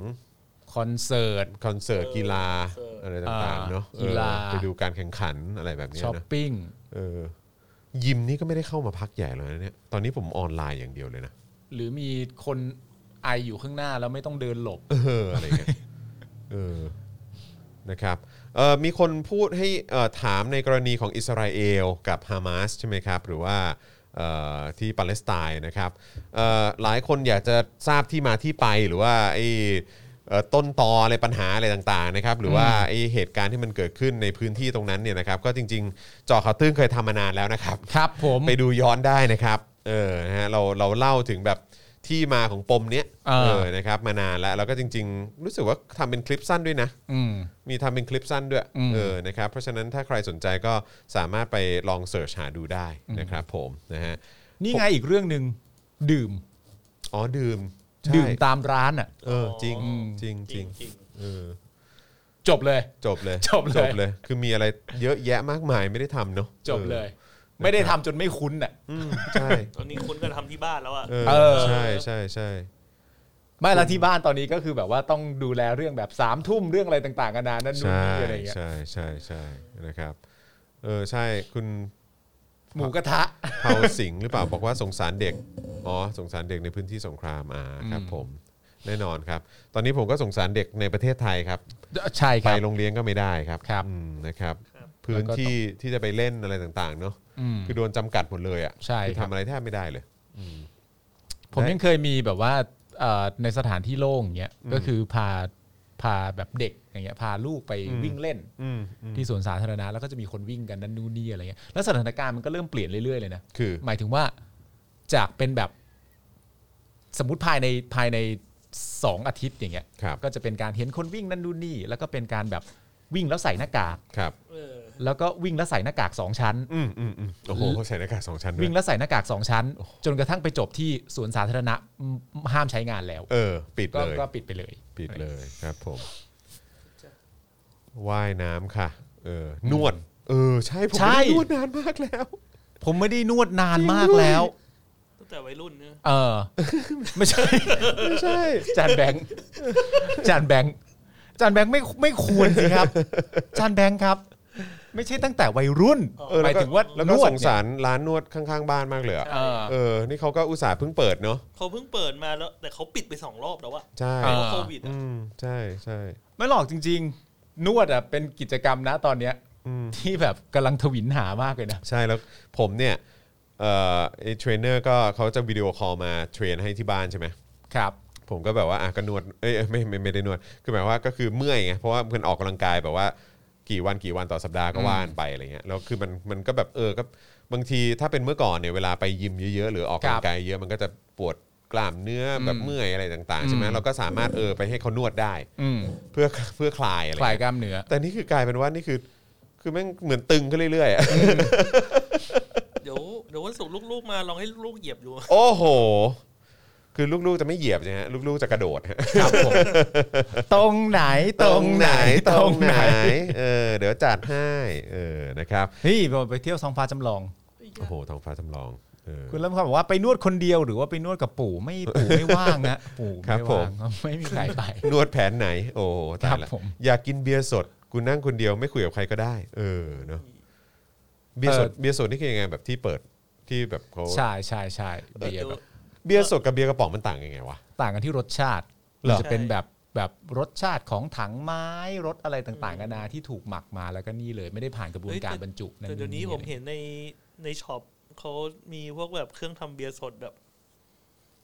Speaker 3: คอนเสิร์ต
Speaker 2: คอนเสิร์ต
Speaker 4: เออ
Speaker 2: กีฬา
Speaker 4: เอออ
Speaker 2: อะไรต่างๆเนาะ
Speaker 3: กีฬา
Speaker 2: เออไปดูการแข่งขันอะไรแบบเนี้ย
Speaker 3: ช้อป
Speaker 2: นะ
Speaker 3: ปิ้ง
Speaker 2: เออยิมนี่ก็ไม่ได้เข้ามาพักใหญ่แล้วนะเนี่ยตอนนี้ผมออนไลน์อย่างเดียวเลยนะ
Speaker 3: หรือมีคนไออยู่ข้างหน้าแล้วไม่ต้องเดินหลบ
Speaker 2: เอออะไรเงี้ย เออ นะครับเอ่อมีคนพูดให้เอ่อถามในกรณีของอิสราเอลกับฮามาสใช่ไหมครับ หรือว่าเอ่อที่ปาเลสไตน์นะครับเอ่อหลายคนอยากจะทราบที่มาที่ไปหรือว่าไอ้เอ่อต้นตออะไรปัญหาอะไรต่างๆนะครับ หรือว่าไอ้เหตุการณ์ที่มันเกิดขึ้นในพื้นที่ตรงนั้นเนี่ยนะครับ ก็จริงๆเจอข่าวตื้นเคยทำมานานแล้วนะครับ
Speaker 3: ครับผม
Speaker 2: ไปดูย้อนได้นะครับ เออนะฮะเราเราเล่าถึงแบบที่มาของปมเนี้ย
Speaker 3: เออ
Speaker 2: นะครับ มานานแล้วแล้วก็จริง ๆ รู้สึกว่าทำเป็นคลิปสั้นด้วยนะ
Speaker 3: อืม
Speaker 2: มีทำเป็นคลิปสั้นด้วย
Speaker 3: อืม
Speaker 2: เออนะครับเพราะฉะนั้นถ้าใครสนใจก็สามารถไปลองเสิร์ชหาดูได้นะครับผมนะฮะ
Speaker 3: นี่ไงอีกเรื่องหนึ่งดื่ม
Speaker 2: อ๋อดื่มใช่
Speaker 3: ดื่มตามร้านอ่ะ
Speaker 2: เออจริง
Speaker 4: อ๋อ
Speaker 2: จริง
Speaker 4: จ
Speaker 2: จริ
Speaker 4: ริ
Speaker 2: ง
Speaker 4: งจริง
Speaker 2: เออ
Speaker 3: จบเลย
Speaker 2: จบเลย
Speaker 3: จบ
Speaker 2: จ
Speaker 3: เลย
Speaker 2: บเลย คือมีอะไรเยอะแยะมากมายไม่ได้ทำเนาะ
Speaker 3: จบเลย
Speaker 2: ออ
Speaker 3: ไม่ได้ทำจนไม่คุ้นอ่ะ
Speaker 2: มใช่
Speaker 4: ตอนนี้คุณก็ทำที่บ้านแล้วอ่ะ
Speaker 2: เอ
Speaker 3: เอ
Speaker 2: อ
Speaker 3: อ
Speaker 2: ใช่ใช่ใช่
Speaker 3: ไม่และที่บ้านตอนนี้ก็คือแบบว่าต้องดูแลเรื่องแบบสามทุ่มเรื่องอะไรต่างๆกันานานั่นนู่น
Speaker 2: ใช่
Speaker 3: นี่อะไรเงี้ย
Speaker 2: ใช่ใช่ใช่นะครับเออใช่คุณ
Speaker 3: หมูกระทะ
Speaker 2: เผา [laughs] สิงห์หรือเปล่าบอกว่าสงสารเด็กอ๋อสงสารเด็กในพื้นที่สงครามอ่าครับ ผมแน่นอนครับ ตอนนี้ผมก็สงสารเด็กในประเทศไทยครับ
Speaker 3: ใช่ค
Speaker 2: ไป
Speaker 3: รับ
Speaker 2: โรงเรียนก็ไม่ได้ครับ
Speaker 3: ครับ
Speaker 2: อืมนะครับ
Speaker 4: ครับ
Speaker 2: พื้นที่ที่จะไปเล่นอะไรต่างๆ เนาะ
Speaker 3: อืม
Speaker 2: คือโดนจำกัดหมดเลยอ่ะ
Speaker 3: ใช่
Speaker 2: คือ
Speaker 3: ครับ
Speaker 2: ทำอะไรแทบไม่ได้เลย
Speaker 3: ผมยังเคยมีแบบว่าเอ่อในสถานที่โล่งอย่างเงี้ยก็คือพาพาแบบเด็กอย่างเงี้ยพาลูกไปวิ่งเล่น
Speaker 2: อืม
Speaker 3: ที่สวนสาธารณะแล้วก็จะมีคนวิ่งกันนั่นนู่นนี่อะไรเงี้ยแล้วสถานการณ์มันก็เริ่มเปลี่ยนเรื่อยๆเลยนะ
Speaker 2: คือ
Speaker 3: หมายถึงว่าจากเป็นแบบสมมติภายในภายในสองอาทิตย์อย่างเงี้ย
Speaker 2: ครับ
Speaker 3: ก็จะเป็นการเห็นคนวิ่งนั่นนู่นนี่ แล้วก็เป็นการแบบวิ่งแล้วใส่หน้ากาก
Speaker 2: ครับ
Speaker 4: เออ
Speaker 3: แล้วก็วิ่งแล้วใส่หน้ากากสองชั้น
Speaker 2: อืมอืมอืมโอ้โหเขาใส่หน้ากากสองชั้นด้ว
Speaker 3: วิ่
Speaker 2: ย
Speaker 3: งแล้วใส่หน้ากากสองชั้น จนกระทั่งไปจบที่สวนสาธารณะอืมห้ามใช้งานแล้ว
Speaker 2: เออ ปิด
Speaker 3: ก็
Speaker 2: เลย
Speaker 3: ก็ปิดไปเลย
Speaker 2: ปิดเลยครับผมว่ายน้ำค่ะ เออนวด เออ ใช่ผม
Speaker 3: ใช่
Speaker 2: ไม่ได้นวดนานมากแล้ว
Speaker 3: ผมไม่ได้นวดนานมากแล้ว
Speaker 4: ตั้งแต่วัยรุ่นเนอะ
Speaker 3: เออ ไม่ใช่
Speaker 2: ไม่ใช่
Speaker 3: จานแบงค์จานแบงค์จานแบงค์ไม่ไม่ควรสิครับ จานแบงค์ครับ ไม่ใช่ตั้งแต่วัยรุ่น
Speaker 2: เออ
Speaker 3: ห
Speaker 2: แล้ว
Speaker 3: มา
Speaker 2: ย ก็
Speaker 3: ถึงว่า
Speaker 2: แล้วก็
Speaker 3: นว
Speaker 2: ส
Speaker 3: ด
Speaker 2: ง
Speaker 3: เนี่ย
Speaker 2: สารร้านนวดข้างๆ บ้านมากเลยอะ
Speaker 3: เออ
Speaker 2: เออ นี่เขาก็อุตส่าห์เพิ่งเปิดเนาะ
Speaker 4: เขาเพิ่งเปิดมาแล้ว แต่เขาปิดไปสองรอบแล้วอะ
Speaker 2: ใช่
Speaker 3: เออ
Speaker 4: เพราะโควิดอะ
Speaker 2: อืมใช่ใช่
Speaker 3: ไม่หรอกจริง ๆ นวดอ่ะเป็นกิจกรรมนะตอนเนี้ย
Speaker 2: อืม
Speaker 3: ที่แบบกำลังทวินหามากเลยนะ
Speaker 2: ใช่แล้วผมเนี่ยเอ่อไอ้เทรนเนอร์ก็เขาจะวิดีโอคอลมาเทรนให้ที่บ้านใช่ไหม
Speaker 3: ครับ
Speaker 2: ผมก็แบบว่าอ่ะก็นวดเอ้ยไม่ไม่ไม่ได้นวด คือหมายว่าก็คือเมื่อยไงเพราะว่าเพื่อนออกกำลังกายแบบว่ากี่วันกี่วันต่อสัปดาห์ก็ว่านไปอะไรเงี้ยแล้วคือมันมันก็แบบเออก็บางทีถ้าเป็นเมื่อก่อนเนี่ยเวลาไปยิมเยอะๆหรือออกกำลั
Speaker 3: ครั
Speaker 2: ง
Speaker 3: บ
Speaker 2: กายเยอะมันก็จะปวดกล้ามเนื้อแบบเมื่อยอะไรต่างๆใช่ไหมเราก็สามารถเออไปให้เขานวดได้
Speaker 3: อืม
Speaker 2: เพื่อ [laughs] เพื่อคลายอะไร
Speaker 3: คลายก
Speaker 2: เงี้ย
Speaker 3: ล้ามเนื้อ
Speaker 2: แต่นี่คือกลายเป็นว่านี่คือ คือแม่งเหมือนตึงขึ้นเรื่อยๆอะ [laughs]
Speaker 4: เดี๋ยวเดี๋ยววันศุกร์ลูกๆมาลองให้ลูกเหยียบดู
Speaker 2: โอ้โห คือลูกๆจะไม่เหยียบใช่ไหมฮะลูกๆจะกระโดดฮะ
Speaker 3: ครับผม ตรงไหนตรงไหน
Speaker 2: ตรงไหน เออ เดี๋ยวจัดให้เออนะครับ
Speaker 3: นี่ผมไปเที่ยวซองฟ้าจำลอง
Speaker 2: โอ้โหท้องฟ้าจำลองเออ
Speaker 3: คุณลำคำบอกว่าไปนวดคนเดียวหรือว่าไปนวดกับปู่ไม่ปู่ไม่ว่างนะปู่
Speaker 2: ครับ
Speaker 3: ไม่
Speaker 2: ผ
Speaker 3: ว่าม ง [laughs] ไม่มีใครไป
Speaker 2: นวดแผนไหน โอ้โหตา
Speaker 3: ครั
Speaker 2: ย
Speaker 3: บ
Speaker 2: ละ
Speaker 3: ผม
Speaker 2: อยากกินเบียร์สดกูนั่งคนเดียวไม่คุยกับใครก็ได้ เออเนาะเบียร์สด
Speaker 3: เออ
Speaker 2: เบียร์สดนี่คือยังไงแบบที่เปิดที่แบบเขา
Speaker 3: ใช่ใช่ใช่เบียร์แบบ
Speaker 2: เบียร์สดกับเบียร์กระป๋องมันต่างยังไงวะ
Speaker 3: ต่างกันที่รสชาติ
Speaker 2: เหรอ
Speaker 3: จะเป็นแบบแบบรสชาติของถังไม้รสอะไรต่างๆกันานาที่ถูกหมักมาแล้วก็นี่เลยไม่ได้ผ่านกระบวน
Speaker 4: เฮ้ยแต่
Speaker 3: การบรรจุ
Speaker 4: แต่เดี๋ยวนี้
Speaker 3: อะไร
Speaker 4: ผมเห็นในในช็อปเขามีพวกแบบเครื่องทำเบียร์สดแบบ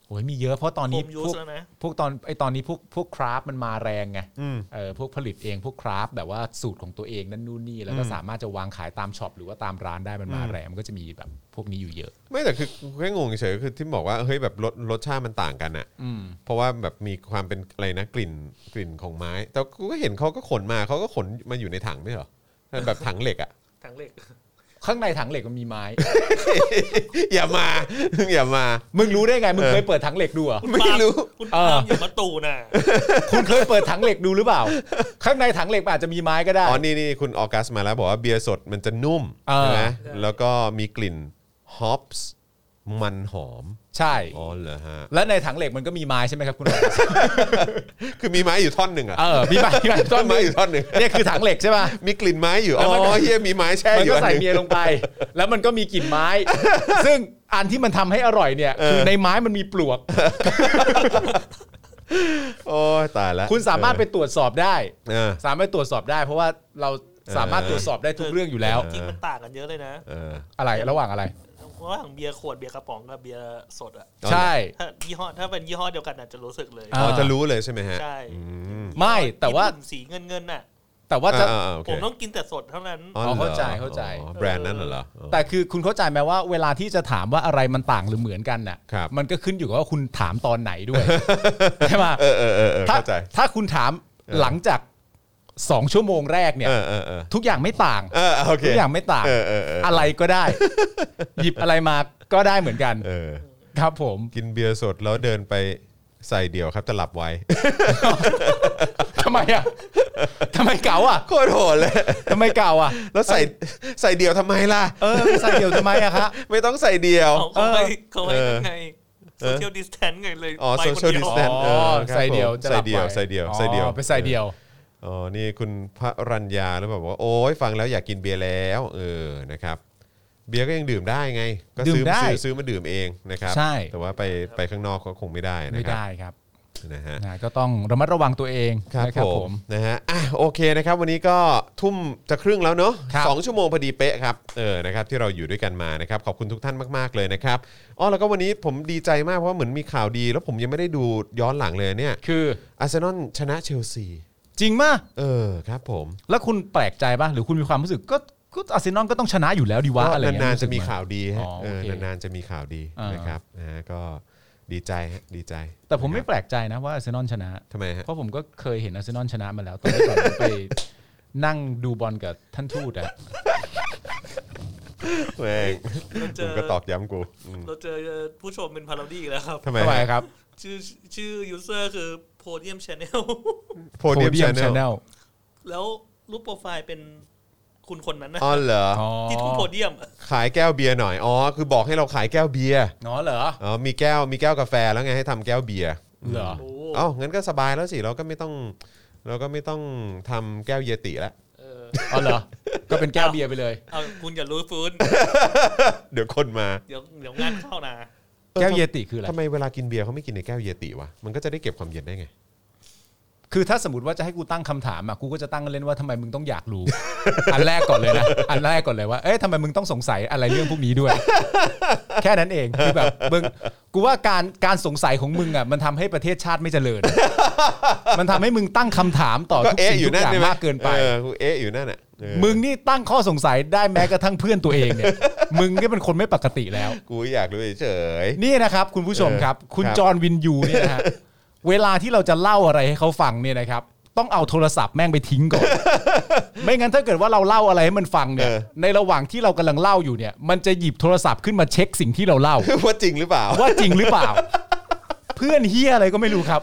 Speaker 3: โอ้ยมีเยอะเพราะตอน
Speaker 4: โฮ
Speaker 3: นี้
Speaker 4: มยู
Speaker 3: พวก
Speaker 4: สแล้วนะ
Speaker 3: พวกตอนไอตอนนี้พวกพวกคราฟมันมาแรงไง
Speaker 2: อืม
Speaker 3: เออพวกผลิตเองพวกคราฟแบบว่าสูตรของตัวเองนั่นนู่นนี่แล้วก็สามารถจะวางขายตามช็อปหรือว่าตามร้านได้มันมาแรงมันก็จะมีแบบพวกนี้อยู่เยอะ
Speaker 2: ไม่แต่คือแค่งงเฉยๆคือที่บอกว่าเฮ้ยแบบรสรสชาติมันต่างกันอะ
Speaker 3: อืม
Speaker 2: เพราะว่าแบบมีความเป็นอะไรนะกลิ่นกลิ่นของไม้ แต่กูก็เห็นเขาก็ขนมาเขาก็ขนมาอยู่ในถังไม่ใช่เหรอแบบถังเหล็กอะ
Speaker 4: ถังเหล็ก
Speaker 3: ข้างในถังเหล็กมันมีไม้
Speaker 2: [laughs] อย่ามา อย่ามา
Speaker 3: มึงรู้ได้ไง มึง
Speaker 2: เออ
Speaker 3: เคยเปิดถังเหล็กดูเหรอ
Speaker 2: ไม่รู้
Speaker 4: คุณ
Speaker 3: เอ
Speaker 4: ปา
Speaker 3: อ
Speaker 4: ล์ม
Speaker 3: อ
Speaker 4: อยู่มาตูน่ะ
Speaker 3: คุณเคยเปิดถังเหล็กดูหรื
Speaker 2: [laughs]
Speaker 3: อเปล่า ข้างในถังเหล็กมันอาจจะมีไม้ก็ได้
Speaker 2: อ๋อนี่นี่คุณออกัสมาแล้วบอกว่าเบียร์สดมันจะนุ่ม
Speaker 3: เออ
Speaker 2: ใช่ไหมแล้วก็มีกลิ่นฮอปส์มันหอม
Speaker 3: ใช่
Speaker 2: อ๋อเหรอฮะ
Speaker 3: และในถังเหล็กมันก็มีไม้ใช่ไหมครับคุณ
Speaker 2: คือมีไม้อยู่ท่อนหนึ่งอ่ะ
Speaker 3: เออมีไม้มีไม้ต้น
Speaker 2: ไม้ [laughs] อยู่ท่อนหนึ่ง
Speaker 3: เนี่ยคือถังเหล็กใช่ป่ะ
Speaker 2: มีกลิ่นไม้อยู่
Speaker 3: แล้
Speaker 2: อ๋
Speaker 3: วมันก็
Speaker 2: อเฮียมีไม้แช่
Speaker 3: มัน
Speaker 2: อยู่
Speaker 3: ก็
Speaker 2: อัน
Speaker 3: ใส่
Speaker 2: หนึ่ง
Speaker 3: เมียลงไป แล้วมันก็มีกลิ่น
Speaker 2: [laughs]
Speaker 3: ไม้ ซึ่งอันที่มันทำให้อร่อยเนี่ยคือ
Speaker 2: เออ
Speaker 3: ในไม้มันมีปลวก
Speaker 2: โอ้ยตายแล้ว
Speaker 3: คุณสามารถไปตรวจสอบได้
Speaker 2: เออ
Speaker 3: สามารถตรวจสอบได้ เพราะว่าเราสามารถตรวจสอบได้ทุกเรื่องอยู่แล้ว
Speaker 4: จริงมันต่างกันเยอะเลยนะ
Speaker 2: เออ
Speaker 3: อะไรระหว่างอะไร
Speaker 4: ระหว่างเบียร์ขวดเบียร์กระป๋องกับเบียร์สดอะ
Speaker 3: ใช่
Speaker 4: ถ้ายี่ห้อถ้าเป็นยี่ห้อเดียวกันอาจจะรู้สึกเลย
Speaker 3: อ่
Speaker 2: อ๋อจะรู้เลยใช่ไหมฮะ
Speaker 4: ใช่
Speaker 2: อืม
Speaker 3: ไม่แต่ว่า
Speaker 4: ญี่ปุ่นสีเงินเงินๆน่ะ
Speaker 3: แต่ว่าจะ
Speaker 2: อ่อ่โอเค
Speaker 4: ผมต้องกินแต่สดเท่านั้น
Speaker 2: อ๋อหร
Speaker 3: เข้าใจเข้าใจ
Speaker 2: อ๋อแบรนด์นั้นเหรออ๋อ
Speaker 3: แต่คือคุณเข้าใจไหมว่าเวลาที่จะถามว่าอะไรมันต่างหรือเหมือนกันน่ะ
Speaker 2: ครับ
Speaker 3: มันก็ขึ้นอยู่กับว่าคุณถามตอนไหน
Speaker 2: [laughs]
Speaker 3: ด้วย ใช่ไหม
Speaker 2: เออเออเออเออ
Speaker 3: ถ้า
Speaker 2: เข้าใจ
Speaker 3: ถ้าคุณถาม
Speaker 2: เออ
Speaker 3: หลังจากสองชั่วโมงแรกเนี่ย
Speaker 2: เออเออเออ
Speaker 3: ทุกอย่างไม่ต่าง
Speaker 2: เออโอเค
Speaker 3: ทุกอย่างไม่ต่าง
Speaker 2: เออเออเออ
Speaker 3: อะไรก็ได้ หยิบอะไรมาก็ได้เหมือนกัน
Speaker 2: เออ
Speaker 3: ครับผม
Speaker 2: กินเบียร์สดแล้วเดินไปใส่เดี่ยวครับจะหลับไว้
Speaker 3: ทำไมอ่ะทำไมเก่าอ่ะ
Speaker 2: โคตรโหดเลย
Speaker 3: ทำไมเก่าอ่ะ
Speaker 2: แล้วใส่ใส่เดี่ยวทำไมล่ะ
Speaker 3: เออใส่เดี่ยวทำไมอะคะ
Speaker 2: ไม่ต้องใส่เดี่ยว
Speaker 4: เขาไปเขาไป
Speaker 2: เออ
Speaker 4: ไงโซเชียลดิสแทนไงเลย
Speaker 2: อ๋อ
Speaker 4: ไป
Speaker 2: โซ
Speaker 4: คน
Speaker 2: เชียล
Speaker 4: เดี
Speaker 2: ดิ
Speaker 4: ยว
Speaker 2: สแตน
Speaker 3: อ๋อใส่เดี่ยวจะห
Speaker 2: ใส่
Speaker 3: ลับ
Speaker 2: เดี่ยว
Speaker 3: ไว้
Speaker 2: ใส่เดี่ยวใส่เดี่ยว
Speaker 3: อ๋อไปใส่เดี่ยว
Speaker 2: อ๋อนี่คุณพระรัญญาแล้วแบบว่าโอ้ยฟังแล้วอยากกินเบียร์แล้ว เออนะครับ เบียร์ก็ยังดื่มได้ไง ก็ซื้อ
Speaker 3: ดื่มได้
Speaker 2: ซื้อซื้อมาดื่มเองนะครับ
Speaker 3: ใช่
Speaker 2: แต่ว่าไปไปข้างนอกก็คงไม่ได้นะ
Speaker 3: ไม่
Speaker 2: ครับ
Speaker 3: ได้ครับ
Speaker 2: นะฮะ
Speaker 3: นะก็ต้องระมัดระวังตัวเอง
Speaker 2: ครับ
Speaker 3: นะ
Speaker 2: ผมนะฮะอ่ะโอเคนะครับ วันนี้ก็ทุ่มจะครึ่งแล้วเนอะ
Speaker 3: ครับ
Speaker 2: สองชั่วโมงพอดีเป๊ะครับเออนะครับที่เราอยู่ด้วยกันมานะครับ ขอบคุณทุกท่านมากๆเลยนะครับอ๋อแล้วก็วันนี้ผมดีใจมากเพราะว่าเหมือนมีข่าวดี แล้วผมยังไม่ได้ดูย้อนหลังเลยเนี่ย
Speaker 3: คือ
Speaker 2: อาร์เซนอลชนะเชลซี
Speaker 3: จริงมะ
Speaker 2: เออครับผม
Speaker 3: แล้วคุณแปลกใจป่ะหรือคุณมีความรู้สึกก็ก็อาร์เซนอลก็ต้องชนะอยู่แล้วดีวะอะไร
Speaker 2: ก็
Speaker 3: เงี้ย
Speaker 2: นานๆจะมีข่าวดีฮะ
Speaker 3: อ๋อ
Speaker 2: เอ
Speaker 3: โอ
Speaker 2: อ
Speaker 3: เคน
Speaker 2: านๆจะมีข่าวดี
Speaker 3: อ่าน
Speaker 2: นะครับนะฮะก็ดีใจฮะดีใจ
Speaker 3: แต่ผมไม่
Speaker 2: นะครับ
Speaker 3: แปลกใจนะว่าอาร์เซนอลชนะ
Speaker 2: ทำไมฮะ
Speaker 3: เพราะผมก็เคยเห็นอาร์เซนอลชนะมาแล้วตอนที่ผมไปนั่งดูบอลกับท่านทูตอะ
Speaker 2: แม่ง
Speaker 4: เราเจ
Speaker 2: ผม
Speaker 4: อ
Speaker 2: ก็ตอกย้ำกูอืม
Speaker 4: เราเจอผู้ชมเป็นพาราดี้อีกแล้วครับ
Speaker 2: ทำไม
Speaker 3: ทำไม
Speaker 2: ฮะ
Speaker 3: ครับ
Speaker 4: ชื่อชื่อยูเซอร์คือโพเดียมชาแนล
Speaker 2: โพเดียมชาแนล
Speaker 3: ล
Speaker 4: [laughs] แล้วรูปโปรไฟล์เป็นคุณคนนั้นนะ
Speaker 2: อ๋อเหรอ
Speaker 3: อ๋อ
Speaker 4: ที่ทุกโพเดียมอะ
Speaker 2: ขายแก้วเบียร์หน่อย อ๋อ คือบอกให้เราขายแก้วเบียร์
Speaker 3: อ๋อเหรอ
Speaker 2: อ๋อ มีแก้ว มีแก้วกาแฟแล้วไงให้ทำแก้วเบียร์
Speaker 3: เหรอ
Speaker 4: โอ้
Speaker 2: เอ้างั้นก็สบายแล้วสิ เราก็ไม่ต้อง เราก็ไม่ต้องทำแก้วเยติละ
Speaker 4: เออ
Speaker 3: อ๋อเหรอ ก็เป็นแก้วเบียร์ไปเลย
Speaker 4: เอาคุณอย่ารู้ฟื้น
Speaker 2: เดี๋ยวคนมา
Speaker 4: เดี๋ยวเดี๋ยวงานเข้านะ
Speaker 3: แก้วเยติคืออะไร
Speaker 2: ทำไมเวลากินเบียร์เขาไม่กินในแก้วเยติวะ มันก็จะได้เก็บความเย็นได้ไง
Speaker 3: คือถ้าสมมติว่าจะให้กูตั้งคำถามอ่ะ กูก็จะตั้งเล่นว่าทำไมมึงต้องอยากรู้ [laughs] อันแรกก่อนเลยนะ อันแรกก่อนเลยว่า เอ๊ะทำไมมึงต้องสงสัยอะไรเรื่องพวกนี้ด้วย แค่นั้นเอง คือแบบมึง กูว่าการการสงสัยของมึงอ่ะ มันทำให้ประเทศชาติไม่เจริญ มันทำให้มึงตั้งคำถามต่อ
Speaker 2: ก็
Speaker 3: ทุก
Speaker 2: เอ๊ะ
Speaker 3: สิ่ง
Speaker 2: อยู่
Speaker 3: ทุก
Speaker 2: นั่
Speaker 3: อน ย่าง
Speaker 2: ใช่ไหม
Speaker 3: มากเกินไป
Speaker 2: ออกูเอ๊ะอยู่นั่นอ่ะเออ
Speaker 3: มึงนี่ตั้งข้อสงสัยได้แม้กระทั่งเพื่อนตัวเองเนี่ย มึงก็เป็นคนไม่ปกติแล้ว
Speaker 2: กูอยากรู้เฉย
Speaker 3: นี่นะครับ คุณผู้ชมครับ
Speaker 2: เออ
Speaker 3: คุณ
Speaker 2: ครับ
Speaker 3: จอห์นวินยูเนี่ยนะฮะ เวลาที่เราจะเล่าอะไรให้เขาฟังเนี่ยนะครับ ต้องเอาโทรศัพท์แม่งไปทิ้ง
Speaker 2: [laughs]
Speaker 3: ก่อน ไม่งั้นถ้าเกิดว่าเราเล่าอะไรให้มันฟังเนี่ย ในระหว่างที่เรากำลังเล่าอยู่เนี่ย มันจะหยิบโทรศัพท์ขึ้นมาเช็คสิ่งที่เราเล่า
Speaker 2: [laughs] ๆ ว่าจริงหรือเปล่า
Speaker 3: ว่าจริงหรือเปล่า เพื่อนเฮียอะไรก็ไม่รู้
Speaker 2: [laughs]
Speaker 3: ครับ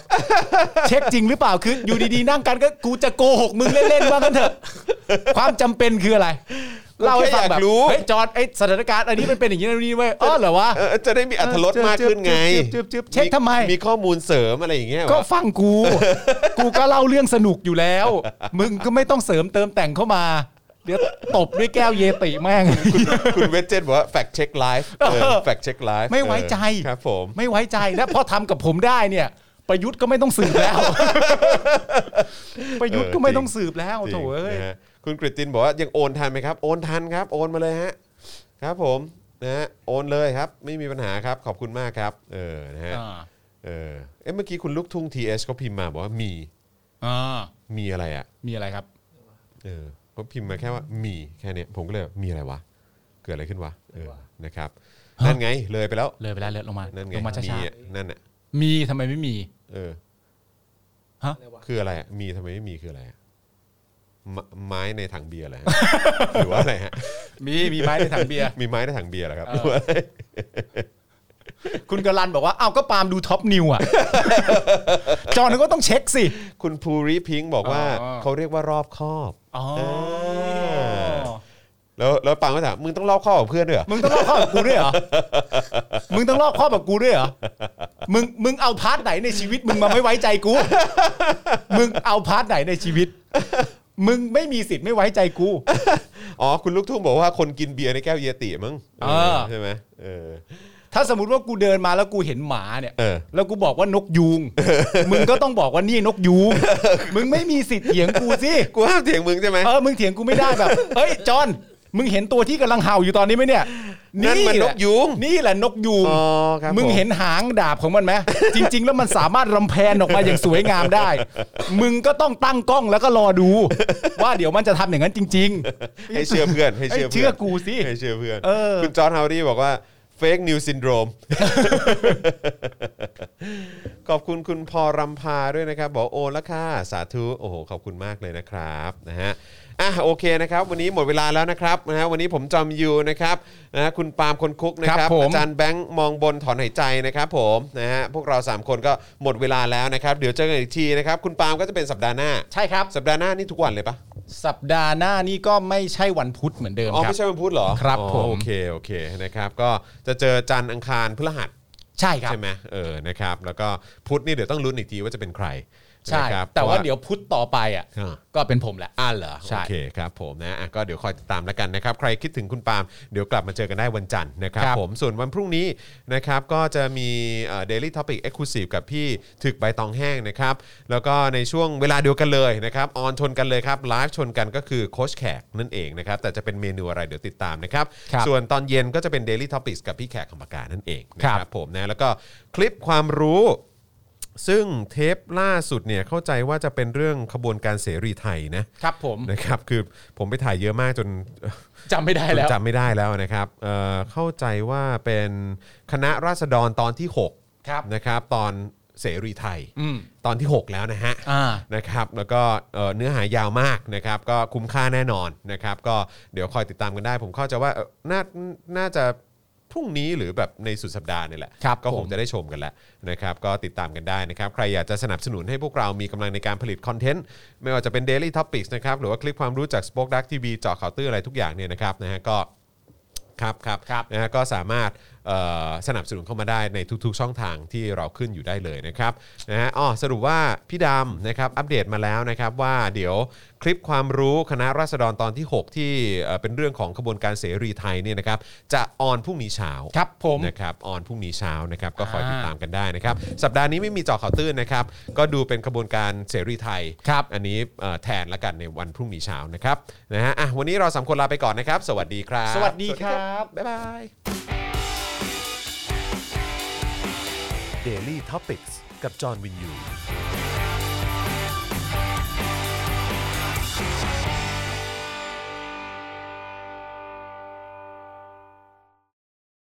Speaker 3: เช็คจริงหรือเปล่าคืออยู่ดีๆนั่งกันก็กูจะโกหกมึงเล่นๆว่ากันเถอะ ความจำเป็นคืออะไรเล่าให้ฟัง
Speaker 2: แค่อ
Speaker 3: แบ
Speaker 2: ยา
Speaker 3: บ
Speaker 2: กรู้
Speaker 3: เฮ้ยจอร์ดไอสถานการณ์อันนี้มันเป็นอย่างนี้นะนี่เว้ยอ๋อเหรอวะ
Speaker 2: เออจะได้มีอัธรสมากขึ้นไง
Speaker 3: จึ๊บจึ๊บจึ๊บเช็คทำไม
Speaker 2: มีข้อมูลเสริมอะไรอย่างเงี้ย
Speaker 3: ก็
Speaker 2: วะ
Speaker 3: ฟังกู [laughs] กูก็เล่าเรื่องสนุกอยู่แล้ว มึงก็ไม่ต้องเสริมเติมแต่งเข้ามา เดี๋ยวตบด้วยแก้วเยติแม่ง [laughs]
Speaker 2: คุณเวจเจตบอกว่าแฟกเช็คไลฟ์แฟกเช็คไลฟ์
Speaker 3: ไม่ไว้ใจ
Speaker 2: ครับผม
Speaker 3: ไม่ไว้ใจแล้วพอทำกับผมได้เนี่ย ประยุทธ์ก็ไม่ต้องสืบแล้ว [laughs] ประยุทธ์ก็ไม่ต้องสืบแล้ว
Speaker 2: จริง
Speaker 3: โถ่เอ้ย
Speaker 2: นะฮะคุณกริตินบอกว่ายังโอนทันไหมครับ โอนทันครับ โอนมาเลยฮะ ครับผมนะฮะโอนเลยครับ ไม่มีปัญหาครับ ขอบคุณมากครับ เออนะฮะเออเอ๊ะเมื่อกี้คุณลูกทุ่งทีเอสก็พิมพ์มาบอกว่ามี
Speaker 3: อ่า
Speaker 2: มีอะไรอ่ะ
Speaker 3: มีอะไรครับ
Speaker 2: เออเขาพิมพ์มาแค่ว่ามีแค่เนี้ยผมก็เลยแบบมีอะไรวะ เกิดอะไรขึ้นวะเออนะครับนั่นไงเลยไปแล้ว
Speaker 3: เลยไปแล้วเลยลงมา
Speaker 2: นั่นไง
Speaker 3: ลงมา
Speaker 2: มี
Speaker 3: ช้า
Speaker 2: อ่ะนั่นอ่ะ
Speaker 3: ๆมีทำไมไม่มี
Speaker 2: เออ
Speaker 3: ฮะ
Speaker 2: คืออะไรอ่ะมีทำไมไม่มีคืออะไรอ่ะ มไม้ในถังเบียร์ [laughs] เลยฮะ หรือว่าอะไรฮะ
Speaker 3: มีมีไม้ในถังเบียร์ [laughs]
Speaker 2: มีไม้ในถังเบียร์เหรอครับ
Speaker 3: เอ
Speaker 2: ห
Speaker 3: อ
Speaker 2: รือว่าอะไร
Speaker 3: คุณกรันบอกว่าอ้าวก็ปาล์มดูท็อปนิวอ่ะ [laughs] จอห์นก็ต้องเช็คสิ
Speaker 2: คุณภูริพิงค์บอกว่า
Speaker 3: อ๋อ
Speaker 2: เขาเรียกว่ารอบคอบ
Speaker 3: อ๋อ
Speaker 2: แล้วแล้วปังก็ถามมึงต้องรอบคอบกับเพื่อนด้วยเหรอ
Speaker 3: มึงต้องลอกข้อแบบกูด้วยเหรอ มึงต้องลอกข้อแบบกูด้วยเหรอ มึงมึงเอาพาร์ทไหนในชีวิต มึงมาไม่ไว้ใจกู มึงเอาพาร์ทไหนในชีวิต มึงไม่มีสิทธิ์ไม่ไว้ใจกู
Speaker 2: อ๋อคุณลูกทุ่งบอกว่าคนกินเบียร์ในแก้วเยติมั้ง
Speaker 3: เออ
Speaker 2: ใช่ไหมเออ
Speaker 3: ถ้าสมมติว่ากูเดินมาแล้วกูเห็นหมาเนี่ย
Speaker 2: เออ
Speaker 3: แล้วกูบอกว่านกยูง มึงก็ต้องบอกว่านี่นกยูง มึงไม่มีสิทธิ์เถียงกูสิ
Speaker 2: กูห้ามเถียงมึงใช่ไหม
Speaker 3: เออ มึงเถียงกูไม่ได้แบบ เอ้ย จอน มึงเห็นตัวที่กำลังเห่าอยู่ตอนนี้ไหมเนี่ย
Speaker 2: นั่นมัน
Speaker 3: แห
Speaker 2: น
Speaker 3: ละ
Speaker 2: กยุง
Speaker 3: นี่แหละนกยูง
Speaker 2: อ๋อครับ
Speaker 3: มึง
Speaker 2: ผ
Speaker 3: เห็นหางดาบของ
Speaker 2: [laughs]
Speaker 3: มันไหม จริง ๆ แล้วมันสามารถรำแพนออกมาอย่างสวยงามได้ มึงก็ต้องตั้งกล้องแล้วก็รอดู ว่าเดี๋ยวมันจะทำอย่างนั้นจริง
Speaker 2: ให้เชื่อเพื่อนให้
Speaker 3: ๆ ให้
Speaker 2: เชื่อ
Speaker 3: เชื่อ
Speaker 2: เพื่อน
Speaker 3: กูสิ
Speaker 2: ให้เชื่อเพื่อน
Speaker 3: เออ
Speaker 2: คุณจอร์นฮาวดี้บอกว่าเฟกนิวซินโดรม [laughs] ขอบคุณคุณพอรำพาด้วยนะครับ บอกโอนละค่ะสาธุโอ้โหขอบคุณมากเลยนะครับนะฮะอ่ะโอเคนะครับ วันนี้หมดเวลาแล้วนะครับนะฮะวันนี้ผมจอมยูนะครับนะฮะคุณปาล์มคนคุกนะค
Speaker 3: ค
Speaker 2: รั
Speaker 3: รั
Speaker 2: บบ
Speaker 3: ผม
Speaker 2: อาจารย์แบงค์มองบนถอนหายใจนะครับผมนะฮะพวกเราสามคนก็หมดเวลาแล้วนะครับ เดี๋ยวเจอกันอีกทีนะครับคุณปาล์มก็จะเป็นสัปดาห์หน้า
Speaker 3: ใช่ครับ
Speaker 2: สัปดาห์หน้านี่ทุกวันเลยปะ
Speaker 3: สัปดาห์หน้านี่ก็ไม่ใช่วันพุธเหมือนเดิม
Speaker 2: อ๋อ
Speaker 3: ครับ
Speaker 2: ไม่ใช่วันพุธเหรอ
Speaker 3: ครับ
Speaker 2: อ๋อ
Speaker 3: ผม
Speaker 2: โอเคโอเคนะครับก็จะเจอจันทร์อังคารพฤหัส
Speaker 3: ใช่ครับ
Speaker 2: ใช่ไหมเออนะครับ แล้วก็พุธนี่เดี๋ยวต้องลุ้นอีกทีว่าจะเป็นใคร
Speaker 3: ใช่
Speaker 2: นะครับ
Speaker 3: แต่ว่าเดี๋ยวพุธต่อไปอ่ะ
Speaker 2: อ่า
Speaker 3: ก็เป็นผมแหละ
Speaker 2: อ่าเหรอ
Speaker 3: ใช่
Speaker 2: โอเคครับผมนะอ่ะก็เดี๋ยวคอยติดตามแล้วกันนะครับ ใครคิดถึงคุณปาล์มเดี๋ยวกลับมาเจอกันได้วันจันทร์นะครับ
Speaker 3: ครับ
Speaker 2: ผมส่วนวันพรุ่งนี้นะครับก็จะมีเดลี่ท็อปิกเอ็กซ์คลูซีฟกับพี่ถึกใบตองแห้งนะครับ แล้วก็ในช่วงเวลาเดียวกันเลยนะครับออนชนกันเลยครับไลฟ์ชนกันก็คือโคชแขกนั่นเองนะครับแต่จะเป็นเมนูอะไรเดี๋ยวติดตามนะครับ
Speaker 3: ครับ
Speaker 2: ส่วนตอนเย็นก็จะเป็น Daily Topics กับพี่แขกคำปากานั่นเองนะค
Speaker 3: ครั
Speaker 2: รับบ ผมนะแล้วก็คลิปความรู้ ซึ่งเทปล่าสุดเนี่ยเข้าใจว่าจะเป็นเรื่องขบวนการเสรีไทยนะครับ
Speaker 3: ผม
Speaker 2: นะครับคือผมไปถ่ายเยอะมากจน
Speaker 3: จำไม่ได้
Speaker 2: จ
Speaker 3: แล้ว
Speaker 2: นจำไม่ได้แล้วนะครับเอ่อเข้าใจว่าเป็นคณะราษฎรตอนที่6
Speaker 3: ครับ
Speaker 2: นะครับตอนเสรีไทย
Speaker 3: อืม
Speaker 2: ตอนที่ 6 แล้วนะฮะ
Speaker 3: อ่า
Speaker 2: นะครับแล้วก็เอ่อเนื้อหายาวมากนะครับก็คุ้มค่าแน่นอนนะครับก็เดี๋ยวคอยติดตามกันได้ ผมเข้าใจว่าเอ่อน่าน่าจะพรุ่งนี้หรือแบบในสุดสัปดาห์นี่แหละ
Speaker 3: ครับ
Speaker 2: ก็ค
Speaker 3: ผ
Speaker 2: ง
Speaker 3: ม
Speaker 2: จะได้ชมกันแล้วนะครับก็ติดตามกันได้นะครับ ใครอยากจะสนับสนุนให้พวกเรามีกำลังในการผลิตคอนเทนต์ ไม่ว่าจะเป็น Daily Topics นะครับหรือว่าคลิปความรู้จาก Spoke Dark TV เจาะข่าวตื้ออะไรทุกอย่างเนี่ยนะครับนะฮะก็ ครับครับ
Speaker 3: ครับ
Speaker 2: นะฮะก็สามารถเอ่อสนับสนุนเข้ามาได้ในทุกๆช่องทางที่เราขึ้นอยู่ได้เลยนะครับนะฮะอ๋อสรุปว่าพี่ดำนะครับอัปเดตมาแล้วนะครับว่าเดี๋ยวคลิปความรู้คณะราษฎรตอนที่ 6 ที่เอ่อเป็นเรื่องของขบวนการเสรีไทยเนี่ยนะครับจะออนพรุ่งนี้เช้า
Speaker 3: ครับผม
Speaker 2: นะครับออนพรุ่งนี้เช้านะครับก็คอย
Speaker 3: อ่า
Speaker 2: ติดตามกันได้นะครับสัปดาห์นี้ไม่มีเจอข่าวตื้นนะครับก็ดูเป็นขบวนการเสรีไทย
Speaker 3: ครับ
Speaker 2: อันนี้เอ่อแทนละกันในวันพรุ่งนี้เช้านะครับนะฮะอ่ะวันนี้เราสามคนลาไปก่อนนะครับ สวัสดีครับ
Speaker 3: สวัสดีครับ
Speaker 2: บ๊ายบาย
Speaker 1: Daily t o p i c กกับจอห์นวินยู